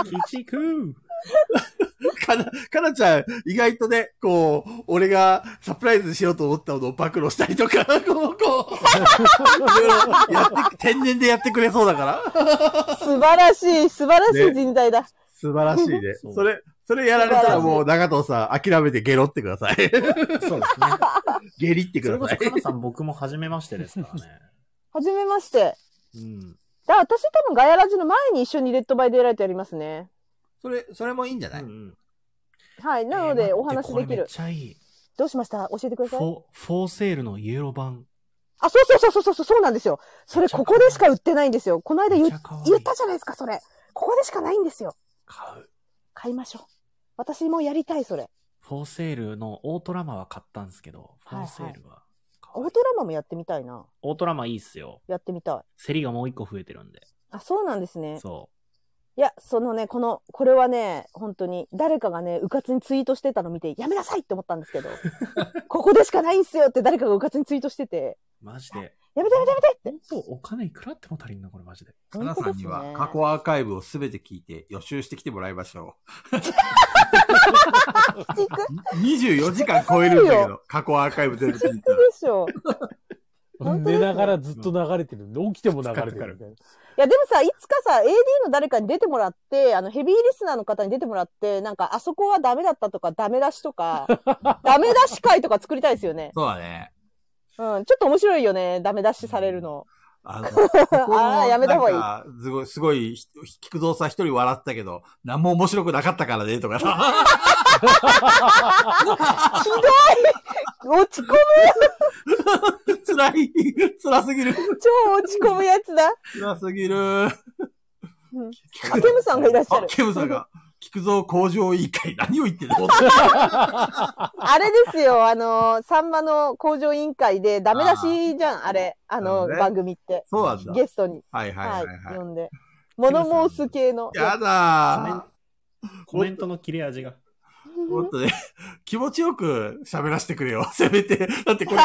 Speaker 3: キチク
Speaker 1: かな、かなちゃん、意外とね、こう、俺がサプライズしようと思ったものを暴露したりとか、 こう、こう、いろいろやって、天然でやってくれそうだから。
Speaker 2: 素晴らしい、素晴らしい人材だ。
Speaker 1: 素晴らしいね。
Speaker 3: そう
Speaker 1: それ、それやられたらもう、中藤さん、諦めてゲロってください。
Speaker 3: そうですね。
Speaker 1: ゲリって
Speaker 3: そ
Speaker 1: くだ
Speaker 3: れこ
Speaker 1: さ
Speaker 3: そ、
Speaker 1: い。
Speaker 3: かなさん僕も初めましてですからね。
Speaker 2: はじめまして。
Speaker 3: うん。
Speaker 2: だから私多分ガヤラジの前に一緒にレッドバイデイライトやりますね。
Speaker 1: それ、それもいいんじゃ
Speaker 3: う
Speaker 1: ない、
Speaker 3: んうん
Speaker 2: はい。なの
Speaker 3: え
Speaker 2: で
Speaker 3: ー
Speaker 2: お話
Speaker 3: 待
Speaker 2: で
Speaker 3: ってこれ
Speaker 2: き
Speaker 3: めっ
Speaker 2: る。
Speaker 3: ちゃいい。
Speaker 2: どうしました教えてくだ
Speaker 3: フ
Speaker 2: さい。
Speaker 3: ォー、フォーセールのイエロー版。
Speaker 2: あ、そうそうそうそうそう、そうなんですよ。それここでしか売ってないんですよ。この間言
Speaker 3: め
Speaker 2: っ
Speaker 3: ちゃ可愛い
Speaker 2: 言ったじゃないですか、それ。ここでしかないんですよ。
Speaker 3: 買う。
Speaker 2: 買いましょう。私もやりたい、それ。
Speaker 3: フォーセールのオートラマは買ったんですけど、フォーセールは。
Speaker 2: オートラマもやってみたいな。
Speaker 3: オートラマいいっすよ。
Speaker 2: やってみたい。
Speaker 3: 競りがもう一個増えてるんで。
Speaker 2: あ、そうなんですね。
Speaker 3: そ
Speaker 2: いや、そのね、この、これはね、本当に、誰かがね、うかつにツイートしてたの見て、やめなさいって思ったんですけ ど、ここでしかないんすよって誰かがうかつにツイートしてて、
Speaker 3: う。マジで。
Speaker 2: やめてやめてやめてって。
Speaker 3: そう、お金いくらあっても足りんな、これマジで。
Speaker 1: かなさんには過
Speaker 2: 過去
Speaker 1: 去アーカイブをすべて聞いて予習してきてもらいましょ
Speaker 2: 聞く
Speaker 1: う。24時間超えるんだけ ど、過去アーカイブ全部聞いたら。
Speaker 2: でしょ。本当ですね
Speaker 4: 寝ながらずっと流れてる。起きても流れてるみたいな。
Speaker 2: いや、でもさ、いつかさ、AD の誰かに出てもらって、あの、ヘビーリスナーの方に出てもらって、なんか、あそこはダメだったとか、ダメ出し とか、ダメ出し会とか作りたいですよね。
Speaker 1: そうだね。
Speaker 2: うん、ちょっと面白いよね、ダメ出しされるの。
Speaker 1: あの、ここの
Speaker 2: あーやめた方がいい
Speaker 1: なんかすごい、すごい、ひ菊蔵さん一人笑ってたけど、何も面白くなかったからね、とか さ。
Speaker 2: 落ち込む、
Speaker 1: 辛い。辛すぎる。
Speaker 2: 超落ち込むやつだ。
Speaker 1: 辛すぎる。
Speaker 2: あ、ケムさんがいらっしゃ
Speaker 1: あ
Speaker 2: る、。
Speaker 1: ケムさんが、菊蔵工場委員会、何を言ってんの
Speaker 2: あれですよ、あの、さんまの工場委員会でダメ出しじゃん、あれ。あ
Speaker 1: なる
Speaker 2: の、
Speaker 1: ほどね
Speaker 2: 番組って。
Speaker 1: そうなんだ。
Speaker 2: ゲストに、
Speaker 1: はいはい
Speaker 2: は
Speaker 1: はいい、はい。
Speaker 2: 呼んで。物申す系の。
Speaker 1: やだ
Speaker 3: コメントの切れ味が。
Speaker 1: ー。もっとね、 気持ちよく喋らせてくれよ。 せめて。だってこれ、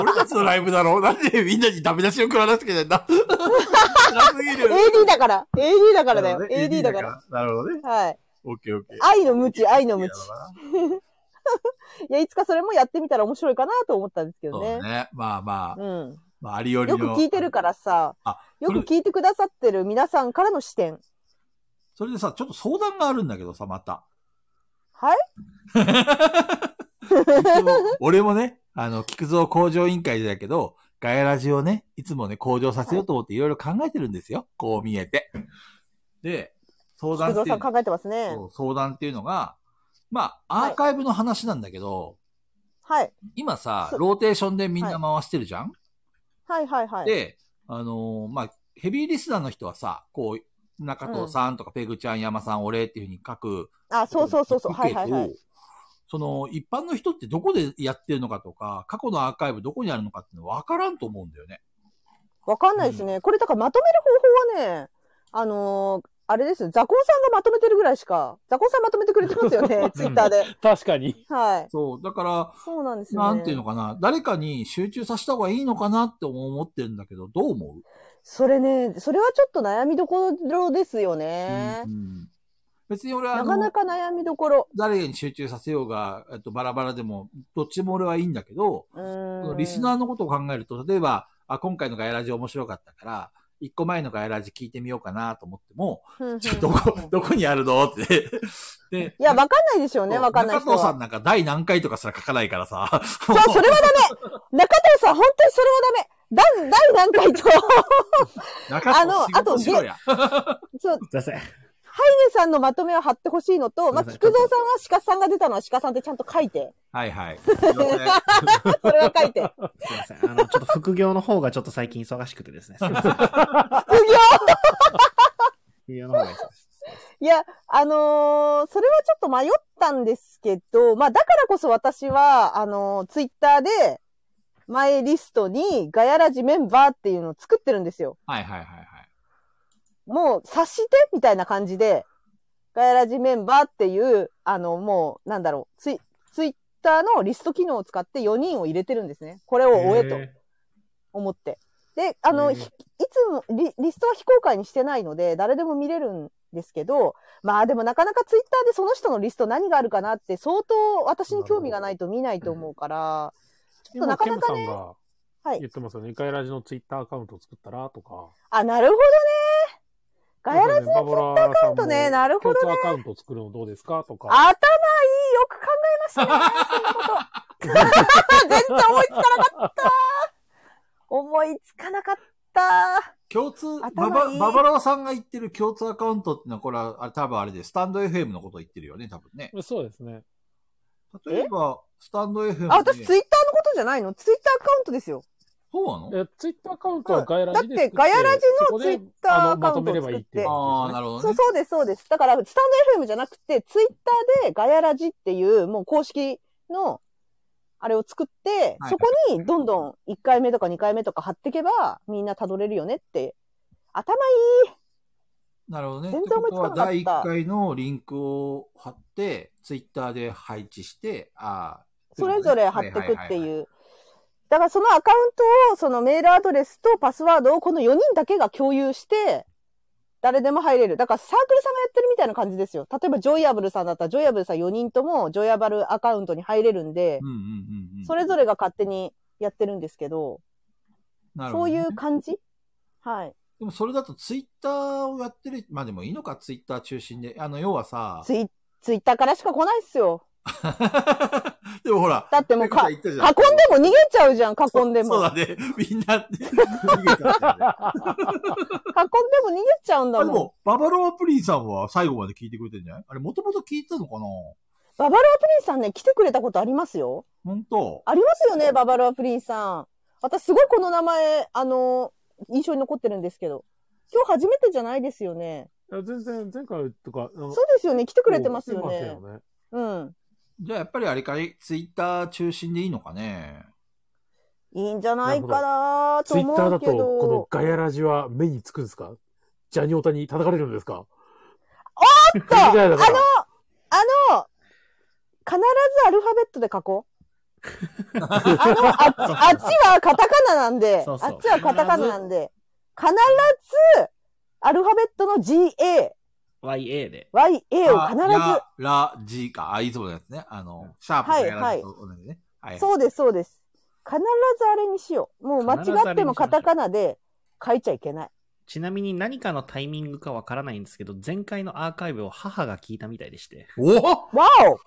Speaker 1: 俺俺たちのライブだろなんでみんなにダメ出しを食らわなきゃいけないん だ辛すぎる。
Speaker 2: AD だから。AD だからだよ。
Speaker 1: なるほどね
Speaker 2: AD だから。。
Speaker 1: なるほどね。
Speaker 2: はい。
Speaker 1: オッケーオッケー。
Speaker 2: 愛の無知、愛の無知。
Speaker 1: そうだ
Speaker 2: いや、いつかそれもやってみたら面白いかなと思ったんですけどね。
Speaker 1: ね。まあまあ、
Speaker 2: うん。
Speaker 1: まあ、ありより
Speaker 2: よ
Speaker 1: の。
Speaker 2: く聞いてるからさ
Speaker 1: あ、
Speaker 2: よく聞いてくださってる皆さんからの視点。
Speaker 1: それでさ、ちょっと相談があるんだけどさ、また。
Speaker 2: はい
Speaker 1: 一 応俺もね、あの、菊蔵工場委員会だけど、ガヤラジをね、いつもね、向上させようと思っていろいろ考えてるんですよ。こう見えて。で、相談
Speaker 2: 菊
Speaker 1: っ
Speaker 2: 蔵
Speaker 1: てい
Speaker 2: さ
Speaker 1: うん
Speaker 2: 考えてますね。
Speaker 1: そう相談っていうのが、ま
Speaker 2: は
Speaker 1: あ、
Speaker 2: い
Speaker 1: アーカイブの話なんだけど、
Speaker 2: はい。
Speaker 1: 今さ、
Speaker 2: そう
Speaker 1: ローテーションでみんな回してるじゃん、
Speaker 2: はいはいはい。
Speaker 1: で、あのーまあ、ヘビーリスナーの人はさ、こう、中藤さんとかペグちゃん、山さん、俺っていうふうに書く。
Speaker 2: あ、そうそうそうそう。はいはいは
Speaker 1: 聞く
Speaker 2: い
Speaker 1: け。どその、一般の人ってどこでやってるのかとか、過去のアーカイブどこにあるのかってのわからんと思うんだよね。
Speaker 2: わかんないですね。これだからまとめる方法はね、あのーあれですよ。ザコンさんがまとめてるぐらいしか、ザコンさんまとめてくれてま すよね、ツイッターで。
Speaker 4: 確かに。
Speaker 2: はい。
Speaker 1: そう。だから、
Speaker 2: そうなんですよ、
Speaker 1: な
Speaker 2: ね。
Speaker 1: んていうのかな、誰かに集中させた方がいいのかなって思ってるんだけど、どう思う、
Speaker 2: それね、それはちょっと悩みどころですよね
Speaker 1: う。ん別に俺はあ
Speaker 2: な
Speaker 1: の、
Speaker 2: かなか悩みどころ。
Speaker 1: 誰に集中させようが、えっと、バラバラでも、どっちも俺はいいんだけど、
Speaker 2: うーん。
Speaker 1: リスナーのことを考えると、例えば、あ、今回のガヤラジ面白かったから、一個前のガヤラジ聞いてみようかなと思っても、
Speaker 2: ー
Speaker 1: ちょどこ、どこにあるのって。で、
Speaker 2: いや、わかんないでしょうね、わかんない人
Speaker 1: 中藤さ
Speaker 2: は
Speaker 1: ん。なんか第何回とかすら書かないからさ。
Speaker 2: そう、それはダメ中藤さん、本当にそれはダメだ、第何回と、
Speaker 1: 中
Speaker 2: あの
Speaker 1: 仕事しろや。
Speaker 2: そう、
Speaker 3: すいません。
Speaker 2: ヒデさんのまとめを貼ってほしいのと、まあ、
Speaker 3: すいません
Speaker 2: 菊蔵さんは鹿さんが出たのは鹿さんってちゃんと書いて。
Speaker 1: はい はい。
Speaker 2: それは書いて。
Speaker 3: すいません。あの、ちょっと副業の方がちょっと最近忙しくてですね。す いません。
Speaker 2: 副業
Speaker 3: 副業の方が忙しいです。
Speaker 2: いや、あのーそれはちょっと迷ったんですけど、まあ、だからこそ私は、あのツイッター Twitter で、前リストにガヤラジメンバーっていうのを作ってるんですよ。
Speaker 1: はいはいはいはい。
Speaker 2: もう察してみたいな感じで、ガヤラジメンバーっていう、あの、もう、なんだろう、ツイツイッターのリスト機能を使って4人を入れてるんですね。これを追えと思って。で、あの、
Speaker 3: へー
Speaker 2: ひいつもリ、リストは非公開にしてないので、誰でも見れるんですけど、まあでもなかなかツイッターでその人のリスト何があるかなって相当私に興味がないと見ないと思うから、ちょっと
Speaker 4: 今、
Speaker 2: なか
Speaker 4: ケム
Speaker 2: な
Speaker 4: さ
Speaker 2: か
Speaker 4: ん
Speaker 2: ね、
Speaker 4: が
Speaker 2: はい
Speaker 4: 言ってますよね。ガヤラジのツイッターアカウントを作ったらとか。
Speaker 2: あ、なるほどね。ガヤラジ
Speaker 4: ジのツイッターアカウ
Speaker 2: ントねなるほどね
Speaker 4: 共通アカウントを作るのどうですかと か。
Speaker 2: 頭いいよく考えまし たね、そんなこと。全然思いつかなかった。思いつかなかった。
Speaker 1: 共通、バ
Speaker 2: 頭
Speaker 1: バ
Speaker 2: いい
Speaker 1: ババロアさんが言ってる共通アカウントってのは、これはあ多分あれで、スタンド FM のこと言ってるよね、多分ね。
Speaker 4: そうですね。
Speaker 1: 例えば、スタンド FM で。
Speaker 2: あ、私ツイッターのことじゃないのツイッターアカウントですよ。
Speaker 1: そうなの
Speaker 4: え、ツイッターアカウントはガヤラジで
Speaker 2: だってガヤラジのツイッターアカウントを作って
Speaker 4: そこであのまとめればいいっていう
Speaker 1: あ
Speaker 4: こ
Speaker 1: あ、
Speaker 4: と
Speaker 1: なるほど
Speaker 2: そう
Speaker 1: ね。
Speaker 2: そうです、そうです。だから、スタンド FM じゃなくて、ツイッターでガヤラジっていう、もう公式の、あれを作って、
Speaker 1: はい
Speaker 2: そこにどんどん1回目とか2回目とか貼っていけば、みんな辿れるよねって。頭い
Speaker 1: なるほどね。
Speaker 2: 全然思いつかなかった
Speaker 1: ってことは第1回のリンクを貼って、ツイッターで配置して、ああ。
Speaker 2: いそれぞれ貼ってくって
Speaker 1: はははは。
Speaker 2: いう。だからそのアカウントを、そのメールアドレスとパスワードをこの4人だけが共有して、誰でも入れる。だからサークルさんがやってるみたいな感じですよ。例えばジョイアブルさんだったら、ジョイアブルさん4人ともジョイアブルアカウントに入れるんで
Speaker 1: うん、うんうんうん。
Speaker 2: それぞれが勝手にやってるんですけど、
Speaker 1: なる
Speaker 2: そ
Speaker 1: ほ
Speaker 2: う
Speaker 1: どね
Speaker 2: いう感じはい。
Speaker 1: でもそれだとツイッターをやってる、まあでもいいのか、ツイッター中心で。あの、要はさ、
Speaker 2: ツイツイッターからしか来ないっすよ。
Speaker 1: でもほら、
Speaker 2: だってもうか、囲
Speaker 1: ペ
Speaker 2: ん
Speaker 1: グちゃ
Speaker 2: で
Speaker 1: ん言ったじゃ
Speaker 2: も逃げちゃうじゃん、囲んで
Speaker 1: そう
Speaker 2: も。囲
Speaker 1: だ
Speaker 2: ん
Speaker 1: ね。みんなね、 逃げちゃったよね
Speaker 2: でも逃げちゃうんだ
Speaker 1: あで
Speaker 2: もん。
Speaker 1: も、ババロアプリンさんは最後まで聞いてくれてんじゃないあれ、もともと聞いてたのかな
Speaker 2: ババロアプリンさんね、来てくれたことありますよ。
Speaker 1: 本当
Speaker 2: ありますよね、ババロアプリンさん。私すごいこの名前、あの、印象に残ってるんですけど。今日初めてじゃないですよね。
Speaker 4: や 全然、前回とか、そう
Speaker 2: そうですよね。来てくれてますよ
Speaker 4: 来て
Speaker 2: ね。
Speaker 4: ますよね
Speaker 2: うん。
Speaker 1: じゃあやっぱりあれかい、ツイッター中心でいいのかね。
Speaker 2: いいんじゃないかなと
Speaker 4: ツイ
Speaker 2: 思
Speaker 4: ッター
Speaker 2: う
Speaker 4: だ
Speaker 2: け
Speaker 4: と、
Speaker 2: ど。
Speaker 4: このガヤラジは目につくんですかジャニオタに叩かれるんですか
Speaker 2: ちょっとあ
Speaker 4: みたい
Speaker 2: の
Speaker 4: だから、
Speaker 2: あの、必ずアルファベットで書こう。あの、あっち、あっちはカタカナなんで、
Speaker 3: そうそう
Speaker 2: あっちはカタカナなんで、必ず、アルファベットの GA、
Speaker 3: YA で。
Speaker 2: YA を必ず、
Speaker 1: ラ、ラ、ジか。あ、いつものやつね。あの、シャープのやらと同じね。はい。
Speaker 2: そうです、そうです。必ずあれにしよう。もう間違ってもカタカナで書いちゃいけない。
Speaker 3: ちなみに何かのタイミングかわからないんですけど、前回のアーカイブを母が聞いたみたいでして。
Speaker 1: お
Speaker 2: わお
Speaker 1: お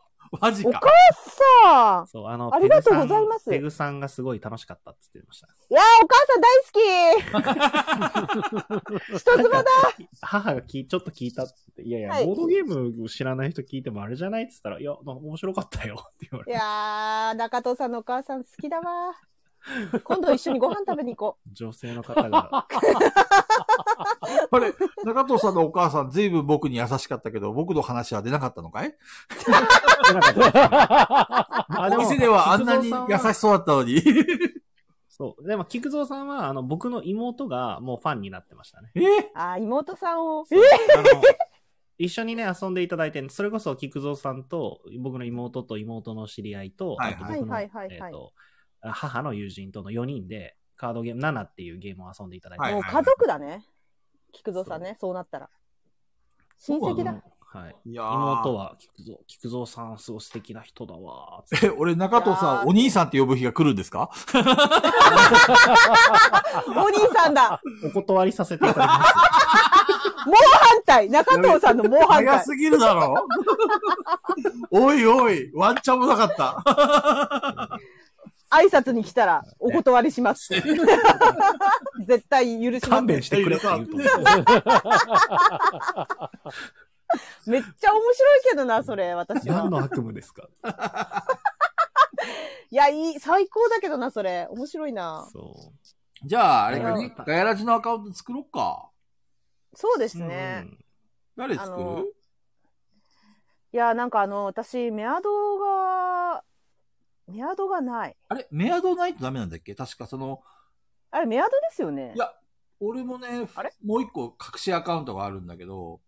Speaker 1: マジ
Speaker 2: お
Speaker 1: か。
Speaker 2: 母さん
Speaker 3: そう、あの、
Speaker 2: ありがとうございます
Speaker 3: ペグさんペグさんがすごい楽しかったって言ってました。
Speaker 2: いやー、お母さん大 好き人妻だ
Speaker 3: 母がきちょっと聞いたって言って、いやいや、
Speaker 2: はい
Speaker 3: ボードゲーム知らない人聞いてもあれじゃないって言ったら、いや、な面白かったよって言わ
Speaker 2: い
Speaker 3: れて、
Speaker 2: やー、中藤さんのお母さん好きだわ。今度一緒にご飯食べに行こ
Speaker 3: 女性の 方が、
Speaker 1: あれ、中藤さんのお母さん、ずいぶん僕に優しかったけど、僕の話は出なかったのかいお店ではあんなに優しそうだったの に。
Speaker 3: そう、でも、菊蔵さんは、あの、僕の妹がもうファンになってましたね。
Speaker 1: え
Speaker 2: う。あー、妹さんを。
Speaker 3: あの一緒にね、遊んでいただいて、それこそ菊蔵さんと、僕の妹と妹の知り合いと、
Speaker 1: はい
Speaker 3: あと僕の、
Speaker 2: はい
Speaker 3: え
Speaker 2: はいはいはい
Speaker 3: っと、母の友人との4人で、カードゲーム7っていうゲームを遊んでいただいて、
Speaker 1: はい
Speaker 2: もう家族だね。菊蔵さんね、そうなったら。親戚だ。
Speaker 3: はい。
Speaker 1: いや
Speaker 3: 妹は菊蔵、菊蔵さんすごい素敵な人だわーっつっ
Speaker 1: え、俺中藤さん、お兄さんって呼ぶ日が来るんですか
Speaker 2: お兄さんだ
Speaker 3: て、お断りさせていただきます。
Speaker 2: 反対中藤さんの猛反
Speaker 1: 早
Speaker 2: 対
Speaker 1: すぎるだろ おいおい、ワンチャンもなかった。
Speaker 2: 挨拶に来たらお断りします。 絶対許しま
Speaker 3: 勘
Speaker 2: せん
Speaker 3: 弁してくれって言うと思う。
Speaker 2: めっちゃ面白いけどな、それ、私は
Speaker 3: 何。の悪夢ですか
Speaker 2: いや、いい、最高だけどな、それ。面白いな。
Speaker 3: そ
Speaker 1: じゃあ、あれか
Speaker 2: い
Speaker 1: ね
Speaker 3: や、
Speaker 1: ガヤラジのアカウント作ろっか。
Speaker 2: そうです
Speaker 3: う。
Speaker 2: ね。
Speaker 3: うん
Speaker 1: 誰
Speaker 2: あ
Speaker 1: 作
Speaker 2: の
Speaker 1: る
Speaker 2: いや、なんかあの、私、メアドが、メアドがない。
Speaker 1: あれ、メアドないとダメなんだっけ確かその、
Speaker 2: あれ、メアドですよね
Speaker 1: い。や、俺もね
Speaker 2: あれ、
Speaker 1: もう一個隠しアカウントがあるんだけど。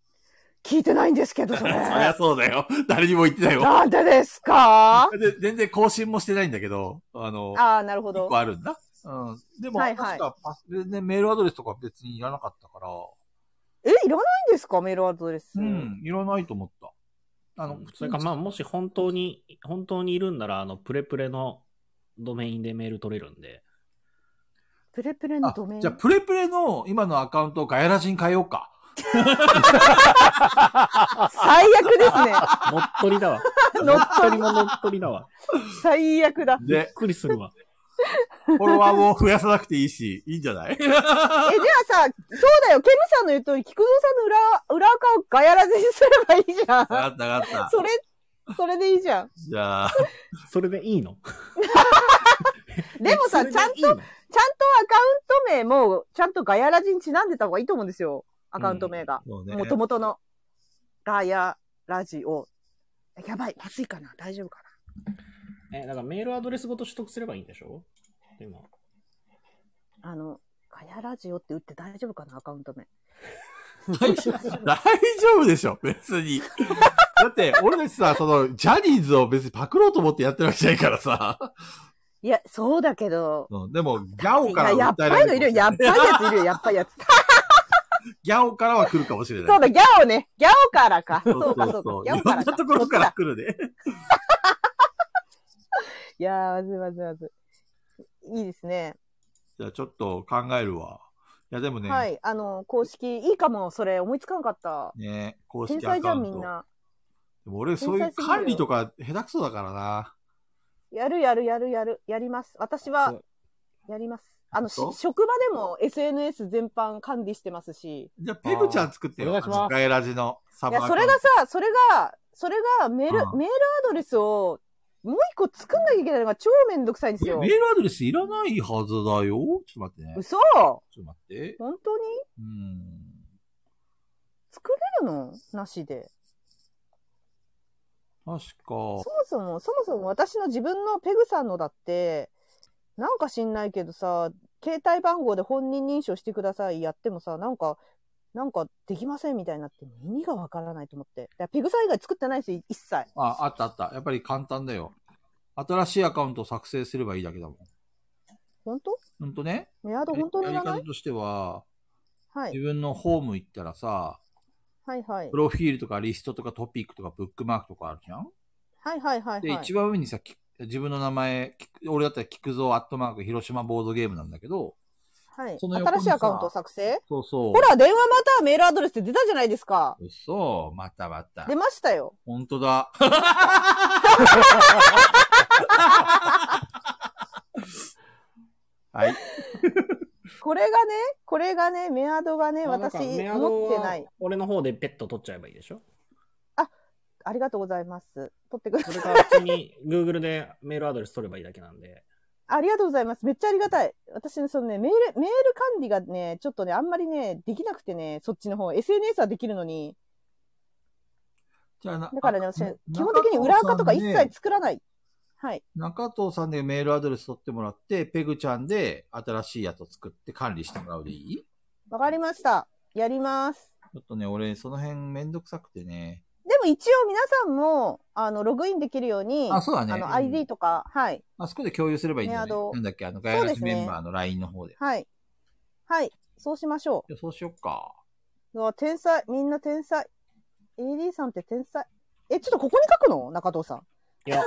Speaker 2: 聞いてないんですけど、それ。
Speaker 1: そりゃそうだよ。 誰にも言ってないわ。
Speaker 2: なんでですか
Speaker 1: で全然更新もしてないんだけど、あの、
Speaker 2: ああ、なるほ
Speaker 1: 一
Speaker 2: ど
Speaker 1: 個。あるんだ。うん。でも、
Speaker 2: はいはい
Speaker 1: 確かパス、全然メールアドレスとか別にいらなかったから、
Speaker 2: え、いらないんですかメールアドレス。
Speaker 1: うん、いらないと思った。あの、普
Speaker 3: そ
Speaker 1: 通
Speaker 3: れ
Speaker 1: に
Speaker 3: か、まあ、もし本当に、本当にいるんなら、あの、プレプレのドメインでメール取れるんで。
Speaker 2: プレプレの
Speaker 1: あ
Speaker 2: ドメイン。
Speaker 1: じゃあ、プレプレの今のアカウントをガヤラジに変えようか。
Speaker 2: 最悪ですね。
Speaker 3: 乗っ取りだわ。乗
Speaker 2: 乗
Speaker 3: っ
Speaker 2: っ
Speaker 3: 取りも乗っ取りだわ。
Speaker 2: 最悪だ。
Speaker 3: びっ
Speaker 1: で、
Speaker 3: くりするわ。
Speaker 1: フォロワーも増やさなくていいし、いいんじゃない
Speaker 2: え、じゃあさ、そうだよ。ケムさんの言う通り、菊蔵さんの裏、裏垢をガヤラジにすればいいじゃ
Speaker 1: わか
Speaker 2: ん。
Speaker 1: ったわかった。
Speaker 2: それ、それでいいじゃん。
Speaker 1: じゃあ、
Speaker 3: それでいいの
Speaker 2: でもさ、
Speaker 3: そ
Speaker 2: ちゃんと、ちゃ
Speaker 3: れで
Speaker 2: ん
Speaker 3: いいの
Speaker 2: とアカウント名も、ちゃんとガヤラジにちなんでた方がいいと思うんですよ。アカウント名が。
Speaker 1: そうね
Speaker 2: もともとの。ガヤラジオ。やばい、まずいかな大丈夫か
Speaker 3: え、だからメールアドレスごと取得すればいいんでしょでも。
Speaker 2: なあの、ガヤラジオって打って大丈夫かなアカウント名。
Speaker 1: 大丈夫大丈夫でしょ、別 に。だって、俺たちさ、その、ジャニーズを別にパクろうと思ってやってるわけじゃないからさ。
Speaker 2: いや、そうだけど。
Speaker 1: うんでも、ギャオ
Speaker 2: い
Speaker 1: から
Speaker 2: や、や
Speaker 1: は
Speaker 2: っ
Speaker 1: 訴え
Speaker 2: ぱ
Speaker 1: られ
Speaker 2: いの
Speaker 1: る
Speaker 2: いるよ。やっぱいやついるよ。やっぱい やつ。
Speaker 1: ギャオからは来るかもしれない。
Speaker 2: そうだ、ギャオね。ギャオからか。そうか、そうか。
Speaker 1: いろ
Speaker 2: ギャオ
Speaker 1: ん
Speaker 2: か
Speaker 1: な
Speaker 2: らか。
Speaker 1: ところから来るね。
Speaker 2: いやー、まずいまずいまずい。いいですね。
Speaker 1: じゃあちょっと考えるわ。いやでもね、
Speaker 2: はい。あの、公式、いいかも、それ、思いつかなかった。
Speaker 1: ね、公
Speaker 2: 天
Speaker 1: 式ア
Speaker 2: 才じ
Speaker 1: カ
Speaker 2: ゃ
Speaker 1: ウ
Speaker 2: ん、
Speaker 1: ン
Speaker 2: み
Speaker 1: ト。
Speaker 2: んな。
Speaker 1: でも俺そういう
Speaker 2: 天才すぎるよ
Speaker 1: 管理とか下手くそだからな。
Speaker 2: やるやるやるやる、やります。私は、やります。あの、し
Speaker 1: 本当
Speaker 2: 職場でも SNS 全般管理してますし。
Speaker 1: じゃあペグちゃん作って
Speaker 4: お
Speaker 1: よ。
Speaker 4: 願いします
Speaker 1: あのガエラジのサ
Speaker 2: い
Speaker 1: ブア
Speaker 2: や、
Speaker 1: カウン
Speaker 2: そ
Speaker 1: ト
Speaker 2: れがさ、それが、それがメール、
Speaker 1: うん
Speaker 2: メールアドレスを、もう一個作んなきゃいけないのが超めんどくさいんです
Speaker 1: いや
Speaker 2: よ
Speaker 1: メー。ルアドレスいらないはずだよ。ちょっと待ってね。ち
Speaker 2: 嘘
Speaker 1: ょっと待って。
Speaker 2: 本当に
Speaker 1: うん。
Speaker 2: 作れるのなしで。
Speaker 1: 確か。
Speaker 2: そもそも、そもそも私の自分のペグさんのだって、なんか知んないけどさ、携帯番号で本人認証してくださいやってもさ、なんか、なんかできませんみたいになって意味がわからないと思って。だからペグさん以外作ってないですよ、一切。
Speaker 1: あ、あったあった。やっぱり簡単だよ。新しいアカウント作成すればいいだけだもん。
Speaker 2: 本当
Speaker 1: ほんとね。
Speaker 2: メアド本当の
Speaker 1: やり
Speaker 2: 名前
Speaker 1: 方としては、
Speaker 2: はい。
Speaker 1: 自分のホーム行ったらさ、
Speaker 2: はいはい
Speaker 1: プ。ロフィールとかリストとかトピックとかブックマークとかあるじゃん
Speaker 2: はいはいはい
Speaker 1: で、
Speaker 2: はい
Speaker 1: 一。番上にさ、き自分の名前、き俺だったら菊蔵アットマーク広島ボードゲームなんだけど、
Speaker 2: はい、
Speaker 1: その横に
Speaker 2: 新しいアカウント
Speaker 1: さ
Speaker 2: 作成
Speaker 1: そうそう。
Speaker 2: ほら、電話またはメールアドレスって出たじゃないですか。
Speaker 1: 嘘、またまた
Speaker 2: 出。ましたよ。
Speaker 1: ほんとだ。はい。
Speaker 2: これがね、これがね、メアドがね、
Speaker 3: あなん
Speaker 2: 私
Speaker 3: かメアド
Speaker 2: 持っ
Speaker 3: は
Speaker 2: てない。
Speaker 3: 俺の方でペット取っちゃえばいいでしょ
Speaker 2: ありがとうございます。取ってくだ
Speaker 3: そ
Speaker 2: さい。
Speaker 3: れから普通に Google でメールアドレス取ればいいだけなんで。
Speaker 2: ありがとうございます。めっちゃありがたい。私ね、そのね、メール、メール管理がね、ちょっとね、あんまりね、できなくてね、そっちの方、SNS はできるのに。
Speaker 1: じゃあな
Speaker 2: だからね、
Speaker 1: あ
Speaker 2: 私、基
Speaker 1: な
Speaker 2: 本的に裏垢とか一
Speaker 1: 中藤さんね
Speaker 2: 切作らない。はい。
Speaker 1: 中藤さんでメールアドレス取ってもらって、ペグちゃんで新しいやつを作って管理してもらうでいい
Speaker 2: わかりました。やります。
Speaker 1: ちょっとね、俺、その辺めんどくさくてね。
Speaker 2: でも一応皆さんも、あの、ログインできるように、
Speaker 1: あ、そうだね。
Speaker 2: あの、
Speaker 1: う
Speaker 2: ID
Speaker 1: ん
Speaker 2: とか、はい。
Speaker 1: あそこで共有すればいいんだ
Speaker 2: メア
Speaker 1: よ
Speaker 2: ド
Speaker 1: ね。なんだっけ、あの、ガ
Speaker 2: そ
Speaker 1: ヤ
Speaker 2: う
Speaker 1: ラ
Speaker 2: で
Speaker 1: ジ
Speaker 2: すね
Speaker 1: メンバーの LINE の方で。
Speaker 2: はい。はい。そうしましょ
Speaker 1: じゃあそうしよっか。
Speaker 2: う。うわ、天才。みんな天才。AD さんって天才。え、ちょっとここに書くの中藤さん。
Speaker 3: いや、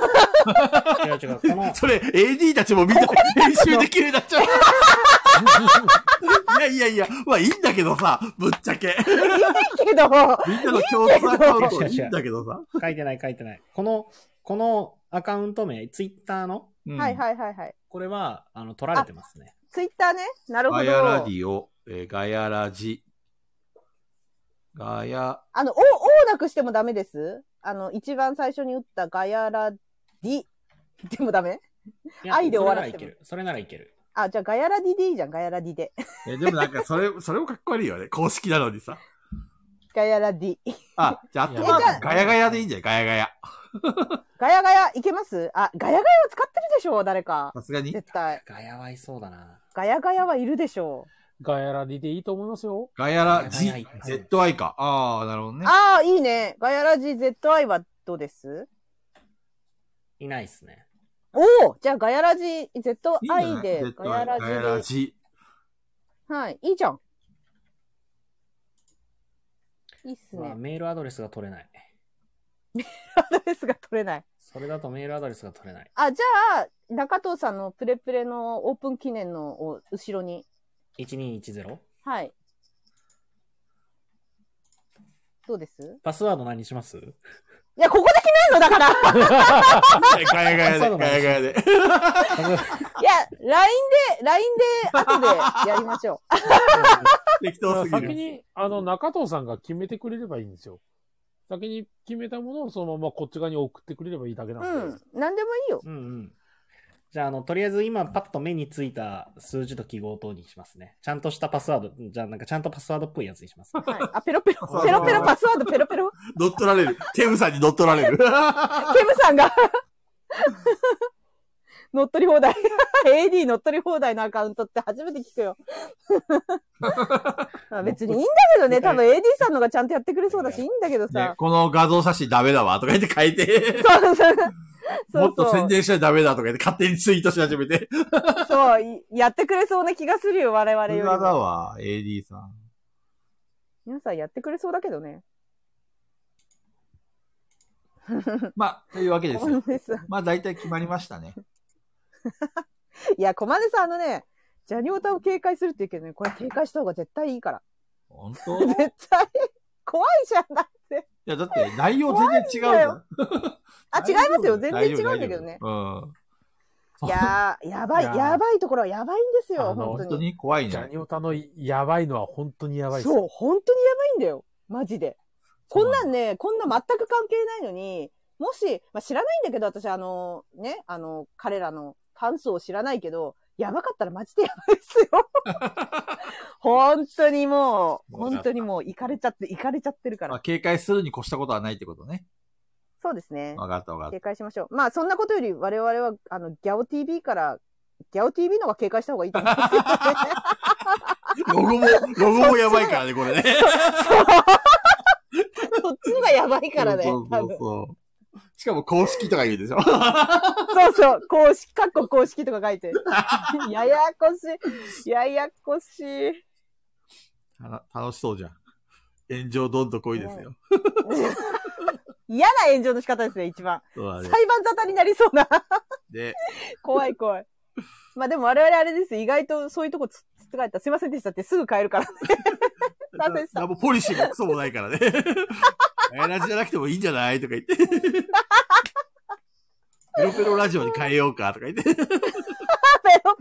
Speaker 3: 違う違う。この、
Speaker 6: それ、AD たちもみんな編集できるようになっち ゃう。いやいやいや、まあいいんだけどさ、ぶっちゃけ。
Speaker 2: いいけど、
Speaker 6: みんなの共通アカウントいいんだけどさ。
Speaker 3: 書いてない書いてない。この、このアカウント名、Twitter の、
Speaker 1: うん
Speaker 2: はいはいはいはい。
Speaker 3: これは、あの、取られてますね。
Speaker 2: ツイッターね。なるほ
Speaker 1: ガヤラ
Speaker 2: ど
Speaker 1: デ。ィオ、えーガヤラジ。ガヤ、
Speaker 2: あの、お、おなくしてもダメです。あの、一番最初に打ったガヤラディでもダメ
Speaker 3: いや
Speaker 2: 愛で終わらせ
Speaker 3: それならい
Speaker 2: て
Speaker 3: け
Speaker 2: も
Speaker 3: る。それならいける。
Speaker 2: あ、じゃあガヤラディでいいじゃん、ガヤラディで。
Speaker 6: えでもなんか、それ、それもかっこ悪いよね。公式なのにさ。
Speaker 2: ガヤラディ。
Speaker 6: あ、じゃあ、あ
Speaker 4: い
Speaker 6: と
Speaker 4: や
Speaker 6: は
Speaker 2: じゃあ
Speaker 6: ガヤガヤでいいんじゃないガヤガヤ。
Speaker 2: ガヤガヤ、いけますあ、ガヤガヤは使ってるでしょう、誰か。
Speaker 1: さすがに。
Speaker 2: 絶対。
Speaker 3: ガヤはいそうだな。
Speaker 2: ガヤガヤはいるでしょ
Speaker 4: ガヤラディでいいと思います よ。
Speaker 1: ガヤラジ
Speaker 3: ガヤガヤ、
Speaker 1: ZI か。ああ、なるほど
Speaker 2: う。
Speaker 1: ね。
Speaker 2: ああ、いいね。ガヤラジ ZI はどうです
Speaker 3: いないっすね。
Speaker 2: おおじゃあガヤラジ
Speaker 1: いいんじゃな
Speaker 2: ZI
Speaker 1: い
Speaker 2: で、
Speaker 1: ZI
Speaker 2: ガヤラジ
Speaker 1: ガヤラジ。
Speaker 2: で。はい、いいじゃん。いいっす
Speaker 3: うわ
Speaker 2: ね。
Speaker 3: メールアドレスが取れない。
Speaker 2: アドレスが取れない。
Speaker 3: それだとメールアドレスが取れない。
Speaker 2: あ、じゃあ、中藤さんのプレプレのオープン記念のを後ろに。
Speaker 3: 1210?
Speaker 2: はい。どうです
Speaker 3: パスワード何します
Speaker 2: いや、ここで決めるの だからい
Speaker 6: ガヤガヤで、ガヤガヤで。
Speaker 2: や、LINE で、LINE で後でやりましょう。
Speaker 6: 適当すぎ
Speaker 4: 先
Speaker 6: る。
Speaker 4: に、あの、中藤さんが決めてくれればいいんですよ。先に決めたものをそのままこっち側に送ってくれればいいだけなん
Speaker 2: う
Speaker 4: で。
Speaker 2: ん。何でもいいよ。
Speaker 3: うんうん。じゃあ、あの、とりあえず今パッと目についた数字と記号等にしますね。ちゃんとしたパスワード、じゃあなんかちゃんとパスワードっぽいやつにします、ね。
Speaker 2: はい。あ、ペロペロ、ペロペロ、パスワードペロペロ。
Speaker 6: 乗っ取られる。ケムさんに乗っ取られ る。
Speaker 2: ケムさんが乗っ取り放題。AD 乗っ取り放題のアカウントって初めて聞 くよ。まあ別にいいんだけどね、多分 AD さんのがちゃんとやってくれそうだし、いいんだけど
Speaker 6: ね
Speaker 2: さ。、
Speaker 6: この画像写真ダメだわ、とか言って書いて。
Speaker 2: そうそう。そ
Speaker 6: も
Speaker 2: う
Speaker 6: っと
Speaker 2: そ
Speaker 6: 宣
Speaker 2: う。
Speaker 6: 伝しちゃダメだとか言って勝手にツイートし始めて。
Speaker 2: そう、いやってくれそうな気がするよ、我々より
Speaker 6: 裏
Speaker 2: も。
Speaker 6: だわ、AD さん。
Speaker 2: 皆さんやってくれそうだけどね。
Speaker 1: まあ、というわけです
Speaker 2: コ
Speaker 1: よ
Speaker 2: マ。ネさん。
Speaker 1: まあ、大体決まりましたね。
Speaker 2: いや、コマネさん、あのね、ジャニオタを警戒するって言うけどね、これ警戒した方が絶対いいから。
Speaker 1: 本当い
Speaker 2: 絶対、怖いじゃない。
Speaker 1: や、だって内容全然違うじゃん。
Speaker 2: あ、違いますよ。全然違うんだけどね。
Speaker 1: 大丈夫。
Speaker 2: いやー、やばい、
Speaker 4: いやー
Speaker 2: やばいところはやばいんです
Speaker 4: あ
Speaker 2: よ、
Speaker 1: う
Speaker 4: の
Speaker 1: ん。
Speaker 2: 本当
Speaker 1: 本当
Speaker 2: に。
Speaker 1: に怖い
Speaker 4: ジャ
Speaker 1: ね。
Speaker 4: ニオタのやばいのは本当にやばいです。
Speaker 2: そう、本当にやばいんだよ。マジで。こんなんね、こんな全く関係ないのに、もし、まあ、知らないんだけど、私、あの、ね、あの、彼らのファン数を知らないけど、やばかったらマジでやばいですよ。本当にもう、本当にもう、行かれちゃって、行かれちゃってるか
Speaker 1: まあ、
Speaker 2: ら。
Speaker 1: 警戒するに越したことはないってことね。
Speaker 2: そうですね。
Speaker 1: わかったわかっ
Speaker 2: 警戒しましょう。まあ、そんなことより、我々は、あの、ギャオ TV から、ギャオ TV の方が警戒した方がいいと思いますけどね。
Speaker 6: ロゴも、ロゴもやばいからね、これね。
Speaker 2: そっちの方がやばい
Speaker 1: た。
Speaker 2: からね。
Speaker 1: そう
Speaker 2: 多
Speaker 1: そう
Speaker 2: 分
Speaker 1: そう。しかも公式とか言うでしょ。
Speaker 2: そうそう、公式、かっこ公式とか書いて。 ややこしい。ややこしい。
Speaker 1: あら楽しそうじゃん。炎上どんとこいですよ。
Speaker 2: 嫌な炎上の仕方ですね、一番。
Speaker 1: そうだ
Speaker 2: 裁
Speaker 1: ね。
Speaker 2: 判沙汰になりそうな。
Speaker 1: で、
Speaker 2: 怖い怖い。まあでも我々あれです。意外とそういうとこつつつかれたらすいませんでしたってすぐ帰るから ね。反省した
Speaker 1: ななんもポリシーもクソもないからね。ガヤラジじゃなくてもいいんじゃないとか言って。ペロペロラジオに変えようかとか言って。
Speaker 2: ペロペロ。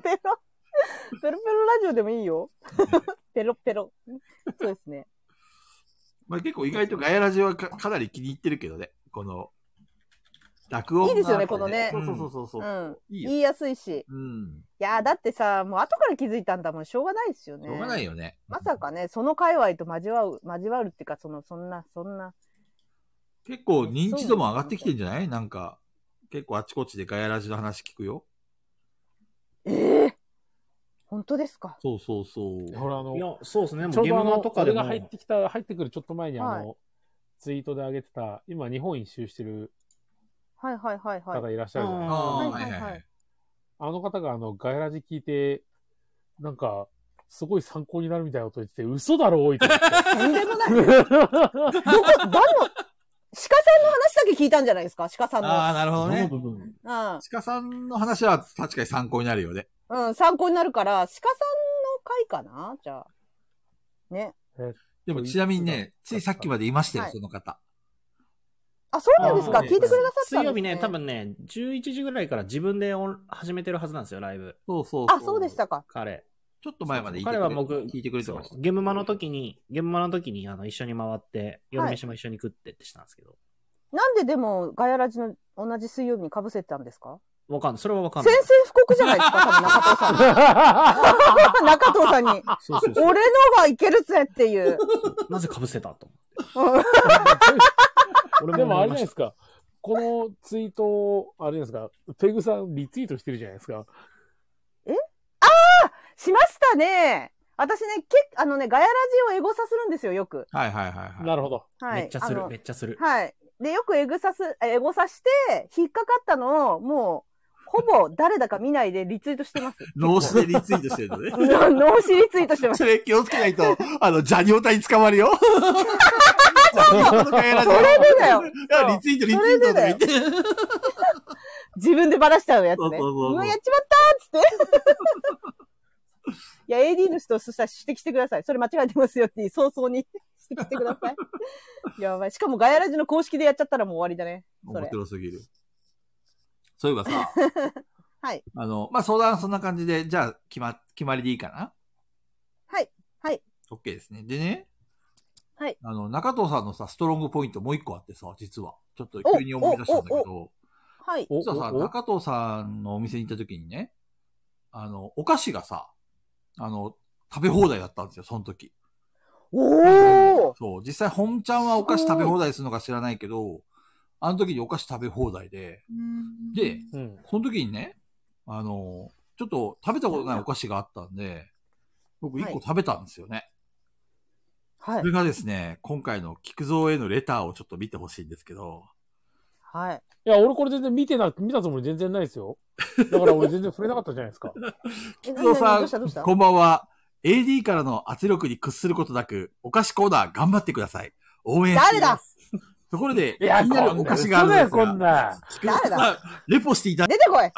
Speaker 2: ペロペロラジオでもいいよ。 ペロペロ。そうですね。
Speaker 1: まあ結構意外とガヤラジはかかなり気に入ってるけどね。この、落音が
Speaker 2: いいですよねこのね
Speaker 1: そうそうそうそう。
Speaker 2: うん。
Speaker 1: いいよ
Speaker 2: 言いやすいし。
Speaker 1: うん。
Speaker 2: いやーだってさ、もう後から気づいたんだもん。しょうがないですよ
Speaker 1: し
Speaker 2: ね。
Speaker 1: ょうがないよね。
Speaker 2: まさかね、その界隈と交わう、交わるっていうか、その、そんな、そんな。
Speaker 1: 結構認知度も上がってきてんじゃないなんか、結構あちこちでガヤラジの話聞くよ。
Speaker 2: ええ本当ですか
Speaker 1: そうそうそう。
Speaker 4: ほら、あの
Speaker 3: い、や、そうですね。も
Speaker 4: ちょ
Speaker 3: う
Speaker 4: う
Speaker 3: ゲ
Speaker 4: ど
Speaker 3: ー
Speaker 4: あ
Speaker 3: ム
Speaker 4: の、
Speaker 3: のとかで
Speaker 4: 俺
Speaker 3: も
Speaker 4: が。入ってきた、入ってくるちょっと前にあの、
Speaker 2: はい
Speaker 4: ツイートで上げてた、今日本一周してる
Speaker 2: はいはいはいはい。
Speaker 4: 方いらっしゃるじゃないですか。
Speaker 1: あー
Speaker 2: はいはいはい
Speaker 4: あの方があの、ガイラジ聞いて、なんか、すごい参考になるみたいなこと言ってて、嘘だろ、おいって。
Speaker 2: とんでもない。どこ、誰の、鹿さんの話だけ聞いたんじゃないですか鹿さんの。
Speaker 1: ああ、なるほどね。
Speaker 3: どの部分
Speaker 2: う
Speaker 1: 鹿さんの話は確かに参考になるよね。
Speaker 2: ん。うん、参考になるから、鹿さんの回かなじゃあ。ね。
Speaker 1: でもちなみにね、ついさっきまでいましたよ、
Speaker 2: はい
Speaker 1: その方。
Speaker 2: あ、そうなんですか
Speaker 3: あー
Speaker 2: 聞いてくださったんです、ね、
Speaker 3: 水曜日ね、多。分ね、11時ぐらいから自分でオン始めてるはずなんですよ、ライブ。
Speaker 1: そうそう
Speaker 2: あ、そうでし。たか。
Speaker 3: 彼。
Speaker 1: ちょっと前までいてくれ
Speaker 3: 彼は僕、
Speaker 1: 聞いてくれてまし
Speaker 3: そ
Speaker 1: た
Speaker 3: う。ゲームマの時に、ゲームマの時に、あの、一緒に回って、夜飯も一緒に食ってってしたんですけど。
Speaker 2: なんででも、ガヤラジの同じ水曜日に被せてたんですか
Speaker 3: わかんない。それはわかん
Speaker 2: 宣
Speaker 3: ない。
Speaker 2: 戦布告じゃないですか多分中藤さんに。中藤 さんに。
Speaker 3: そうそうそう。
Speaker 2: 俺のがいけるぜっていう。
Speaker 3: なぜ被せたと思って。俺
Speaker 4: で
Speaker 3: 思
Speaker 4: もあ
Speaker 3: いま
Speaker 4: れじゃない
Speaker 3: し
Speaker 4: ですか。 このツイートを、あれじゃないですか。ペグさんリツイートしてるじゃないですか。
Speaker 2: しましたね。私ね、けあのね、ガヤラジをエゴサするんですよ、よく。
Speaker 1: はいはいはいは
Speaker 4: なるほど。
Speaker 3: た。
Speaker 2: はい。
Speaker 3: めっちゃす
Speaker 2: あ
Speaker 3: る、
Speaker 2: の
Speaker 3: めっちゃする。
Speaker 2: はい。で、よくエグサス、えエゴサして、引っかかったのを、もう、ほぼ誰だか見ないでリツイー トしてます。。
Speaker 1: い。脳死でリツイートしてるのね
Speaker 2: 脳死リツイートし てます。
Speaker 6: それ気をつけないと、あの、ジャニオタに捕まるよ。
Speaker 2: それでだよ。
Speaker 6: いやリツイート、リツイ
Speaker 2: それ
Speaker 6: ート
Speaker 2: で
Speaker 6: とか
Speaker 2: だ
Speaker 6: 言
Speaker 2: よ
Speaker 6: って。
Speaker 2: 自分でバラしちゃうやつ
Speaker 1: そうそ
Speaker 2: ね。
Speaker 1: うそうそう
Speaker 2: うわ、やっちまったーっつって。いや、AD の人、そしたら指摘してください。それ間違えてますよって、早々に指摘してくださ い。やばい。しかもガヤラジの公式でやっちゃったらもう終わりだね。そ
Speaker 1: 面
Speaker 2: れ。
Speaker 1: 白すぎる。そういえばさ、
Speaker 2: はい。
Speaker 1: あの、まあ、相談はそんな感じで、じゃあ、決ま、決まりでいいかな
Speaker 2: はい。はい。
Speaker 1: ?OK ですね。でね、
Speaker 2: はい。
Speaker 1: あの、中藤さんのさ、ストロングポイントもう一個あってさ、実は。ちょっと急に思い出したんだけ
Speaker 2: おお
Speaker 1: ど、
Speaker 2: はい。
Speaker 4: お
Speaker 1: 実はさ、
Speaker 4: おお
Speaker 1: 中藤さんのお店に行った時にね、あの、お菓子がさ、あの、食べ放題だったんですよ、その時。
Speaker 2: おー
Speaker 1: そう、実際、本ちゃんはお菓子食べ放題するのか知らないけど、あの時にお菓子食べ放題で、で、
Speaker 4: うん。
Speaker 1: その時にね、あの、ちょっと食べたことないお菓子があったんで、僕一
Speaker 2: はい
Speaker 1: 個食べたんですよね。
Speaker 2: はい
Speaker 1: そ。れがですね、今回の菊蔵へのレターをちょっと見てほしいんですけど、
Speaker 2: はい。
Speaker 4: いや、俺これ全然見てな、見たつもり全然ないですよ。だから俺全然触れなかったじゃないですか。
Speaker 2: え、
Speaker 1: 菊蔵
Speaker 2: 何
Speaker 1: さ
Speaker 2: どうしたどうした
Speaker 1: ん、こんばんは。AD からの圧力に屈することなく、お菓子コーナー頑張ってください。応援して
Speaker 2: 誰
Speaker 1: いま
Speaker 2: だ
Speaker 1: す。ところで、
Speaker 4: いや、
Speaker 1: 気になるお菓子があ
Speaker 4: こんな
Speaker 1: るんです
Speaker 4: よ、こん
Speaker 1: が、
Speaker 4: な。
Speaker 1: 菊蔵
Speaker 2: 誰
Speaker 1: さん、レポしていただ
Speaker 2: 出てこい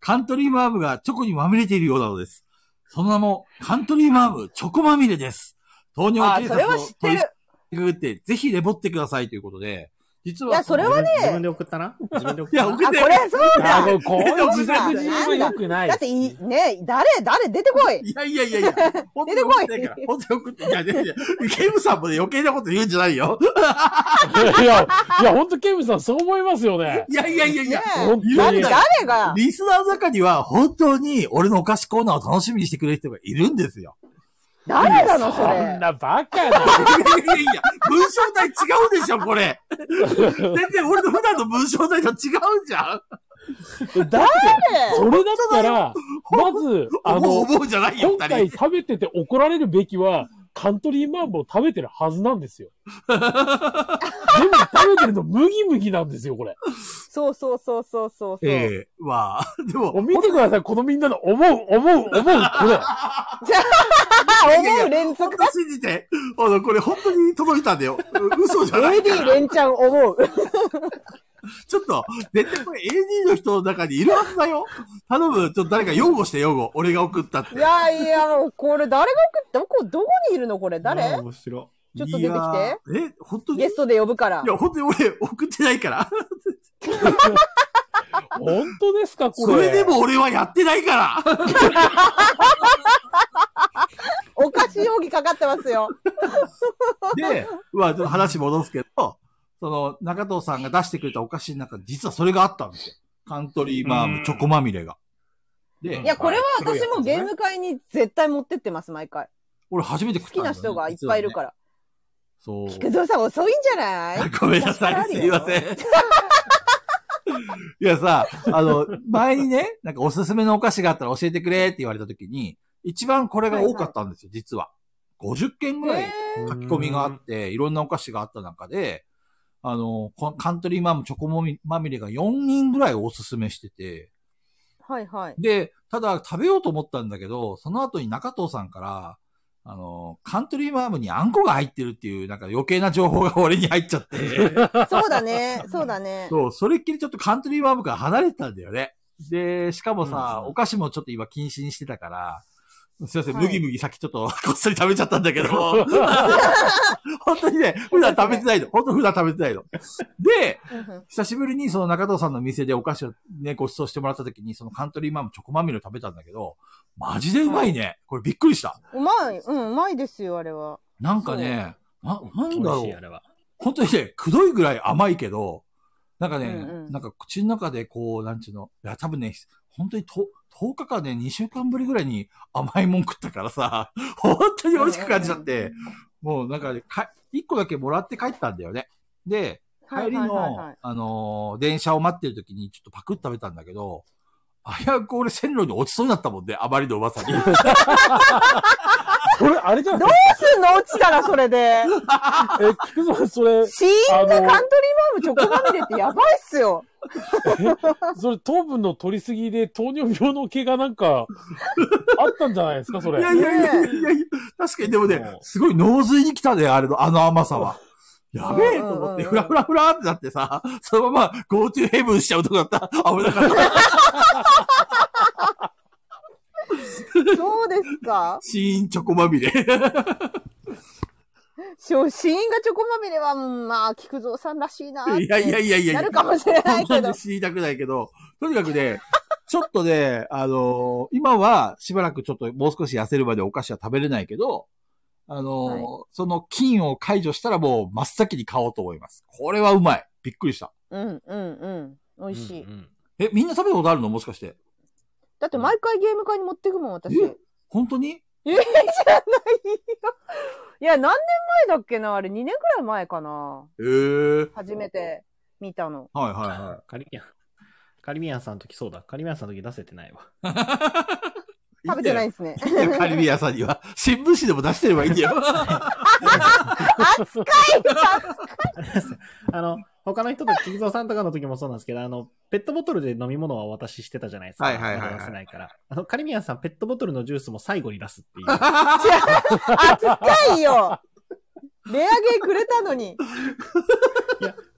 Speaker 1: カントリーマームがチョコにまみれているようなのです。その名も、カントリーマームチョコまみれです。糖
Speaker 2: あ
Speaker 1: 尿
Speaker 2: ー、
Speaker 1: 警
Speaker 2: それ
Speaker 1: 察
Speaker 2: は
Speaker 1: を
Speaker 2: 知って
Speaker 1: 取り
Speaker 2: る。
Speaker 1: くぐって、ぜひレボってくださいということで、実
Speaker 2: い
Speaker 1: は
Speaker 2: や、、それはね、
Speaker 3: 自分で送ったな自分で送っ
Speaker 1: い
Speaker 3: た
Speaker 1: や、
Speaker 3: な
Speaker 1: 送っ
Speaker 2: あ、
Speaker 1: て
Speaker 2: これそう
Speaker 4: あ
Speaker 2: だ
Speaker 4: ー、これこの自作自演は良くない
Speaker 2: だっ。てい、ね、誰、誰、出てこい
Speaker 1: いやいやいやいや、本当に送ってないから。本当に送って、いやいやいや、ケムさんもね、余計なこと言うんじゃない よ。
Speaker 4: いや、いや、ほんとケムさんそう思いますよね。
Speaker 1: いやいやいやい
Speaker 2: ね
Speaker 1: や、
Speaker 4: 本当に
Speaker 2: 誰、誰が
Speaker 1: リスナーの中には本当に俺のお菓子コーナーを楽しみにしてくれる人がいるんですよ。
Speaker 2: 誰なの、そ
Speaker 4: そん
Speaker 2: れ。
Speaker 4: なバカな。
Speaker 1: いやいやいや、文章体違うでしょ、これ。全然俺の普段の文章体と違うじゃん。
Speaker 4: だ
Speaker 2: 誰
Speaker 4: それだったら、まず、あ
Speaker 1: 思う
Speaker 4: の、
Speaker 1: 思うじゃないよ、
Speaker 4: 今
Speaker 1: 二
Speaker 4: 回
Speaker 1: 人。
Speaker 4: 食べてて怒られるべきは、カントリーマンボウ食べてるはずなんですよ。でも食べてるの麦麦なんですよ、これ。
Speaker 2: そうそうそうそうそう。
Speaker 1: え
Speaker 2: そう
Speaker 1: えまあ、 で
Speaker 4: もう
Speaker 1: も、
Speaker 4: 見てください、このみんなの思う、思う、思う、これ。
Speaker 2: あ、
Speaker 1: いやいや
Speaker 2: 思う
Speaker 1: 本
Speaker 2: 連続。
Speaker 1: 当信じて、あの、これ本当に届いたんだよ。う嘘じゃないから
Speaker 2: AD 連ちゃん思う。
Speaker 1: ちょっと、絶対これ AD の人の中にいるはずだよ。頼む、ちょっと誰か擁護して擁護。俺が送ったって。
Speaker 2: いやいや、これ誰が送ったどこ、どこにいるのこれ誰
Speaker 3: あー面白
Speaker 2: ちょっと出てきて
Speaker 1: いやー。え、本当に
Speaker 2: ゲストで呼ぶから
Speaker 1: い。や、本当に俺送ってないから。
Speaker 4: 本当ですか、こ
Speaker 1: そ
Speaker 4: れ。
Speaker 1: れで も俺はやってないから。
Speaker 2: お菓子容疑かかってますよ。
Speaker 1: で、まあ、ちょっと話戻すけど、その、中藤さんが出してくれたお菓子の中に、実はそれがあったんですよ。カントリーマー
Speaker 3: う
Speaker 1: ム
Speaker 3: ん
Speaker 1: チョコまみれが。で
Speaker 2: いや、これは
Speaker 1: 黒い
Speaker 2: 私
Speaker 1: やつ
Speaker 2: もゲーム会に絶対持ってってます、毎回。
Speaker 1: 俺初めて食
Speaker 2: 好
Speaker 1: った
Speaker 2: き
Speaker 1: んだ
Speaker 2: な
Speaker 1: よね、
Speaker 2: 人がいっぱいいるか
Speaker 1: 実は
Speaker 2: ら。
Speaker 1: ね。そう。
Speaker 2: 菊蔵さん遅いんじゃない
Speaker 1: ごめんなさい、すいません。い やさ、あの、前にね、なんかおすすめのお菓子があったら教えてくれって言われた時に、一番これが多かったんですよ、実は。50件ぐらい
Speaker 2: え
Speaker 1: 書き込みがあって、いろんなお菓子があった中で、あの、こカントリーマームチョコもみまみれが4人ぐらいおすすめしてて、
Speaker 2: ーはいはい。
Speaker 1: で、ただ食べようと思ったんだけど、その後に中藤さんから、あの、カントリーマームにあんこが入ってるっていう、なんか余計な情報が俺に入っちゃって。
Speaker 2: そうだ ね、そうだね。
Speaker 1: そう、それっきりちょっとカントリーマームから離れてたんだよね。で、しかもさ、
Speaker 3: うん
Speaker 1: お菓子もちょっと今禁止にしてたから、すいません、
Speaker 2: はい
Speaker 1: 麦麦さっきちょっとこっそり食べちゃったんだけど、本当にね、普段食べてないの。本当普段食べてないの。で、
Speaker 2: うん
Speaker 1: 久しぶりにその中藤さんの店でお菓子をね、ご馳走してもらった時に、そのカントリーマームチョコまみれを食べたんだけど、マジでうまいね。これびっくりした。
Speaker 2: うまい、うん、うまいですよ、あれは。
Speaker 1: なんかね、な、ないんだろ
Speaker 3: 美味しいうあ。れは
Speaker 1: 本当にね、くどいぐらい甘いけど、なんかね、
Speaker 2: うんうん
Speaker 1: なんか口の中でこう、なんちゅうの、いや、多分ね、本当にと10日間ね、2週間ぶりぐらいに甘いもん食ったからさ、 本当に美味しく感じちゃって、もうなんかね、か、1個だけもらって帰ったんだよね。で、
Speaker 2: はい
Speaker 1: 帰りの、
Speaker 2: はいはいはい。
Speaker 1: あのー電車を待ってる時にちょっとパクッと食べたんだけど、危うく俺線路に落ちそうになったもんね、あまりのうま さに。
Speaker 4: これ、あれじゃない
Speaker 2: どうすんの落ちたらそれ で。
Speaker 4: え、菊蔵さん、それ、
Speaker 2: 死因
Speaker 4: あ
Speaker 2: が
Speaker 4: の
Speaker 2: カントリーマームチョコまみれってやばいっすよ。
Speaker 4: それ糖分の取りすぎで糖尿病の毛がなんか、あったんじゃないですか、それ。
Speaker 1: いやいやいやいやいや、確かにでもね
Speaker 3: そう、
Speaker 1: すごい脳髄に来たね、あれの、あの甘さは。やべえ
Speaker 2: うん
Speaker 1: と
Speaker 2: うんうんうん
Speaker 1: 思って、フラフラフラってなってさ、そのまま GoTo ヘブンしちゃうとこだった。危なかった。
Speaker 2: そうですか
Speaker 1: シーンチョコまみれ。
Speaker 2: しょ死因がチョコまみれは、うんまあ、菊蔵さんらしいなって。
Speaker 1: いやいやいやいやい
Speaker 2: な
Speaker 1: や
Speaker 2: る。かもしれない
Speaker 1: そ
Speaker 2: け
Speaker 1: ん
Speaker 2: ど
Speaker 1: な。知りたくないけど、とにかくね、ちょっとね、あのー今はしばらくちょっともう少し痩せるまでお菓子は食べれないけど、あのー
Speaker 2: はい
Speaker 1: その菌を解除したらもう真っ先に買おうと思います。これはうまい。びっくりした。
Speaker 2: うんうんうん。美味しい。
Speaker 3: うんうん
Speaker 1: え、みんな食べたことあるのもしかして。
Speaker 2: だって毎回ゲーム会に持ってくもん、私。
Speaker 1: え本当に
Speaker 2: え えじゃないよ。いや、何年前だっけなあれ、2年くらい前かな
Speaker 1: ええー。
Speaker 2: 初めて見たの。
Speaker 1: はいはいは
Speaker 3: カリビアンカリビアンさんの時そうだカリビアンさんの時出せてないわ
Speaker 1: い。
Speaker 2: 食べてない
Speaker 1: い
Speaker 2: んですね。
Speaker 1: いんだよ。いいんだよカリビアさんには、新聞紙でも出してればいいんだ よ。
Speaker 2: 扱い
Speaker 3: あの、他の人と菊蔵さんとかの時もそうなんですけど、あの、ペットボトルで飲み物はお渡ししてたじゃないですか。
Speaker 1: はいはいはいはい
Speaker 3: まだ出せないから。あの、カリミアンさん、ペットボトルのジュースも最後に出すっていう。
Speaker 2: 扱いよレアゲーくれたのに。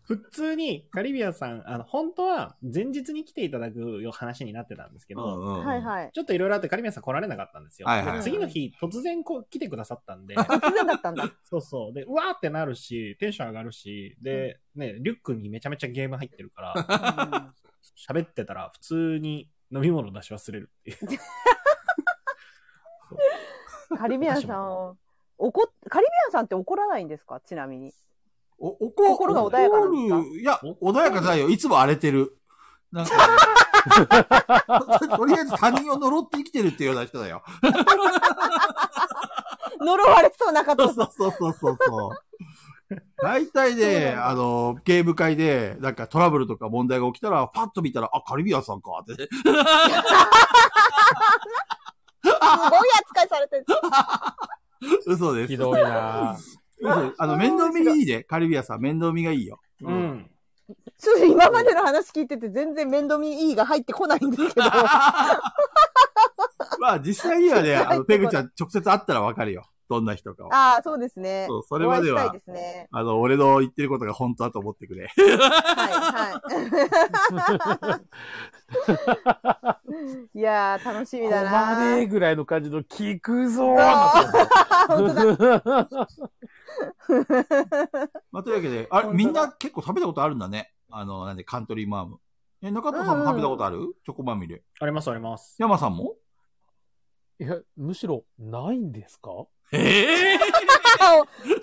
Speaker 3: 普通にカリビアンさん、あの、本当は前日に来ていただくよ話になってたんですけ
Speaker 1: う
Speaker 3: ど、
Speaker 1: んうんうん
Speaker 2: はいはい。
Speaker 3: ちょっといろいろあってカリビアンさん来られなかったんですよ。
Speaker 1: はいはい
Speaker 3: で次の日、突然こう来てくださったんで、
Speaker 2: 突然だったんだ。
Speaker 3: そうそう。で、うわーってなるし、テンション上がるし、で、ね、リュックにめちゃめちゃゲーム入ってる から、喋ってたら普通に飲み物出し忘れるっていう。
Speaker 2: カリビアンさんを、怒っ、カリビアンさんって怒らないんですかちなみに。
Speaker 1: お、おこ、
Speaker 2: 心が穏やかなんですか
Speaker 1: 怒るいや、穏やかじゃないよ。いつも荒れてる。なんか、 とりあえず他人を呪って生きてるっていうような人だよ。
Speaker 2: 呪われそうな 方。
Speaker 1: そうそうそうそうそうそう。大体
Speaker 2: そうな
Speaker 1: ね、
Speaker 2: んだ
Speaker 1: あの、ゲーム会で、なんかトラブルとか問題が起きたら、パッと見たら、あ、カリビアンさんかって ね。
Speaker 2: すごい扱いされてる。
Speaker 1: 嘘です。
Speaker 4: ひどいなぁ
Speaker 1: 嘘ですあの、面倒見がいいね。カリビアンさん、面倒見がいいよ。
Speaker 3: う。ん。
Speaker 2: ちょっと今までの話聞いてて全然面倒見いいが入ってこないんです けど。
Speaker 1: まあ、実際にはね、あ
Speaker 2: 入
Speaker 1: の、
Speaker 2: って
Speaker 1: ペ
Speaker 2: こな
Speaker 1: グ
Speaker 2: い
Speaker 1: ちゃん直接会ったらわかるよ。どんな人かは。
Speaker 2: ああ、そうですね。
Speaker 1: そうそれまでは
Speaker 2: お会いしたいですね。
Speaker 1: あの、俺の言ってることが本当だと思ってくれ。
Speaker 2: はい、 はい。いやー、楽しみだ
Speaker 4: こま
Speaker 2: な
Speaker 4: でぐらいの感じの、聞くぞ
Speaker 2: あ ー、本当だ。
Speaker 1: まあ、というわけで、あれ、
Speaker 2: 本当だ
Speaker 1: みんな結構食べたことあるんだね。あの、なんで、カントリーマーム。え、中田さんも食べたことある、チョコまみれ。
Speaker 3: ありますあります。
Speaker 1: 山さんも
Speaker 4: いや、むしろ、ないんですか
Speaker 1: ええ
Speaker 2: あおそんな感じで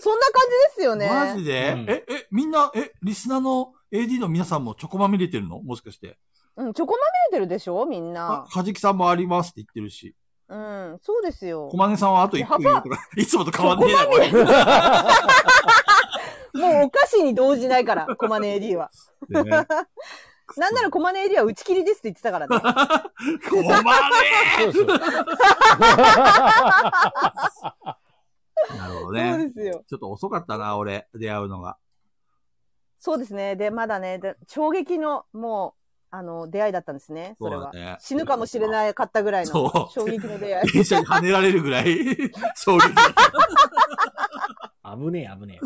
Speaker 2: すよね。
Speaker 1: マジで、
Speaker 3: うん
Speaker 1: え、え、みんな、え、リスナーの AD の皆さんもチョコまみれてるのもしかして。
Speaker 2: うん、チョコまみれてるでしょみん
Speaker 1: あ
Speaker 2: な。
Speaker 1: はじきさんもありますって言ってるし。
Speaker 2: うん、そうですよ
Speaker 1: こ。まねさんはあと1分いるとか、いつもと変わんねえな、これ。
Speaker 2: もうお菓子に動じな いから、コマネ AD は。
Speaker 1: で ね
Speaker 2: なんならコマネ AD は打ち切りですって言ってたからね。
Speaker 1: こまね
Speaker 4: そうですよ。
Speaker 1: なるほど
Speaker 2: そう
Speaker 1: ね。
Speaker 2: ですよ。
Speaker 1: ちょっと遅かったな、俺、出会うのが。
Speaker 2: そうですね。で、まだね、で衝撃の、もう、あの、出会いだったんですね。それは
Speaker 1: そう。だね
Speaker 2: 死ぬかも しれないかったぐらいの
Speaker 1: そう
Speaker 2: 衝撃の出会い。
Speaker 1: 電車に跳ねられるぐらい、 衝撃。
Speaker 3: 危ねえ危ね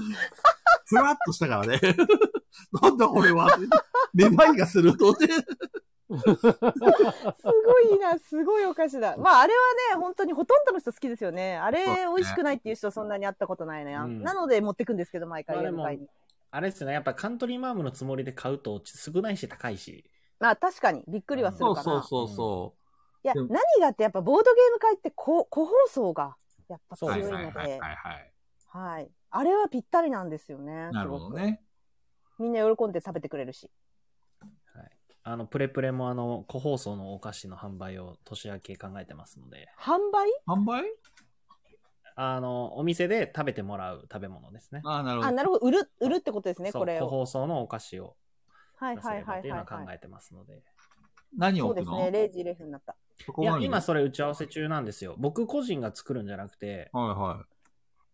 Speaker 1: ふわっとしたからね。 なんだこれは。めまいがするとね。
Speaker 2: すごいな、すごいお菓子だ。まあ、あれはね、本当にほとんどの人好きですよね。あれ
Speaker 1: そうですね、
Speaker 2: 美味しくないっていう人はそんなに会ったことないな。
Speaker 3: うん
Speaker 2: なので、持ってくんですけど、毎回、
Speaker 3: まあで
Speaker 2: 夜
Speaker 3: も
Speaker 2: 会に。
Speaker 3: え。あれですね、やっぱカントリーマームのつもりで買うと少ないし高いし。
Speaker 2: まあ、確かに、びっくりはす
Speaker 1: そ
Speaker 2: る
Speaker 1: う
Speaker 2: か
Speaker 1: そう
Speaker 2: な。
Speaker 1: そうそ
Speaker 2: いや、
Speaker 1: でも
Speaker 2: 何がって、やっぱ、ボードゲーム会って、こ個包装が、やっぱ
Speaker 1: う。
Speaker 2: 強
Speaker 1: はいい
Speaker 2: の
Speaker 1: は
Speaker 2: で、
Speaker 1: い
Speaker 2: は
Speaker 1: はいいはいはい。
Speaker 2: あれはぴったりなんですよね。
Speaker 1: なるほどね。
Speaker 2: すごく。みんな喜んで食べてくれるし。
Speaker 3: あの、プレプレもあの、個包装のお菓子の販売を年明け考えてますので、
Speaker 2: 販売
Speaker 1: 販売
Speaker 3: あの、お店で食べてもらう食べ物ですね。
Speaker 1: ああ、なるほ
Speaker 2: あ、
Speaker 1: ど。
Speaker 2: なるほど。売る、売るってことですね、
Speaker 3: そう
Speaker 2: これ
Speaker 3: 個
Speaker 2: を。
Speaker 3: 包装のお菓子を
Speaker 2: はい
Speaker 3: 出せ
Speaker 2: はい
Speaker 3: れば
Speaker 2: は
Speaker 3: って
Speaker 2: い
Speaker 3: いうの
Speaker 2: は
Speaker 3: は考
Speaker 2: い。
Speaker 3: えてますので。
Speaker 1: 何を
Speaker 2: そう
Speaker 1: 置
Speaker 2: で
Speaker 1: く
Speaker 2: す
Speaker 1: の
Speaker 2: ね、0時0分になった。
Speaker 1: そこ
Speaker 3: いや
Speaker 1: ま、で
Speaker 3: 今それ打ち合わせ中なんですよ。僕個人が作るんじゃなくて、
Speaker 1: はいはい。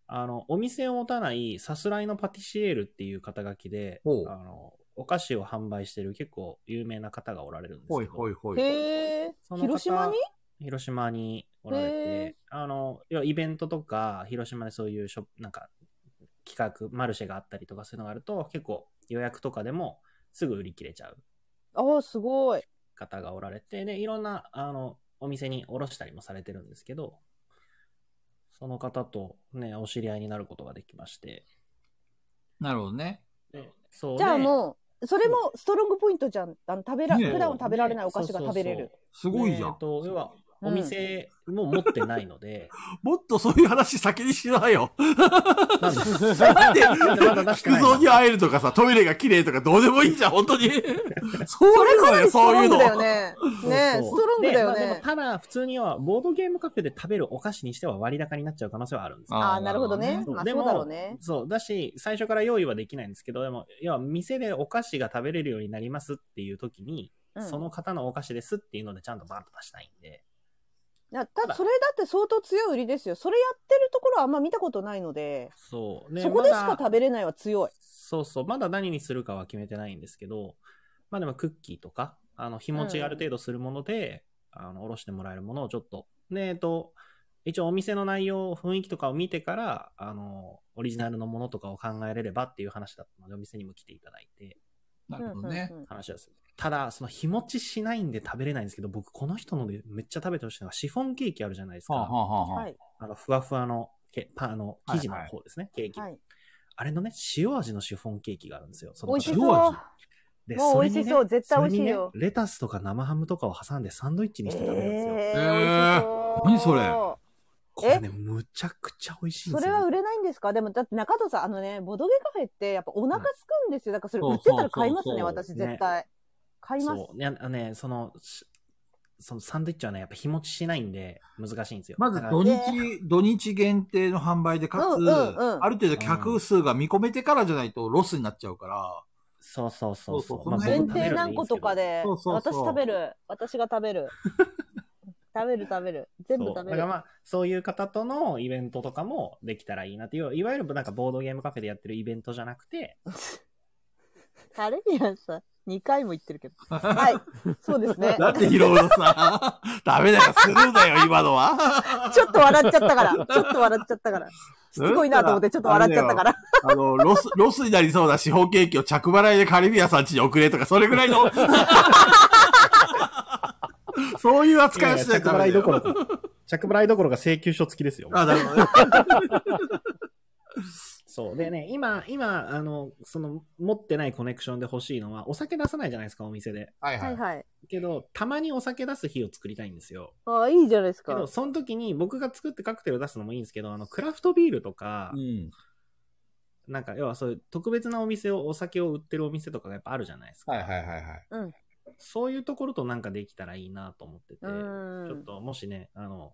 Speaker 3: あの、お店を持たないさすらいのパティシエールっていう肩書きで、あ
Speaker 1: ほう
Speaker 3: の、お菓子を販売してる結構有名な方がおられるんです
Speaker 1: ほ
Speaker 3: け
Speaker 1: い
Speaker 3: ど、
Speaker 1: ほいほい。
Speaker 2: へえ
Speaker 3: その方
Speaker 2: 広島に
Speaker 3: 広島におられ
Speaker 2: へー
Speaker 3: て、あの、要はイベントとか、広島でそういうショップ、なんか、企画、マルシェがあったりとかそういうのがあると、結構予約とかでもすぐ売り切れちゃう
Speaker 2: ああ、すごい。
Speaker 3: 方がおられて、で、いろんな、あの、お店に卸したりもされてるんですけど、その方とね、お知り合いになることができまして、
Speaker 1: なるほどね。
Speaker 3: でそう
Speaker 2: じゃあ
Speaker 3: で
Speaker 2: もう、それもストロングポイントじゃん。あの食べら、
Speaker 1: ねえ
Speaker 2: 普段は食べられないお菓子が
Speaker 3: そうそうそ
Speaker 2: 食べ
Speaker 3: う
Speaker 2: れる。
Speaker 1: すごいじゃ
Speaker 3: え
Speaker 1: ん
Speaker 3: ー。と、要は、お店も持ってない ので、
Speaker 1: もっとそういう話先にしなよ。
Speaker 3: なんで
Speaker 1: なんで、
Speaker 3: まだ出して
Speaker 1: 菊
Speaker 3: ないの
Speaker 1: 蔵に会えるとかさ、トイレが綺麗とかどうでもいいじゃん、本当に。そういうのよ、
Speaker 2: スト
Speaker 1: そう
Speaker 2: ロ
Speaker 1: い
Speaker 2: ン
Speaker 1: う
Speaker 2: グだよ
Speaker 1: の。
Speaker 2: ね。ねえ
Speaker 3: そう
Speaker 2: ス
Speaker 3: そう
Speaker 2: トロングだよ
Speaker 3: でまあでも
Speaker 2: ね。
Speaker 3: ただ、普通には、ボードゲームカフェで食べるお菓子にしては割高になっちゃう可能性はあるんですよ
Speaker 2: ああ、なるほどね。
Speaker 3: そう
Speaker 2: まあ
Speaker 3: で
Speaker 2: そ
Speaker 3: も
Speaker 2: うだろうね。
Speaker 3: そう。だし、最初から用意はできないんですけど、でも、要は、店でお菓子が食べれるようになりますっていう時に、
Speaker 2: うん
Speaker 3: その方のお菓子ですっていうので、ちゃんとバンと出したいんで。
Speaker 2: いやたそれだって相当強い売りですよ。それやってるところはあんま見たことないので、
Speaker 3: そう。ね
Speaker 2: そこでし
Speaker 3: ま
Speaker 2: か
Speaker 3: だ
Speaker 2: 食べれないは強い。
Speaker 3: そうそう。まだ何にするかは決めてないんですけど、まあでも、クッキーとか、あの、日持ちがある程度するもので、あの、おろしてもらえるものをちょっと、ねえっと、一応お店の内容、雰囲気とかを見てから、あの、オリジナルのものとかを考えれればっていう話だったので、お店にも来ていただいて、
Speaker 6: なるほどね
Speaker 2: うん。うんうん
Speaker 3: 話はする。ただ、その日持ちしないんで食べれないんですけど、僕、この人のでめっちゃ食べてほしいのが、シフォンケーキあるじゃないですか。
Speaker 1: はあ、はあはあはあ、
Speaker 2: はい。
Speaker 3: あの、ふわふわのけ、パン、あの、生地の方ですね、ケーキ。
Speaker 2: はい。
Speaker 3: あれのね、塩味のシフォンケーキがあるんですよ。その
Speaker 2: 美味し
Speaker 3: 塩
Speaker 2: そ
Speaker 3: 味
Speaker 2: う。
Speaker 3: で
Speaker 2: もう美味しそう
Speaker 3: れにね
Speaker 2: 絶対美味しいよ
Speaker 3: それにねレタスとか生ハムとかを挟んでサンドイッチにして食べるんですよ。
Speaker 2: え
Speaker 1: えー
Speaker 2: ー
Speaker 1: 何それ
Speaker 3: これね、むちゃくちゃ美味しいん
Speaker 2: そ
Speaker 3: です
Speaker 2: れ
Speaker 3: よ。
Speaker 2: は売れないんですかでも、だって中藤さん、あのね、ボドゲカフェって、やっぱお腹すくんですよ。だからそれ売ってたら買います
Speaker 1: そうそ
Speaker 2: ね、
Speaker 1: うそう
Speaker 2: 私絶対。買います。
Speaker 3: そう。ね、あのね、その、しそのサンドイッチはね、やっぱ日持ちしないんで、難しいんですよ。
Speaker 1: まず
Speaker 3: だから
Speaker 1: 土日、
Speaker 2: え
Speaker 1: 土日限定の販売で、かつ、
Speaker 2: うんうんうん
Speaker 1: ある程度客数が見込めてからじゃないとロスになっちゃうから、
Speaker 3: そうそうそうそ。
Speaker 1: そうそううその
Speaker 2: 限
Speaker 1: 辺
Speaker 2: 定何個とか。
Speaker 3: 僕食べるのいいんですけ
Speaker 1: そう、そ
Speaker 2: で
Speaker 3: ど
Speaker 1: うそ
Speaker 2: 私
Speaker 1: う
Speaker 2: 食べる。私が食べる。食べる食べる。全部
Speaker 3: そう
Speaker 2: 食べ
Speaker 3: だから
Speaker 2: る。
Speaker 3: まあ、そういう方とのイベントとかもできたらいいなっていう、いわゆるなんかボードゲームカフェでやってるイベントじゃなくて、
Speaker 2: カレビアンさん、2回も言ってるけど。はい。そうですね。
Speaker 6: だって、ヒロム ロさん、ダメだよ、スルーだよ、今のは。
Speaker 2: ちょっと笑っちゃったから。ちょっと笑っちゃったから。しつこいなと思って、ちょっと笑っちゃったから。
Speaker 6: あの、ロス、ロスになりそうな四方ケーキを着払いでカリビアさん家に送れとか、それぐらいの。そういう扱いをしないとダメだよ。
Speaker 3: ろか、着払いどころか請求書付きですよ。
Speaker 6: あ、なるほどね。
Speaker 3: そう。でね、今、今、あの、その、持ってないコネクションで欲しいのは、お酒出さないじゃないですか、お店で。
Speaker 6: はいは
Speaker 2: はい
Speaker 6: い。
Speaker 2: はい。
Speaker 3: けど、たまにお酒出す日を作りたいんですよ。
Speaker 2: ああ、いいじゃないです
Speaker 3: け
Speaker 2: か
Speaker 3: ど、。その時に僕が作ってカクテルを出すのもいいんですけど、あの、クラフトビールとか、
Speaker 1: うん。
Speaker 3: なんか、要はそういう特別なお店を、お酒を売ってるお店とかがやっぱあるじゃないですか。
Speaker 1: はいはいはいはい。
Speaker 3: そういうところとなんかできたらいいなと思ってて、
Speaker 2: う
Speaker 3: ち
Speaker 2: ん
Speaker 3: ょっともしね、あの、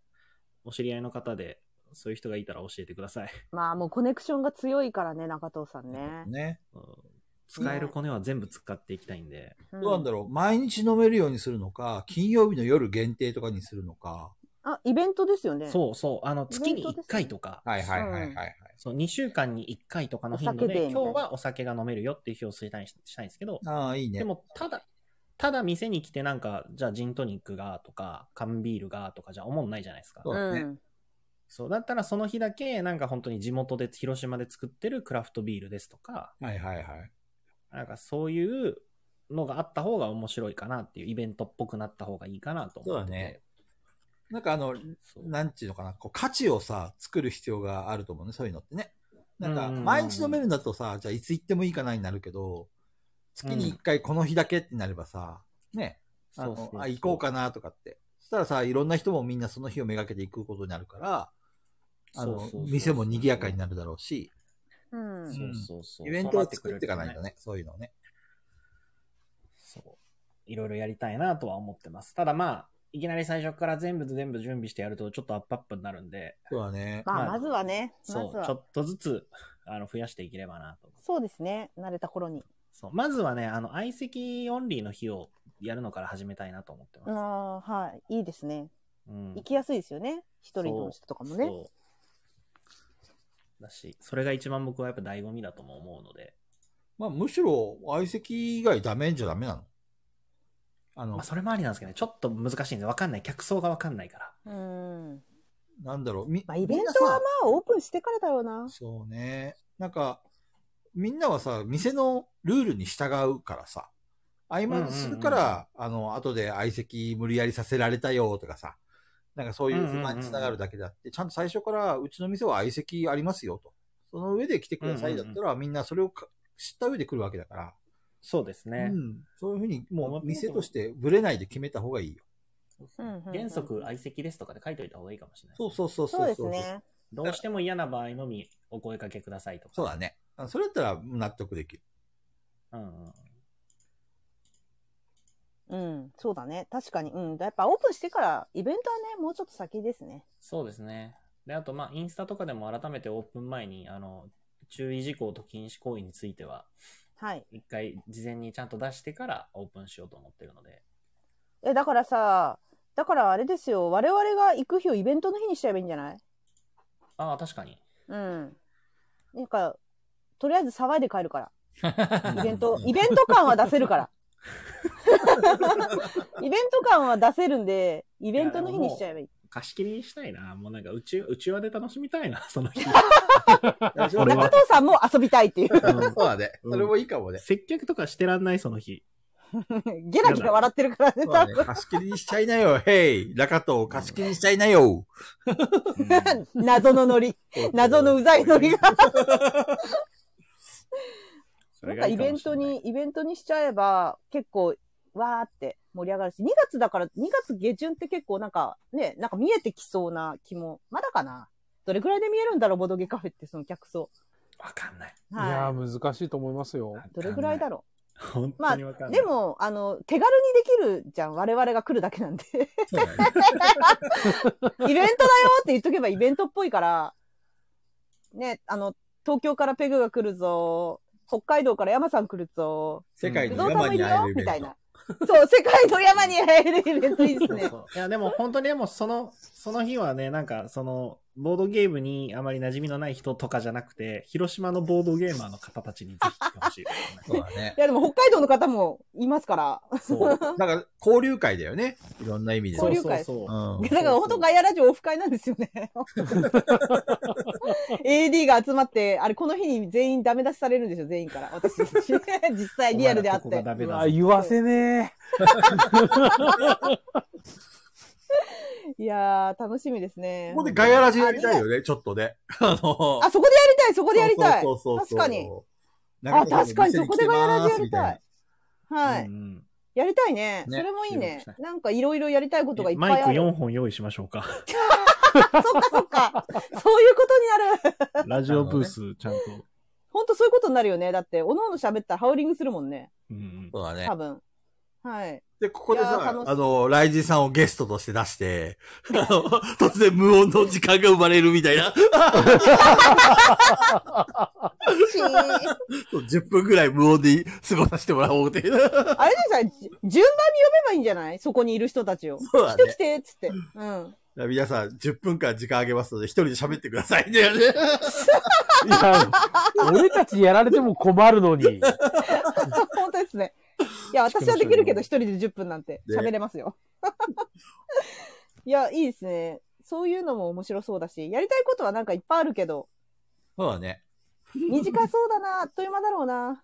Speaker 3: お知り合いの方で、そういう人がいたら教えてください。
Speaker 2: まあもうコネクションが強いからね、中藤さんね。
Speaker 1: ね。
Speaker 3: うん使えるコネは全部使っていきたいんで。
Speaker 2: うん
Speaker 1: どうなんだろう。毎日飲めるようにするのか、金曜日の夜限定とかにするのか。
Speaker 2: あ、イベントですよね。
Speaker 3: そうそう、あの、月に
Speaker 2: イベント
Speaker 3: 1
Speaker 2: ですね
Speaker 3: 回とか、
Speaker 1: はいはいはいはいはい。
Speaker 3: そう、2週間に1回とかの頻度
Speaker 2: お酒で
Speaker 3: で、
Speaker 2: みたいな
Speaker 3: 今日はお酒が飲めるよっていう日を推定ししたいんですけど、
Speaker 1: ああ、いいね。
Speaker 3: でも、ただ、ただ店に来てなんか、じゃあジントニックがとか、缶ビールがとかじゃ思んないじゃないですか。
Speaker 1: そう
Speaker 2: う
Speaker 1: だね。
Speaker 2: ん。
Speaker 3: そう、だったらその日だけ、なんか本当に地元で、広島で作ってるクラフトビールですとか、
Speaker 1: はいはいはい。
Speaker 3: なんかそういうのがあった方が面白いかなっていう、イベントっぽくなった方がいいかなと思ってて。
Speaker 1: そうだねなんかあの、
Speaker 3: そう。
Speaker 1: なんちゅうのかな、こう価値をさ、作る必要があると思うね、そういうのってね。なんか、
Speaker 3: うんうんうん
Speaker 1: 毎日飲めるんだとさ、じゃあいつ行ってもいいかなになるけど、月に一回この日だけってなればさ、ね、あ
Speaker 3: そ
Speaker 1: の
Speaker 3: うそうそう
Speaker 1: あ、行こうかなとかって。そしたらさ、いろんな人もみんなその日をめがけて行くことになるから、あの、
Speaker 3: そうそうそうそう
Speaker 1: 店も賑やかになるだろうし、
Speaker 2: うん。
Speaker 3: そうそうそう。
Speaker 1: イベントを作っていかないと
Speaker 3: ね
Speaker 1: ね、そういうのをね。
Speaker 3: そう。いろいろやりたいなとは思ってます。ただまあ、いきなり最初から全部全部準備してやるとちょっとアップアップになるんで、
Speaker 1: そうだね。
Speaker 2: まあ、
Speaker 3: まあ
Speaker 2: まずはね、ま
Speaker 3: そ
Speaker 2: ず
Speaker 3: う、ち
Speaker 2: は。
Speaker 3: ょっとずつ、あの、増やしていければなと。
Speaker 2: そうですね、慣れた頃に。
Speaker 3: そう。まずはね、あの、相席オンリーの日をやるのから始めたいなと思ってます。
Speaker 2: ああ、はい。いいですね。
Speaker 3: うん
Speaker 2: 行きやすいですよね。一人の人とかもね。
Speaker 3: そうだし、それが一番僕はやっぱ醍醐味だとも思うので、
Speaker 1: まあ、むしろ、相席以外ダメじゃダメなのあの、
Speaker 3: まあそれもありなんですけどね、ちょっと難しいんで、わかんない、客層がわかんないから。
Speaker 2: うん。
Speaker 1: なんだろう、み、
Speaker 2: まあ、イベン
Speaker 1: みんな
Speaker 2: トは
Speaker 1: さ
Speaker 2: まあ、オープンしてからだよな。
Speaker 1: そうね。なんか、みんなはさ、店のルールに従うからさ、合間にするから、あの、後で相席無理やりさせられたよとかさ、なんかそういう不満につながるだけであって、ちゃんと最初から、うちの店は相席ありますよと。その上で来てくださいだったら、みんなそれをか知った上で来るわけだから、
Speaker 3: そうですね。
Speaker 1: うん、そういうふうに、もう店としてぶれないで決めた方がいいよ。
Speaker 2: うんうんうん
Speaker 3: 原則相席ですとかで書いといた方がいいかもしれない。
Speaker 1: そうそうそうそう
Speaker 2: そうですね。
Speaker 3: どうしても嫌な場合のみお声かけくださいとか。
Speaker 1: そうだね。あそれだったら納得でき る。
Speaker 3: うんうん。
Speaker 2: うん。そうだね。確かに。うん。やっぱオープンしてから、イベントはね、もうちょっと先ですね。
Speaker 3: そうですね。で、あと、まあ、インスタとかでも改めてオープン前に、あの、注意事項と禁止行為については、
Speaker 2: はい。
Speaker 3: 一回事前にちゃんと出してからオープンしようと思ってるので。
Speaker 2: え、だからさ、だからあれですよ。我々が行く日をイベントの日にしちゃえばいいんじゃない
Speaker 3: ああ、確かに。
Speaker 2: うん。なんか、とりあえず騒いで帰るから。イベント
Speaker 1: う、ん
Speaker 2: イベント感は出せる から。イベント感は出せるんで、イベントの日にしちゃえばいい。
Speaker 3: 貸し切りにしたいな。もうなんか、うち、うちわで楽しみたいな、 その日。
Speaker 1: 私
Speaker 3: こ
Speaker 1: も
Speaker 3: れ
Speaker 2: お
Speaker 3: は
Speaker 2: 父さんも遊びたいっていう。
Speaker 3: うん
Speaker 1: そうだね。
Speaker 3: うん
Speaker 1: それもいいかもね。
Speaker 3: 接客とかしてらんない、その日。
Speaker 2: ゲラゲラ笑ってるからね、
Speaker 1: そうだ
Speaker 2: 多
Speaker 1: ね
Speaker 2: 分。
Speaker 1: 貸し切りにしちゃいなよ。へい。中藤を貸し切りにしちゃいなよ。
Speaker 2: 謎のノリ。謎のうざいノリが。
Speaker 3: そ
Speaker 2: なん
Speaker 3: れ
Speaker 2: か
Speaker 3: がい
Speaker 2: イ
Speaker 3: いかも
Speaker 2: ベン
Speaker 3: しれ
Speaker 2: ト
Speaker 3: ない
Speaker 2: に、イベントにしちゃえば、結構、わーって盛り上がるし、2月だから、2月下旬って結構なんか、ね、なんか見えてきそうな気も、まだかな。どれくらいで見えるんだろう、ボドゲカフェってその客層。
Speaker 3: わかんない。
Speaker 4: いや
Speaker 2: は
Speaker 4: ー、難しいと思いますよ。
Speaker 2: い。どれくらいだろ
Speaker 3: ろう。本
Speaker 2: ま
Speaker 3: 当
Speaker 2: あ
Speaker 3: にわかん
Speaker 2: う。
Speaker 3: ない。
Speaker 2: で、も、あの、手軽にできるじゃん。我々が来るだけなんで。
Speaker 1: そうだね
Speaker 2: イベントだよって言っとけばイベントっぽいから、ね、あの、東京からペグが来るぞ、北海道から山さん来るぞ、
Speaker 1: 世界
Speaker 2: 不
Speaker 1: の
Speaker 2: 動産
Speaker 1: 山
Speaker 2: も
Speaker 1: に
Speaker 2: いる
Speaker 1: 会え
Speaker 2: よ
Speaker 1: るイベ
Speaker 2: み
Speaker 1: ン
Speaker 2: たい
Speaker 1: ト
Speaker 2: な。そう、世界の山に会えるイベントいい です
Speaker 3: そう
Speaker 2: ね。
Speaker 3: そういや、でも本当にでもその、その日はね、なんかその、ボードゲームにあまり馴染みのない人とかじゃなくて、広島のボードゲーマーの方たちにぜひ来てほしいです
Speaker 1: そう
Speaker 3: ね。
Speaker 1: だね
Speaker 2: い。や、でも北海道の方もいますから。
Speaker 3: そ
Speaker 1: だ
Speaker 3: う。
Speaker 1: から、交流会だよね。いろんな意味で。
Speaker 3: そう
Speaker 2: 交流
Speaker 3: そ
Speaker 2: 会
Speaker 3: うそう。
Speaker 1: うん。
Speaker 2: だから本当ガイアラジオオフ会なんですよ ね。AD が集まって、あれこの日に全員ダメ出しされるんですよ、全員から。私、 実際リアルであっ
Speaker 3: お前
Speaker 2: て
Speaker 3: らここが。ダメ
Speaker 4: う
Speaker 3: だ
Speaker 4: わ、
Speaker 3: ぞ
Speaker 4: 言わせね
Speaker 2: いやー、楽しみですね。
Speaker 1: ここでガヤラジやりたいよね、ちょっとね。あの、
Speaker 2: あ、そこでやりたい、そこでやりたい。
Speaker 1: そうそうそうそう
Speaker 2: 確かに。。
Speaker 1: なん
Speaker 2: あ、確かに、そこでガヤラジやりたい。。は
Speaker 3: う
Speaker 2: い。
Speaker 3: ん
Speaker 2: やりたいね。そ
Speaker 1: ね
Speaker 2: れもいい
Speaker 3: 収録し
Speaker 2: ね
Speaker 3: たい。
Speaker 2: なんかいろいろやりたいことがい
Speaker 3: え
Speaker 2: っぱい
Speaker 3: マイク
Speaker 2: ある。
Speaker 3: 4本用意しましょうか。
Speaker 2: そっか そっか。そういうことになる。
Speaker 3: ラジオブース、ちゃんと。
Speaker 2: ほんとそういうことになるよね。だって、おのおの喋ったらハウリングするもんね。
Speaker 3: うん
Speaker 1: そうだね
Speaker 2: 多。分。 はい。
Speaker 1: で、ここで
Speaker 2: いや
Speaker 1: さ
Speaker 2: ー楽、しい
Speaker 1: あの、ライジンさんをゲストとして出して、 あの、突然無音の時間が生まれるみたいな、
Speaker 2: シーン
Speaker 1: そう10分ぐらい無音で過ごさせてもらおうっていう。
Speaker 2: あれでさ、じ順番に呼べばいいんじゃないそこにいる人たちを。
Speaker 1: そうだ
Speaker 2: 来て
Speaker 1: ね
Speaker 2: 来。て、つって。うん。
Speaker 1: じゃあ皆さん、10分間時間あげますので、一人で喋ってくださいね。
Speaker 4: え。いや、俺たちやられても困るのに。
Speaker 2: 本当ですね。いや、私はできるけど、一人で10分なんて喋れますよ。 いや、いいですね。そういうのも面白そうだし、やりたいことはなんかいっぱいあるけど、
Speaker 1: そうだね。
Speaker 2: 短そうだな、あっという間だろうな。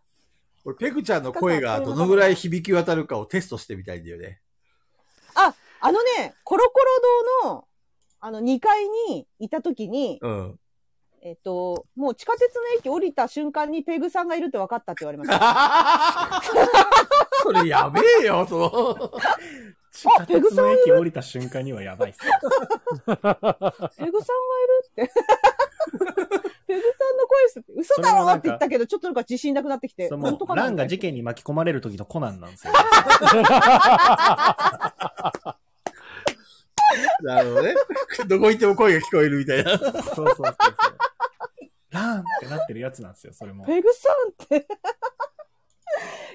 Speaker 1: 俺、ペグちゃんの声がどのぐらい響き渡るかをテストしてみたいんだよね。
Speaker 2: あのね、コロコロ堂の、あの、2階にいた時に、
Speaker 1: うん。
Speaker 2: えっと、もう地下鉄の駅降りた瞬間にペグさんがいるって分かったって言われました。
Speaker 1: それやべえよ、その。
Speaker 3: 地下鉄の駅降りた瞬間にはやばいっすよ。
Speaker 2: ペグさんがいるって。 ペグさんの声して、嘘だろって言ったけど、ちょっとなんか自信なくなってきて、
Speaker 3: その
Speaker 2: 本当か
Speaker 3: ラ
Speaker 2: な
Speaker 3: ン
Speaker 2: みた
Speaker 3: が
Speaker 2: いな
Speaker 3: 事件に巻き込まれる時のコナンなんですよ。
Speaker 1: なるほどね。どこ行っても声が聞こえるみたいな。
Speaker 3: そうそうそうそう。ランってなってるやつなんですよ、それも。
Speaker 2: ペグさんって。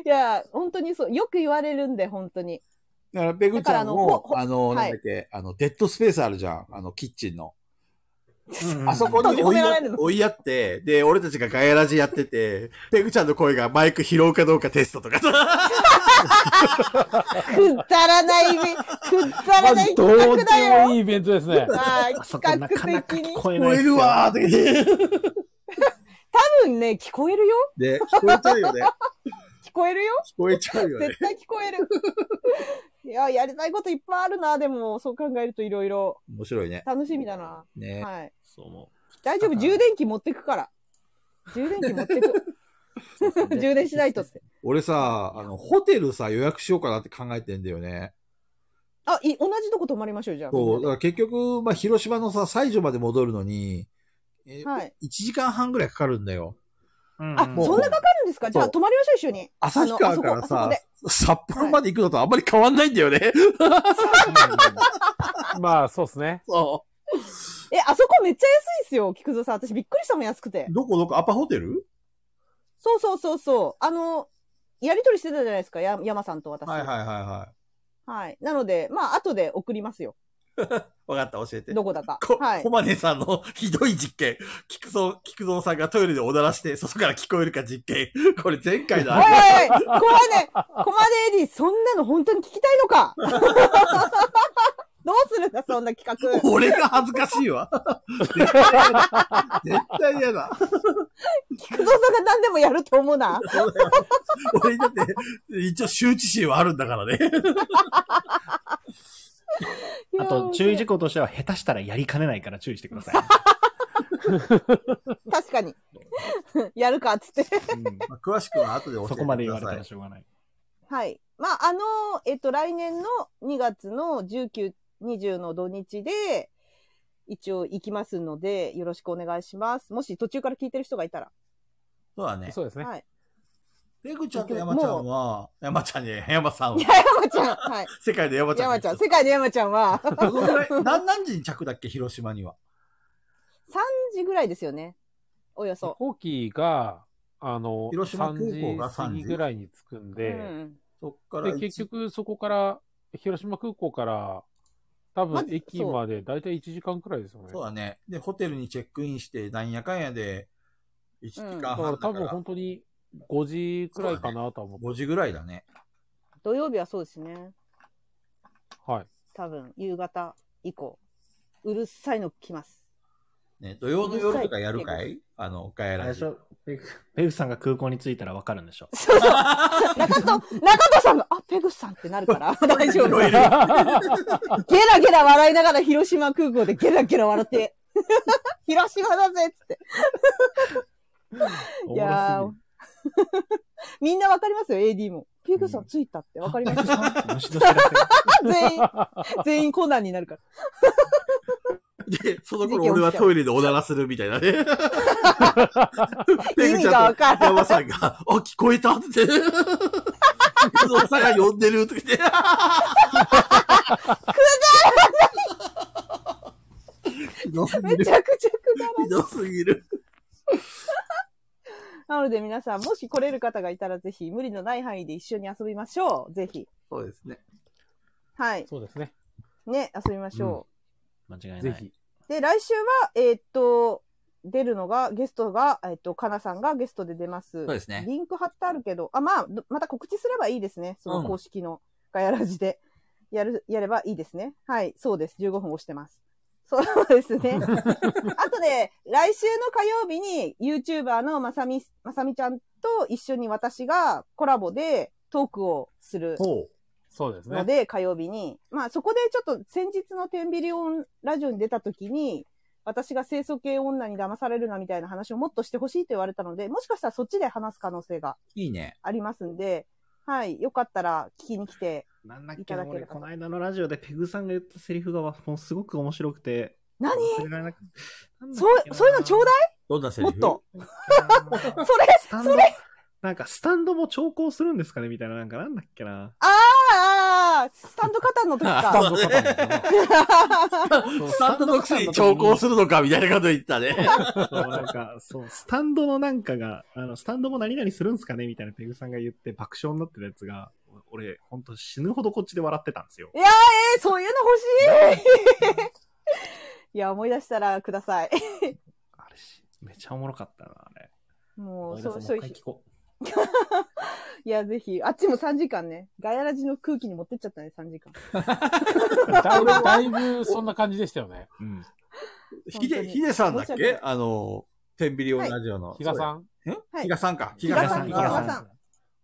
Speaker 2: いや、本当にそう、よく言われるんで、本当に。
Speaker 1: だから、ペグちゃん
Speaker 2: だ
Speaker 1: も
Speaker 2: か、ら
Speaker 1: あの、
Speaker 2: は
Speaker 1: ないんだっけ、あの、デッドスペースあるじゃん。あの、キッチンの。
Speaker 3: うんうん
Speaker 1: あそこに
Speaker 2: 閉
Speaker 1: 追い
Speaker 2: じ込めら
Speaker 1: や
Speaker 2: れるの
Speaker 1: 追いやって、で、俺たちがガヤラジやってて、ペグちゃんの声がマイク拾うかどうかテストとかさ。
Speaker 2: くだらないイ ベ、くだ
Speaker 4: ま
Speaker 2: ら
Speaker 4: あ
Speaker 2: ない、
Speaker 4: ど
Speaker 2: 企
Speaker 4: う
Speaker 2: 画だ
Speaker 4: でも
Speaker 2: よ。
Speaker 4: いいイベントですね。
Speaker 2: はい
Speaker 3: あ、そこ
Speaker 2: 企
Speaker 3: なか
Speaker 2: 画
Speaker 3: なか
Speaker 2: 的に。
Speaker 3: 聞
Speaker 2: 多
Speaker 3: こえ
Speaker 1: 聞
Speaker 3: な
Speaker 1: こえ
Speaker 3: いっすよ
Speaker 1: るわーとか言って。
Speaker 2: 分ね、聞こえるよ。
Speaker 1: で、聞こえちゃうよね。
Speaker 2: 聞こえるよ。
Speaker 1: 聞こえちゃうよ ね。
Speaker 2: 絶対聞こえる。いや、やりたいこといっぱいあるな、でも、そう考えるといろいろ。
Speaker 1: 面白いね。
Speaker 2: 楽しみだな。
Speaker 1: ね。
Speaker 2: はい。
Speaker 3: そう思う
Speaker 2: 大丈夫、充電器持ってくから。充電器 持ってく。
Speaker 3: そうそう。
Speaker 2: 充電しないとって。
Speaker 1: 俺さ、あの、ホテルさ、予約しようかなって考えてんだよね。
Speaker 2: あ、い、同じとこ泊まりましょう、じゃあ。
Speaker 1: そう、だから結局、まあ、広島のさ、西条まで戻るのに、え
Speaker 2: はい
Speaker 1: 1時間半ぐらいかかるんだよ。
Speaker 3: うんうん。
Speaker 2: あ、そんなかかるんですかじゃ
Speaker 1: そ
Speaker 2: あ、
Speaker 1: う
Speaker 2: 泊まりましょう、一緒に。
Speaker 1: 旭川から
Speaker 2: あ
Speaker 1: さ
Speaker 2: のあそこあ、
Speaker 1: 札幌まで行くのとあんまり変わんないんだよね。
Speaker 4: まあ、そうですね。
Speaker 1: そ
Speaker 2: え、あそこめっちゃ安いっすよ、菊蔵さん。私びっくりしたもん、安くて
Speaker 1: う。。どこどこアパホテル
Speaker 2: そうそうそうそう。あの、やりとりしてたじゃないですか、や山さんと私。
Speaker 1: はいはい
Speaker 2: い。
Speaker 1: はいはい。
Speaker 2: なので、まあ、後で送りますよ。
Speaker 1: わかった、教えて。
Speaker 2: どこだか
Speaker 1: こ。
Speaker 2: はい
Speaker 1: 小。金さんのひどい実験。菊蔵、菊蔵さんがトイレでおならして、外から聞こえるか実験。これ前回
Speaker 2: お
Speaker 1: だ
Speaker 2: いおい。おい、コ マネ、コマネエディ、そんなの本当に聞きたいのかどうするんだ、そんな企画。
Speaker 1: 俺が恥ずかしいわ。 絶対嫌だ。
Speaker 2: 菊蔵さんが何でもやると思うな。
Speaker 1: 俺だって、一応羞恥心はあるんだからね。
Speaker 3: あと、注意事
Speaker 2: 項。
Speaker 3: 項としては、下手したらやりかねないから注意してください。
Speaker 2: 確かに。 やるか、つって。
Speaker 3: うん
Speaker 1: まあ詳しくは後で教えてください。
Speaker 3: そこまで言われたらしょうがない。
Speaker 2: はい。まあ、あの、えっと、来年の2月の19、20の土日で、一応行きますので、よろしくお願いします。もし途中から聞いてる人がいたら。
Speaker 1: そうだね。
Speaker 4: そうですね。
Speaker 2: はい。
Speaker 1: ペグちゃんと山ちゃんは、山ちゃんね、山さん
Speaker 2: いや
Speaker 1: は、
Speaker 2: 山ちゃん。はい。
Speaker 1: 世界の山ちゃん。
Speaker 2: 山ちゃん。世界の山ちゃんは、3
Speaker 1: どのぐらい、何、何時に着だっけ、広島には。
Speaker 2: 時ぐらいですよね。およ
Speaker 4: 飛
Speaker 2: そ。
Speaker 4: 行機が、あの、
Speaker 1: 広島空港
Speaker 4: 3
Speaker 1: が
Speaker 4: 時過
Speaker 1: 3
Speaker 4: ぎ
Speaker 1: 時
Speaker 4: ぐらいに着くんで、
Speaker 2: うん。
Speaker 1: そっから、
Speaker 4: で、結局そこから、広島空港から、多
Speaker 2: ま
Speaker 4: 分
Speaker 2: ず
Speaker 4: 駅まで大体1時間くらいですよね。
Speaker 1: そうだね。で、ホテルにチェックインして、なんやかんやで、1時間
Speaker 4: だか
Speaker 1: 半
Speaker 4: ら
Speaker 1: だか
Speaker 4: 多分
Speaker 1: ら、
Speaker 4: 本当に5時くらいかなとは思って、
Speaker 1: 5時ぐらいだね。
Speaker 2: 土曜日はそうですね。
Speaker 4: はい。
Speaker 2: 多分、夕方以降。うるさいの来ます。
Speaker 1: ね、土曜の夜とかやるかいあの、おかえ
Speaker 3: あれ
Speaker 1: ら
Speaker 3: で
Speaker 1: じ
Speaker 3: し。ょペグペグさんが空港に着いたらわかるんでしょ
Speaker 2: そうそう。中戸、中戸さんが、あ、ペグさんってなるから、大丈夫。ゲラゲラ笑いながら広島空港でゲラゲラ笑って、広島だぜっつって。いやーみんなわかりますよ、AD も。ペグさん着いたってわかります、
Speaker 3: た。虫の知らせ
Speaker 2: 全員、全員コナンになるから。
Speaker 1: で、その頃俺はトイレでおならするみたいなね。
Speaker 2: 意味がわからん
Speaker 1: 山さんが、あ、聞こえたって。お父さんが呼んでるとか言って。くだ らない
Speaker 2: めちゃくちゃくだらん
Speaker 1: ひどすぎる。
Speaker 2: なので皆さん、もし来れる方がいたらぜひ、無理のない範囲で一緒に遊びましょう。ぜひ。
Speaker 1: そうですね。
Speaker 2: はい。
Speaker 4: そうですね。
Speaker 2: ね、遊びましょう。
Speaker 3: 間違いな
Speaker 4: ぜ
Speaker 3: い。
Speaker 4: ひ。
Speaker 2: で、来週は、えーっと、出るのが、ゲストが、えーっと、かなさんがゲストで出ます。
Speaker 1: そうですね
Speaker 2: リンク貼ってあるけど、あ、まあ、どまた告知すればいいですね。その公式のガヤラジで。やる、やればいいですね。はい、そうです。15分押してます。そうです ね。あとで、来週の火曜日に、YouTuber のまさみ、まさみちゃんと一緒に私がコラボでトークをする
Speaker 1: ほ
Speaker 4: そうです
Speaker 2: の
Speaker 4: ね。
Speaker 2: で、火曜日に。まあそこでちょっと先日のテンビリオンラジオに出た時に、私が清楚系女に騙されるなみたいな話をもっとしてほしいと言われたので、もしかしたらそっちで話す可能性が
Speaker 1: う。いいね。
Speaker 2: ありますんで、はい、よかったら聞きに来て、
Speaker 3: なんだっ
Speaker 2: い
Speaker 3: け
Speaker 2: ただ
Speaker 3: な、
Speaker 2: けれ
Speaker 3: 俺、
Speaker 2: ば
Speaker 3: この間のラジオでペグさんが言ったセリフがわもうすごく面白くて。
Speaker 2: 何
Speaker 3: 忘れられなくなんだっけ
Speaker 2: そう
Speaker 3: な、
Speaker 2: そういうのちょうだ
Speaker 1: どんなセリ
Speaker 2: も
Speaker 1: フ
Speaker 2: っと。
Speaker 3: なんだっけ
Speaker 2: そ
Speaker 3: な
Speaker 2: れ、
Speaker 3: スタンドなんか、スタンドも調光するんですかねみたいな、なんか、なんだっけな。
Speaker 2: ああ、スタンドカタンの時
Speaker 1: あ
Speaker 4: スタ
Speaker 2: か。
Speaker 4: ンドカタンです ね
Speaker 1: スタンドのくせに調校するのかみたいなこと言ったね。
Speaker 3: そう、なんか、そう、スタンドのなんかが、あの、スタンドも何々するんすかねみたいなペグさんが言って爆笑になってたやつが、お俺、ほんと死ぬほどこっちで笑ってたんですよ。
Speaker 2: えーそういうの欲しいいや、思い出したらください。
Speaker 3: あれし、めちゃおもろかったな、あれ。
Speaker 2: も
Speaker 3: 思
Speaker 2: う、
Speaker 3: い出
Speaker 2: そ
Speaker 3: せ
Speaker 2: う、そういう
Speaker 3: もう一回聞こう
Speaker 2: いや、ぜひ。あっちも3時間ね。ガヤラジの空気に持ってっちゃったね、3時間。
Speaker 4: だいぶ、だいぶそんな感じでしたよね。
Speaker 3: うん。
Speaker 1: ヒデ、ヒデさんだっ
Speaker 2: 申し訳な
Speaker 1: け
Speaker 2: い
Speaker 1: あの、テンビリオンラジオの。
Speaker 4: 比嘉さん。
Speaker 1: ん
Speaker 2: はい
Speaker 1: 比嘉さんか。
Speaker 2: 比
Speaker 1: 比
Speaker 2: 嘉
Speaker 1: 嘉
Speaker 2: さ
Speaker 1: さ
Speaker 2: ん
Speaker 1: ん
Speaker 2: 比嘉さん
Speaker 1: が、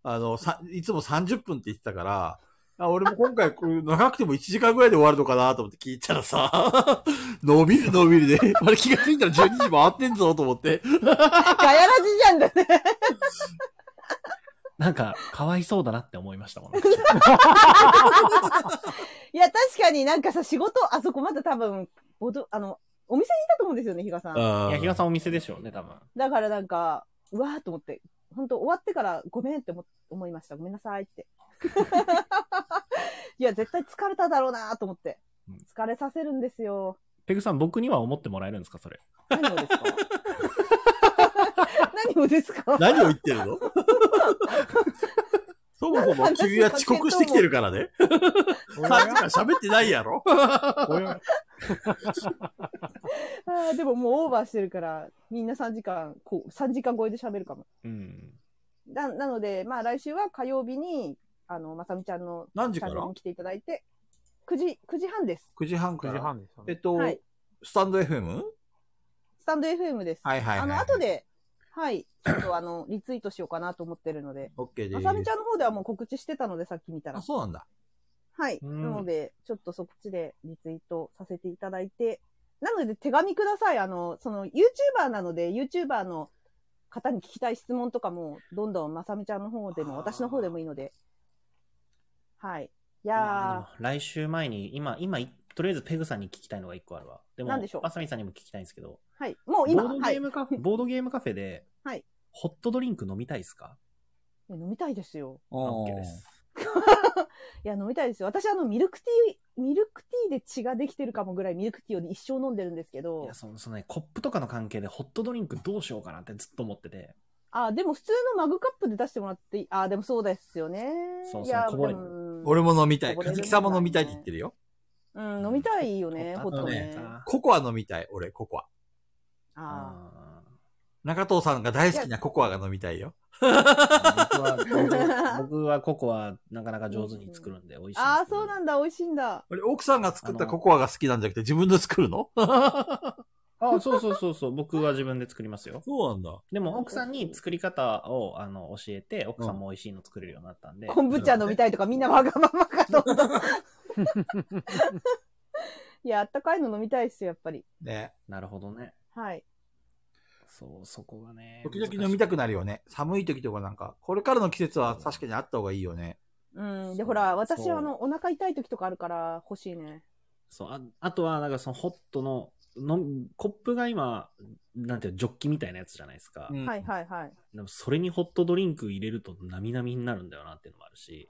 Speaker 1: あの、さ、いつも30分って言ってたから、あ俺も今回、こう長くても1時間ぐらいで終わるのかなと思って聞いたらさ、 伸びる伸びるで、あれ気がついたら12時回ってんぞと思って。
Speaker 2: ガヤラジじゃんだね。
Speaker 3: なんか、かわいそうだなって思いましたもんね。
Speaker 2: いや、確かになんかさ、仕事、あそこまだ多分、ボドあの、お店にいたと思うんですよね、比嘉さん。
Speaker 3: いや、
Speaker 1: 八
Speaker 3: ひがさんお店でしょうね、多分。
Speaker 2: だからなんか、うわーと思って、本当終わってからごめんって思思いました。ごめんなさ いって。いや、絶対疲れただろうなーと思って
Speaker 3: うん。
Speaker 2: 疲れさせるんで すよ。
Speaker 3: ペグさん、僕には思ってもらえるんですか、それ。
Speaker 2: 何をですか何をですか
Speaker 1: 何を言ってるの そもそも君は遅刻してきてるから ね。3時 間喋ってないやろ
Speaker 4: おや
Speaker 2: あーでももうオーバーしてるから、みんな3時間、こう、3時間超えで喋るかも。
Speaker 3: うん。
Speaker 2: ななので、まあ来週は火曜日に、あの、まさみちゃんの
Speaker 1: 何
Speaker 2: チ
Speaker 1: 時か
Speaker 2: ャンネル
Speaker 1: ら
Speaker 2: に来ていただいて、 9時、9時半です。
Speaker 1: 9時半か
Speaker 4: 9
Speaker 1: ら。
Speaker 4: 時半でした
Speaker 1: えっ
Speaker 4: ね。
Speaker 1: と、
Speaker 2: はい
Speaker 1: スタンド FM?
Speaker 2: スタンド FM です。
Speaker 1: はいはいはい。
Speaker 2: あの、後。で、はい、ちょっとあの、リツイートしようかなと思ってるので、
Speaker 1: OK です。
Speaker 2: あさみちゃんの方ではもう告知してたので、さっき見たら
Speaker 1: あ、。そうなんだ。
Speaker 2: はい。
Speaker 3: うん
Speaker 2: なので、ちょっとそっちでリツイートさせていただいて、なので手紙ください。あの、その YouTuber なので、YouTuber の方に聞きたい質問とかも、どんどんまさみちゃんの方でも、
Speaker 3: あー
Speaker 2: 私の方でもいいので。はい。い
Speaker 3: い
Speaker 2: や
Speaker 3: やでも来週前に、今、今、いとりあえずペグさんに聞きたいのが一個あるわ。でも、
Speaker 2: なんでしょう
Speaker 3: あさみさんにも聞きたいんですけど、
Speaker 2: ー、はい。もう今、
Speaker 3: ボード
Speaker 2: は
Speaker 3: ゲ
Speaker 2: い。
Speaker 3: ー
Speaker 2: ね
Speaker 3: ムカフェ、ボードゲームカフェで、
Speaker 2: はい
Speaker 3: ホットドリンク飲みたいですか
Speaker 2: 飲みたいですよ。
Speaker 1: おー
Speaker 3: ?OK です。
Speaker 2: いや、飲みたいですよ。私、あの、ミルクティー、ミルクティーで血ができてるかもぐらいミルクティーを一生飲んでるんですけ
Speaker 3: い
Speaker 2: ど
Speaker 3: や、、その、そのね、コップとかの関係でホットドリンクどうしようかなってずっと思ってて、
Speaker 2: あ、でも普通のマグカップで出してもらっていい、あ、でもそうですよね。
Speaker 3: そう
Speaker 2: い
Speaker 3: そう
Speaker 2: や、
Speaker 3: こぼれ
Speaker 2: でも
Speaker 1: 俺も飲みたい。
Speaker 2: こぼれ
Speaker 1: か
Speaker 2: る
Speaker 1: ずきさんも飲みたいって言ってるよ。
Speaker 2: うん、飲みたいよね、
Speaker 3: ホ
Speaker 2: ホ
Speaker 3: ッ
Speaker 2: ッ
Speaker 3: ト
Speaker 2: ト
Speaker 3: ドリン
Speaker 2: ね
Speaker 3: ク。さ
Speaker 1: ココア飲みたい、俺、ココア。
Speaker 2: あ
Speaker 3: あー
Speaker 1: 中藤さんが大好きなココアが飲みたいよ。
Speaker 3: 僕は、僕はココアなかなか上手に作るんで、美味しいですけど。
Speaker 2: あー、そうなんだ、美味しいんだ。
Speaker 1: 俺、奥さんが作ったココアが好きなんじゃなくて自分で作るの
Speaker 3: あーそうそうそうそう。僕は自分で作りますよ。
Speaker 1: そうなんだ。
Speaker 3: でも、奥さんに作り方を、あの、教えて、奥さんも美味しいの作れるようになったんで。
Speaker 2: 昆布茶飲みたいとか、みんなわがままかと思った。 いや、あったかいの飲みたいっすよ、やっぱり。
Speaker 1: ね。
Speaker 3: なるほどね。
Speaker 2: はい。
Speaker 3: そう、そこがね。
Speaker 1: 時々飲みたくなる
Speaker 3: る。
Speaker 1: よね。寒い時とかなんか。これからの季節は確かにあった方がいいよね。
Speaker 2: うん。
Speaker 3: そ
Speaker 2: で、
Speaker 3: う
Speaker 2: ほら、私
Speaker 3: そう
Speaker 2: は、あの、お腹痛い時とかあるから、欲しいね。
Speaker 3: そう、ああとは、なんかそのホットの、のコップが今、なんていうのジョッキみたいなやつじゃないですか。
Speaker 1: うん
Speaker 2: はいはいはい。
Speaker 3: でもそれにホットドリンク入れるとなみなみになるんだよなっていうのもあるし、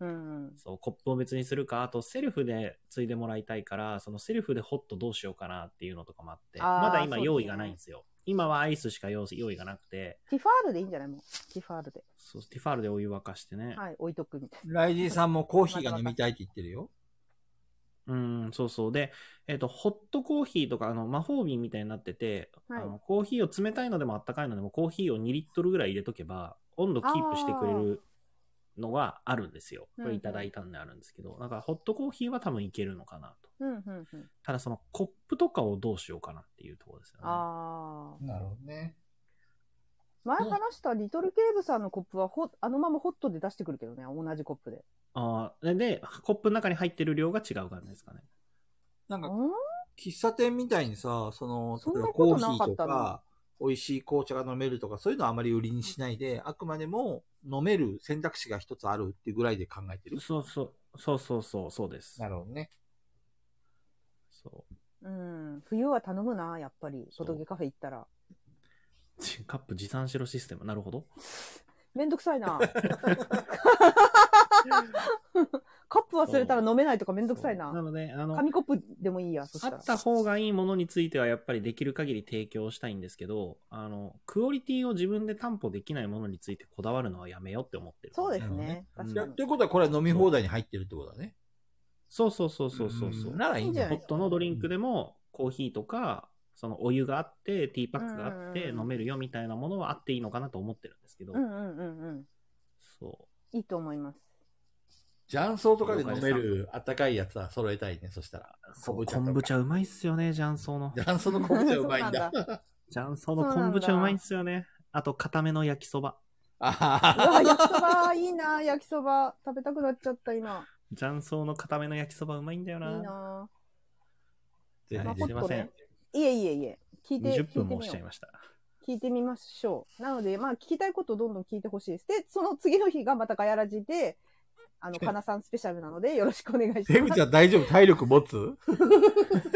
Speaker 2: うん。
Speaker 3: そう、コップを別にするか、あとセルフでついでもらいたいから、そのセルフでホットどうしようかなっていうのとかもあって、
Speaker 2: あー
Speaker 3: まだ今
Speaker 2: そうですね
Speaker 3: 用意がないんですよ。今はアイスしか用意用意がなくて、
Speaker 2: ティファールでいいんじゃないもう。ティファールで。
Speaker 3: そう、ティファールでお湯沸かしてね。
Speaker 2: はい、置いとくみたいな。
Speaker 1: ライジンさんもコーヒーが飲みたいって言ってるよ。
Speaker 3: うん、そうそう。で、えっ、と、ホットコーヒーとか、あの、魔法瓶みたいになってて、
Speaker 2: はい
Speaker 3: あのコーヒーを冷たいのでもあったかいのでも、コーヒーを2リットルぐらい入れとけば、温度キープしてくれるのはあるんですよ。
Speaker 2: あー
Speaker 3: これいただいたんであるんですけど、なんか、ホットコーヒーは多分いけるのかなと。
Speaker 2: うん、うん、うん。
Speaker 3: ただ、そのコップとかをどうしようかなっていうところですよね。
Speaker 2: あー。
Speaker 1: なるほどね。
Speaker 2: 前話したリトルケーブさんのコップはほ、あのままホットで出してくるけどね、同じコップで。
Speaker 3: あーでで、コップの中に入ってる量が違う感じですかね。
Speaker 1: なんか、
Speaker 2: うん
Speaker 1: 喫茶店みたいにさ、その、
Speaker 2: そん
Speaker 1: 例え
Speaker 2: な
Speaker 1: ば
Speaker 2: こ
Speaker 1: コ
Speaker 2: と
Speaker 1: ーヒ
Speaker 2: なか
Speaker 1: ー
Speaker 2: っ
Speaker 1: と
Speaker 2: たな
Speaker 1: か、美味しい紅茶が飲めるとか、そういうのはあまり売りにしないで、あくまでも飲める選択肢が一つあるっていうぐらいで考えてる。
Speaker 3: そうそう、そうそうそう、そうです。
Speaker 1: るほどね。
Speaker 3: そう。
Speaker 2: うん、冬は頼むな、やっぱり、
Speaker 3: そう
Speaker 2: ボトゲカフェ行ったら。
Speaker 3: カップ持参しろシステム。なるほど。
Speaker 2: めんどくさいな。カップ忘れたら飲めないとかめんどくさい
Speaker 3: そうな
Speaker 2: な。
Speaker 3: ので、あの、
Speaker 2: 紙コップでもいいや、そし
Speaker 3: あ
Speaker 2: たら
Speaker 3: っ。た方がいいものについてはやっぱりできる限り提供したいんですけど、あの、クオリティを自分で担保できないものについてこだわるのはやめようって思ってる。
Speaker 2: そうです
Speaker 1: なる
Speaker 2: ね。
Speaker 3: ほど
Speaker 2: 確
Speaker 3: ね
Speaker 1: いや
Speaker 2: か
Speaker 1: っ
Speaker 2: に
Speaker 1: て。いうことはこれは飲み放題に入ってるってことだね。
Speaker 3: そうそうそうそうそうそう。
Speaker 1: んならいいんじゃな
Speaker 3: ホ
Speaker 1: い
Speaker 3: ットのドリンクでもコーヒーとか、そのお湯があって、ティーパックがあって、
Speaker 2: うん
Speaker 3: 飲めるよみたいなものはあっていいのかなと思ってるんですけど、
Speaker 2: うんうんうんうん。
Speaker 3: そ
Speaker 2: いいと思います。
Speaker 1: 雀荘とかで飲めるあったかいやつは揃えたいね、そしたら。
Speaker 3: う。そう、
Speaker 1: 昆布茶とか
Speaker 3: 昆布茶うまいっすよね、雀荘の。
Speaker 1: 雀荘の昆布茶うまいん
Speaker 2: そうな
Speaker 1: だ
Speaker 2: ん。
Speaker 3: 雀荘の昆布茶うまいっすよね。あと、固めの焼きそば。
Speaker 1: あ
Speaker 2: うわ、
Speaker 1: はは
Speaker 2: 焼きそば、いいな、焼きそば。食べたくなっちゃった、今。
Speaker 3: 雀荘の固めの焼きそばうまいんだよ
Speaker 2: いい
Speaker 3: な。
Speaker 2: な。
Speaker 1: 全
Speaker 3: は
Speaker 1: 然
Speaker 3: い
Speaker 2: まあ
Speaker 3: す いませ
Speaker 2: ホッ
Speaker 3: ん
Speaker 2: ト。いえいえいえ。聞いて、
Speaker 3: 20分
Speaker 2: 聞いて
Speaker 3: も
Speaker 2: み
Speaker 3: 押し
Speaker 2: よ
Speaker 3: ちゃいうました。
Speaker 2: 聞いてみましょう。なので、まあ、聞きたいことをどんどん聞いてほしいです。で、その次の日がまたガヤラジで、あの、かなさんスペシャルなので、よろしくお願いします。
Speaker 1: ペグちゃん大丈夫体力持つ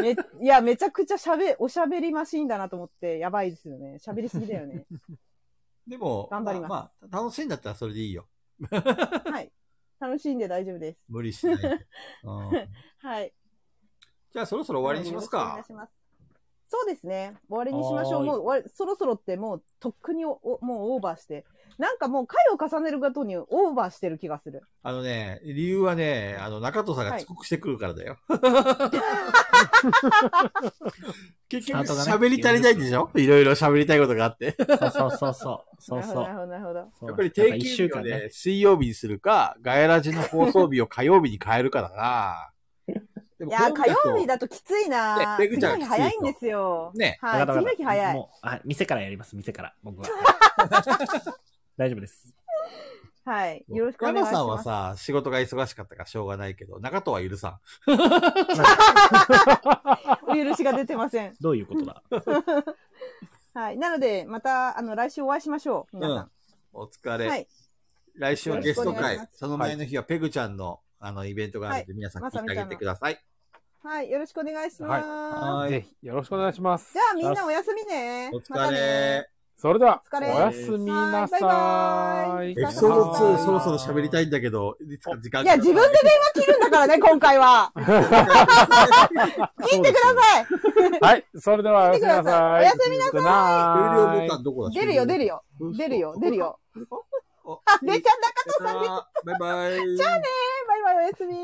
Speaker 2: めいや、めちゃくちゃ喋、おしゃべりマシーンだなと思って、やばいですよね。喋りすぎだよ ね。
Speaker 1: でも、
Speaker 2: 頑張ります
Speaker 1: まあ、まあ楽しいんだったらそれでいいよ。
Speaker 2: はい。楽しんで大丈夫です。
Speaker 1: 無理しない で。うん
Speaker 2: はい。
Speaker 1: じゃあそろそろ終わりにします
Speaker 2: よ
Speaker 1: か
Speaker 2: ろしく。お願いしますそうですね。終わりにしましょう。
Speaker 3: はーい
Speaker 2: もう終わり、そろそろってもう、とっくにおおもうオーバーして。なんかもう回を重ねるごとにオーバーしてる気がする。
Speaker 1: あのね、理由はね、あの、中藤さんが遅刻してくるから だよ。結局、
Speaker 3: スタートがね
Speaker 1: 喋り足りないんでしょいろいろ喋りたいことがあって。
Speaker 3: そうそうそうそう。そうそう。
Speaker 2: なるほど、なるほど、なるほ
Speaker 1: やっぱり定
Speaker 3: 一
Speaker 1: 休
Speaker 3: 週
Speaker 1: 日を
Speaker 3: 間
Speaker 1: ね
Speaker 3: ね。
Speaker 1: 水曜日にするか、ガヤラジの放送日を火曜日に変えるからな。で
Speaker 2: い
Speaker 1: も
Speaker 2: や、
Speaker 1: こう見
Speaker 2: 火
Speaker 1: ると
Speaker 2: 曜日だときついな。
Speaker 1: ね
Speaker 2: 次の日早いんですよ。
Speaker 1: ね
Speaker 2: はい、
Speaker 3: わかっ
Speaker 2: 次
Speaker 3: た
Speaker 2: の日早い。
Speaker 3: もう、あ、店からやります、店から。僕 は。大丈夫です。
Speaker 2: はい、よろしくお願い
Speaker 1: 山
Speaker 2: し
Speaker 1: さんは
Speaker 2: ます。
Speaker 1: さ、仕事が忙しかったからしょうがないけど、中戸は許さん。
Speaker 2: お許しが出てません。
Speaker 3: どういうことだ
Speaker 2: はい、なので、また、あの、来週お会いしましょう。皆さ
Speaker 1: お疲
Speaker 2: ん。
Speaker 1: れ。
Speaker 2: はい、
Speaker 1: 来週はゲスト
Speaker 2: よろしくお願いし
Speaker 1: 会
Speaker 2: ま。
Speaker 1: その前の日はペグちゃんの、あの、イベントがあるので、皆さん聞いてあげてください。
Speaker 2: はい、よろしくお願いします。
Speaker 1: はい
Speaker 4: ぜひよろしくお願いします
Speaker 2: じゃ。あ、みんなおやすみね。
Speaker 1: お
Speaker 2: ま
Speaker 1: 疲
Speaker 2: た
Speaker 1: れ
Speaker 2: ね。。
Speaker 4: それでは、
Speaker 2: お疲れ
Speaker 4: おやすみなさ。
Speaker 2: はいい
Speaker 1: エ
Speaker 2: バ
Speaker 1: ピソード
Speaker 2: バイバ
Speaker 1: 2
Speaker 2: イ
Speaker 1: そろそろ喋りた
Speaker 4: い。
Speaker 1: いんだけど、いつか時間
Speaker 2: いや、自分で電話切るんだからね、今回は。切ってください。
Speaker 4: はい、それではおやすみなさい。
Speaker 2: 切ってく
Speaker 4: みな
Speaker 1: 終了
Speaker 4: さ
Speaker 1: ボタンどこだ
Speaker 2: 出るよ、出るよ。
Speaker 1: よ
Speaker 2: 出るよ、出る。よ。
Speaker 1: 嘘
Speaker 2: あ、出ちゃん
Speaker 1: バ
Speaker 2: 中
Speaker 1: イバイ。
Speaker 2: バイバイ、おやすみ。